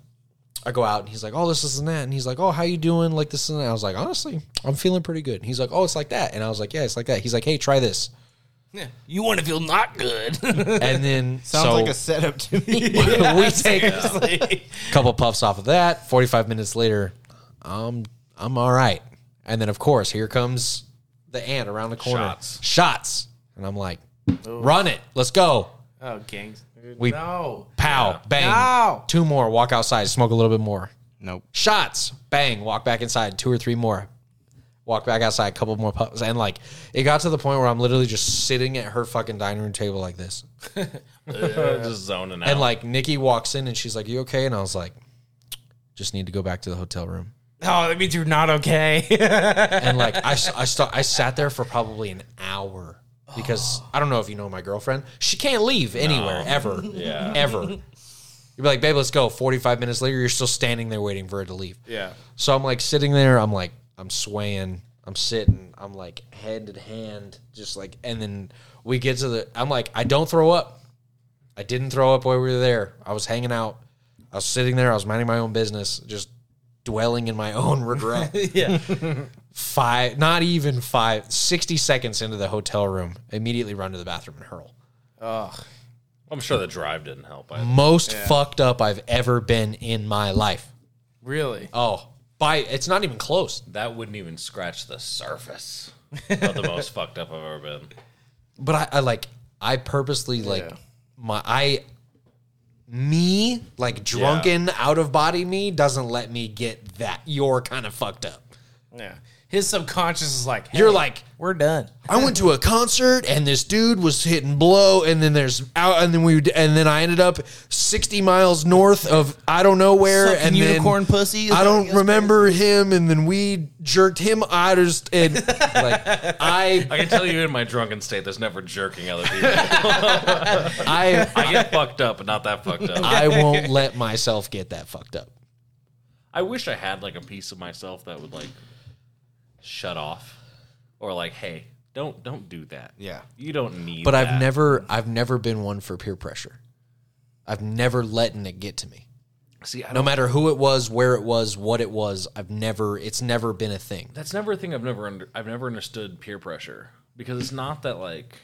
Speaker 2: I go out, and he's like, "Oh, this is and that," and he's like, "Oh, how you doing?" Like this and that. I was like, "Honestly, I'm feeling pretty good." And he's like, "Oh, it's like that," and I was like, "Yeah, it's like that." He's like, "Hey, try this,"
Speaker 3: yeah. You want to feel not good.
Speaker 2: and then
Speaker 5: Sounds
Speaker 2: so
Speaker 5: like a setup to me.
Speaker 2: we take a
Speaker 3: Seriously.
Speaker 2: couple puffs off of that. Forty five minutes later, I'm I'm all right, and then of course here comes the ant around the corner.
Speaker 1: Shots.
Speaker 2: Shots. And I'm like, run it. Let's go.
Speaker 3: Oh, gangs.
Speaker 2: We-
Speaker 3: no.
Speaker 2: Pow. Bang.
Speaker 3: Ow.
Speaker 2: Two more. Walk outside. Smoke a little bit more.
Speaker 5: Nope.
Speaker 2: Shots. Bang. Walk back inside. Two or three more. Walk back outside. A couple more puffs. And like, it got to the point where I'm literally just sitting at her fucking dining room table like this.
Speaker 1: just zoning out.
Speaker 2: And like, Nikki walks in and she's like, you okay? And I was like, just need to go back to the hotel room.
Speaker 3: Oh, that means you're not okay.
Speaker 2: and like I, s- I, sta- I sat there for probably an hour because I don't know if you know my girlfriend. She can't leave anywhere ever,
Speaker 1: Yeah.
Speaker 2: ever. You'd be like, babe, let's go. Forty five minutes later, you're still standing there waiting for her to leave.
Speaker 3: yeah.
Speaker 2: So I'm like sitting there. I'm like I'm swaying. I'm sitting. I'm like hand in hand, just like. And then we get to the. I'm like I don't throw up. I didn't throw up while we were there. I was hanging out. I was sitting there. I was minding my own business, just dwelling in my own regret
Speaker 3: Yeah.
Speaker 2: five, not even five, 60 seconds into the hotel room, immediately run to the bathroom and hurl.
Speaker 1: I'm sure the drive didn't help. Either.
Speaker 2: Most fucked up I've ever been in my life.
Speaker 3: really?
Speaker 2: Oh, by it's not even close.
Speaker 1: That wouldn't even scratch the surface of the most fucked up I've ever been.
Speaker 2: But I, I like, I purposely like my, I, me, like drunken, out of body me doesn't let me get that. You're kind of fucked up.
Speaker 3: Yeah. His subconscious is like, hey,
Speaker 2: You're like,
Speaker 3: we're done.
Speaker 2: I went to a concert and this dude was hitting blow, and then there's out, and then we, would- and then I ended up sixty miles north of I don't know where,
Speaker 5: Sucking
Speaker 2: and
Speaker 5: unicorn
Speaker 2: then
Speaker 5: pussy.
Speaker 2: I don't remember him, and then we jerked him out of st- and like I
Speaker 1: I can tell you in my drunken state, there's never jerking other people.
Speaker 2: I
Speaker 1: I get fucked up, but not that fucked up.
Speaker 2: I won't let myself get that fucked up.
Speaker 1: I wish I had like a piece of myself that would like shut off or like, hey, don't don't do that.
Speaker 5: Yeah.
Speaker 1: you don't need.
Speaker 2: But
Speaker 1: that.
Speaker 2: I've never I've never been one for peer pressure. I've never letting it get to me.
Speaker 1: see. I don't,
Speaker 2: No matter who it was, where it was, what it was, I've never it's never been a thing.
Speaker 1: that's never a thing I've never under, I've never understood peer pressure because it's not that like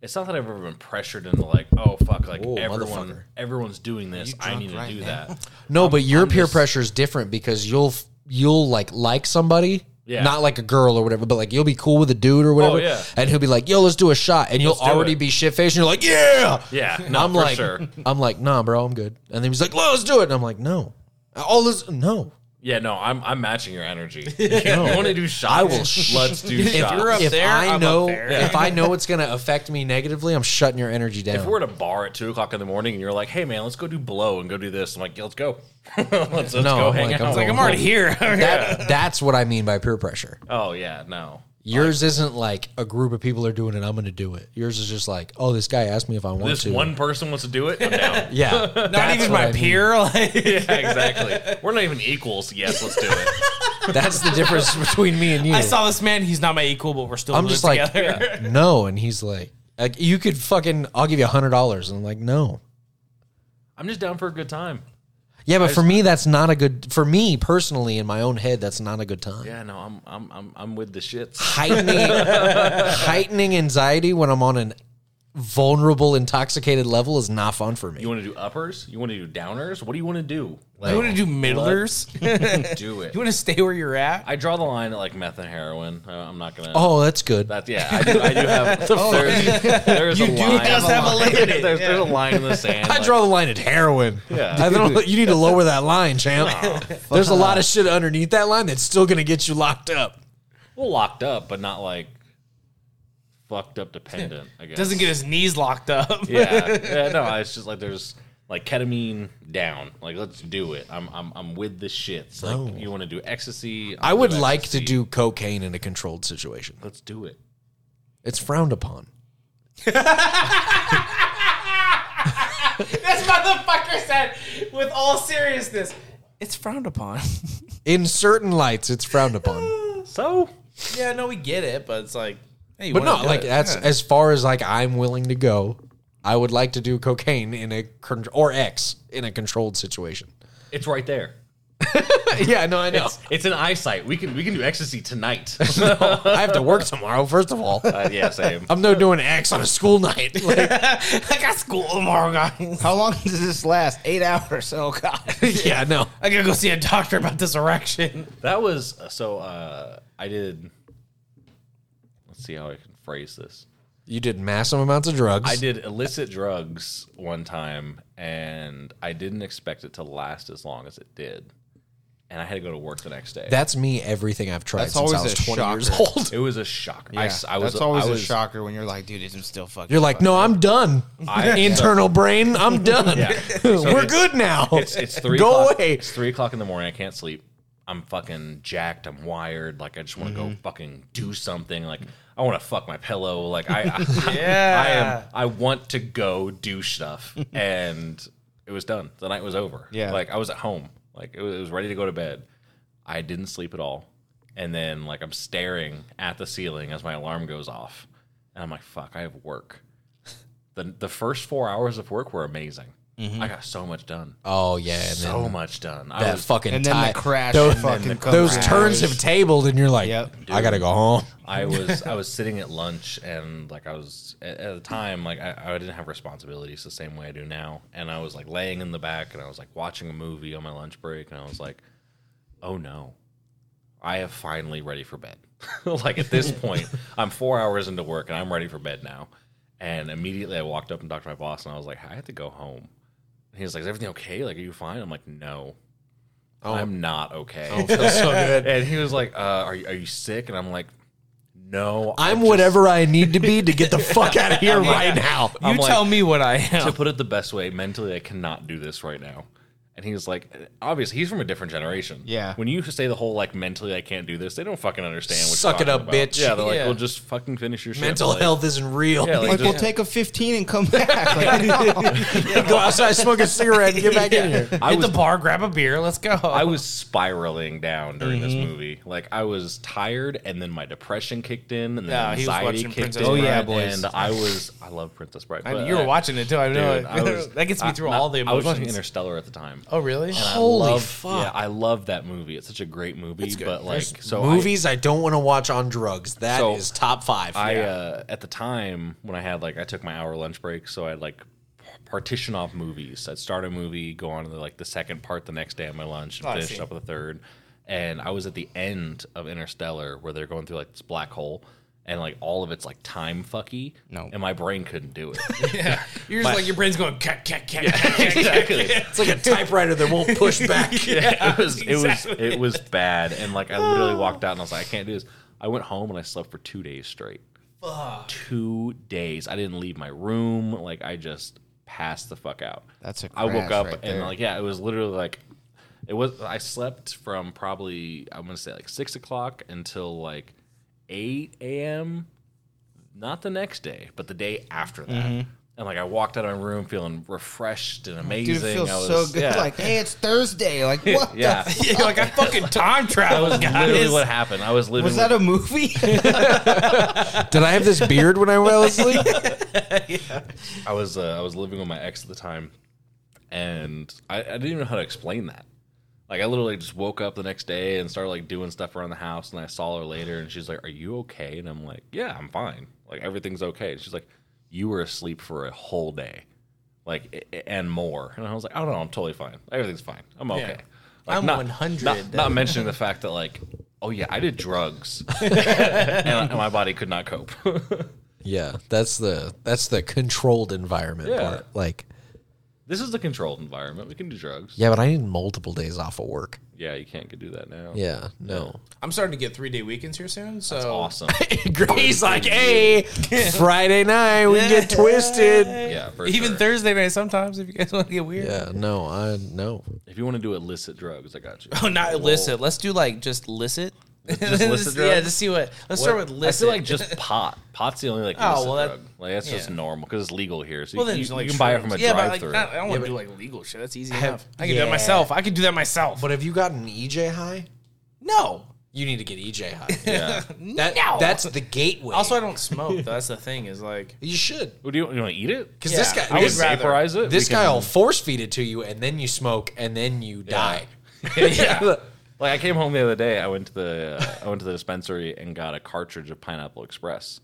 Speaker 1: it's not that I've ever been pressured into like oh fuck like
Speaker 2: Whoa, motherfucker.
Speaker 1: everyone everyone's doing this I
Speaker 5: drunk
Speaker 1: need to
Speaker 5: right
Speaker 1: do
Speaker 5: now?
Speaker 1: that.
Speaker 2: No, but your peer pressure is different because you'll you'll like like somebody,
Speaker 1: Yeah. Oh,
Speaker 2: not like a girl or whatever, but like you'll be cool with a dude or whatever,
Speaker 1: yeah.
Speaker 2: and he'll be like, "Yo, let's do a shot," and you'll
Speaker 1: do
Speaker 2: already
Speaker 1: it.
Speaker 2: be shit faced, and you're like, "Yeah,
Speaker 1: Yeah,
Speaker 2: And
Speaker 1: no,
Speaker 2: I'm
Speaker 1: for
Speaker 2: like,
Speaker 1: sure.
Speaker 2: I'm like, "Nah, bro, I'm good," and then he's like, "Well, "Let's do it," and I'm like, "No, all this, no."
Speaker 1: Yeah, no, I'm I'm matching your energy. You want to do shots?
Speaker 2: I will sh-
Speaker 1: Let's do shots.
Speaker 3: you're up
Speaker 2: if
Speaker 3: there, I'm
Speaker 2: I
Speaker 3: up
Speaker 2: know
Speaker 3: there.
Speaker 2: if I know it's gonna affect me negatively, I'm shutting your energy down.
Speaker 1: If we're at a bar at two o'clock in the morning and you're like, "Hey man, let's go do blow and go do this," I'm like, yeah, "Let's go, let's, let's go
Speaker 2: I'm
Speaker 1: hang
Speaker 2: like, I'm
Speaker 1: out."
Speaker 2: going-
Speaker 3: Like, I'm already here.
Speaker 2: that, that's what I mean by peer pressure.
Speaker 1: oh yeah, no,
Speaker 2: Yours isn't like a group of people are doing it. I'm going to do it. Yours is just like, oh, this guy asked me if I want
Speaker 1: this
Speaker 2: to.
Speaker 1: one person wants to do it. I'm down.
Speaker 2: yeah,
Speaker 3: Not even my peer. Like,
Speaker 1: yeah, exactly. We're not even equals. Yes, let's do it.
Speaker 2: That's the difference between me and you.
Speaker 3: I saw this man. He's not my equal, but we're still.
Speaker 2: I'm
Speaker 3: doing
Speaker 2: just
Speaker 3: it
Speaker 2: like,
Speaker 3: together.
Speaker 2: no, and he's like, like, you could fucking, I'll give you a hundred dollars, and I'm like, no.
Speaker 1: I'm just down for a good time.
Speaker 2: Yeah, but for me, that's not a good. For me personally, in my own head, that's not a good time.
Speaker 1: Yeah, no, I'm I'm I'm I'm with the shits.
Speaker 2: Heightening, heightening anxiety when I'm on an vulnerable, intoxicated level is not fun for me.
Speaker 1: You want to do uppers? You want to do downers? What do you want to do? Like,
Speaker 3: You want to do middlers?
Speaker 1: do it.
Speaker 3: You want to stay where you're at?
Speaker 1: I draw the line at like meth and heroin. Uh, I'm not gonna.
Speaker 2: oh, that's good.
Speaker 1: That's yeah. I do, I do have.
Speaker 3: Oh.
Speaker 1: there's, there's a line.
Speaker 3: does have a limit,
Speaker 1: there's, there's a line in the sand.
Speaker 2: I
Speaker 1: like-
Speaker 2: draw the line at heroin.
Speaker 1: Yeah.
Speaker 2: I don't, you need to lower that line, champ.
Speaker 3: Oh,
Speaker 2: There's a lot of shit underneath that line that's still gonna get you locked up.
Speaker 1: Well, locked up, but not like fucked up dependent. I guess
Speaker 3: Doesn't get his knees locked up.
Speaker 1: Yeah, yeah. No, it's just like there's like ketamine down. Like let's do it. I'm I'm I'm with the shits. Like you want to do ecstasy?
Speaker 2: I
Speaker 1: I'll
Speaker 2: would
Speaker 1: do
Speaker 2: like to
Speaker 1: ecstasy.
Speaker 2: do cocaine in a controlled situation.
Speaker 1: Let's do it.
Speaker 2: It's frowned upon.
Speaker 3: This motherfucker said, with all seriousness, it's frowned upon.
Speaker 2: In certain lights, it's frowned upon.
Speaker 1: So
Speaker 3: yeah, no, we get it, but it's like, hey, you
Speaker 2: But
Speaker 3: wanna
Speaker 2: no,
Speaker 3: do
Speaker 2: like
Speaker 3: it.
Speaker 2: that's as far as like I'm willing to go. I would like to do cocaine in a con- or X in a controlled situation.
Speaker 1: it's right there.
Speaker 2: yeah, no, I know.
Speaker 1: It's, it's an eyesight. We can we can do ecstasy tonight.
Speaker 2: I have to work tomorrow. First of all,
Speaker 1: Uh, yeah, same.
Speaker 2: I'm no doing X on a school night. Like,
Speaker 3: I got school tomorrow, guys.
Speaker 5: How long does this last? Eight hours. Oh god.
Speaker 2: yeah, no.
Speaker 3: I gotta go see a
Speaker 1: uh,
Speaker 3: doctor about this erection.
Speaker 1: That was so. uh I did see how I can phrase this.
Speaker 2: You did massive amounts of drugs.
Speaker 1: I did illicit drugs one time, and I didn't expect it to last as long as it did, and I had to go to work the next day.
Speaker 2: That's me. Everything I've tried
Speaker 5: That's
Speaker 2: since I
Speaker 5: always
Speaker 2: was
Speaker 5: a
Speaker 2: twenty years
Speaker 5: shocker.
Speaker 2: old.
Speaker 1: it was a shock. I, s- I was
Speaker 5: that's always
Speaker 1: I was,
Speaker 5: a shocker when you're like, dude, I'm still fucking.
Speaker 2: You're like, no, I'm done.
Speaker 1: I-
Speaker 2: Internal brain, I'm done.
Speaker 1: Yeah.
Speaker 2: We're
Speaker 1: it's-
Speaker 2: good now.
Speaker 1: It's, it's three.
Speaker 2: Go
Speaker 1: o'clock,
Speaker 2: away.
Speaker 1: It's three o'clock in the morning. I can't sleep. I'm fucking jacked. I'm wired. Like I just want to go fucking do something. Like I want to fuck my pillow. Like I, I yeah. I am. I want to go do stuff. And it was done. The night was over.
Speaker 5: Yeah.
Speaker 1: Like I was at home. Like it was, it was ready to go to bed. I didn't sleep at all. And then like I'm staring at the ceiling as my alarm goes off, and I'm like, fuck, I have work. The, the first four hours of work were amazing. I got so much done
Speaker 2: Oh yeah, and then
Speaker 1: so much done. I
Speaker 2: that
Speaker 1: was,
Speaker 2: fucking
Speaker 5: and then
Speaker 2: tie-
Speaker 5: the crash
Speaker 2: Those,
Speaker 5: fucking
Speaker 2: those turns have tabled, and you're like,
Speaker 5: Yep.
Speaker 2: I gotta go home.
Speaker 1: I was, I was sitting at lunch, and like I was at, at the time, like I, I didn't have responsibilities the same way I do now, and I was like laying in the back, and I was like watching a movie on my lunch break, and I was like, oh no, I am finally ready for bed. like at this point, I'm four hours into work, and I'm ready for bed now. And immediately, I walked up and talked to my boss, and I was like, I have to go home. And he was like, Is everything okay? Like, are you fine? I'm like, No,
Speaker 2: Oh.
Speaker 1: I'm not okay.
Speaker 2: so good.
Speaker 1: And he was like, uh, are, you, are you sick? And I'm like, no. I
Speaker 2: I'm
Speaker 1: just-
Speaker 2: whatever I need to be to get the fuck out of here right now.
Speaker 3: You
Speaker 1: I'm like-
Speaker 3: tell me what I am.
Speaker 1: To put it the best way, mentally, I cannot do this right now. And he was like, obviously, he's from a different generation.
Speaker 5: Yeah.
Speaker 1: When you say the whole, like, mentally, I can't do this, they don't fucking understand what you're
Speaker 2: Suck it
Speaker 1: talking
Speaker 2: up,
Speaker 1: about.
Speaker 2: bitch.
Speaker 1: Yeah, they're like,
Speaker 3: Yeah.
Speaker 1: well, just fucking finish your shit.
Speaker 2: Mental
Speaker 1: Like,
Speaker 2: health isn't real.
Speaker 1: Yeah, like,
Speaker 5: Like, we'll
Speaker 1: just-
Speaker 5: take a 15 and come back. Like,
Speaker 2: go outside, smoke a cigarette, and get back in here.
Speaker 1: I
Speaker 3: Hit
Speaker 1: was
Speaker 3: the bar, grab a beer, let's go.
Speaker 1: I was spiraling down during this
Speaker 3: Mm-hmm.
Speaker 1: movie. Like I was tired, and then my depression kicked in, and then
Speaker 3: Yeah, he was
Speaker 1: anxiety
Speaker 3: watching
Speaker 1: kicked
Speaker 3: Princess
Speaker 1: in.
Speaker 3: Bride.
Speaker 5: Oh, yeah, boys.
Speaker 1: And I was, I love Princess Bride.
Speaker 3: I
Speaker 1: but
Speaker 3: you were
Speaker 1: I-
Speaker 3: watching it too. I know
Speaker 1: Dude, I was-
Speaker 3: that gets me
Speaker 1: I-
Speaker 3: through
Speaker 1: not-
Speaker 3: all the emotions.
Speaker 1: I was watching Interstellar at the time.
Speaker 3: oh really?
Speaker 1: uh,
Speaker 2: Holy
Speaker 1: love- Yeah,
Speaker 2: fuck.
Speaker 1: I love that movie. It's such a great movie. But like, so I-
Speaker 2: Movies I, don't want to watch on drugs. That is
Speaker 1: So,
Speaker 2: top five.
Speaker 1: I, uh, at the time when I had like I took my hour lunch break, so I'd like p- partition off movies. I'd start a movie, go on to the, like the second part the next day of my lunch, and
Speaker 3: I
Speaker 1: finish
Speaker 3: see.
Speaker 1: up with the third. And I was at the end of Interstellar where they're going through like this black hole. And like all of it's like time fucky,
Speaker 5: No.
Speaker 1: and my brain couldn't do it.
Speaker 3: You're just like your brain's going cat cat cat.
Speaker 1: exactly.
Speaker 2: it's like a typewriter that won't push back.
Speaker 1: it was it was it was bad and like i literally walked out and i was like i can't do this i went home and i slept for two days straight two days i didn't leave my room like i just passed the fuck out
Speaker 5: That's a
Speaker 1: i woke
Speaker 5: crash
Speaker 1: up
Speaker 5: right
Speaker 1: and
Speaker 5: there.
Speaker 1: like yeah it was literally like it was i slept from probably i'm gonna say like six o'clock until like 8 a.m not the next day but the day after that and like i walked out of my room feeling refreshed and amazing
Speaker 5: Mm-hmm. dude, it feels
Speaker 1: I was,
Speaker 5: so good.
Speaker 1: yeah.
Speaker 5: Like, hey, it's Thursday. Like, what
Speaker 1: yeah
Speaker 5: the? F-
Speaker 3: You're like I fucking time
Speaker 1: that
Speaker 3: travel.
Speaker 1: was
Speaker 3: guys.
Speaker 1: literally what happened. I was living.
Speaker 5: was that
Speaker 1: with-
Speaker 5: a movie?
Speaker 2: Did I have this beard when I fell asleep?
Speaker 1: I was uh, I was living with my ex at the time, and I, I didn't even know how to explain that. Like I literally just woke up the next day and started like doing stuff around the house, and I saw her later, and she's like, "Are you okay?" And I'm like, "Yeah, I'm fine. Like everything's okay." And she's like, "You were asleep for a whole day, like i- i- and more." And I was like, "Oh no, I'm totally fine. Everything's fine. I'm okay." Like,
Speaker 3: I'm
Speaker 1: not-
Speaker 3: 100
Speaker 1: Not, not mentioning the fact that like, oh yeah, I did drugs, and, and my body could not cope.
Speaker 2: Yeah, that's the that's the controlled environment
Speaker 1: Yeah.
Speaker 2: part. Like,
Speaker 1: This is a controlled environment. We can do drugs.
Speaker 2: yeah, but I need multiple days off of work.
Speaker 1: Yeah, you can't do that now.
Speaker 2: Yeah, no.
Speaker 3: I'm starting to get three day weekends here soon. So
Speaker 1: Awesome.
Speaker 2: Grady's like, hey, Friday night we get twisted.
Speaker 1: yeah, for
Speaker 3: even
Speaker 1: sure.
Speaker 3: Thursday night sometimes if you guys want to get weird.
Speaker 2: Yeah, no, I no.
Speaker 1: if you want to do illicit drugs, I got you.
Speaker 3: Oh, not illicit. Let's do like just licit.
Speaker 1: Just illicit
Speaker 3: yeah,
Speaker 1: drugs?
Speaker 3: just see what. Let's start with
Speaker 1: I
Speaker 3: licit.
Speaker 1: feel like just pot. Pot's the only like
Speaker 3: Oh,
Speaker 1: illicit
Speaker 3: well, that-
Speaker 1: drug. Like that's just
Speaker 3: yeah.
Speaker 1: normal because it's legal here. So
Speaker 3: Well,
Speaker 1: you,
Speaker 3: then
Speaker 1: you-
Speaker 3: just, like,
Speaker 1: you can buy it from a
Speaker 3: shrooms. yeah, but like,
Speaker 1: drive-through.
Speaker 3: I, I don't want to do like legal shit. That's easy enough. I can do that
Speaker 2: yeah.
Speaker 3: myself. I can do that myself.
Speaker 2: But have you gotten EJ high?
Speaker 3: no.
Speaker 2: You need to get EJ high.
Speaker 1: yeah.
Speaker 2: That,
Speaker 3: No.
Speaker 2: That's the gateway.
Speaker 3: Also, I don't smoke. though. That's the thing. Is like
Speaker 2: you should.
Speaker 1: Well, do you, you want to eat it?
Speaker 2: Because
Speaker 3: Yeah,
Speaker 2: this guy,
Speaker 1: We
Speaker 3: I would
Speaker 1: can
Speaker 2: this,
Speaker 3: rather-
Speaker 1: vaporize it.
Speaker 2: this
Speaker 1: We can-
Speaker 2: guy will force feed it to you, and then you smoke, and then you die.
Speaker 1: Yeah. like I came home the other day. I went to the uh, I went to the dispensary and got a cartridge of Pineapple Express.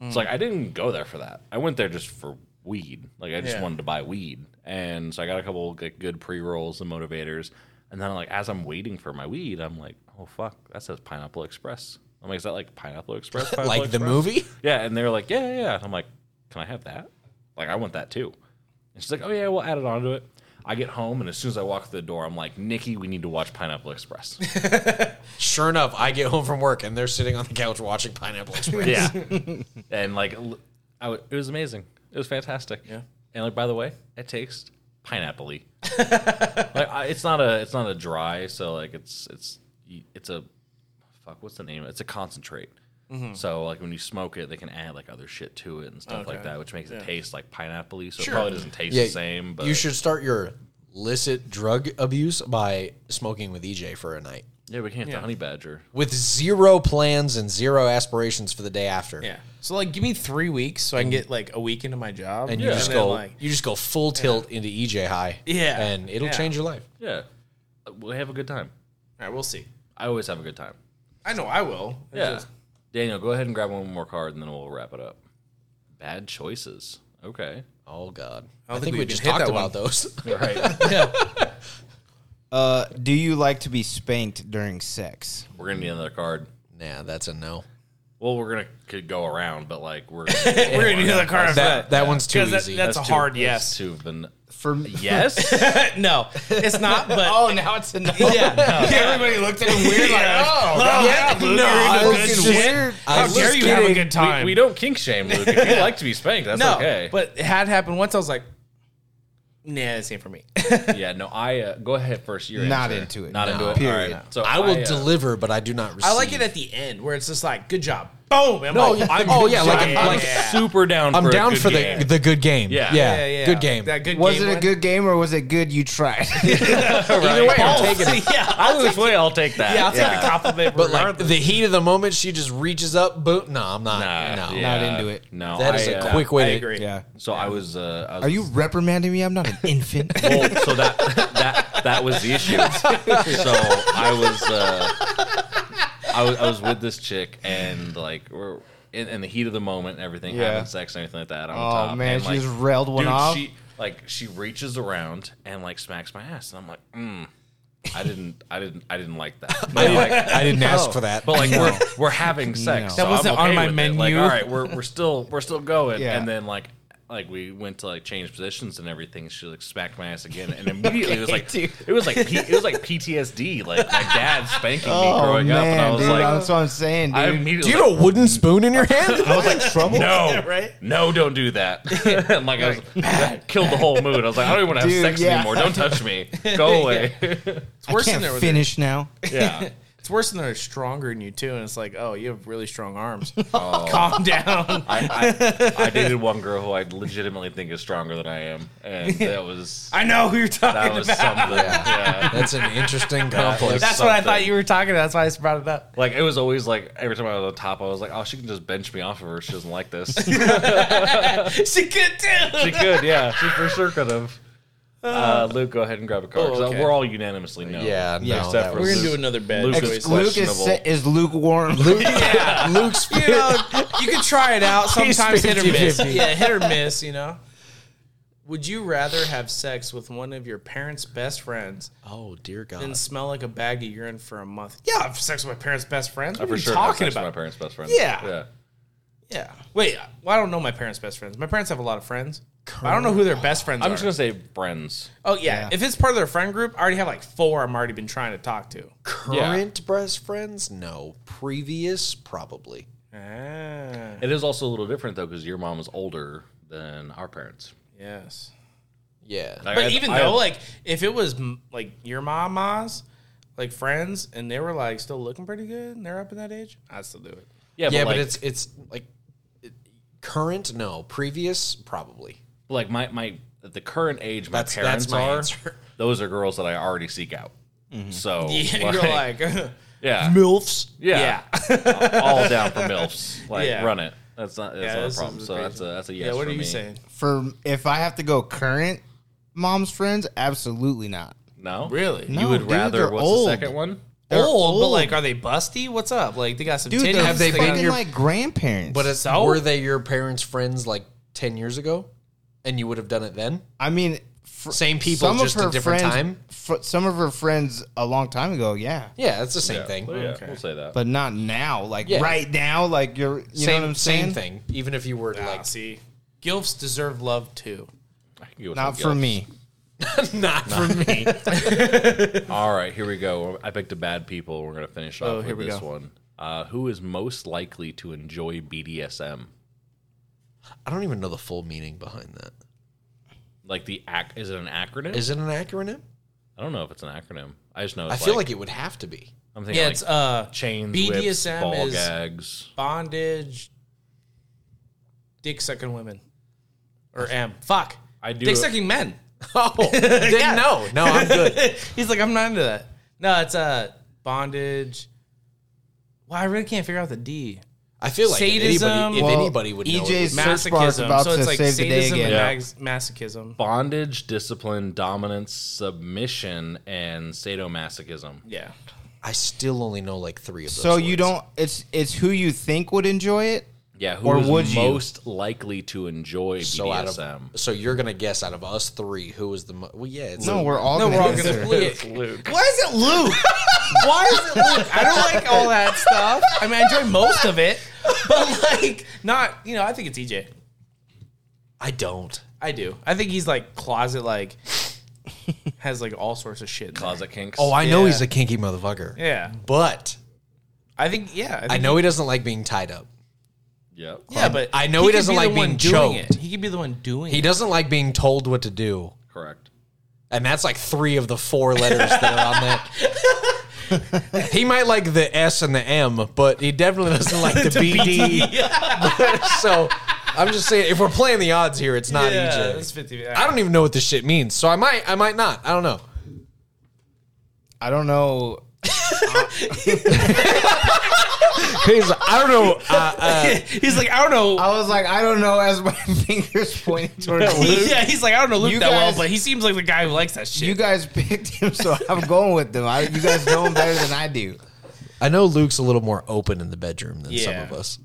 Speaker 1: It's like I didn't go there for that. I went there just for weed. Like I just
Speaker 3: Yeah.
Speaker 1: wanted to buy weed, and so I got a couple like, good pre rolls and motivators. And then like as I'm waiting for my weed, I'm like, oh fuck, that says Pineapple Express. I'm like, is that like Pineapple Express? Pineapple
Speaker 2: Like the
Speaker 1: Express?
Speaker 2: movie?
Speaker 1: Yeah, and they're like, yeah, yeah, yeah. And I'm like, can I have that? Like, I want that too. And she's like, oh yeah, we'll add it onto it. I get home, and as soon as I walk through the door, I'm like, Nikki, we need to watch Pineapple Express.
Speaker 2: Sure enough, I get home from work and they're sitting on the couch watching Pineapple Express.
Speaker 1: yeah, and like, l- I w- it was amazing. It was fantastic. Yeah. And like, by the way, it tastes pineapple-y. like, I, it's not a, it's not a dry. So like, it's it's it's a fuck. What's the name? It's a concentrate. So like when you smoke it, they can add like other shit to it and stuff like that, which makes it taste like pineapple-y. So it probably doesn't taste the same. But
Speaker 2: you should start your illicit drug abuse by smoking with EJ for a night.
Speaker 1: Yeah, we can't have the honey badger.
Speaker 2: With zero plans and zero aspirations for the day after.
Speaker 3: Yeah. So like, give me three weeks so I can get like a week into my job,
Speaker 2: And you just
Speaker 3: then,
Speaker 2: go
Speaker 3: like,
Speaker 2: you just go full tilt into EJ high.
Speaker 3: Yeah.
Speaker 2: And it'll
Speaker 3: Yeah.
Speaker 2: change your life.
Speaker 1: Yeah, Uh, we have a good time.
Speaker 3: all right, we'll see.
Speaker 1: I always have a good time.
Speaker 3: I know I will. It's
Speaker 1: Yeah.
Speaker 3: just-
Speaker 1: Daniel, go ahead and grab one more card and then we'll wrap it up. Bad choices. Okay.
Speaker 2: Oh god. I,
Speaker 3: don't think
Speaker 2: think, we
Speaker 3: we
Speaker 2: just
Speaker 3: even hit
Speaker 2: talked
Speaker 3: that
Speaker 2: about those.
Speaker 1: Right.
Speaker 5: Uh, do you like to be spanked during sex?
Speaker 1: we're going to need another card.
Speaker 2: nah, that's a no.
Speaker 1: Well, we're going to could go around, but like we're
Speaker 3: we're gonna do the card.
Speaker 2: That that one's too
Speaker 3: because that,
Speaker 2: easy.
Speaker 3: that's, a hard yes.
Speaker 1: Two van-
Speaker 5: For
Speaker 1: yes?
Speaker 3: no, it's not. But
Speaker 5: oh, now it's a no.
Speaker 3: yeah, no.
Speaker 5: Everybody looked at him weird. Like,
Speaker 3: oh, yeah, Luke,
Speaker 5: I
Speaker 3: you're into
Speaker 5: was
Speaker 3: good
Speaker 5: just
Speaker 3: shit.
Speaker 5: weird.
Speaker 3: How
Speaker 2: I was
Speaker 3: dare
Speaker 2: just
Speaker 3: you have a
Speaker 2: kidding.
Speaker 3: good time?
Speaker 1: we, we don't kink shame, Luke. If you like to be spanked, that's
Speaker 3: no,
Speaker 1: okay.
Speaker 3: but it had happened once. I was like, nah, this ain't for me.
Speaker 1: yeah, no, I uh, go ahead first. You're
Speaker 5: Not into it.
Speaker 1: Not
Speaker 5: No,
Speaker 1: into it.
Speaker 5: period.
Speaker 1: All right. So
Speaker 2: I will
Speaker 1: uh,
Speaker 2: deliver, but I do not receive.
Speaker 3: I like it at the end where it's just like, good job, boom. And I'm
Speaker 2: No,
Speaker 3: like,
Speaker 2: yeah, oh yeah, like,
Speaker 1: I'm
Speaker 2: like
Speaker 3: Yeah.
Speaker 1: super down.
Speaker 2: I'm
Speaker 1: for
Speaker 2: down
Speaker 1: a good
Speaker 2: for
Speaker 1: game.
Speaker 2: the the good game.
Speaker 1: Yeah.
Speaker 2: yeah,
Speaker 3: yeah, yeah.
Speaker 2: good game.
Speaker 3: That good
Speaker 5: was
Speaker 3: game
Speaker 5: it a
Speaker 3: one.
Speaker 5: good game or was it good? You tried.
Speaker 1: Either way, I'll
Speaker 3: Balls.
Speaker 1: take it.
Speaker 3: yeah,
Speaker 1: Either way, I'll take that.
Speaker 3: yeah, I'll take a compliment.
Speaker 2: But like the heat of the moment, she just reaches up. Boom! No, I'm not.
Speaker 1: Nah,
Speaker 2: no,
Speaker 1: yeah,
Speaker 5: into it.
Speaker 1: No,
Speaker 2: that is
Speaker 1: I,
Speaker 2: a
Speaker 1: uh,
Speaker 2: quick way
Speaker 3: I
Speaker 2: to.
Speaker 3: agree.
Speaker 5: yeah.
Speaker 1: So I was. Uh, I was
Speaker 5: Are you reprimanding me? I'm not an infant.
Speaker 1: Well, so that that that was the issue. So I was uh, I was I was with this chick and like we're in, in the heat of the moment, and everything
Speaker 5: Yeah.
Speaker 1: having sex and everything like that. On
Speaker 5: Oh,
Speaker 1: top.
Speaker 5: man,
Speaker 1: and,
Speaker 5: she
Speaker 1: like,
Speaker 5: just railed one
Speaker 1: dude,
Speaker 5: off?
Speaker 1: She like she reaches around and like smacks my ass, and I'm like, mm, I didn't, I didn't, I didn't like that. I didn't like
Speaker 2: I didn't ask for that.
Speaker 1: but like we're we're having sex.
Speaker 3: That
Speaker 1: so
Speaker 3: wasn't
Speaker 1: I'm okay
Speaker 3: on my
Speaker 1: with it. Like,
Speaker 3: menu.
Speaker 1: all right, we're we're still we're still going.
Speaker 5: Yeah.
Speaker 1: And then like like we went to like change positions and everything. She like smacked my ass again, and immediately it was like
Speaker 5: dude.
Speaker 1: it was like P- it was like PTSD. Like my dad spanking me
Speaker 5: oh
Speaker 1: growing up, and I
Speaker 5: man,
Speaker 1: was
Speaker 5: dude,
Speaker 1: like,
Speaker 5: that's what I'm saying, dude.
Speaker 1: I
Speaker 2: do
Speaker 1: immediately
Speaker 2: you have a wooden spoon in your hand?
Speaker 5: I was like trouble.
Speaker 1: no,
Speaker 3: right?
Speaker 1: no, don't do that. and like I was, that killed the whole mood. I was like, I don't even want to have
Speaker 5: Dude,
Speaker 1: sex
Speaker 5: yeah.
Speaker 1: anymore. Don't touch me. Go away.
Speaker 5: I
Speaker 3: worse than
Speaker 5: can't
Speaker 3: there was-
Speaker 5: finish now.
Speaker 1: yeah.
Speaker 3: It's worse than they're stronger than you too, and it's like, oh, you have really strong arms. Calm down.
Speaker 1: I, I, I dated one girl who I legitimately think is stronger than I am, and that was
Speaker 3: I know who you're
Speaker 1: that
Speaker 3: talking
Speaker 1: was
Speaker 3: about.
Speaker 1: something. Yeah.
Speaker 2: That's an interesting conflict.
Speaker 3: That's what I
Speaker 1: something.
Speaker 3: thought you were talking about. That's why I just brought it up.
Speaker 1: Like it was always like every time I was on top, I was like, "Oh, she can just bench me off of her. She doesn't like this. she
Speaker 3: she could too.
Speaker 1: could, yeah. She for sure could have." Uh, Luke, go ahead and grab a card. 'cause, uh,
Speaker 3: okay.
Speaker 1: We're all unanimously no.
Speaker 2: Yeah, no, that
Speaker 1: for
Speaker 2: was-
Speaker 3: We're gonna
Speaker 1: Luke.
Speaker 3: do another bad
Speaker 1: Luke
Speaker 3: choice.
Speaker 1: is-
Speaker 5: Luke is,
Speaker 1: questionable.
Speaker 5: sa- is lukewarm. Luke,
Speaker 3: yeah,
Speaker 2: Luke's
Speaker 3: you know, you can try it out.
Speaker 2: He's
Speaker 3: Sometimes hit or miss.
Speaker 2: 50-50.
Speaker 3: Yeah, hit or miss. You know. Would you rather have sex with one of your parents' best friends
Speaker 2: Oh dear God!
Speaker 3: than smell like a bag of urine for a month? Yeah, I've sex with my parents' best friends. What
Speaker 1: Uh, For
Speaker 3: are you
Speaker 1: sure, have
Speaker 3: talking
Speaker 1: sex with my
Speaker 3: about?
Speaker 1: parents' best friend.
Speaker 3: Yeah.
Speaker 1: yeah.
Speaker 3: Yeah. Wait. Well, I don't know my parents' best friends. My parents have a lot of friends. but I don't know who their best friends
Speaker 1: I'm
Speaker 3: are.
Speaker 1: just gonna say friends.
Speaker 3: oh yeah. If it's part of their friend group, I already have like four. I'm already been trying to talk to.
Speaker 2: Current best friends? No. Previous? Probably.
Speaker 3: Ah,
Speaker 1: It is also a little different though, because your mom is older than our parents.
Speaker 3: yes.
Speaker 2: Yeah.
Speaker 1: Like,
Speaker 3: But
Speaker 1: I-
Speaker 3: even
Speaker 1: I-
Speaker 3: though, like, if it was m- like your mama's, like friends, and they were like still looking pretty good, and they're up in that age, I would still do it.
Speaker 1: yeah,
Speaker 2: yeah,
Speaker 1: but, like,
Speaker 2: but it's it's like it- current. No, previous. Probably.
Speaker 1: like my my the current age my
Speaker 2: That's-
Speaker 1: parents
Speaker 2: that's my
Speaker 1: are
Speaker 2: answer. Mm-hmm.
Speaker 1: those are girls that I already seek out. So
Speaker 3: Yeah, you're like, uh,
Speaker 1: yeah,
Speaker 2: Milfs.
Speaker 1: yeah,
Speaker 3: yeah,
Speaker 1: all down for milfs. Like
Speaker 3: Yeah.
Speaker 1: run it. That's not that's
Speaker 3: Yeah,
Speaker 1: not a
Speaker 3: this
Speaker 1: problem.
Speaker 3: is
Speaker 1: So
Speaker 3: crazy.
Speaker 1: that's a that's a yes.
Speaker 3: yeah. What
Speaker 1: for
Speaker 3: are you
Speaker 1: me.
Speaker 3: saying?
Speaker 5: for if I have to go current, mom's friends, absolutely not.
Speaker 1: No,
Speaker 3: Really?
Speaker 1: You
Speaker 5: No,
Speaker 1: would
Speaker 5: dude,
Speaker 1: rather
Speaker 5: they're
Speaker 1: what's
Speaker 5: old.
Speaker 1: the second one?
Speaker 5: They're
Speaker 3: old, but
Speaker 5: old.
Speaker 3: like, are they busty? What's up? Like, they got some
Speaker 5: Dude,
Speaker 3: titties.
Speaker 5: they're
Speaker 2: they been
Speaker 5: fucking
Speaker 2: your-
Speaker 5: like grandparents.
Speaker 2: But it's,
Speaker 3: So?
Speaker 2: were they your parents' friends like ten years ago, and you would have done it then?
Speaker 5: I mean, fr-
Speaker 2: Same people,
Speaker 5: some of
Speaker 2: just a
Speaker 5: her
Speaker 2: different
Speaker 5: friends-
Speaker 2: time?
Speaker 5: fr- some of her friends a long time ago, yeah,
Speaker 2: Yeah, it's the same
Speaker 1: Yeah,
Speaker 2: thing.
Speaker 1: well, yeah, we'll say that.
Speaker 5: but not now. Like
Speaker 2: Yeah.
Speaker 5: right now, like you're, you know
Speaker 2: same,
Speaker 5: what I'm saying?
Speaker 2: same thing. Even if you were to like,
Speaker 3: see, gilfs deserve love too.
Speaker 1: I can go with
Speaker 5: Not
Speaker 1: something
Speaker 5: for
Speaker 1: else.
Speaker 5: me.
Speaker 2: not for me.
Speaker 1: All right, here we go. I picked a bad people. We're gonna finish off
Speaker 3: here
Speaker 1: with
Speaker 3: we
Speaker 1: this
Speaker 3: go.
Speaker 1: one. Uh, who is most likely to enjoy BDSM?
Speaker 2: I don't even know the full meaning behind that.
Speaker 1: Like the ac- is it an acronym?
Speaker 2: Is it an acronym?
Speaker 1: I don't know if it's an acronym. I just know. It's
Speaker 2: I feel like it would have to be.
Speaker 1: I'm thinking
Speaker 3: Yeah,
Speaker 1: like
Speaker 3: it's uh
Speaker 1: chains, whips,
Speaker 3: BDSM
Speaker 1: ball
Speaker 3: is-
Speaker 1: gags.
Speaker 3: bondage, dick sucking women, or M. Fuck,
Speaker 1: I do-
Speaker 3: dick sucking men.
Speaker 2: Oh, didn't know. No, I'm good.
Speaker 3: He's like, I'm not into that. No, it's uh bondage. Well, I really can't figure out the D.
Speaker 2: I feel like if
Speaker 3: Sadism.
Speaker 2: anybody, if
Speaker 5: Well, E
Speaker 2: anybody would know, it
Speaker 5: EJ's
Speaker 2: would-
Speaker 5: search bar is
Speaker 3: Masochism.
Speaker 5: about
Speaker 3: so
Speaker 5: to
Speaker 3: it's like
Speaker 5: save the day
Speaker 3: sadism
Speaker 5: again.
Speaker 3: and
Speaker 1: Yeah.
Speaker 3: mas- masochism.
Speaker 1: Bondage, discipline, dominance, submission, and sadomasochism.
Speaker 3: Yeah.
Speaker 2: I still only know like three of those.
Speaker 5: So you
Speaker 2: words.
Speaker 5: don't. It's it's who you think would enjoy it.
Speaker 1: Yeah, who
Speaker 5: Or
Speaker 1: is
Speaker 5: would you?
Speaker 1: most likely to enjoy
Speaker 2: So out
Speaker 1: BDSM?
Speaker 2: of so you're gonna guess out of us three who is the mo- well yeah it's
Speaker 5: No, we're all.
Speaker 3: No,
Speaker 5: gonna
Speaker 3: we're all
Speaker 5: guess
Speaker 3: gonna
Speaker 5: it.
Speaker 3: bleed it.
Speaker 1: Luke.
Speaker 5: Why is it Luke?
Speaker 3: Why is it Luke? I don't like all that stuff. I mean, I enjoy most of it, but like, not, you know, I think it's EJ.
Speaker 2: I don't
Speaker 3: I do. I think he's like closet, like, has like all sorts of shit. in there.
Speaker 1: Closet kinks.
Speaker 2: oh I know
Speaker 3: Yeah.
Speaker 2: he's a kinky motherfucker
Speaker 3: Yeah.
Speaker 2: but
Speaker 3: I think, yeah. think
Speaker 2: I know he doesn't like being tied up
Speaker 1: yeah.
Speaker 3: Yeah, but
Speaker 2: I know he
Speaker 3: could
Speaker 2: doesn't
Speaker 3: be the
Speaker 2: like
Speaker 3: one
Speaker 2: being
Speaker 3: doing
Speaker 2: choked.
Speaker 3: It. He could be the one doing
Speaker 2: he
Speaker 3: it.
Speaker 2: doesn't like being told what to do
Speaker 1: Correct.
Speaker 2: and that's like three of the four letters that are on that he might like the S and the M but he definitely doesn't like the BD so I'm just saying if we're playing the odds here it's not
Speaker 3: Yeah,
Speaker 2: EJ
Speaker 3: that's 50.
Speaker 2: I don't even know what this shit means so I might I might not I don't know.
Speaker 5: I don't know.
Speaker 2: He's like, I don't know. Uh, uh,
Speaker 3: he's like, I don't know.
Speaker 5: I was like, I don't know. As my fingers pointed towards Luke.
Speaker 3: yeah, he's like, I don't know Luke
Speaker 5: You
Speaker 3: that well,
Speaker 5: guys-
Speaker 3: but he seems like the guy who likes that shit.
Speaker 5: You guys picked him, so I'm going with them. I, you guys know him better than I do.
Speaker 2: I know Luke's a little more open in the bedroom than some
Speaker 3: Yeah.
Speaker 2: of us.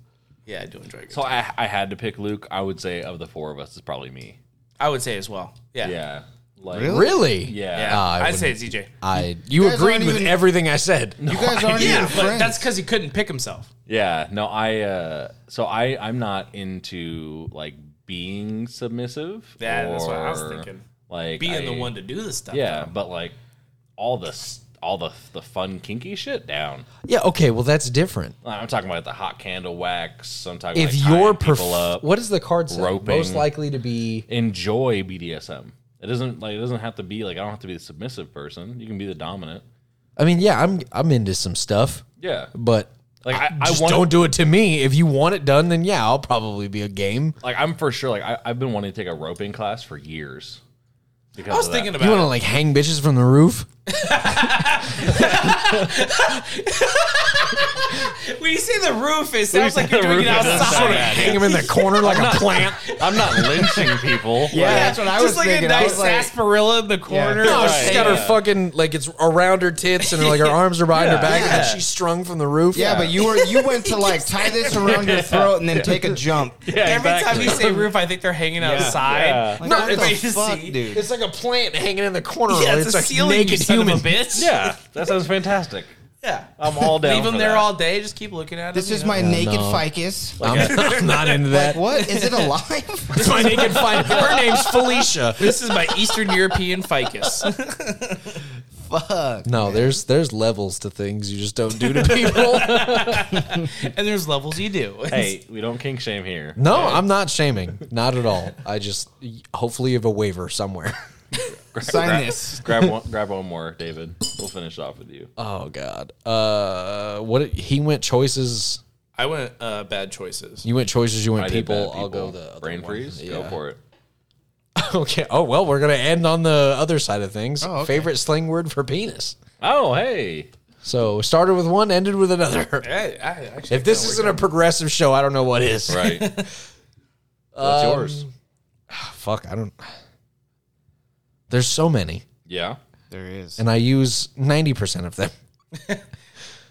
Speaker 3: yeah, I do enjoy it.
Speaker 1: So I, I had to pick Luke. I would say of the four of us, it's probably me.
Speaker 3: I would say as well. Yeah. Yeah.
Speaker 1: Yeah. Like,
Speaker 5: Really?
Speaker 2: Really?
Speaker 1: Yeah.
Speaker 3: yeah.
Speaker 2: I
Speaker 3: I'd
Speaker 2: wouldn't-
Speaker 3: say it's EJ.
Speaker 2: I you
Speaker 5: guys
Speaker 2: agreed
Speaker 5: aren't
Speaker 2: with
Speaker 5: even-
Speaker 2: everything I said.
Speaker 5: You guys aren't even
Speaker 3: Yeah, but
Speaker 5: friends.
Speaker 3: that's because he couldn't pick himself.
Speaker 1: Yeah, no, I uh so I I'm not into like being submissive.
Speaker 3: Yeah, that's what I was
Speaker 1: or,
Speaker 3: thinking.
Speaker 1: Like
Speaker 3: Being
Speaker 1: I-
Speaker 3: the one to do this stuff.
Speaker 1: Yeah, but like all the s- all the the fun kinky shit down.
Speaker 2: Yeah. Okay. Well, that's different.
Speaker 1: I'm talking about the hot candle wax. I'm talking
Speaker 2: If
Speaker 1: like, tying
Speaker 2: you're
Speaker 1: people
Speaker 2: perf-
Speaker 1: up.
Speaker 2: what is the card say?
Speaker 1: roping.
Speaker 2: Most likely to be.
Speaker 1: enjoy BDSM. It doesn't like it doesn't have to be like I don't have to be the submissive person. You can be the dominant.
Speaker 2: I mean, yeah, I'm I'm into some stuff,
Speaker 1: Yeah,
Speaker 2: but
Speaker 1: like I, I,
Speaker 2: just
Speaker 1: want
Speaker 2: don't do it to me. If you want it done, then yeah, I'll probably be a game.
Speaker 1: like I'm for sure like I, I've been wanting to take a roping class for years. Because
Speaker 3: I was
Speaker 1: of that.
Speaker 3: thinking
Speaker 2: You
Speaker 3: about
Speaker 2: want to like hang bitches from the roof?
Speaker 3: it. When you say the roof, it sounds like you're
Speaker 1: the
Speaker 3: doing it
Speaker 1: roof, it doesn't sound
Speaker 3: outside.
Speaker 1: bad.
Speaker 2: Hang them in the corner like a plant.
Speaker 1: I'm not lynching people.
Speaker 5: yeah, that's what I was
Speaker 3: Just like
Speaker 5: thinking.
Speaker 3: a
Speaker 5: I
Speaker 3: nice
Speaker 5: was like,
Speaker 3: sarsaparilla in the corner.
Speaker 2: No,
Speaker 3: Like,
Speaker 2: she's got her
Speaker 1: Yeah.
Speaker 2: fucking like it's around her tits and like her arms are behind her
Speaker 1: Yeah.
Speaker 2: back and
Speaker 5: Yeah.
Speaker 2: she's strung from the roof.
Speaker 5: yeah, but you were you went to like tie this around your throat and then take a jump.
Speaker 1: Yeah,
Speaker 3: Every
Speaker 1: exactly.
Speaker 3: time you say roof, I think they're hanging outside.
Speaker 1: Yeah.
Speaker 5: Like,
Speaker 2: No,
Speaker 5: what
Speaker 2: it's-
Speaker 5: the
Speaker 3: Wait to
Speaker 5: fuck,
Speaker 3: see.
Speaker 5: dude.
Speaker 2: it's like a plant hanging in the corner.
Speaker 3: Yeah,
Speaker 2: it's,
Speaker 3: it's, a
Speaker 2: like
Speaker 3: ceiling, you
Speaker 2: naked
Speaker 3: son
Speaker 2: human.
Speaker 3: of a bitch.
Speaker 1: Yeah, that sounds fantastic.
Speaker 3: Yeah.
Speaker 1: I'm all down.
Speaker 3: Leave them
Speaker 1: for
Speaker 3: there
Speaker 1: that.
Speaker 3: all day. Just keep looking at them.
Speaker 5: This is
Speaker 3: you know?
Speaker 5: my naked
Speaker 2: no.
Speaker 5: ficus.
Speaker 2: I'm, I'm not into that.
Speaker 5: What is it alive?
Speaker 2: It's my naked fight. Her name's Felicia.
Speaker 3: This is my Eastern European ficus.
Speaker 5: fuck.
Speaker 2: No, there's there's levels to things you just don't do to people.
Speaker 3: and there's levels you do.
Speaker 1: Hey, we don't kink shame here.
Speaker 2: No, I'm not shaming. Not at all. I just hopefully you have a waiver somewhere.
Speaker 5: Sign this.
Speaker 1: grab one, grab one more, David. We'll finish off with you.
Speaker 2: Oh god. Uh what he went choices
Speaker 3: I went uh, bad choices.
Speaker 2: you went choices, you went
Speaker 1: I did
Speaker 2: people,
Speaker 1: bad
Speaker 2: I'll go the other
Speaker 1: brain
Speaker 2: one.
Speaker 1: freeze. Go
Speaker 2: Yeah.
Speaker 1: for it.
Speaker 2: Okay. Oh well, we're gonna end on the other side of things.
Speaker 5: Oh, okay.
Speaker 2: Favorite slang word for penis.
Speaker 1: Oh, hey,
Speaker 2: So started with one, ended with another.
Speaker 3: Hey, I actually
Speaker 2: If this isn't a progressive show, I don't know what is.
Speaker 1: right. What's
Speaker 2: Um,
Speaker 1: yours?
Speaker 2: Fuck, I don't. There's so many,
Speaker 1: Yeah.
Speaker 5: There is.
Speaker 2: and I use ninety percent of them.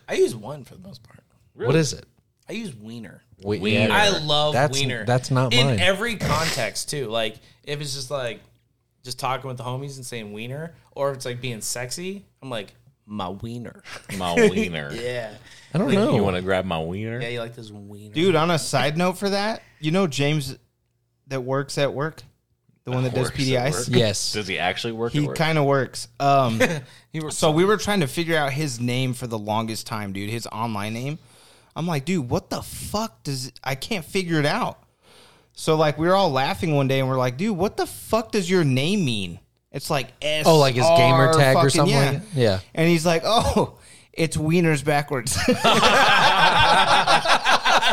Speaker 3: I use one for the most part.
Speaker 2: What is it?
Speaker 3: I use wiener.
Speaker 2: We,
Speaker 1: Wiener.
Speaker 3: I love
Speaker 2: That's-
Speaker 3: wiener.
Speaker 2: that's not
Speaker 3: in
Speaker 2: mine.
Speaker 3: every context too. Like if it's just like just talking with the homies and saying wiener, or if it's like being sexy, I'm like my wiener.
Speaker 1: My wiener.
Speaker 3: Yeah,
Speaker 2: I don't
Speaker 1: You
Speaker 2: know.
Speaker 1: want to grab my wiener?
Speaker 3: yeah, you like this wiener,
Speaker 5: Dude, on a side note for that, you know James that works at work? The one that does
Speaker 1: Works at
Speaker 5: PDIs?
Speaker 1: work?
Speaker 2: Yes.
Speaker 1: Does he actually work at
Speaker 5: He
Speaker 1: work?
Speaker 5: kind of works. Um, so we were trying to figure out his name for the longest time, dude. His online name. I'm like, dude, what the fuck does I can't figure it out. So like we were all laughing one day and we're like, dude, what the fuck does your name mean? It's like S.
Speaker 2: Oh, like his gamer tag
Speaker 5: fucking-
Speaker 2: or something
Speaker 5: Yeah.
Speaker 2: like that? Yeah.
Speaker 5: And he's like, oh, it's wieners backwards.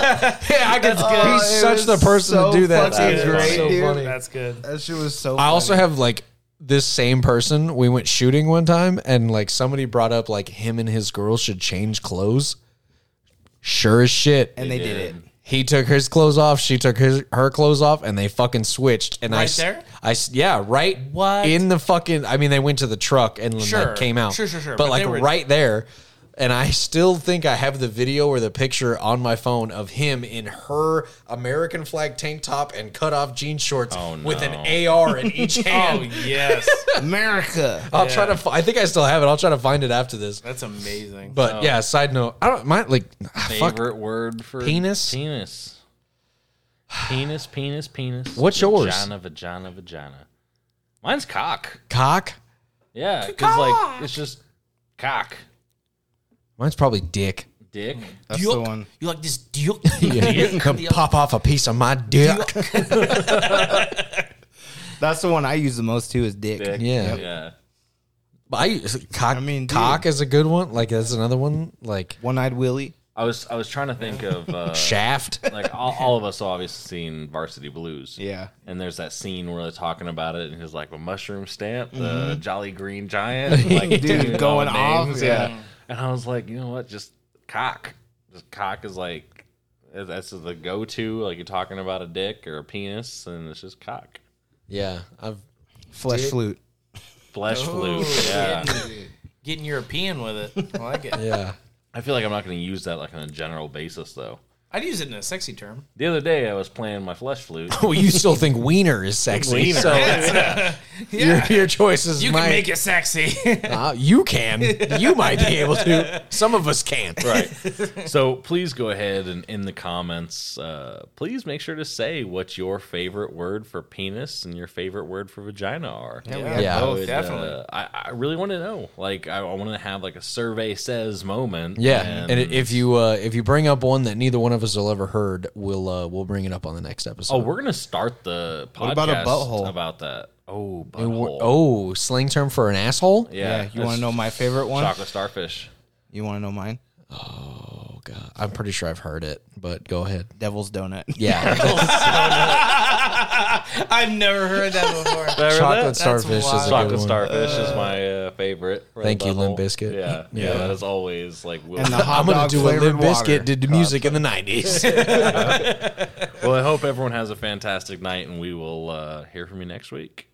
Speaker 2: Yeah, I
Speaker 5: good.
Speaker 2: could. he's
Speaker 5: Oh, It
Speaker 2: such
Speaker 5: was
Speaker 2: the person
Speaker 5: so
Speaker 2: to do that.
Speaker 5: fucking
Speaker 2: That's
Speaker 5: great,
Speaker 2: so
Speaker 5: dude.
Speaker 2: funny.
Speaker 3: That's good.
Speaker 5: that shit was so.
Speaker 2: I also have like this same person. We went shooting one time, and like somebody brought up like him and his girl should change clothes. Sure as shit.
Speaker 5: and they did it.
Speaker 2: He took his clothes off. She took his, her clothes off, and they fucking switched. And I,
Speaker 3: Right
Speaker 2: s-
Speaker 3: there?
Speaker 2: I s- yeah, right.
Speaker 3: What?
Speaker 2: in the fucking? I mean, they went to the truck and like,
Speaker 3: Sure.
Speaker 2: came out.
Speaker 3: Sure, sure, sure.
Speaker 2: But,
Speaker 3: But
Speaker 2: like
Speaker 3: they were-
Speaker 2: right there, and I still think I have the video or the picture on my phone of him in her American flag tank top and cut off jean shorts
Speaker 1: Oh, no.
Speaker 2: with an AR in each
Speaker 3: Oh
Speaker 2: hand.
Speaker 3: yes,
Speaker 5: America.
Speaker 2: I'll try to. fi- I think I still have it. I'll try to find it after this.
Speaker 3: that's amazing.
Speaker 2: But yeah, side note. I don't mind like ah, fuck.
Speaker 1: Favorite word for
Speaker 2: Penis?
Speaker 1: Penis. Penis, penis, penis.
Speaker 2: What's yours?
Speaker 1: Vagina, vagina, vagina. Mine's cock.
Speaker 2: cock.
Speaker 1: Yeah, because like it's just cock,
Speaker 2: Mine's probably dick.
Speaker 1: dick.
Speaker 5: That's the one.
Speaker 3: You like this duke?
Speaker 2: You can pop off a piece of my dick.
Speaker 5: That's the one I use the most too. Is dick.
Speaker 1: Dick.
Speaker 2: Yeah.
Speaker 1: Yeah.
Speaker 2: I cock.
Speaker 5: I mean, dude.
Speaker 2: cock is a good one. Like that's another one. Like
Speaker 5: One-eyed Willie.
Speaker 1: I was I was trying to think of uh,
Speaker 2: shaft.
Speaker 1: like all, all of us have obviously seen Varsity Blues.
Speaker 5: Yeah.
Speaker 1: And there's that scene where they're talking about it, and he's like the mushroom stamp, the Jolly Green Giant, and, like
Speaker 5: Mm-hmm. Dude,
Speaker 1: naming
Speaker 5: going
Speaker 1: all
Speaker 5: off, yeah.
Speaker 1: And I was like, you know what? Just cock. Just cock is like that's the go-to. Like you're talking about a dick or a penis, and it's just cock.
Speaker 2: Yeah, I've
Speaker 5: Flesh flute.
Speaker 1: Flesh
Speaker 5: Oh,
Speaker 1: flute. Yeah.
Speaker 3: Getting European with it, I like it.
Speaker 2: yeah.
Speaker 1: I feel like I'm not going to use that like on a general basis though.
Speaker 3: I'd use it in a sexy term.
Speaker 1: The other day I was playing my flesh flute.
Speaker 2: well, you still think wiener is sexy?
Speaker 1: Wiener.
Speaker 2: So your your choice is
Speaker 3: You
Speaker 2: my-
Speaker 3: can make it sexy.
Speaker 2: Uh, you can. You might be able to. Some of us can't.
Speaker 1: right. So please go ahead and in the comments, uh, please make sure to say what your favorite word for penis and your favorite word for vagina are.
Speaker 2: Yeah. Oh,
Speaker 1: I
Speaker 3: both,
Speaker 1: would,
Speaker 3: definitely.
Speaker 1: uh, I, I really want to know. Like, I, I want to have like a survey says moment.
Speaker 2: Yeah, and, if you uh, if you bring up one that neither one of us will ever heard, we'll uh, we'll bring it up on the next episode.
Speaker 1: oh, we're gonna start the podcast
Speaker 5: about a butthole?
Speaker 1: about that. Oh,
Speaker 2: And we're-
Speaker 1: butthole.
Speaker 2: oh, slang term for an asshole.
Speaker 1: yeah.
Speaker 5: you want
Speaker 1: that's
Speaker 5: to know my favorite one?
Speaker 1: chocolate starfish?
Speaker 5: You want to know mine?
Speaker 2: Oh god, I'm pretty sure I've heard it, but go ahead.
Speaker 5: Devil's donut.
Speaker 2: Yeah,
Speaker 3: I've never heard that before.
Speaker 2: chocolate starfish is a
Speaker 3: wild.
Speaker 2: good
Speaker 1: Chocolate
Speaker 2: one.
Speaker 1: starfish is my uh, favorite. for
Speaker 2: Thank
Speaker 1: the
Speaker 2: you, Limp
Speaker 1: butthole.
Speaker 2: Bizkit.
Speaker 1: Yeah, yeah, that is always like. Will.
Speaker 5: And the hot
Speaker 2: I'm gonna
Speaker 5: dog
Speaker 2: do what
Speaker 5: flavored
Speaker 2: Limp
Speaker 5: water.
Speaker 2: Bizkit did to music in the '90s.
Speaker 1: well, I hope everyone has a fantastic night, and we will uh, hear from you next week.